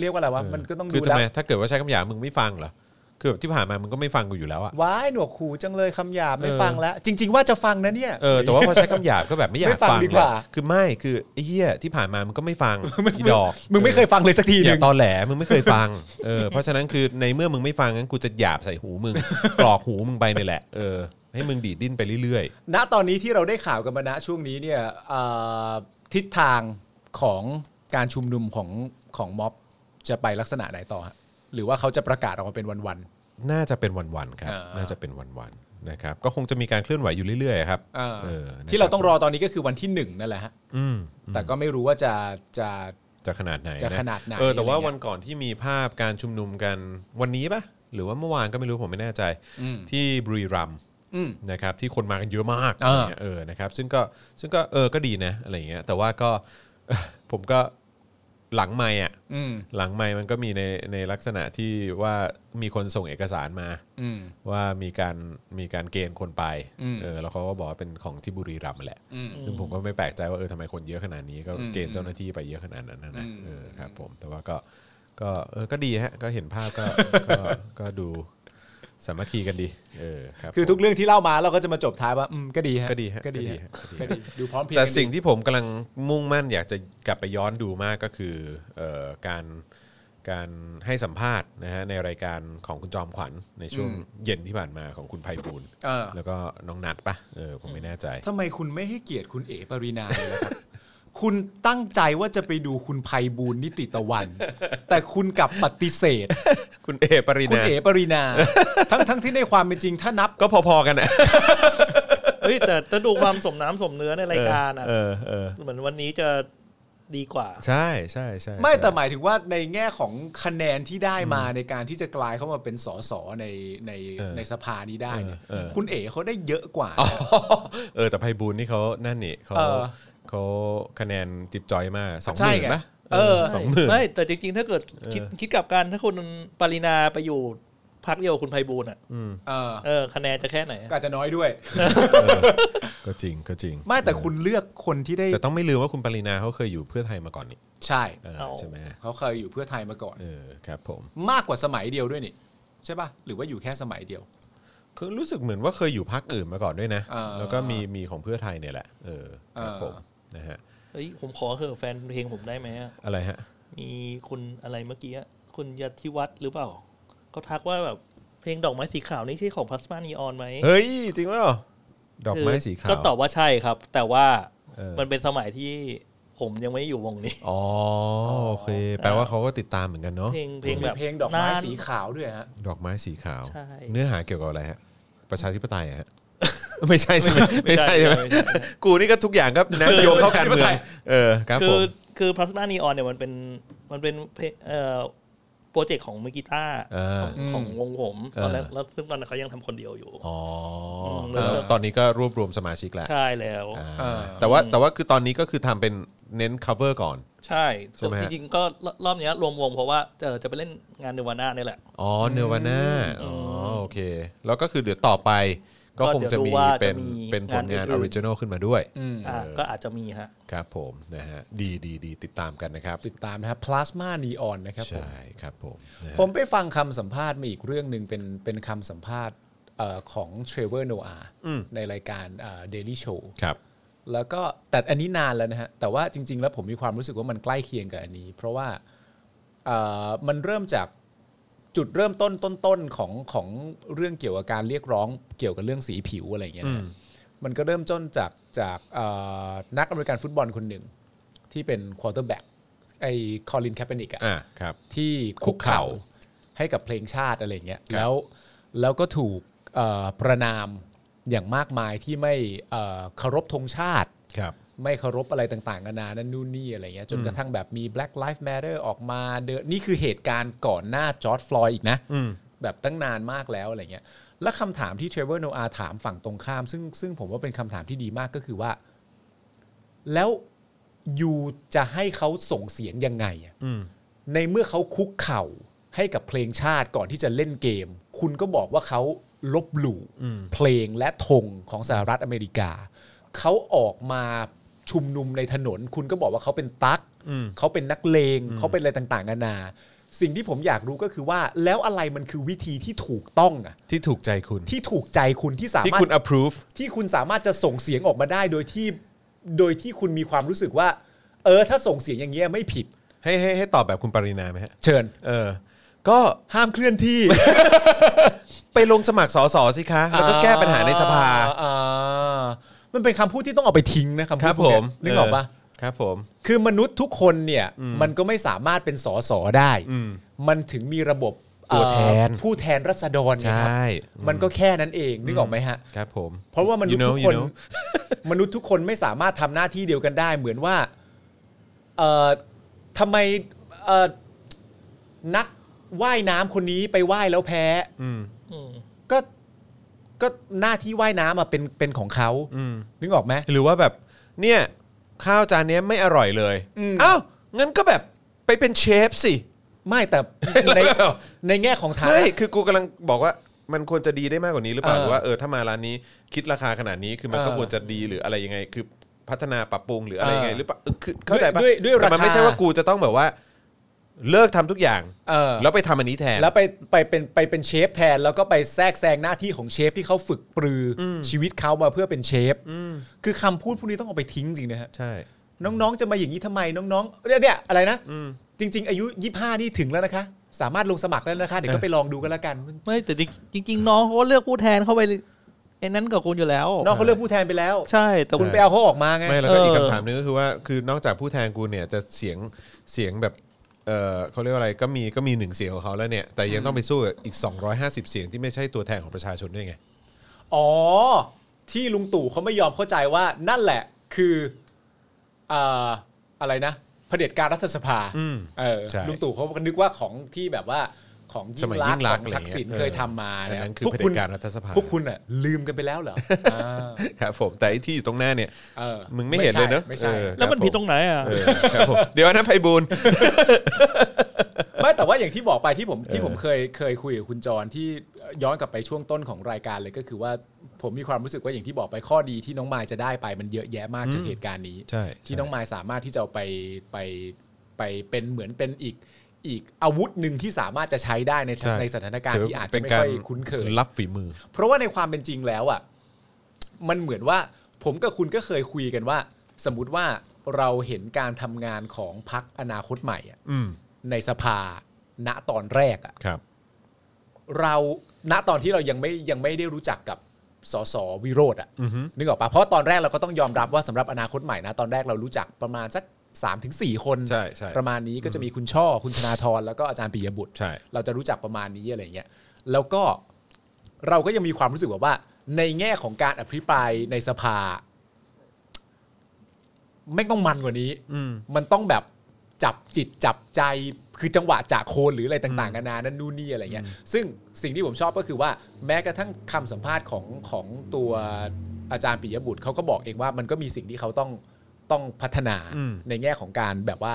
เรียกว่าอะไรวะมันก็ต้อง คื ดู อทำ แล้ว ไมถ้าเกิดว่าใช้คำหยาบมึงไม่ฟังเหรอคือแบบที่ผ่านมามึงก็ไม่ฟังกูอยู่แล้วอะ ว้ายหนวกหูจังเลยคำหยาบไม่ เออ ฟังแล้ว จริง ๆ ว่าจะฟังนะเนี่ย เออแต่ว่าพอใช้คำหยาบก็แบบไม่อยาก ไม่ฟัง ฟัง ดีกว่า แหละคือไม่คือไอ้เหี้ยที่ผ่านมามันก็ไม่ฟังอีดอก มึงไม่เคยฟังเลยสักทีห อย่า นึ่ง ตอแหลมึงไม่เคยฟังเออเพราะฉะนั้นคือในเมื่อมึงไม่ฟังงั้นกูจะหยาบใส่หูมึง กรอกหูมึงไปนี่แหละเออให้มึงดีดดิ้นไปเรื่อย ณตอนนี้ที่เราได้ข่าวกันมาณช่วงนี้เนี่ยเอ่อทิศทางของการชุมนุมของของม็อบจะไปลักษณะไหนต่อฮะหรือว่าเขาจะประกาศออกมาเป็นวัน ๆ น่าจะเป็นวันๆครับ อ่า น่าจะเป็นวันๆนะครับก็คงจะมีการเคลื่อนไหวอยู่เรื่อยๆครับ ๆอ่า เออนะคบ ที่เราต้องรอตอนนี้ก็คือวันที่หนึ่งนั่นแหละฮะ อืม แต่ก็ไม่รู้ว่าจะจะ จะขนาดไหน จะขนาดไหน เออแต่ว่า อะไรเงี้ย วันก่อนที่มีภาพการชุมนุมกันวันนี้ปะหรือว่าเมื่อวานก็ไม่รู้ผมไม่แน่ใจที่บุรีรัมย์ อืม นะครับที่คนมากันเยอะมากอะอ่าไรเงี้ยเออนะครับซึ่งก็ซึ่งก็เออก็ดีนะอะไรเงี้ยแต่ว่าก็ ผมก็หลังไม่อะ อืม หลังไม่มันก็มีในในลักษณะที่ว่ามีคนส่งเอกสารมา อืม ว่ามีการมีการเกณฑ์คนไป อืม เออแล้วเขาก็บอกว่าเป็นของที่บุรีรัมย์แหละ อืม ซึ่งผมก็ไม่แปลกใจว่าเออทำไมคนเยอะขนาดนี้ก็ อืม เกณฑ์เจ้าหน้าที่ไปเยอะขนาดนั้นนะนะ อืม เออครับผมแต่ว่าก็ก็เออก็ดีฮะก็เห็นภาพก็ก็ก็ดูสามัคคีกันดีเออครับ คือ ผม ทุกเรื่องที่เล่ามาเราก็จะมาจบท้ายว่าอืมก็ดีฮะ ก็ดีฮะ ก็ก็ดีดีฮะ ฮะ ก็ดีดูพร้อมเพรียง แต่ กันดี สิ่งที่ผมกำลังมุ่งมั่นอยากจะกลับไปย้อนดูมากก็คือเออการการให้สัมภาษณ์นะฮะในรายการของคุณจอมขวัญในช่วง อืม เย็นที่ผ่านมาของคุณไพบูลย์ เออ แล้วก็น้องนัดปะเออผมไม่แน่ใจ ทำไมคุณไม่ให้เกียรติคุณเอ๋ปรินาเลยล่ะครับ คุณตั้งใจว่าจะไปดูคุณภัยบูลย์นิติตะวัน แต่คุณกลับปฏิเสธ คุณเอปริ คุณ นา เอ๋ปรินา ทั้งทั้งที่ในความเป็นจริงถ้านับ ก็พอๆกันอ่ะ เฮ้ยแต่ถ้าดูความสมน้ำสมเนื้อในรายการอ่ะ เออเออ เหมือนวันนี้จะดีกว่า ใช่ใช่ใช่ ไม่แต่ ใช่ หมายถึงว่าในแง่ของคะแนนที่ได้มาในการที่จะกลายเข้ามาเป็นสสในในในสภานี้ได้เนี่ยคุณเอ๋เขาได้เยอะกว่า เออแต่ไพบูลย์นี่เขานั่นนี่เขา เออ เขาคะแนนจิบจอยมากสองห ใช่ มื่น ไง ปะ เออ สองหมื่น ไม่แต่จริงๆ ถ้าเกิดคิดคิดกลับกันถ้าคุณปรินาไปอยู่ พักเดียวกับคุณไพบูลย์อ่ะ เออ เออคะแนนจะแค่ไหน ก็อาจจะน้อยด้วย ก็จริงก็จริง ไม่แต่คุณเลือกคนที่ได้ แต่ต้องไม่ลืมว่าคุณปรินาเขาเคยอยู่เพื่อไทยมาก่อนนี่ ใช่ เออใช่ไหม เขาเคยอยู่เพื่อไทยมาก่อน เออครับ ผม มากกว่าสมัยเดียวด้วยนี่ใช่ป่ะหรือว่าอยู่แค่สมัยเดียว คือรู้สึกเหมือนว่าเคยอยู่พักอื่นมาก่อนด้วยนะ เออ แล้วก็มีมีของเพื่อไทยเนี่ยแหละเออครับผม เอ นะฮะ เฮ้ยผมขอเหอะแฟนเพลงผมได้ไหมอะ อะไรฮะ มีคุณอะไรเมื่อกี้อะคุณยทธิวัฒน์หรือเปล่าเขาทักว่าแบบเพลงดอกไม้สีขาวนี่ใช่ของพลาสมานีออนไหม เฮ้ยจริงเปล่าดอกไม้สีขาว ก็ตอบว่าใช่ครับ แต่ว่า เออ มันเป็นสมัยที่ผมยังไม่อยู่วงนี้ อ๋อโอเค แปลว่าเขาก็ติดตามเหมือนกันเนาะ เพลงเพลง มี แบบ เพลงดอกไม้ น่าน สีขาวด้วยฮะ ดอกไม้สีขาว ใช่ เนื้อหาเกี่ยวกับอะไรฮะ ประชาธิปไตยอะฮะ ไม่ใช่ใช่ไหมไม่ใช่ใช่ไหม ไม่ใช่ กูนี่ก็ทุกอย่างก็นะโยงเข้าการเมืองเออครับ คื ผ อ ม คือพลาสมานีออนเนี่ยมันเป็นมันเป็นเพลงเอ่อโปรเจกต์ของมือกีตาร์ อ่า ของของวงผม เออ ตอนแรกแล้วซึ่งตอนนั้นเขายังทำคนเดียวอยู่ อ๋อ เออ ตอนนี้ก็รวบรวมสมาชิกแล้ว ใช่แล้ว อ่า เออ แต่ว่าแต่ว่าคือตอนนี้ก็คือทำเป็นเน้น cover ก่อน ใช่ ใช่ไหมฮะ จริงๆก็รรอบเนี้ยรวมวงเพราะว่าเอ่อจะไปเล่นงานเนวาน่าเนี่ยแหละ อ๋อเนวาน่าอ๋อโอเค แล้วก็คือเดี๋ยวต่อไปก็คงจะมี ก็เป็เดี๋ยวน ดูว่าจะมี เป็นผลงาน งาน อ อื่ อน ๆ ริจินอลขึ้นมาด้วย อ่าก็อาจจะมีฮะ ครับผมนะฮะดีดีดีติดตามกันนะครับ ติดตามนะครับพลาสมานีออนนะครับผม ใช่ครับผมนะฮะ ผมไปฟังคำสัมภาษณ์มาอีกเรื่องหนึ่งเป็นเป็นคำสัมภาษณ์เอ่อของเทรเวอร์โนอาในรายการเดลี่โชว์ ครับ แล้วก็แต่อันนี้นานแล้วนะฮะ แต่ว่าจริง ๆ แล้วผมมีความรู้สึกว่ามันใกล้เคียงกับอันนี้ เพราะว่าเอ่อมันเริ่มจากจุดเริ่มต้นต้นๆของของเรื่องเกี่ยวกับการเรียกร้องเกี่ยวกับเรื่องสีผิวอะไรอย่างเงี้ยนะฮะมันก็เริ่มต้นจากจากเอ่อนักอเมริกันฟุตบอลคนหนึ่ง ที่เป็นควอเตอร์แบ็กไอ้คอลินแคปเปนิกอะ อ่าครับ ที่คุกเข่าให้กับเพลงชาติอะไรอย่างเงี้ยแล้วแล้วก็ถูกเอ่อประนามอย่างมากมายที่ไม่เอ่อเคารพธงชาติ ครับ ไม่เคารพอะไรต่างๆนานานั่นนู่นนี่อะไรเงี้ยจนกระทั่งแบบมี Black Lives Matter ออกมาเดินนี่คือเหตุการณ์ก่อนหน้าจอร์ e ฟลอยด์อีกนะ อืม แบบตั้งนานมากแล้วอะไรเงี้ย และคำถามที่เทรเวอร์โนอาถามฝั่งตรงข้าม ซึ่งซึ่งผมว่าเป็นคำถามที่ดีมากก็คือว่า แล้วยูจะให้เขาส่งเสียงยังไงอะ อืม ในเมื่อเขาคุกเข่าให้กับเพลงชาติก่อนที่จะเล่นเกม คุณก็บอกว่าเขาลบหลู่เพลงและธงของสหรัฐอเมริกา เขาออกมาชุมนุมในถนน คุณก็บอกว่าเขาเป็นตัก อืม เขาเป็นนักเลง เขาเป็นอะไรต่างๆนานา สิ่งที่ผมอยากรู้ก็คือว่า แล้วอะไรมันคือวิธีที่ถูกต้องอะ ที่ถูกใจคุณ ที่ถูกใจคุณที่สา ที่ มารถ คุณ approve ที่คุณสามารถจะส่งเสียงออกมาได้โดยที่โดยที่คุณมีความรู้สึกว่า เออ ถ้าส่งเสียงอย่างเงี้ยไม่ผิด ให้ให้ให้ตอบแบบคุณปรินาไหมฮะ เชิญ เออ ก็ ห้ามเคลื่อนที่ ไปลงสมัครสอสอสิคะ แล้วก็แก้ปัญหาในสภา อ่ามันเป็นคำพูดที่ต้องเอาไปทิ้งนะคำ ค พู รั ด บ พผวกเนี้ย ม นึกออกปะ เครับผม คือมนุษย์ทุกคนเนี่ยมันก็ไม่สามารถเป็นสอสอได้ อืม มันถึงมีระบบ ตัวแทน เอ่อผู้แทนรัษฎรไงครั ใช่ มันก็แค่นั้นเองนึกออกไหมฮะ ครับผม เพราะว่ามนุษย์ You know, ทุกคน you know มนุษย์ทุกคนไม่สามารถทำหน้าที่เดียวกันได้ เหมือนว่าเอ่อทำไมเอ่อนักว่ายน้ำคนนี้ไปว่ายแล้วแพ้ อืม อืม ก็ก็หน้าที่ว่ายน้ำอะเป็นเป็นของเขา อืม นึกออกไหม หรือว่าแบบ เนี่ย ข้าวจานเนี้ยไม่อร่อยเลย อืม เอ้าวงั้นก็แบบไปเป็นเชฟสิ ไม่ แต่ใน ในแง่ของฐานะ ไม่ คือกูกำลังบอกว่ามันควรจะดีได้มากกว่านี้หรือเปล่า เออ หรือว่าเออถ้ามาร้านนี้คิดราคาขนาดนี้คือมันก็ เออ ควรจะดีหรืออะไรยังไง คือพัฒนาปรับปรุงหรืออะไรยังไง เออ หรือเปล่าเออคือเข้าใจปะ ด้วยด้วย แต่มัน ราคา ไม่ใช่ว่ากูจะต้องแบบว่า เลิกทำทุกอย่าง เออ แล้วไปทำอันนี้แทน แล้วไปไปเป็นไปเป็นเชฟแทน แล้วก็ไปแทรกแซงหน้าที่ของเชฟที่เขาฝึกปรืออชีวิตเขามาเพื่อเป็นเชฟคือคำพูดพวกนี้ต้องเอาไปทิ้งจริงนะฮะ ใช่ น้องๆจะมาอย่างนี้ทำไมน้องๆเนี่ยเนี่ยอะไรนะจริง ๆ อายุ 25 นี่ถึงแล้วนะคะ สามารถลงสมัครได้แล้วนะคะ เดี๋ยวก็ไปลองดูกันแล้วกัน ไม่แต่จริงจริง ๆ น้องเขาก็เลือกผู้แทนเข้าไปไอ้นั่นกับคุณอยู่แล้ว น้องเขาเลือกผู้แทนไปแล้ว ใช่แต่ คุ คุณณ ไปเอาเขาออกมาไง ไม่แล้วก็อีก เออ คำถามหนึงก็คือว่า คือนอกจากผู้แทนกูเนี่ยจะเสียงเสียงแบบเออเขาเรียกว่าอะไรก็มีก็มีหนึ่งเสียงของเขาแล้วเนี่ย แต่ยังต้องไปสู้กับอีก 250 เสียงที่ไม่ใช่ตัวแทนของประชาชนด้วยไง อ๋อ ที่ลุงตู่เขาไม่ยอมเข้าใจว่านั่นแหละคือเอ่ออะไรนะเผด็จการรัฐสภา อืม เออ ใช่ ลุงตู่เขาก็นึกว่าของที่แบบว่าของยิ่ สมัยยิ่ ง งลั ลั ก กษษณ์ ณ์ของทักษิอะณไรเงี้ย เคยทำมาอันเนี่ย นั้นคือเผด็จการรัฐสภา พวกคุณอ่ะลืมกันไปแล้วเหรออ่า ครับผมแต่ไอ้ที่อยู่ตรงหน้าเนี่ย เออ มึงไม่เห็นเลยเนอะ ไม่ใช่ เออ แล้วมันผิดตรงไหนอ่ะ เออครับผมเดี๋ยวอันนั้นไพบูลย์ ไม่แต่ว่า อย่างที่บอกไปที่ผมที่ เออ ผมเคยเคยคุยกับคุณจรที่ย้อนกลับไปช่วงต้นของรายการเลยก็คือว่าผมมีความรู้สึกว่าอย่างที่บอกไปข้อดีที่น้องมายจะได้ไปมันเยอะแยะมากจากเหตุการณ์นี้ ใช่ ที่น้องมายสามารถที่จะเอาไปไปไปเป็นเหมือนเป็นอีกอีกอาวุธหนึ่งที่สามารถจะใช้ได้ใน ช่ ในสถานการณ์ที่อาจจะไม่ค่อยคุ้นเคย ป็รับฝีมือ เพราะว่าในความเป็นจริงแล้วอ่ะมันเหมือนว่าผมกับคุณก็เคยคุยกันว่า สมมติว่าเราเห็นการทำงานของพักอนาคตใหม่อะ อืม ในสภาณตอนแรกอ่ะ ครับ เราณตอนที่เรายังไม่ยังไม่ได้รู้จักกับสสวิโรธอ่ะ อือฮึ นึกออกปะเพราะตอนแรกเราก็ต้องยอมรับว่าสำหรับอนาคตใหม่นะตอนแรกเรารู้จักประมาณสัก3-4ถึงคน ใช่ใช่ ประมาณนี้ก็จะมีคุณช่อคุณธนาธรแล้วก็อาจารย์ปิยบุตร ใช่ เราจะรู้จักประมาณนี้อะไรเงี้ย แล้วก็เราก็ยังมีความรู้สึกแบบว่า ในแง่ของการอภิปรายในสภา ไม่ต้องมันกว่านี้ อืม มันต้องแบบจับจิตจับใจคือจังหวะจากโคนหรืออะไรต่างๆกันานานั่นนู่นนี่อะไรเงี้ย ซึ่งสิ่งที่ผมชอบก็คือว่าแม้กระทั่งคำสัมภาษณ์ของของตัวอาจารย์ปิยบุตรเขาก็บอกเองว่ามันก็มีสิ่งที่เขาต้องต้องพัฒนา อืม ในแง่ของการแบบว่า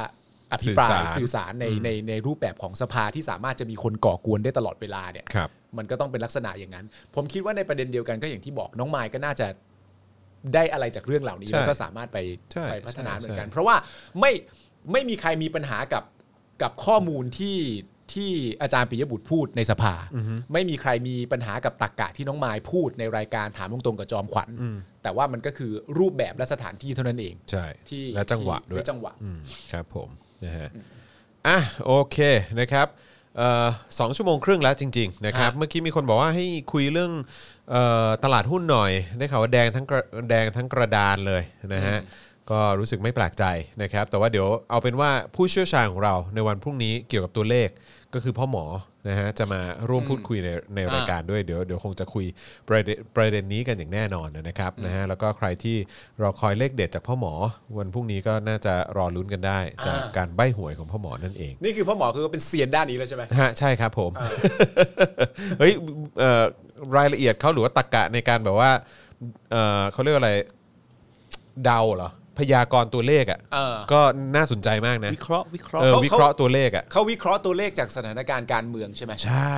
อภิปราย สื่ สื่ อ อ สา สาร รในในในรูปแบบของสภาที่สามารถจะมีคนก่อกวนได้ตลอดเวลาเนี่ย ครับ มันก็ต้องเป็นลักษณะอย่างนั้น ผมคิดว่าในประเด็นเดียวกันก็อย่างที่บอกน้องไมายก็น่าจะได้อะไรจากเรื่องเหล่านี้ ใช่ แล้วก็สามารถไป ใช่ ไปพัฒนา ใช่ เหมือนกัน ใช่ เพราะว่าไม่ไม่มีใครมีปัญหากับกับข้อมูลที่ที่อาจารย์ปิยบุตรพูดในสภา ไม่มีใครมีปัญหากับตรกกะที่น้องไมายพูดในรายการถามตรงๆกับจอมขวัญแต่ว่ามันก็คือรูปแบบและสถานที่เท่านั้นเอง ใช่ ที่ และจังหวะด้วย ที่จังหวะ อืมครับผมนะฮะอ่ะโอเคนะครับเอ่อสองชั่วโมงครึ่งแล้วจริงๆนะครับ ฮะ เมื่อกี้มีคนบอกว่าให้คุยเรื่องเออตลาดหุ้นหน่อย ได้ข่าวว่าแดงทั้งกระแดงทั้งกระดานเลยนะฮะก็รู้สึกไม่แปลกใจนะครับ แต่ว่าเดี๋ยวเอาเป็นว่าผู้เชี่ยวชาญของเราในวันพรุ่งนี้เกี่ยวกับตัวเลขก็คือพ่อหมอนะฮะจะมาร่วมพูดคุยในใน อ่าร รายการ ด้วยเดี๋ยวเดี๋ยวคงจะคุยประเด็นประเด็นนี้กันอย่างแน่นอนนะครับนะฮะแล้วก็ใครที่รอคอยเลขเด็ดจากพ่อหมอ วันพรุ่งนี้ก็น่าจะรอลุ้นกันได้ จากการใบ้หวยของพ่อหมอนั่นเอง นี่คือพ่อหมอคือเป็นเซียนด้านนี้แล้วใช่ไหม ฮะใช่ครับผม เฮ้ยเอ่อรายละเอียดเขาหรือว่าตรกกะในการแบบว่าเอ่อเขาเรียกว่าอะไรเดาเหรอพยากรณ์ตัวเลขอ่ะ เออ ก็น่าสนใจมากนะ วิเคราะห์วิเคราะ เอ ห์ อวิเคราะห์ตัวเลขอ่ะ เขาวิเคราะห์ตัวเลขจากสถานการณ์การเมืองใช่ไหม ใช่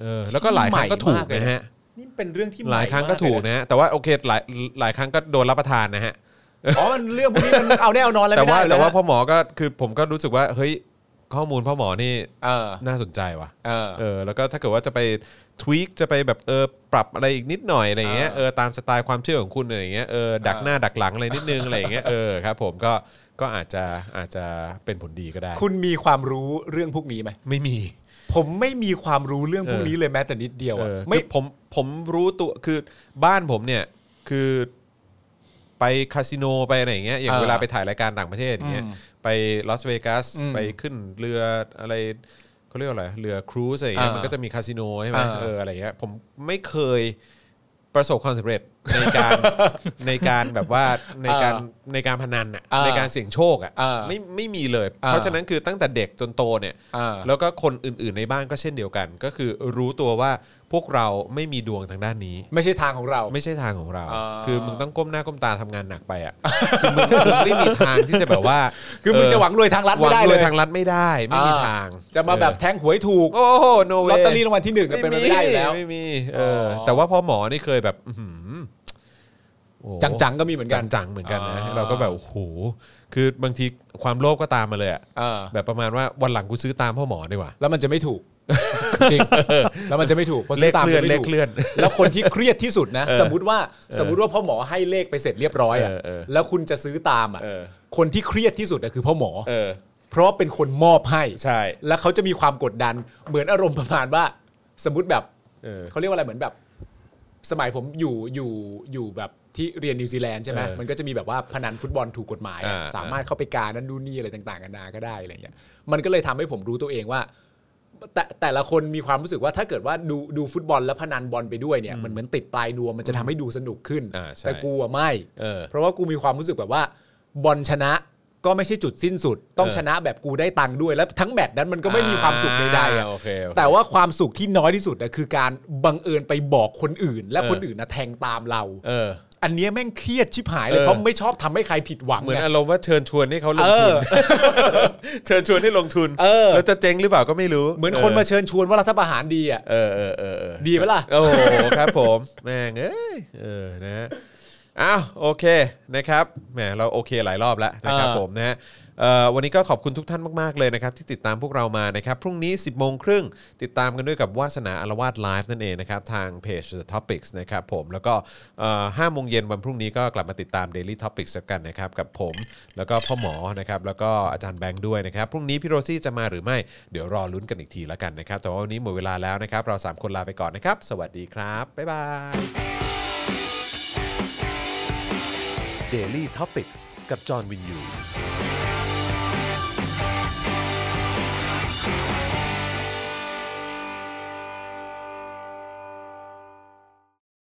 เออแล้วก็หลายครั้งก็ถูกนะฮะ นี่เป็นเรื่องที่ใม่ หลายครั้งก็ถูก ม นะฮะแต่ว่าโอเคหลายหลายครั้งก็โดนรับประทานนะฮะ เลยนะอ๋อมันเรื่องพวกนี้มันเอาแน่เอานอนอะไร แต่ ไม่ ว่า ได้อยู่ แต่ แล้ว ว่า นะ พ่อหมอก็คือผมก็รู้สึกว่าเฮ้ยข้อมูลพ่อหมอนี่ เออ น่าสนใจว่ะ เออ เออแล้วก็ถ้าเกิดว่าจะไปทวีคจะไปแบบเออปรับอะไรอีกนิดหน่อยอะไรอย่างเงี้ย เออ เออตามสไตล์ความเชื่อของคุณอะไรอย่างเงี้ยเออดักหน้าดักหลังอะไรนิดนึงอะไรอย่างเงี้ยเออครับผมก็ก็อาจจะอาจจะเป็นผลดีก็ได้ คุณมีความรู้เรื่องพวกนี้ไหม ไม่มี ผมไม่มีความรู้เรื่องพวก เออ นี้เลยแม้แต่นิดเดียว เอ อะ อ ไม่ คือผมผมรู้ตัวคือบ้านผมเนี่ยคือไปคาสิโนไปอะไรอย่างเงี้ยอย่าง เออ เวลาไปถ่ายรายการต่างประเทศอย่างเงี้ย อืม ไปลาสเวกัส อืม ไปขึ้นเรืออะไรเขาเรียกว่าอะไรเรือครูซอะไรอย่างเงี้ย อ่ามั มันก็จะมีคาสิโนใช่ไหม อ่า เอออะไรเงี้ยผมไม่เคยประสบความสำเร็จในการ ในการแบบว่าในการในการพนันอ่ะ อ่า ในการเสี่ยงโชคอ่ะ อ่า ไม่ไม่มีเลย อ่า เพราะฉะนั้นคือตั้งแต่เด็กจนโตเนี่ย เออ แล้วก็คนอื่นๆในบ้านก็เช่นเดียวกัน ก็คือรู้ตัวว่าพวกเราไม่มีดวงทางด้านนี้ ไม่ใช่ทางของเรา ไม่ใช่ทางของเรา อ่า คือมึงต้องก้มหน้าก้มตาทำงานหนักไปอ่ะ คือมึงมึงไม่มีทางที่จะแบบว่า คือมึงจะหวังรวยทางรัฐ หวั ไม่ ง ได้ ร เล วย ยทางรัฐไม่ได้ไม่มี อ่ ทาง จะมาแบบแทงหวยถูก โอ้โหโนเว ลอตเตอรี่รางวัลที่หนึ่งอะเป็นไปไม่ได้อยู่แล้ว ไม่มีเอออ อ แต่ว่าพอหมอนี่เคยแบบอื้อหือโอ้โห จังๆก็มีเหมือนกัน จังๆเหมือนกันนะ อ่า เราก็แบบโอ้โหคือบางทีความโลภก็ตามมาเลยอะ เออ แบบประมาณว่าวันหลังกูซื้อตามพ่อหมอดีกว่า แล้วมันจะไม่ถูกจริงแล้วมันจะไม่ถูกพราะ เลข ซื้ตาม เคลื่อน ไม่ เล ถู ข ก เคลื่อน แล้วคนที่เครียดที่สุดนะ เออ สมมติว่าสมมติว่าพ่อหมอให้เลขไปเสร็จเรียบร้อยอะ เออเออ แล้วคุณจะซื้อตามอ่ะ เออ คนที่เครียดที่สุดอะคือพ่อหมอ เออ เพราะว่าเป็นคนมอบให้ ใช่ แล้วเขาจะมีความกดดันเหมือนอารมณ์ประมาณว่า สมมติแบบ เออ เขาเรียกว่าอะไรเหมือนแบบ สมัยผมอยู่อยู่อยู่แบบที่เรียนนิวซีแลนด์ใช่ไหม เออ มันก็จะมีแบบว่าพนันฟุตบอลถูกกฎหมายอะ อ่า สามารถเข้าไปการนั่นดูนนี่อะไรต่างๆกันานาก็ได้อะไรอย่างเงี้ยมันก็เลยทำให้ผมรู้ตัวเองว่า แต่แต่ละคนมีความรู้สึกว่าถ้าเกิดว่าดูดูฟุตบอลแล้วพนันบอลไปด้วยเนี่ยมันเหมือนติดปลายนวมมันจะทำให้ดูสนุกขึ้น อ่าใช่ แต่กูอะไม่ เออ เพราะว่ากูมีความรู้สึกแบบว่า บอลชนะก็ไม่ใช่จุดสิ้นสุด ต้อง เออ ชนะแบบกูได้ตังค์ด้วย แล้วทั้งแมตช์นั้นมันก็ไม่มีความสุขใดๆอะ โอเคโอเค แต่ว่าความสุขที่น้อยที่สุดนะคือการบังเอิญไปบอกคนอื่น และ เออ คนอื่นนะแทงตามเรา เออ อันเนี้ยแม่งเครียดชิบหายเลย เออ เพราะไม่ชอบทำให้ใครผิดหวัง เหมือน ไง อารมณ์ว่าเชิญชวนให้เขาลง เอ ทุ อน เชิญชวนให้ลงทุน เออ แล้วจะเจ๊งหรือเปล่าก็ไม่รู้ เหมือนคนมาเชิญชวนว่ารัฐประหารดีอ่ะ เออเออเออ เออ ดีไหมล่ะ โอ้โหครับผมแม่งเอ้ยเออนะฮะอ้าวโอเคนะครับแหมเราโอเคหลายรอบแล้วนะครับ เออ ผมนะฮะเอ่อวันนี้ก็ขอบคุณทุกท่านมาก ๆ เลยนะครับ ที่ติดตามพวกเรามานะครับ พรุ่งนี้ 10บโมงครึ่งติดตามกันด้วยกับวาสนาอารวาสไลฟ์นั่นเองนะครับ ทางเพจ The Topics นะครับผมแล้วก็ห้าโมงเย็นวันพรุ่งนี้ก็กลับมาติดตาม Daily Topics กันนะครับกับผม แล้วก็พ่อหมอนะครับแล้วก็อาจารย์แบงค์ด้วยนะครับ พรุ่งนี้พี่โรซี่จะมาหรือไม่เดี๋ยวรอลุ้นกันอีกทีละกันนะครับแต่ว่าวันนี้หมดเวลาแล้วนะครับเราสามคนลาไปก่อนนะครับสวัสดีครับบ๊ายบาย Daily t o p i c กกับจอห์นวินยู